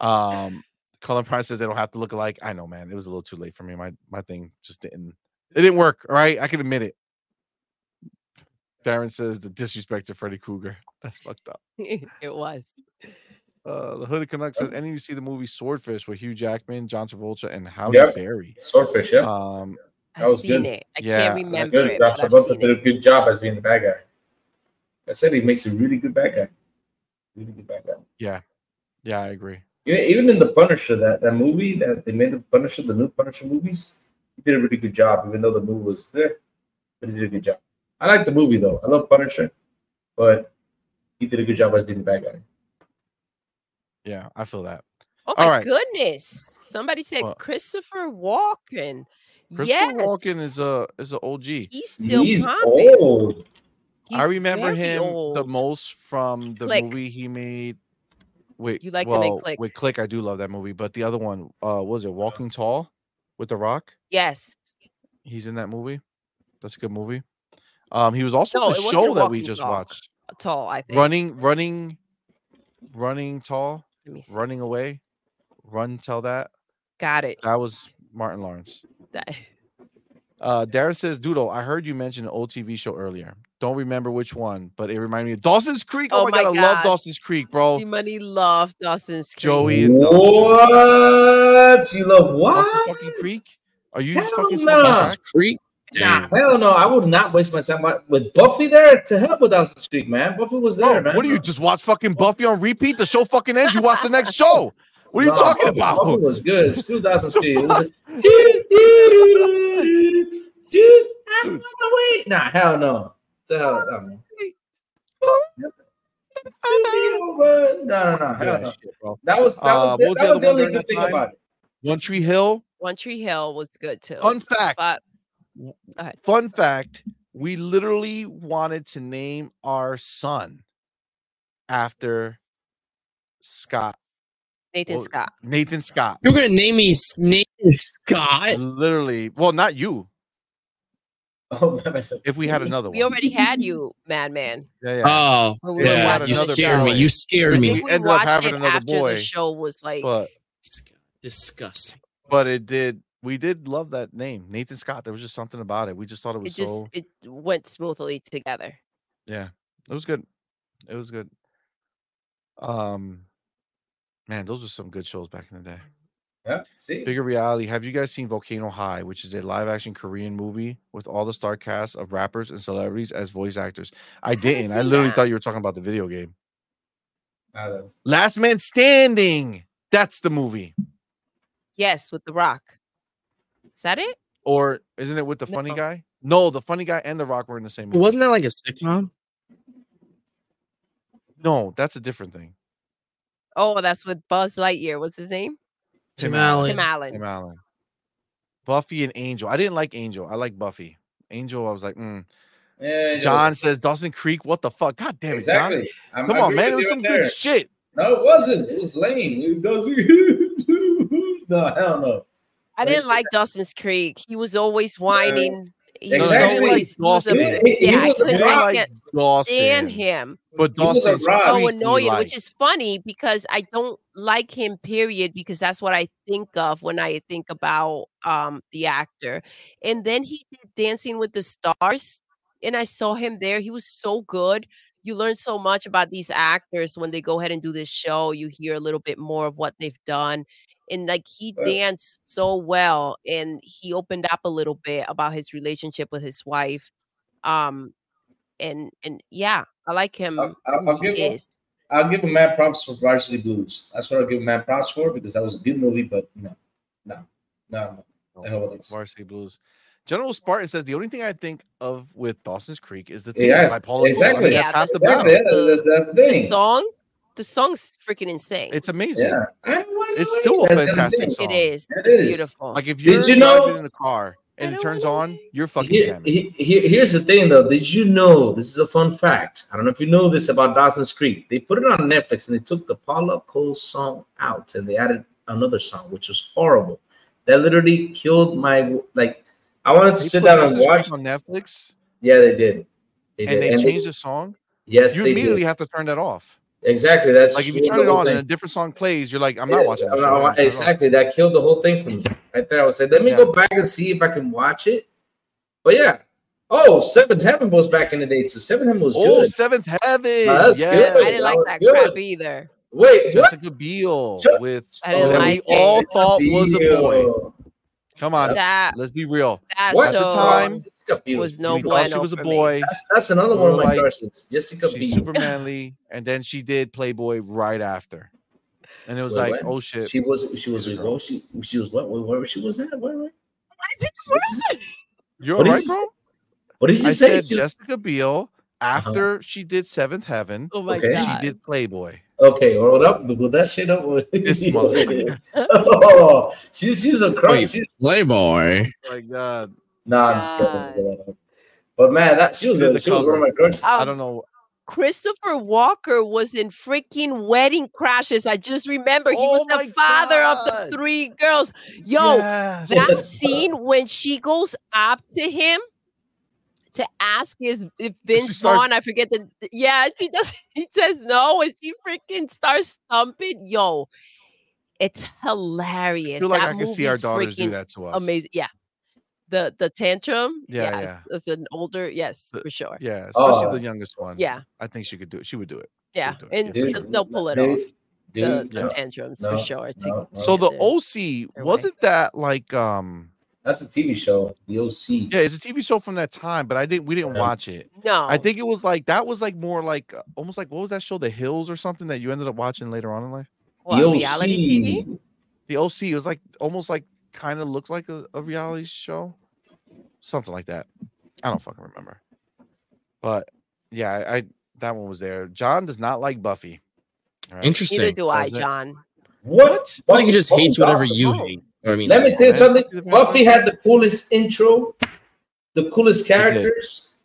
Um, Colin Prime says they don't have to look alike. I know, man. It was a little too late for me. My my thing just didn't. It didn't work. All right, I can admit it. Darren says the disrespect to Freddy Krueger. That's fucked up. it was. Uh, the Hooded Canuck says, "Any of you see the movie Swordfish with Hugh Jackman, John Travolta, and Halle Yep. Berry?" Swordfish, yeah. Um, That I've was seen good. it. I Yeah, can't that- remember good. it. John But I've Travolta seen did it. a good job as being the bad guy. I said he makes a really good bad guy. Really good bad guy. yeah, I agree. Yeah, even in the Punisher, that, that movie that they made the Punisher, the new Punisher movies, he did a really good job, even though the movie was there, but he did a good job. I like the movie though. I love Punisher, but he did a good job as being the bad guy. Yeah, I feel that. Oh All my right. goodness. Somebody said Well- Christopher Walken. Christopher yes. Walken is a is an OG. He's still He's popping. old. I He's remember very him the old. most from the Click. movie he made. Wait, You liked him well, in Click. With Click, I do love that movie, but the other one, uh, what was it Walking Tall with The Rock? Yes. He's in that movie. That's a good movie. Um, he was also No, in it the wasn't show that we Walking just Tall. watched. Tall, I think. Running, running, running tall, Let me see. running away, run tell that. Got it. That was Martin Lawrence. That- Uh, Dara says, Doodle, I heard you mention an old TV show earlier. Don't remember which one, but it reminded me of Dawson's Creek. Oh, Oh my my god, I love gosh. Dawson's Creek, bro. See, Money loved Dawson's Creek. Joey and Dawson. What? You love Dawson's what? fucking Creek? Are you Hell fucking smoking nah. crack? Creek. Nah, Damn. hell no. I would not waste my time with Buffy there to help with us this week, man. Buffy was Bro, there, man. what do you just watch fucking Buffy on repeat? The show fucking ends. You watch the next show. What are you No, talking Buffy- about? Buffy was good. School doesn't speak. It was like, Dude, I want to wait. Nah, hell no. So, hell no. No, no, no, Yeah, hell no. shit, bro. That was that Uh, was, what was that the was other one the only during good that thing time? about it. One Tree Hill. One Tree Hill was good too. Fun fact. but ahead. Fun fact. We literally wanted to name our son after Scott Nathan Well, Scott. Nathan Scott. You're gonna name me S- Nathan Scott. Mm, Literally, well, not you. Oh, by myself. If we had another We one, already Uh, had you, Madman. yeah, yeah. Oh, When we Yeah, we were yeah. had watching You another the scared show. me. boy. You I scared We me. think You we ended up watched having it another after boy. the show was like but Disgusting. but it did. We did love that name, Nathan Scott. There was just something about it. We just thought it was it just so. it went smoothly together. Yeah, it was good. It was good. Um, man, those were some good shows back in the day. Yeah, see. Bigger reality. Have you guys seen Volcano High, which is a live-action Korean movie with all the star cast of rappers and celebrities as voice actors? I haven't didn't. I seen literally that. thought you were talking about the video game. Nah, that was- Last Man Standing. That's the movie. Yes, with the Rock. Is that it? Or isn't it with the funny No. guy? No, the funny guy and the rock were in the same movie. Wasn't that like a sitcom? No, that's a different thing. Oh, that's with Buzz Lightyear. What's his name? Tim Tim Allen. Tim Allen. Tim Allen. Buffy and Angel. I didn't like Angel. I like Buffy. Angel, I was like, mm. Yeah, John says Dawson Creek. What the fuck? God damn it, exactly. John. I'm- Come I on, agree man. with It was you some there. good shit. No, it wasn't. It was lame. It does. no, hell no. I Right? didn't like Dawson's Creek. He was always whining. He Exactly. was always, he was a- Dawson. He, Yeah, he- he yeah, I was a You couldn't didn't rock. I like can't Dawson. stand him. But He was a Dawson rock. So Obviously, annoying, which is funny because I don't like him, period, because that's what I think of when I think about um the actor. And then he did Dancing with the Stars, and I saw him there. He was so good. You learn so much about these actors when they go ahead and do this show. You hear a little bit more of what they've done. And like he Right. danced so well, and he opened up a little bit about his relationship with his wife. Um, and and yeah, I like him. I'll, I'll- who I'll give he him, is. I'll give him mad props for Varsity Blues. That's what I'll give him mad props for because that was a good movie, but no, no, no. No, The hell with this. Varsity Blues. General Spartan says the only thing I think of with Dawson's Creek is the theme Yes, by Paula Cole. I mean, exactly. that's Yeah, half the no. battle. Exactly. yeah, That's, that's the the thing. song the song's freaking insane It's amazing. yeah. I- why It's not? still a That's the fantastic thing. song. it is It it's is. beautiful Like if Did you're you driving know- in the car and I it don't turns wanna on, be- you're fucking Here- jamming. he- he- here's the thing, though. Did you know? This is a fun fact. I don't know if you know this about Dawson's Creek. They put it on Netflix and they took the Paula Cole song out and they added another song, which was horrible. That literally killed my like. I wanted to They sit put down and Dawson's Creek watch. on Netflix Yeah, they did. They did. and they changed the song, Yes, you they immediately did. have to turn that off. Exactly. That's Like if you true, turn the it whole on and a thing. different song plays, you're like, I'm not Yeah, watching I'm this. not show. wa- exactly. That killed the whole thing for me. Right there, I would say, let me Yeah. go back and see if I can watch it. But yeah. Oh, Seventh Heaven was back in the day too. Seventh Heaven was Oh, good. Seventh Heaven. No, that's yes. i good. didn't that like was that good. crap either Wait, what? Jessica Biel Ju- with I didn't that like we all it. thought was a boy. Biel. Come on, that let's be real. that What? At the show time, Jessica Biel. was no we thought she bueno was a for me. boy. That's, that's another one of my Like, crushes. Jessica She's Biel. super manly, and then she did Playboy right after, and it was Wait, like, what? oh shit, She was she was She's a what was she she was what where, where she was at where, where? you're what did right, you bro. What did you I say? said She- Uh-huh. Jessica Biel after she did Seventh Heaven, oh my Okay. she god did Playboy. okay, hold up, Google that shit up. This motherfucker. oh, she, she's a crush. Wait. She's, Playboy. Oh my god, nah, I'm just God. kidding. But man, that she was She did a, the she was cover. one of my crushes. I Um, don't know. christopher walker was in freaking wedding crashes i just remember he Oh was my the father of God. the three girls yo Yes. that Yes. scene when she goes up to him to ask is if Vince starts- Vaughn, I forget the the- yeah, she does he says no and she freaking starts stomping. Yo, it's I hilarious. feel like that I can see our movie's daughters do freaking that to us. Amazing. Yeah. The the tantrum. Yeah, it's- yeah. It's, an older, yes, The- for sure. Yeah, especially Oh. the youngest one. Yeah, I think she could do it. She would do it. yeah. do it, And yeah, for th- sure. they'll pull it Dude, off. The, dude, the yeah. tantrums No, for sure. to no, no. So the Yeah. OC They're way- wasn't that like um That's a TV show, the OC. yeah, it's a TV show from that time, but I didn't we didn't Yeah. watch it. No. I think it was like that was like more like uh, almost like what was that show, The Hills or something that you ended up watching later on in life? what, the OC. reality TV? The OC it was like almost like kind of looked like a, a reality show, something like that. I don't fucking remember, but yeah, I, I that one was there. John does not like Buffy. All right. Neither Interesting. do I, Was it? John. What? I think he just Oh, hates whatever God. you Oh. hate. I mean, Let me tell you That's something. the different Buffy had the coolest intro, the coolest characters.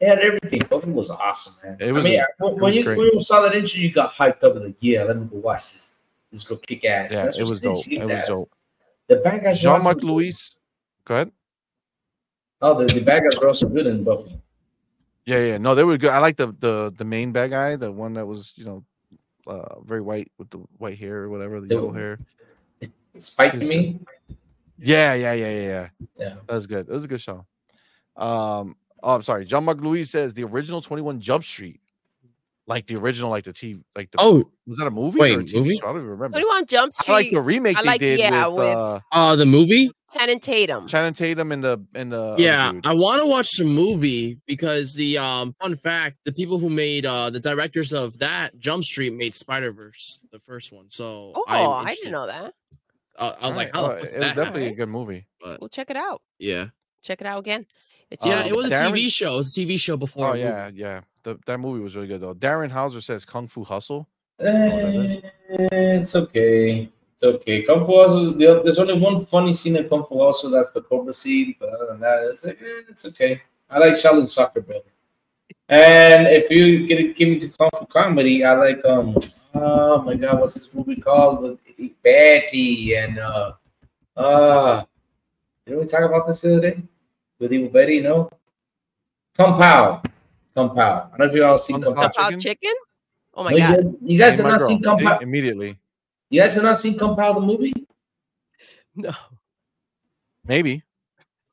It had everything. Buffy was awesome, man. It was I mean, a- it when, when was you great. when you saw that intro, you got hyped up and like, yeah, let me go watch this. This girl kick ass. Yeah, That's it what was she did. dope. She kicked It was ass. dope. The bad guys. were Jean Marc awesome. Louis, go ahead. Oh, the, the bad guys were also good in Buffy. Yeah, yeah, no, they were good. I like the the the main bad guy, the one that was you know uh, very white with the white hair or whatever, the The- yellow hair. Spike Who's me. Yeah, yeah, yeah, yeah, yeah. Yeah. That was good. That was a good show. Um, oh, I'm sorry. Jean Marc Louis says the original 21 Jump Street, like the original, like the TV, like the oh, was that a movie? or wait, a TV movie? Show? I don't even remember. 21 Jump I like Street, the remake I they like- did yeah, with, with- uh, uh, the movie. Channing Tatum. Channing Tatum and the and the other yeah, Oh, dude. I want to watch the movie because the um fun fact, the people who made uh the directors of that Jump Street made Spider Verse, the first one. So Oh, I'm I interested. didn't know that. Uh, I was All like, right, how oh, the fuck it did was that happen? definitely a good movie. We'll check it out. Yeah, Check it out again. It's Yeah, Um, it was a Darren- TV show. It was a TV show before. a Oh movie. yeah, yeah. The, that movie was really good though. Darren Hauser says Kung Fu Hustle. Eh, it's okay. It's okay. Kung Fu also, the- there's only one funny scene in Kung Fu also, that's the Cobra scene. But other than that, it's, like, eh, it's okay. I like Shaolin Soccer better. And if you get give me to Kung Fu comedy, I like, um, oh my God, what's this movie called with Betty and, uh, uh, did we talk about this the other day? With Evil Betty, no? Kung Pao. Kung Pao. I don't know if you all seen Kung Kung Pao. Pao. chicken? Kapow chicken? Oh my No, you god. guys- Me You guys have and my not girl, seen Kung i- Pao. immediately. You guys have not seen Compile the movie? No. Maybe.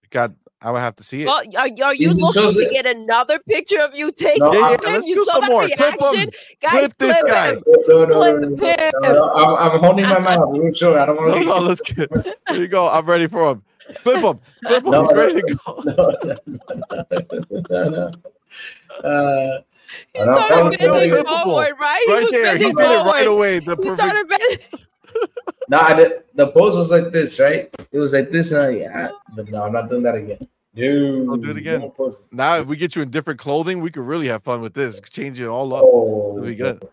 God, I would have to see it. Well, are, are you These are looking to chosen- get another picture of you taking No, yeah, yeah, I- it? let's You do saw some my more. Clip reaction? him. Guys, Clip this clip guy. him. No, no, no, Clip no, no, him. no, no, I'm, I'm holding my mouth. I'm sure I don't No, no, want let's get there you go. I'm ready for him. Flip him. Flip him. No, He's no, ready to go. to. No, no, no. Uh, He I don't- that started was so bending capable. forward, right? He Right was there. He bending did it right forward. away. The He perfect started bending. no, I did, the pose was like this, right? It was like this, and I, yeah, but no, I'm not doing that again. No, Don't do it again. no more poses. now if we get you in different clothing, we could really have fun with this. Change it all up. Oh, It'll be good.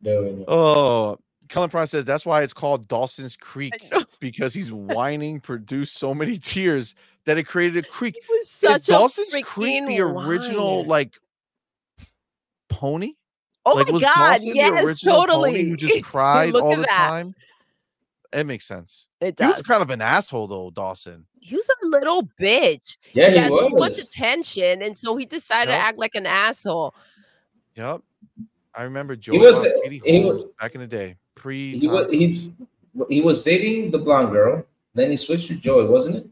No, no, no. Oh, Cullen Prime says that's why it's called Dawson's Creek know. because he's whining produced so many tears that it created a creek. He was Is such a Dawson's freaking Creek the original liar. like pony? Oh like my was god! Dawson the Yes, original totally. pony who just cried Look all at the that. time? It makes sense. It He was does. kind of an asshole though, Dawson. He was a little bitch. Yeah, he he wants was. attention, and so he decided Yep. to act like an asshole. Yep. I remember Joe was- Katie he Holmes was- back in the day. Pre He was, he, he was dating the blonde girl. Then he switched to Joey, wasn't it?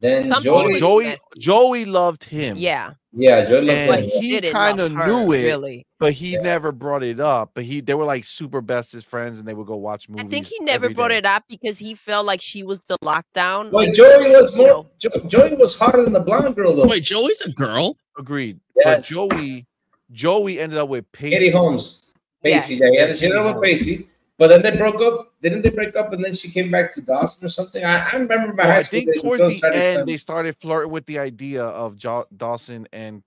Then Something Oh, Joey, was- Joey yes. Joey loved him. Yeah, yeah, Joey looked And like but him. he he, kind kinda of knew it. Really, But he Yeah. never brought it up. But he they were like super bestest friends and they would go watch movies. I think he never every brought day. it up because he felt like she was the lockdown. Well, like, Joey was you more. know. Jo- Joey was hotter than the blonde girl, though. Wait, Joey's a girl. Agreed. yes. But Joey Joey ended up with Katie Pacey. Holmes, Yes. Pacey. Yeah, yeah, she Katie ended up Holmes. with Pacey. But then they broke up. Didn't they break up? And then she came back to Dawson or something. I, I remember my Well, high I school think days. towards those the trying to end sell- they started flirting with the idea of jo- Dawson and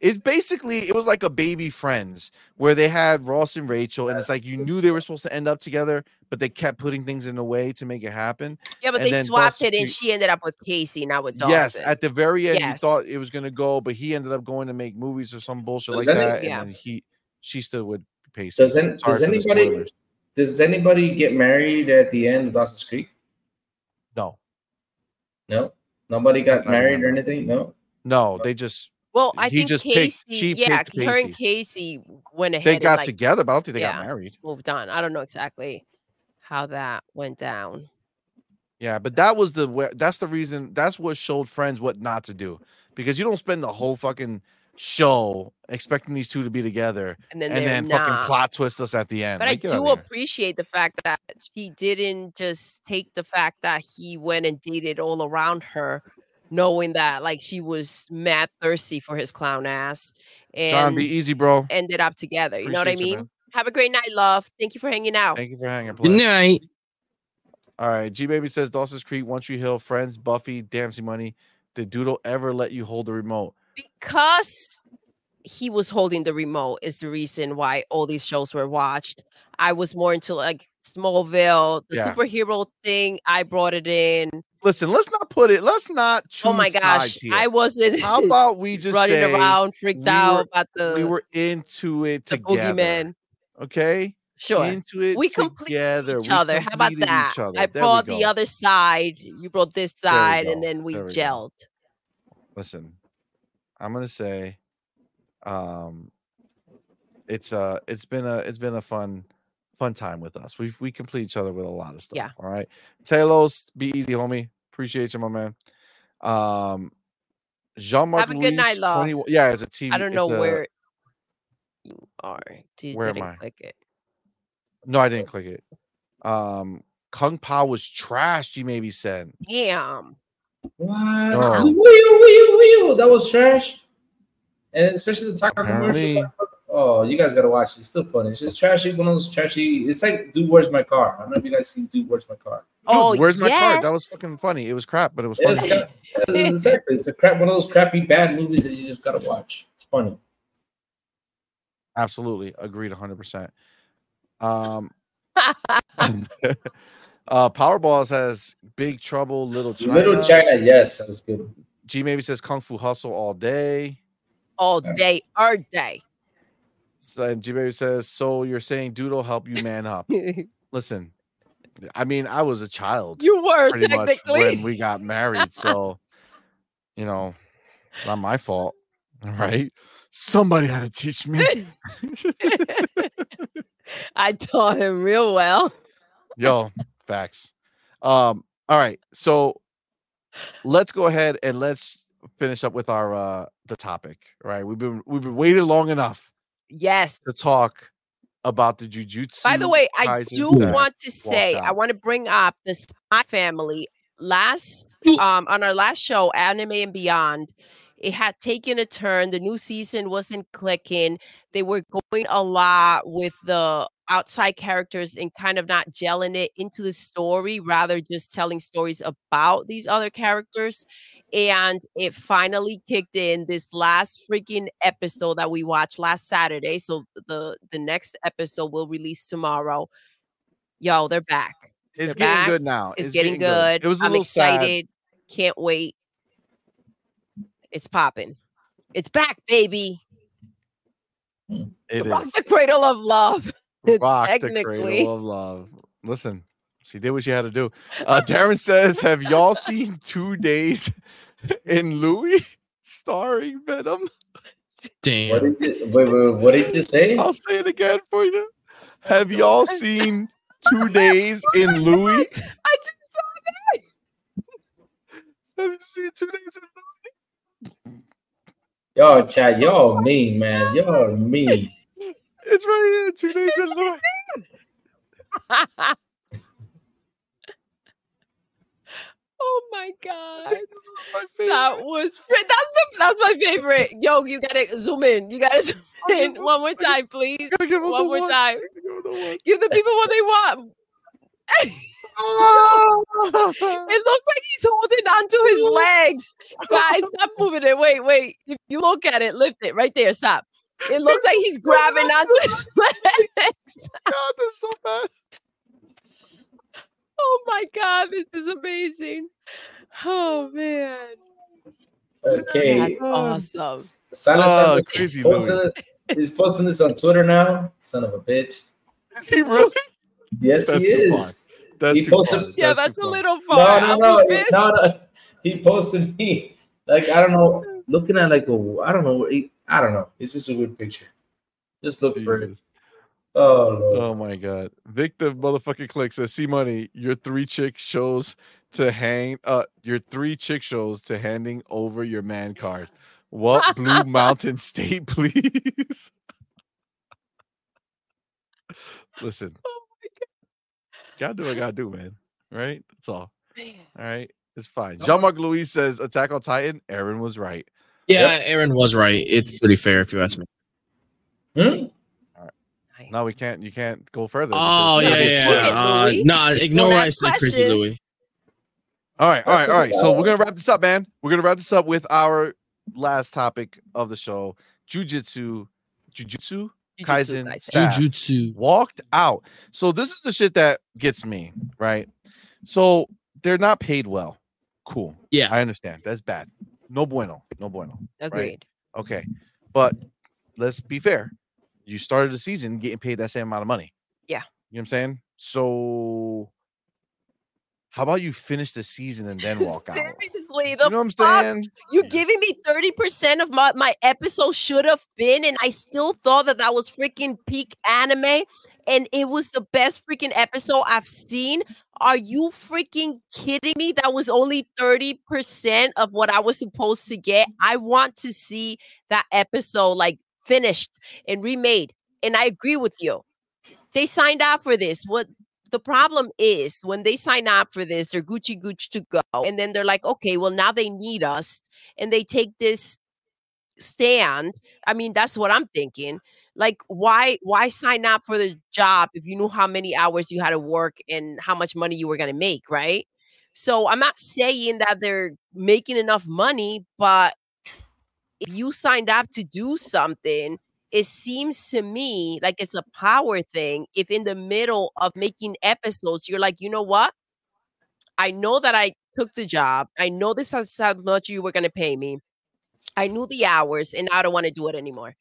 it basically it was like a baby friends where they had Ross and Rachel and it's like you knew they were supposed to end up together but they kept putting things in the way to make it happen. yeah, but and they then swapped Dawson it, and Creek- she ended up with Casey, not with Dawson. Yes, at the very end Yes. you thought it was going to go but he ended up going to make movies or some bullshit Does like any- that Yeah. and then he she stood with Pacey. does, Sorry any, does for the anybody spoilers. does anybody get married at the end of Dawson's Creek? No. No, nobody got That's what I married or remember. anything. No, No, they just well, I he think just picked- Casey. she yeah, picked her and Casey went ahead. they and, got like, together but I don't think they yeah. got married. moved on. I don't know exactly how that went down. Yeah, but that was the wh- that's the reason that's what showed friends what not to do because you don't spend the whole fucking show expecting these two to be together And then and, they're then not. fucking plot twist us at the end. But Like, get I outta do here. appreciate the fact that she didn't just take the fact that he went and dated all around her, knowing that like she was mad thirsty for his clown ass John, and be easy, bro. ended up together. You know what I Appreciate you, mean? man. Have a great night, love. Thank you for hanging out. Thank you for hanging. Good Play. night. All right, G Baby says Dawson's Creek, One Tree Hill, Friends, Buffy, Damsey Money. Did Doodle ever let you hold the remote? because he was holding the remote is the reason why all these shows were watched. I was more into like Smallville, the Yeah. superhero thing. I brought it in. Listen, let's not put it. Let's not choose. oh my sides gosh, here. I wasn't How about we just running say around freaked we were- out about the, we were into it the together? boogeyman. Okay. Sure, into it we completed together. each We other. How about completed that? Each other. I There we brought the go. other side. You brought this we side, go. and then we There we go. gelled. Listen, I'm gonna say, um, it's uh it's been a it's been a fun fun time with us. We've we complete each other with a lot of stuff. Yeah. All right. Talos, be easy, homie. Appreciate you, my man. Um, Jean Marc Have a good night, love. Yeah, as a TV. I don't it's know a- where you are. Did, Where am didn't I? click it. No, I didn't click it. Um, Kung Pao was trash. You maybe said. Damn. What? No. Wee, wee, wee, wee. That was trash. And especially the taco commercial. Apparently. Taco, Oh, you guys gotta watch. It's still funny. It's just trashy. One of those trashy. It's like, dude, where's my car? I don't know if you guys seen, dude, where's my car? Oh, Dude, where's my card? That yes. was fucking funny. It was crap, but it was It's, funny. got- it's, a- it's a crap. One of those crappy bad movies that you just gotta watch. It's funny. Absolutely agreed, 100. percent Um, uh, Powerballs has Big Trouble, Little China. Little China, yes, that was good. G maybe says Kung Fu Hustle all day. all day, our day. So, and G baby says, "So you're saying Doodle help you man up?" you Listen, I mean, I was a child were pretty much when technically. we got married, so you know, not my fault, right? Somebody had to teach me. I taught him real well. Yo, facts. Um, all right, so let's go ahead and let's finish up with our uh the topic. Right, we've been we've been waiting long enough Yes. to talk about the jujutsu. By the way, I Kaisen do stuff. want to say I out. want to bring up the Spy Family last Ye- um on our last show, Anime and Beyond. It had taken a turn. The new season wasn't clicking. They were going a lot with the outside characters and kind of not gelling it into the story, rather just telling stories about these other characters. And it finally kicked in this last freaking episode that we watched last Saturday. So the the next episode will release tomorrow yo, they're back. It's They're getting back. good now. It's, getting, good. Uh, It was a I'm little excited. excited. Can't wait. It's popping. It's back, baby. It Rock is the cradle of love. rock the technically. cradle of love. Listen, she did what she had to do. Uh, Darren says, "Have y'all seen Two Days in Louis starring Venom?" What Damn. did you wait, wait, wait, what did you say? I'll say it again for you. Have y'all seen Two Days in Louis? I just Have you seen Two Days in Louis? Y'all chat, y'all are mean, man. Y'all are mean. It's right here. Two Days in Louis. oh my god. This is my favorite. That was fr- that's the that's my favorite. Yo, you gotta zoom in. You gotta zoom Oh, in one more time, please. Gotta give him One the more one. time. Gotta give him the one. Give the people what they want. Oh, It looks like he's holding onto his legs. Guys, stop moving it. Wait, wait. If you look at it, lift it right there. Stop. It looks like he's grabbing onto his legs. God, this is so bad. Oh my God, this is amazing. Oh man. That's Okay. awesome. Oh, Salazar crazy Louis. posting it- he's posting this on Twitter now. Son of a bitch. Is he really? Yes, That's too he is. That's He too posted- far. Yeah, too that's a far. little No, far. no, I'm no, a miss. no, no. He posted me. Like I don't know, looking at like a I don't know. he- I don't know. It's just a weird picture. Just look for it. Jesus. Oh Lord. Oh my god. Victor motherfucking click says see money. Your three chick shows to hang uh your three chick shows to handing over your man card. What blue mountain state, please? Listen, Oh gotta do what I gotta do, man. Right? That's all. my God. All right. It's fine. Jean Marc Louis says Attack on Titan. Aaron was right. Yeah, Aaron was right. It's pretty fair if you ask me. Hmm? Nice. No, we can't. You can't go further. Oh because yeah, that was yeah. spoiled. yeah. Uh, Louis. nah, ignore Don't what I ask said, Crazy questions. Louis. All right, all right, That's all right. So we're about- gonna wrap this up, man. We're gonna wrap this up with our last topic of the show: jujitsu, jujitsu Jujutsu Kaisen Kaisen. staff Jujutsu. walked out. So this is the shit that gets me, right? So they're not paid well. Cool, Yeah. I understand. That's bad. No bueno, no bueno. Agreed. Okay, but let's be fair. You started the season getting paid that same amount of money. Yeah. you know what I'm saying. So how about you finish the season and then walk out? Seriously, You the know what I'm fuck? saying? You're giving me 30% of my, my episode should have been, and I still thought that that was freaking peak anime, and it was the best freaking episode I've seen. Are you freaking kidding me? That was only 30% of what I was supposed to get. I want to see that episode like finished and remade, and I agree with you. They signed out for this. What the problem is when they sign up for this, they're Gucci Gucci to go. And then they're like, okay, well, now they need us. And they take this stand. I mean, that's what I'm thinking. like why why sign up for the job if you knew how many hours you had to work and how much money you were going to make right so i'm not saying that they're making enough money but if you signed up to do something it seems to me like it's a power thing if in the middle of making episodes you're like you know what i know that i took the job i know this is how much you were going to pay me i knew the hours and i don't want to do it anymore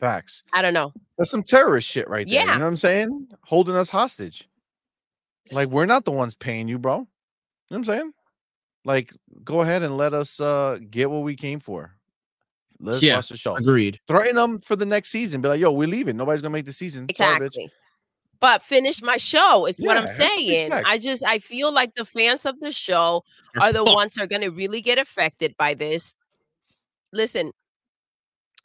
Facts. i don't know That's some terrorist shit right there. Yeah. You know what I'm saying? Holding us hostage. Like we're not the ones paying you, bro. You know what I'm saying? Like, go ahead and let us uh get what we came for. Let's Yeah, watch the show. Agreed. Threaten them for the next season. Be like, yo, we're leaving. Nobody's gonna make the season. Sorry, bitch. exactly but finish my show is Yeah, what i'm have some saying respect. i just i feel like the fans of the show You're are the fucked. ones that are going to really get affected by this. Listen,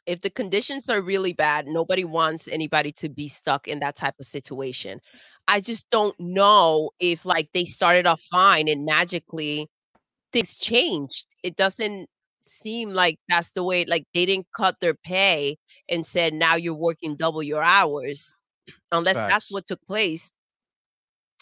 if the conditions are really bad, nobody wants anybody to be stuck in that type of situation. I just don't know if like they started off fine and magically things changed. It doesn't seem like that's the way like they didn't cut their pay and said now you're working double your hours unless Facts. that's what took place.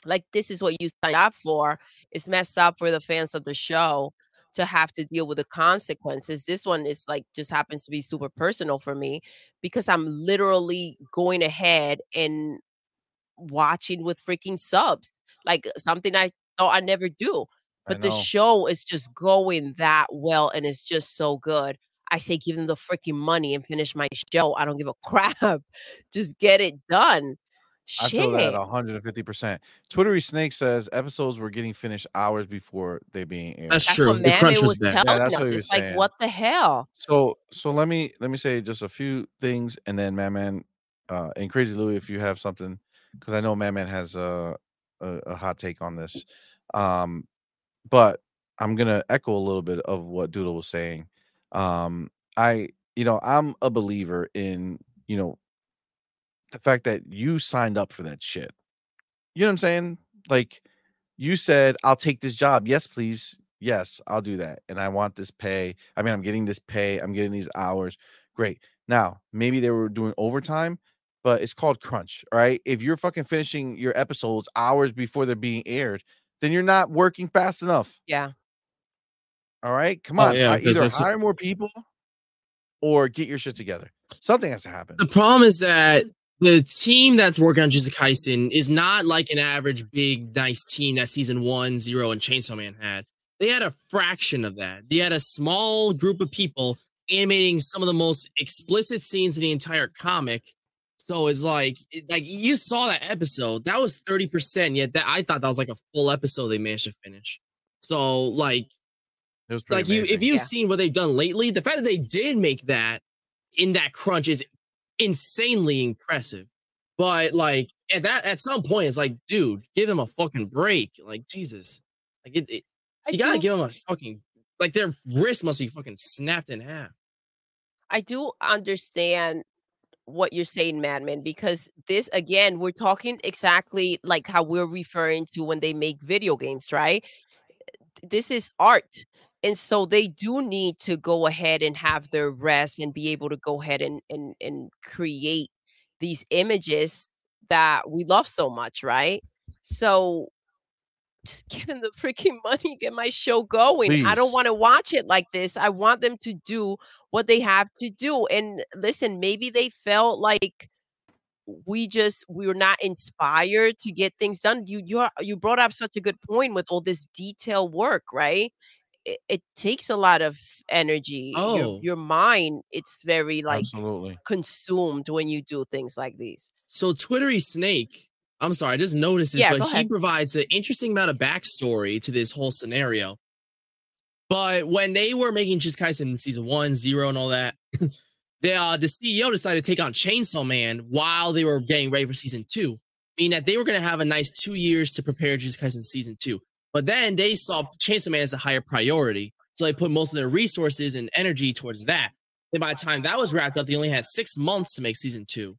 Like this is what you signed up for it's messed up for the fans of the show to have to deal with the consequences. This one is like just happens to be super personal for me because I'm literally going ahead and watching with freaking subs, like something I thought I never do. I But the know. show is just going that well and it's just so good. I say give them the freaking money and finish my show. I don't give a crap. Just get it done. I Shit. feel that 150. percent Twittery Snake says episodes were getting finished hours before they being aired. That's That's true. what The crunch Manon was was bad. telling Yeah, that's us. what he was It's like, saying. what the hell? So so let me let me say just a few things, and then Madman uh, and Crazy Louie, if you have something, because I know Madman has a, a a hot take on this. Um, but I'm gonna echo a little bit of what Doodle was saying. Um, I you know I'm a believer in you know the fact that you signed up for that shit. You know what I'm saying? Like you said, I'll take this job. Yes, please. Yes, I'll do that. And I want this pay. I mean, I'm getting this pay. I'm getting these hours. Great. Now, maybe they were doing overtime, but it's called crunch, all right? If you're fucking finishing your episodes hours before they're being aired, then you're not working fast enough. Yeah. All right. Come Oh, on. yeah, hi- 'cause Either that's a- hire more people or get your shit together. Something has to happen. The problem is that the team that's working on Jujutsu Kaisen is not like an average big nice team that season one, zero, and Chainsaw Man had. They had a fraction of that. They had a small group of people animating some of the most explicit scenes in the entire comic. So it's like, it- like you saw that episode. That was thirty percent. Yet that I thought that was like a full episode they managed to finish. So like It was pretty like you if amazing. you've Yeah. seen what they've done lately the fact that they did make that in that crunch is insanely impressive but like at that at some point it's like dude give them a fucking break like jesus like it, it- I you gotta do, give them a fucking like their wrist must be fucking snapped in half I do understand what you're saying, Madman, because this again, we're talking exactly like how we're referring to when they make video games, right? This is art. And so they do need to go ahead and have their rest and be able to go ahead and and, and create these images that we love so much, right? So just give them the freaking money, get my show going. I don't Please. want to watch it like this. I want them to do what they have to do. And listen, maybe they felt like we just we were not inspired to get things done. You you are, you brought up such a good point with all this detail work, right? It, it takes a lot of energy. Oh. Your, your mind, it's very like Absolutely. consumed when you do things like these. So Twittery Snake, I'm sorry, I just noticed this, Yeah, but go he ahead. provides an interesting amount of backstory to this whole scenario. But when they were making Just Kaisen season one, zero, and all that, they, uh, the CEO decided to take on Chainsaw Man while they were getting ready for season two, meaning that they were going to have a nice two years to prepare Just Kaisen season two. But then they saw Chainsaw Man as a higher priority, so they put most of their resources and energy towards that. And by the time that was wrapped up, they only had six months to make season two.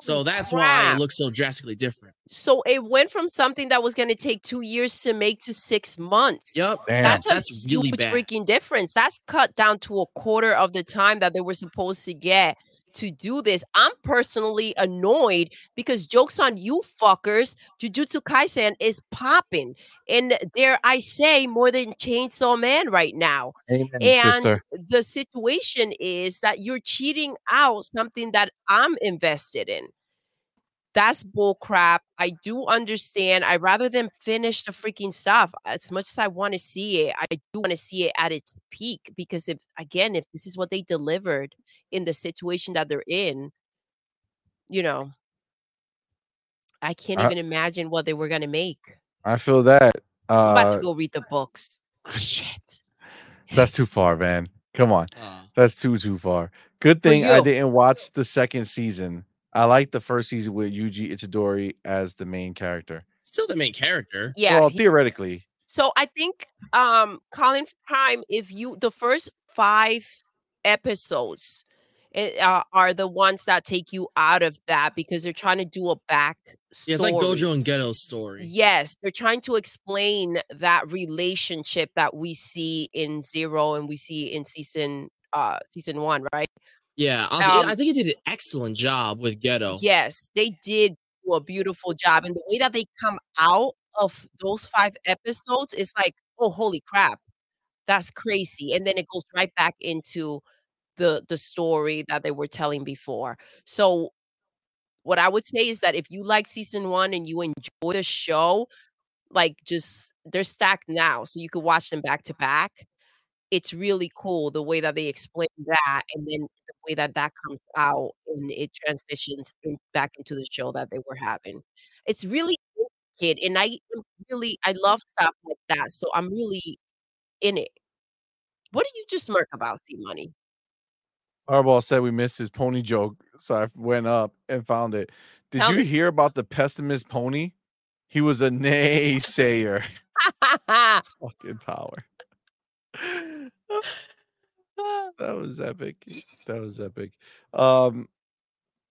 So that's why crap. it looks so drastically different. So it went from something that was going to take 2 years to make to 6 months. Yep. Damn. that's a That's really huge bad. freaking difference. That's cut down to a quarter of the time that they were supposed to get to do this. I'm personally annoyed because jokes on you fuckers, Jujutsu Kaisen is popping. And dare I say, more than Chainsaw Man right now. Amen, and sister. the situation is that you're cheating out something that I'm invested in. That's bull crap. I do understand. I rather than finish the freaking stuff. As much as I want to see it, I do want to see it at its peak because if again, if this is what they delivered in the situation that they're in, you know, I can't I- even imagine what they were gonna make. I feel that. I'm about to Uh, go read the books. Shit. that's too far, man. Come on. Uh, That's too too far. Good thing I you. didn't watch the second season. I like the first season with Yuji Itadori as the main character. still the main character. Yeah. well, he- theoretically, So I think um Colin Prime, if you the first five episodes eh, uh, are the ones that take you out of that because they're trying to do a back story. Yeah, it's like Gojo and Ghetto's story. Yes, they're trying to explain that relationship that we see in Zero and we see in season uh season one, right? Yeah, honestly, Um, I think he did an excellent job with Ghetto. Yes, they did do a beautiful job. And the way that they come out of those five episodes is like, oh, holy crap, that's crazy. And then it goes right back into the the story that they were telling before. So what I would say is that if you like season one and you enjoy the show, like just they're stacked now, so you could watch them back to back. It's really cool the way that they explain that, and then the way that that comes out and it transitions in, back into the show that they were having. It's really intricate, and I am really I love stuff like that, so I'm really in it. What do you just smirk about, C Money? Harbaugh said we missed his pony joke, so I went up and found it. Did Tell you me. hear about the pessimist pony? He was a naysayer. Fucking power. that was epic. That was epic. Um,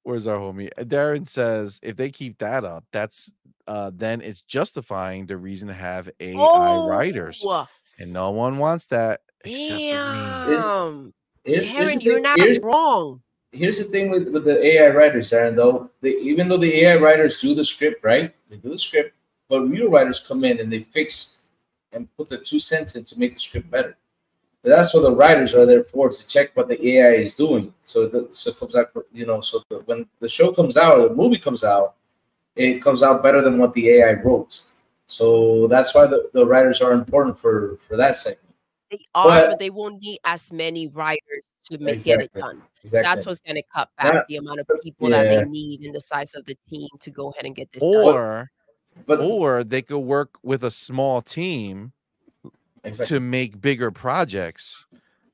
where's our homie? Uh, Darren says if they keep that up, that's uh then it's justifying the reason to have AI writers. Oh, And no one wants that except for me. This- Damn. Here's, here's the Karen, you're thing- not here's- wrong. here's the thing with, with the AI writers, Aaron. Though they, even though the AI writers do the script, right? They do the script, but real writers come in and they fix and put the two cents in to make the script better. But that's what the writers are there for is to check what the AI is doing. So the, so it comes out, you know. So the, when the show comes out or the movie comes out, it comes out better than what the AI wrote. So that's why the, the writers are important for for that segment. They are, But- but they won't need as many writers to make, get Exactly. it done. Exactly. That's what's going to cut back That- the amount of people that yeah. they need and the size of the team to go ahead and get this done. Or but or they could work with a small team exactly. to make bigger projects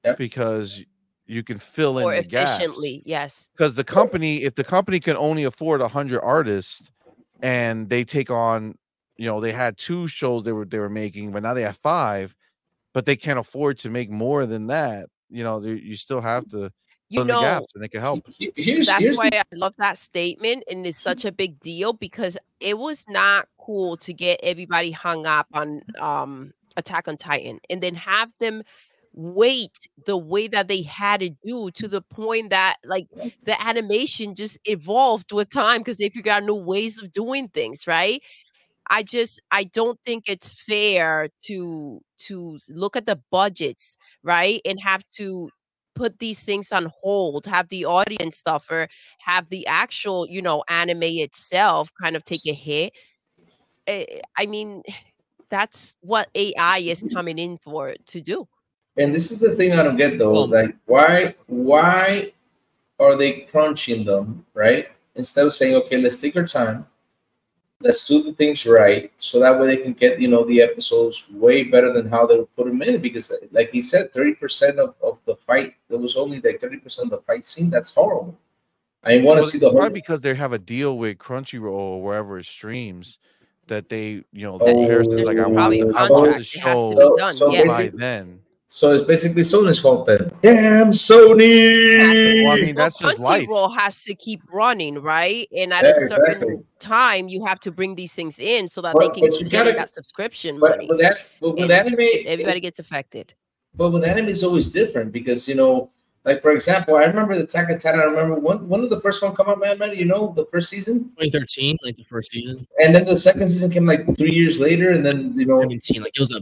Yep. because you can fill in Or the gaps. efficiently, yes. because the company if the company can only afford 100 artists and they take on you know they had two shows they were they were making but now they have five but they can't afford to make more than that you know they- you still have to fill You in the know, gaps and they can help He- Here's, that's here's why I love that statement and it's such a big deal because it was not cool to get everybody hung up on um Attack on Titan and then have them wait the way that they had to do to the point that like the animation just evolved with time because they figured out new ways of doing things, right? I just I don't think it's fair to to s- look at the budgets, right? And have to put these things on hold, have the audience suffer, have the actual, you know, anime itself kind of take a hit. Eh, I mean, that's what AI is coming in for to do. And this is the thing I don't get though. Well- like, why why are they crunching them, right? Instead of saying, okay, let's take our time, let's do the things right, so that way they can get you know the episodes way better than how they would put them in. Because, like he said, thirty percent of, of the fight there was only like thirty percent of the fight scene. That's horrible. I want to Well, see it's the whole. probably because they have a deal with crunchyroll or wherever it streams that they you know Oh, the Paris is There's like i want probably a the, I want contract. the It has to show be done. So- so yes. by basically- then So it's basically Sony's fault then. Damn Sony! well i mean Well, that's just life Crunchyroll has to keep running, right? And at Yeah, a certain exactly. time, you have to bring these things in so that But- they can but you keep gotta- getting that subscription But money. with that, but with And anime, Everybody gets affected. but with anime it's always different because you know Like for example, I remember the Attack on Titan. I remember one one of the first one come out, man, man. You know, the first season, 2013, like the first season, and then the second season came like three years later, and then you know, 17, like it was a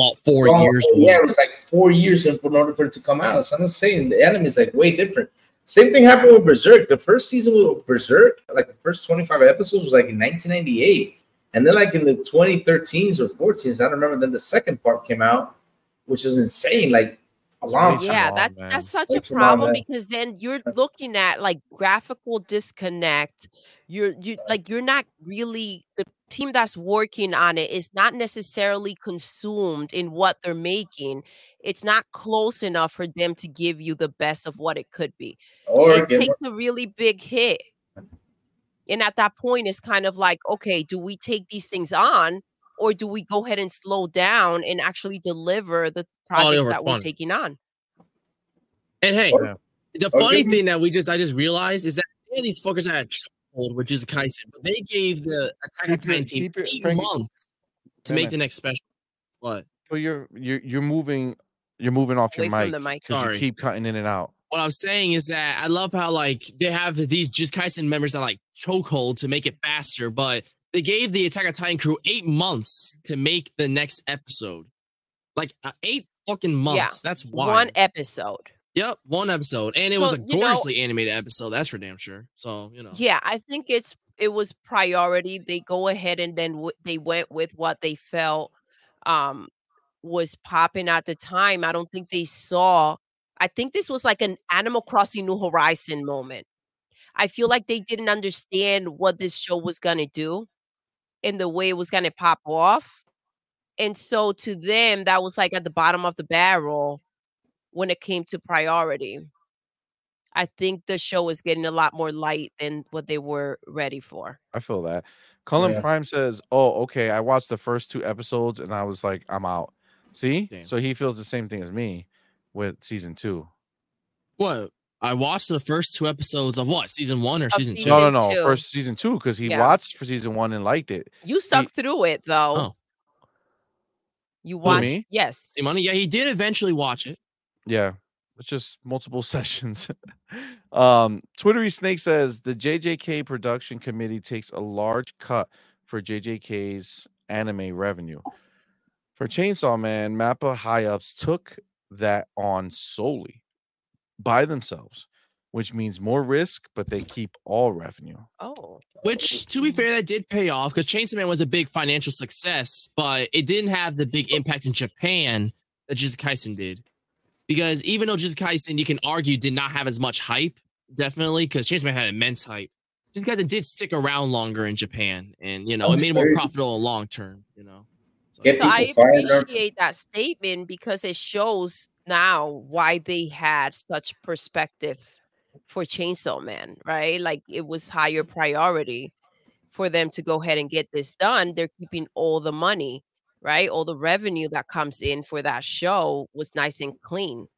lot four well, years. Yeah, it was like four years in in order for it to come out. So I'm just saying the anime is like way different. Same thing happened with Berserk. The first season with Berserk, like the first 25 episodes, was like in 1998, and then like in the 2013s or 14s, I don't remember. Then the second part came out, which was insane. Like a long It's time. yeah, long, that man. that's such It's a long, problem man. because then you're looking at like graphical disconnect. You're you like you're not really the team that's working on it is not necessarily consumed in what they're making. It's not close enough for them to give you the best of what it could be. Or it again, takes a really big hit. And at that point, it's kind of like, okay, do we take these things on or do we go ahead and slow down and actually deliver the Quality projects over that we're quantity. taking on? And hey, Yeah. Oh, the Or funny give me- thing that we just I just realized is that yeah, these fuckers had a chokehold, which is Kaisen, but they gave the Attack on Keep your- Titan team keep your- eight Frankie- months to Wait a make the next special. What? But you're you're you're moving you're moving off your Away from mic the mic. because you Sorry. keep cutting in and out. What I'm saying is that I love how like they have these just Kaisen members on like chokehold to make it faster, but they gave the Attack on Titan crew eight months to make the next episode. Like uh, eight fucking months. That's wild. One episode. Yep, one episode, and it So, was a you know- gorgeously animated episode. That's for damn sure. So you know, Yeah, I think it's it was priority. They go ahead and then w- they went with what they felt um was popping at the time. I don't think they saw. I think this was like an Animal Crossing New Horizon moment. I feel like they didn't understand what this show was going to do and the way it was going to pop off. And so to them that was like at the bottom of the barrel when it came to priority. I think the show is getting a lot more light than what they were ready for. I feel that. Cullen Yeah. Prime says, "Oh, okay. I watched the first two episodes and I was like, I'm out. See, Damn. so he feels the same thing as me with season two. what I watched the first two episodes of what season one or season two? season- no, no, no. two. First season two because he Yeah. watched for season one and liked it. You stuck through it though. Oh. You watched me? yes. See, money. Yeah, he did eventually watch it. Yeah, it's just multiple sessions. um, Twittery Snake says the JJK production committee takes a large cut for JJK's anime revenue. For Chainsaw Man, Mappa high ups took that on solely by themselves, which means more risk, but they keep all revenue. Oh. Which, to be fair, that did pay off because Chainsaw Man was a big financial success, but it didn't have the big impact in Japan that Jujutsu Kaisen did. Because even though Jujutsu Kaisen, you can argue, did not have as much hype, definitely, because Chainsaw Man had immense hype. Jujutsu Kaisen did stick around longer in Japan, and you know it made it more Okay. profitable long term. You know, so, Get So I People fired up. appreciate that statement because it shows now why they had such perspective for Chainsaw Man, right? Like it was higher priority for them to go ahead and get this done. They're keeping all the money, right? All the revenue that comes in for that show was nice and clean.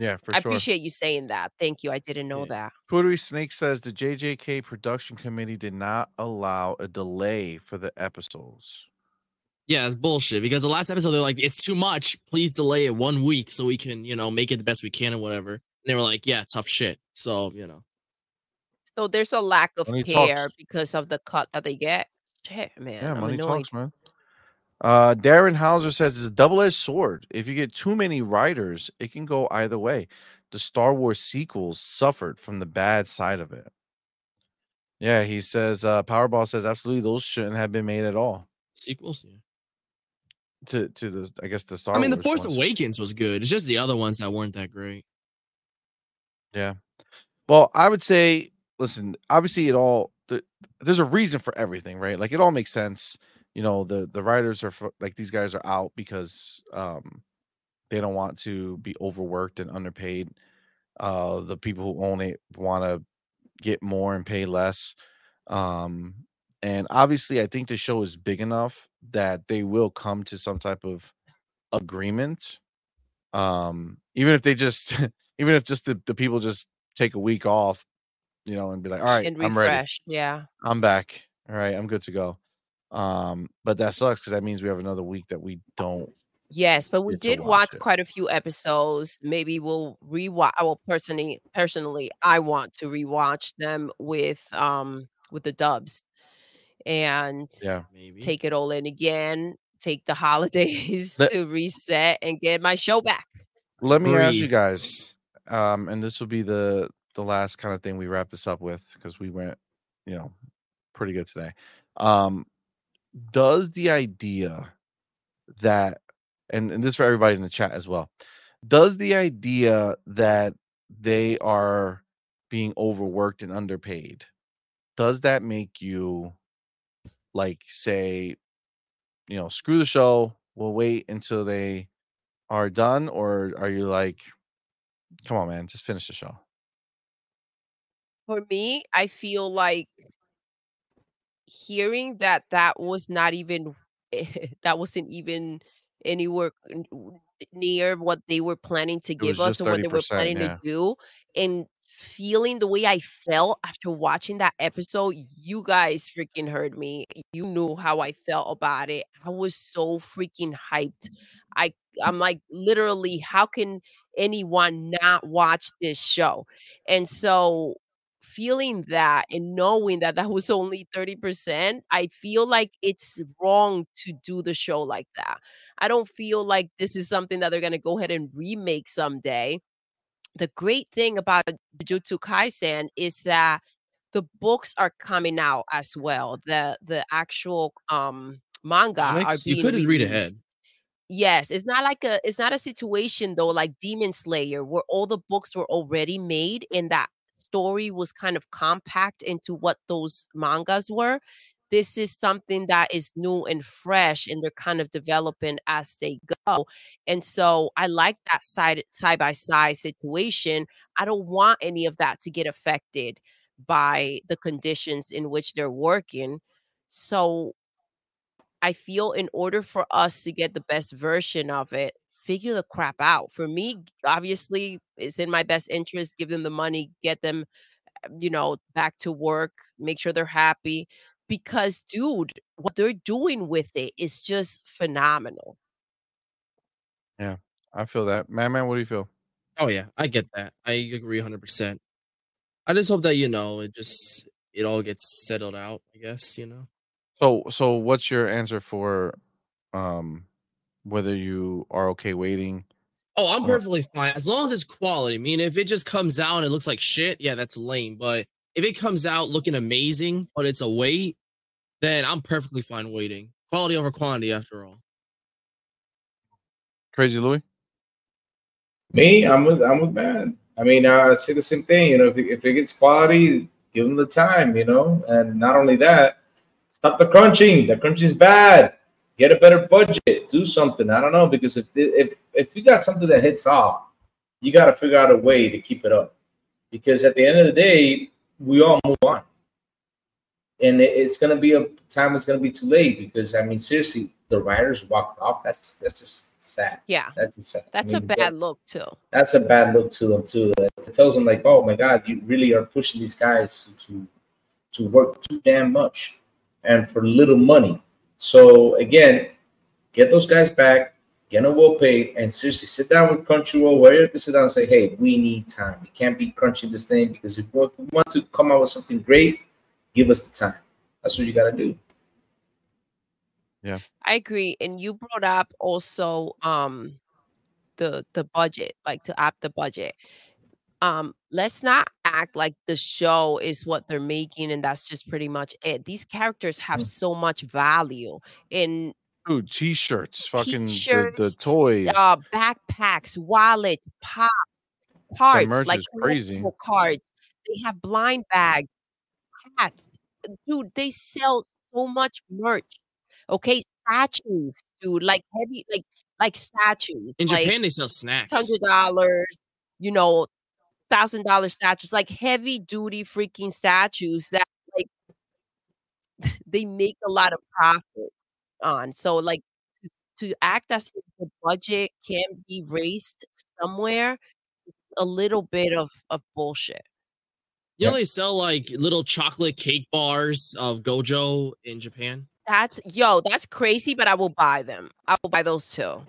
Yeah, for I sure. appreciate you saying that. Thank you. I didn't know Yeah. that. Twittery Snake says the JJK production committee did not allow a delay for the episodes. yeah, it's bullshit. Because the last episode, they're like, "It's too much. Please delay it one week so we can, you know, make it the best we can and whatever." And they were like, "Yeah, tough shit." So you know. So there's a lack of Money care talks. because of the cut that they get. Shit, man. Yeah, I'm money annoyed. talks, man. Uh, Darren Hauser says it's a double-edged sword. If you get too many writers, it can go either way. The Star Wars sequels suffered from the bad side of it. Yeah, he says. Uh, Powerball says absolutely those shouldn't have been made at all. sequels. Yeah. To to the I guess the Star. I mean, The Wars Force ones. Awakens was good. It's just the other ones that weren't that great. Well, I would say, listen, obviously it all the, there's a reason for everything, right? Like it all makes sense. You know, the the writers are fu- like these guys are out because um they don't want to be overworked and underpaid. Uh the people who own it want to get more and pay less. Um and obviously I think the show is big enough that they will come to some type of agreement. Um even if they just even if just the, the people just take a week off, you know, and be like, all right, and I'm ready. refresh. Yeah. I'm back. All right, I'm good to go. Um, but that sucks because that means we have another week that we don't Yes, but we Yeah, to did watch watch it. quite a few episodes. Maybe we'll rewatch. I will personally, personally, I want to rewatch them with um with the dubs, and Yeah. Maybe. take it all in again. Take the holidays Let- to reset and get my show back. Let me ask you Breathe. guys, um, and this will be the the last kind of thing we wrap this up with because we went, you know, pretty good today. Um, does the idea that and, and this for everybody in the chat as well, does the idea that they are being overworked and underpaid, does that make you like say, you know, screw the show, we'll wait until they are done or are you like come on man just finish the show For me, I feel like hearing that that was not even that wasn't even anywhere n- w- near what they were planning to give was us just and what they were 30%, planning yeah. to do and feeling the way I felt after watching that episode you guys freaking heard me you knew how I felt about it I was so freaking hyped I I'm like literally how can anyone not watch this show and so feeling that and knowing that that was only 30%, I feel like it's wrong to do the show like that. I don't feel like this is something that they're going to go ahead and remake someday. The great thing about Jujutsu Kaisen is that the books are coming out as well. The the actual um manga Comics, are you being could just read released. ahead. Yes, it's not like a it's not a situation though like Demon Slayer where all the books were already made and that story was kind of compact into what those mangas were. This is something that is new and fresh and they're kind of developing as they go. And so I like that side side by side situation. I don't want any of that to get affected by the conditions in which they're working. So I feel in order for us to get the best version of it, figure the crap out. For me, g- obviously, it's in my best interest. Give them the money, get them, uh, you know, back to work, make sure they're happy. Because, dude, what they're doing with it is just phenomenal. i feel that man man what do you feel Oh yeah, I get that. I agree 100. percent I just hope that you know it just it all gets settled out. I guess you know. so so what's your answer for um whether you are okay waiting Oh, I'm Oh. perfectly fine as long as it's quality. I mean, if it just comes out and it looks like shit, yeah, that's lame. But if it comes out looking amazing, but it's a wait, then I'm perfectly fine waiting. Quality over quantity, after all. crazy louis Me, I'm with I'm with Matt. I mean, I say the same thing. You know, if it, if it gets quality, give them the time. You know, and not only that, stop the crunching. The crunching's bad. Get a better budget. Do something. I don't know because if if if you got something that hits off, you got to figure out a way to keep it up. Because at the end of the day, we all move on, and it- it's gonna be a time. It's gonna be too late because I mean, seriously, the writers walked off. That's that's just sad. Yeah, That's just sad. I that's a mean, but- bad look, too. that's a bad look to them too. It tells them like, oh my god, you really are pushing these guys to to work too damn much and for little money. So again, get those guys back, get them well paid, and seriously sit down with Crunchyroll. Where you have to sit down and say, hey, we need time. We can't be crunching this thing because if we want to come out with something great, give us the time. That's what you gotta do. I agree. And you brought up also um the the budget, like to up the budget. Um, let's not act like the show is what they're making and that's just pretty much it. These characters have Mm. so much value in dude t-shirts fucking the, the T-shirts, toys uh backpacks, wallets, pops, cards, merch like is crazy. collectible cards. They have blind bags, hats. Uh, Dude, they sell so much merch. Okay, statues, dude, like heavy, like like statues. In like, Japan, they sell snacks. hundred dollars, you know, thousand dollar statues, like heavy duty freaking statues that like they make a lot of profit on. So like to, to act as if the budget can be raised somewhere, a little bit of of bullshit. You know they sell like little chocolate cake bars of Gojo in Japan. That's yo, that's crazy, but I will buy them. I will buy those too.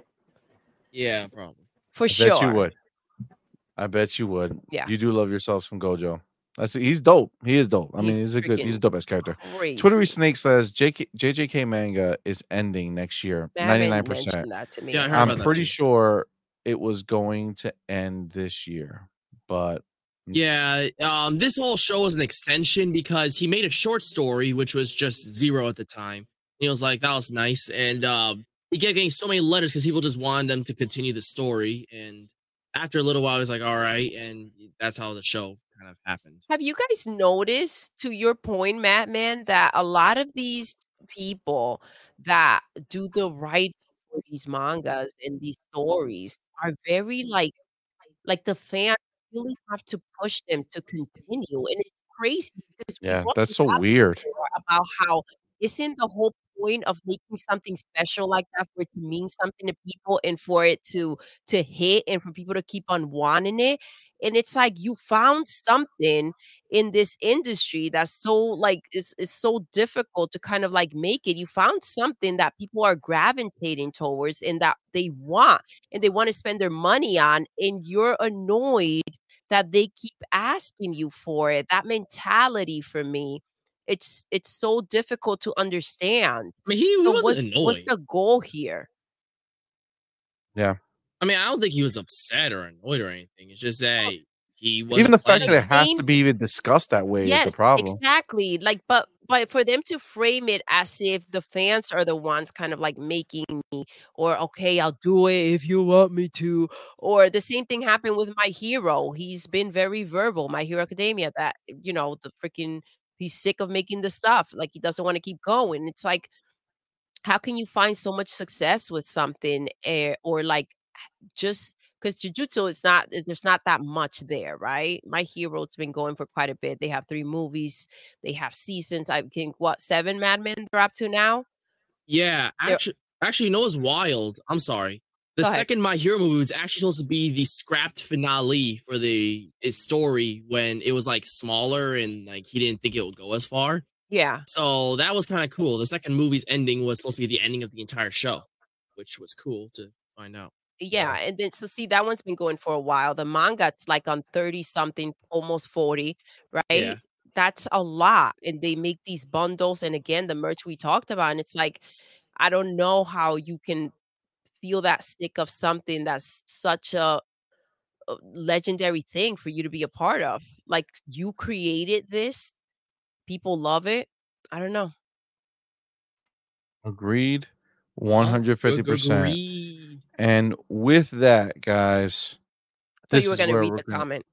Yeah, probably. for I sure. bet you would. I bet you would. Yeah. You do love yourselves from Gojo. That's he's dope. He is dope. I He's mean, he's a good, he's a freaking dope ass character. Crazy. Twittery Snake says JK, JJK manga is ending next year. Ninety Maven nine percent. mentioned That to me. Yeah, I heard about I'm that pretty too. sure it was going to end this year, but Yeah, um, this whole show was an extension because he made a short story which was just zero at the time. He was like, "That was nice," and um, he kept getting so many letters because people just wanted them to continue the story. And after a little while, he was like, "All right," and that's how the show kind of happened. Have you guys noticed, to your point, Matt, man, that a lot of these people that do the right for these mangas and these stories are very like, like the fans really have to push them to continue, and it's crazy because we yeah, brought that's this so up weird. before about how isn't the whole point of making something special like that for it to mean something to people and for it to to hit and for people to keep on wanting it and it's like you found something in this industry that's so like it's, it's so difficult to kind of like make it you found something that people are gravitating towards and that they want and they want to spend their money on and you're annoyed that they keep asking you for it that mentality for me it's it's so difficult to understand I mean, he, so was what's, annoyed. what's the goal here I mean, I don't think he was upset or annoyed or anything. It's just that he was Even the fact like that it has same- to be even discussed that way yes is the problem. exactly like but but for them to frame it as if the fans are the ones kind of like making me or okay i'll do it if you want me to or the same thing happened with my hero he's been very verbal my hero academia that you know the freaking he's sick of making the stuff like he doesn't want to keep going it's like how can you find so much success with something eh, or like just because jujutsu is not is- there's not that much there right my hero's been going for quite a bit they have three movies they have seasons i think what seven Mad Men they're up to now Yeah, They're- actually, actually, you know what's wild? I'm sorry. The Go ahead. second My Hero movie was actually supposed to be the scrapped finale for the its story when it was like smaller and like he didn't think it would go as far. yeah So that was kind of cool. The second movie's ending was supposed to be the ending of the entire show, which was cool to find out. yeah and then so see that one's been going for a while the manga's like on 30 something almost 40 right Yeah. that's a lot and they make these bundles and again the merch we talked about and it's like i don't know how you can feel that stick of something that's such a a legendary thing for you to be a part of like you created this people love it i don't know Agreed, one hundred fifty percent. Agree. And with that, guys, so this you were is going to where read we're the gonna- comment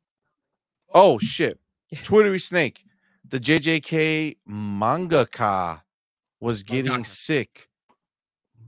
Oh shit. Twittery Snake, the JJK mangaka was getting Mangaka. sick.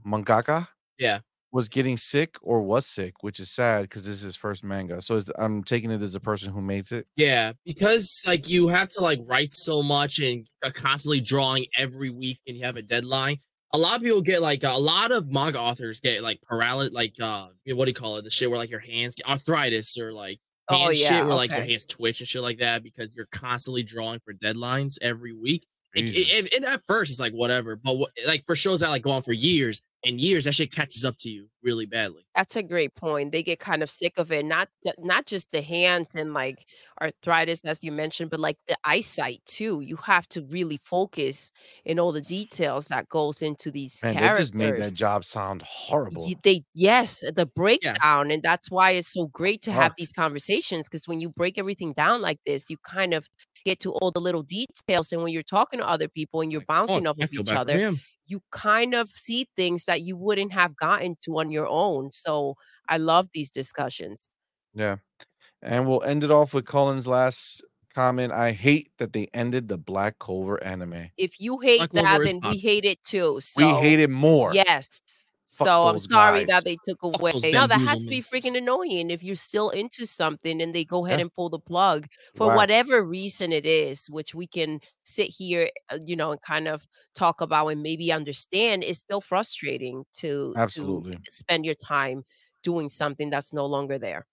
Mangaka? Yeah. Was getting sick or was sick, which is sad because this is his first manga. So it's, I'm taking it as the person who made it. Yeah, because like you have to like write so much and are constantly drawing every week, and you have a deadline. A lot of people get like a lot of manga authors get like paralysis, like uh, you know, what do you call it? The shit where like your hands get arthritis or like hand oh yeah shit where like your okay. hands twitch and shit like that because you're constantly drawing for deadlines every week. It, Jesus. it- and at first it's like whatever, but what, like for shows that like go on for years and years, that shit catches up to you really badly. That's a great point. They get kind of sick of it, not th- not just the hands and like arthritis, as you mentioned, but like the eyesight too. You have to really focus in all the details that goes into these Man, they characters. just made that job sound horrible. Ye- they yes, the breakdown, and that's why it's so great to Ah. have these conversations because when you break everything down like this, you kind of get to all the little details, and when you're talking to other people and you're oh, Like, fuck, bouncing off I of feel each bad for other, him. you kind of see things that you wouldn't have gotten to on your own. So I love these discussions. Yeah. And we'll end it off with Colin's last comment. I hate that they ended the Black Clover anime. If you hate Black Clover that, is then pop. we hate it too. So We hate it more. Yes. Fuck so I'm those sorry guys. that they took away. those No, that bamboozle has to be minks. freaking annoying if you're still into something and they go ahead Yeah. and pull the plug for Wow. whatever reason it is, which we can sit here, uh, you know, and kind of talk about and maybe understand. It's still frustrating to to Absolutely. spend your time doing something that's no longer there.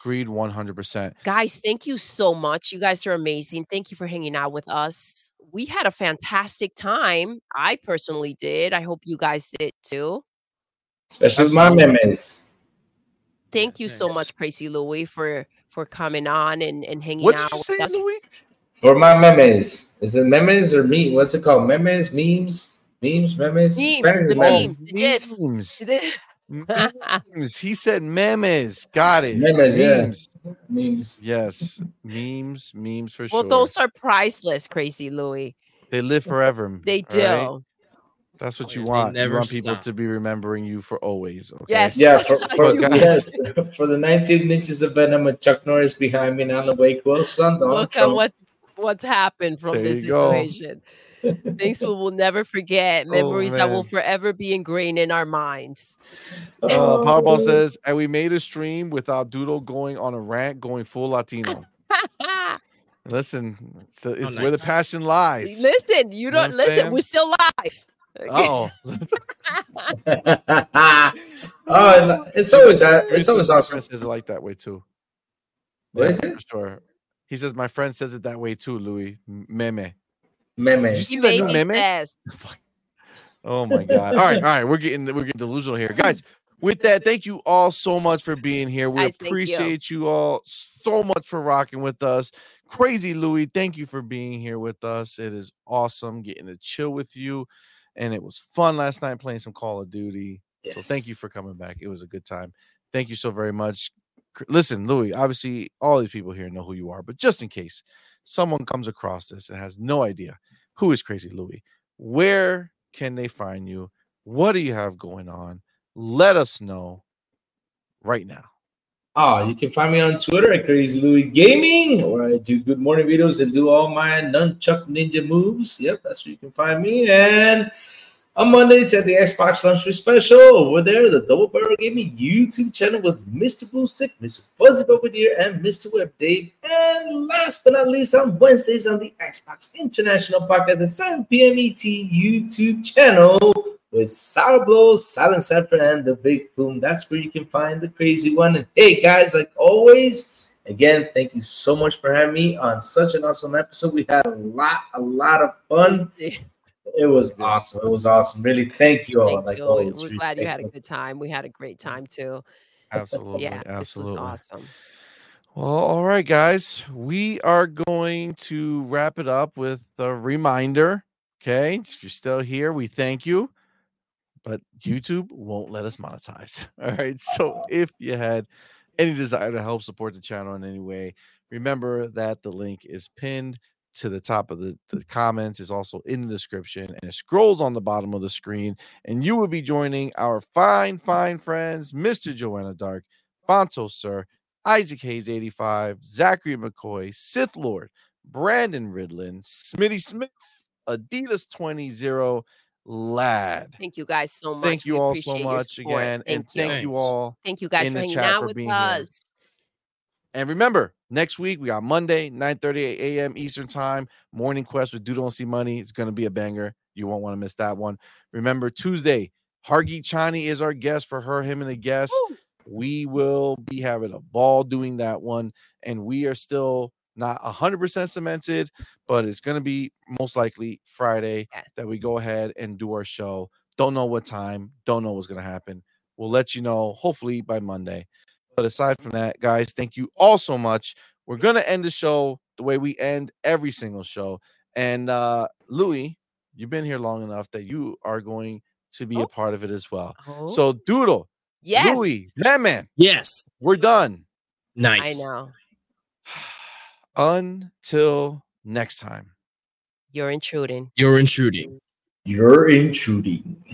Agreed 100%. Guys, thank you so much. You guys are amazing. Thank you for hanging out with us. We had a fantastic time. I personally did. I hope you guys did too. Especially my Absolutely. memes. Thank you so thanks. much, Crazy Louie, for for coming on and, and hanging What out did you with say, us. Louis? Or my memes. Is it memes or meme? What's it called? Memes, memes, memes, memes. Memes, Spanish is the memes. memes. the gifs. Memes. Mm, Memes. He said memes. Got it. Memes, yeah. Memes. Memes. Yes. Memes. Memes for well, sure. those are priceless, Crazy Louie. they live forever. They all right? do. That's what Oh, you yeah, they want. You never want people stop. to be remembering you for always. Okay? Yes. Yeah, for, for, you- yes, for the 19 inches of Venom with Chuck Norris behind me and Alan Wake Wilson. Donald Look at Trump. what what's happened from There this you go. Oh, situation. Things we will never forget, memories that will man. forever be ingrained in our minds. Uh, Powerball Oh. says, and we made a stream without Doodle going on a rant, going full Latino. Listen, Oh, so it's where the nice. passion lies. listen, you Know what don't I'm listen. saying? We're still live. Oh, oh, it's always it's always awesome. Says it like that way too. What Yeah, is it? For sure. He says my friend says it that way too, Louis. M- Meme. Meme. see He that new made me meme? sass. Oh my god. All right, all right. We're getting we're getting delusional here. Guys, with that, thank you all so much for being here. We Guys, thank you. appreciate you. all so much for rocking with us. Crazy Louis, thank you for being here with us. It is awesome getting to chill with you. And it was fun last night playing some Call of Duty. So thank you Yes. for coming back. It was a good time. Thank you so very much. Cr- Listen, Louis, obviously all these people here know who you are, but just in case someone comes across this and has no idea who is Crazy Louis, where can they find you? What do you have going on? Let us know right now. Oh, you can find me on Twitter at Crazy Louie Gaming, where I do good morning videos and do all my nunchuck ninja moves. Yep, that's where you can find me. And on Mondays at the Xbox Lunch with Special over there, the Double Barrel Gaming YouTube channel with Mr. Boomstick, Mr. Fuzzy Belvedere, and Mr. Web Dave. And last but not least, on Wednesdays on the Xbox International Podcast at 7 p.m. ET E YouTube channel with Sour Blow, Silent Surfer, and the Big Boom. That's where you can find the crazy one. And hey, guys, like always, again, thank you so much for having me on such an awesome episode. We had a lot, a lot of fun. It was awesome. It was awesome. Really, thank you all. Thank Oh, like you. always, We're really, glad you thank had a good time. We had a great time too. Absolutely. Yeah, Oh, absolutely. this was awesome. Well, all right, guys. We are going to wrap it up with the reminder. Okay. If you're still here, we thank you. But YouTube won't let us monetize. All right. So if you had any desire to help support the channel in any way, remember that the link is pinned to the top of the, the comments, is also in the description, and it scrolls on the bottom of the screen. And you will be joining our fine, fine friends, Mr. Joanna Dark, Fonto Sir, Isaac Hayes 85, Zachary McCoy, Sith Lord, Brandon Ridlin, Smitty Smith, Adidas 20 Lad. Thank you guys so much. Thank you We all so appreciate your much support. again. Thank and you. thank you Thanks. all. Thank you guys in for the hanging chat out for with being here. us. And remember, next week we got Monday, 9:30 a.m. Eastern Time, Morning Quest with Dude Don't See Money. It's going to be a banger. You won't want to miss that one. Remember, Tuesday, Hargi Chani is our guest for her, him, and the guest. Woo. We will be having a ball doing that one. And we are still not 100% cemented, but it's going to be most likely Friday Yes. that we go ahead and do our show. Don't know what time, don't know what's going to happen. We'll let you know hopefully by Monday. But aside from that, guys, thank you all so much. We're going to end the show the way we end every single show. And uh Louis, you've been here long enough that you are going to be Oh. a part of it as well. Oh, So Doodle, yes, Louis, man, man, Yes. we're done. I Nice. know Until next time. you're intruding. You're intruding. you. You're intruding.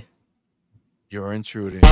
You're intruding.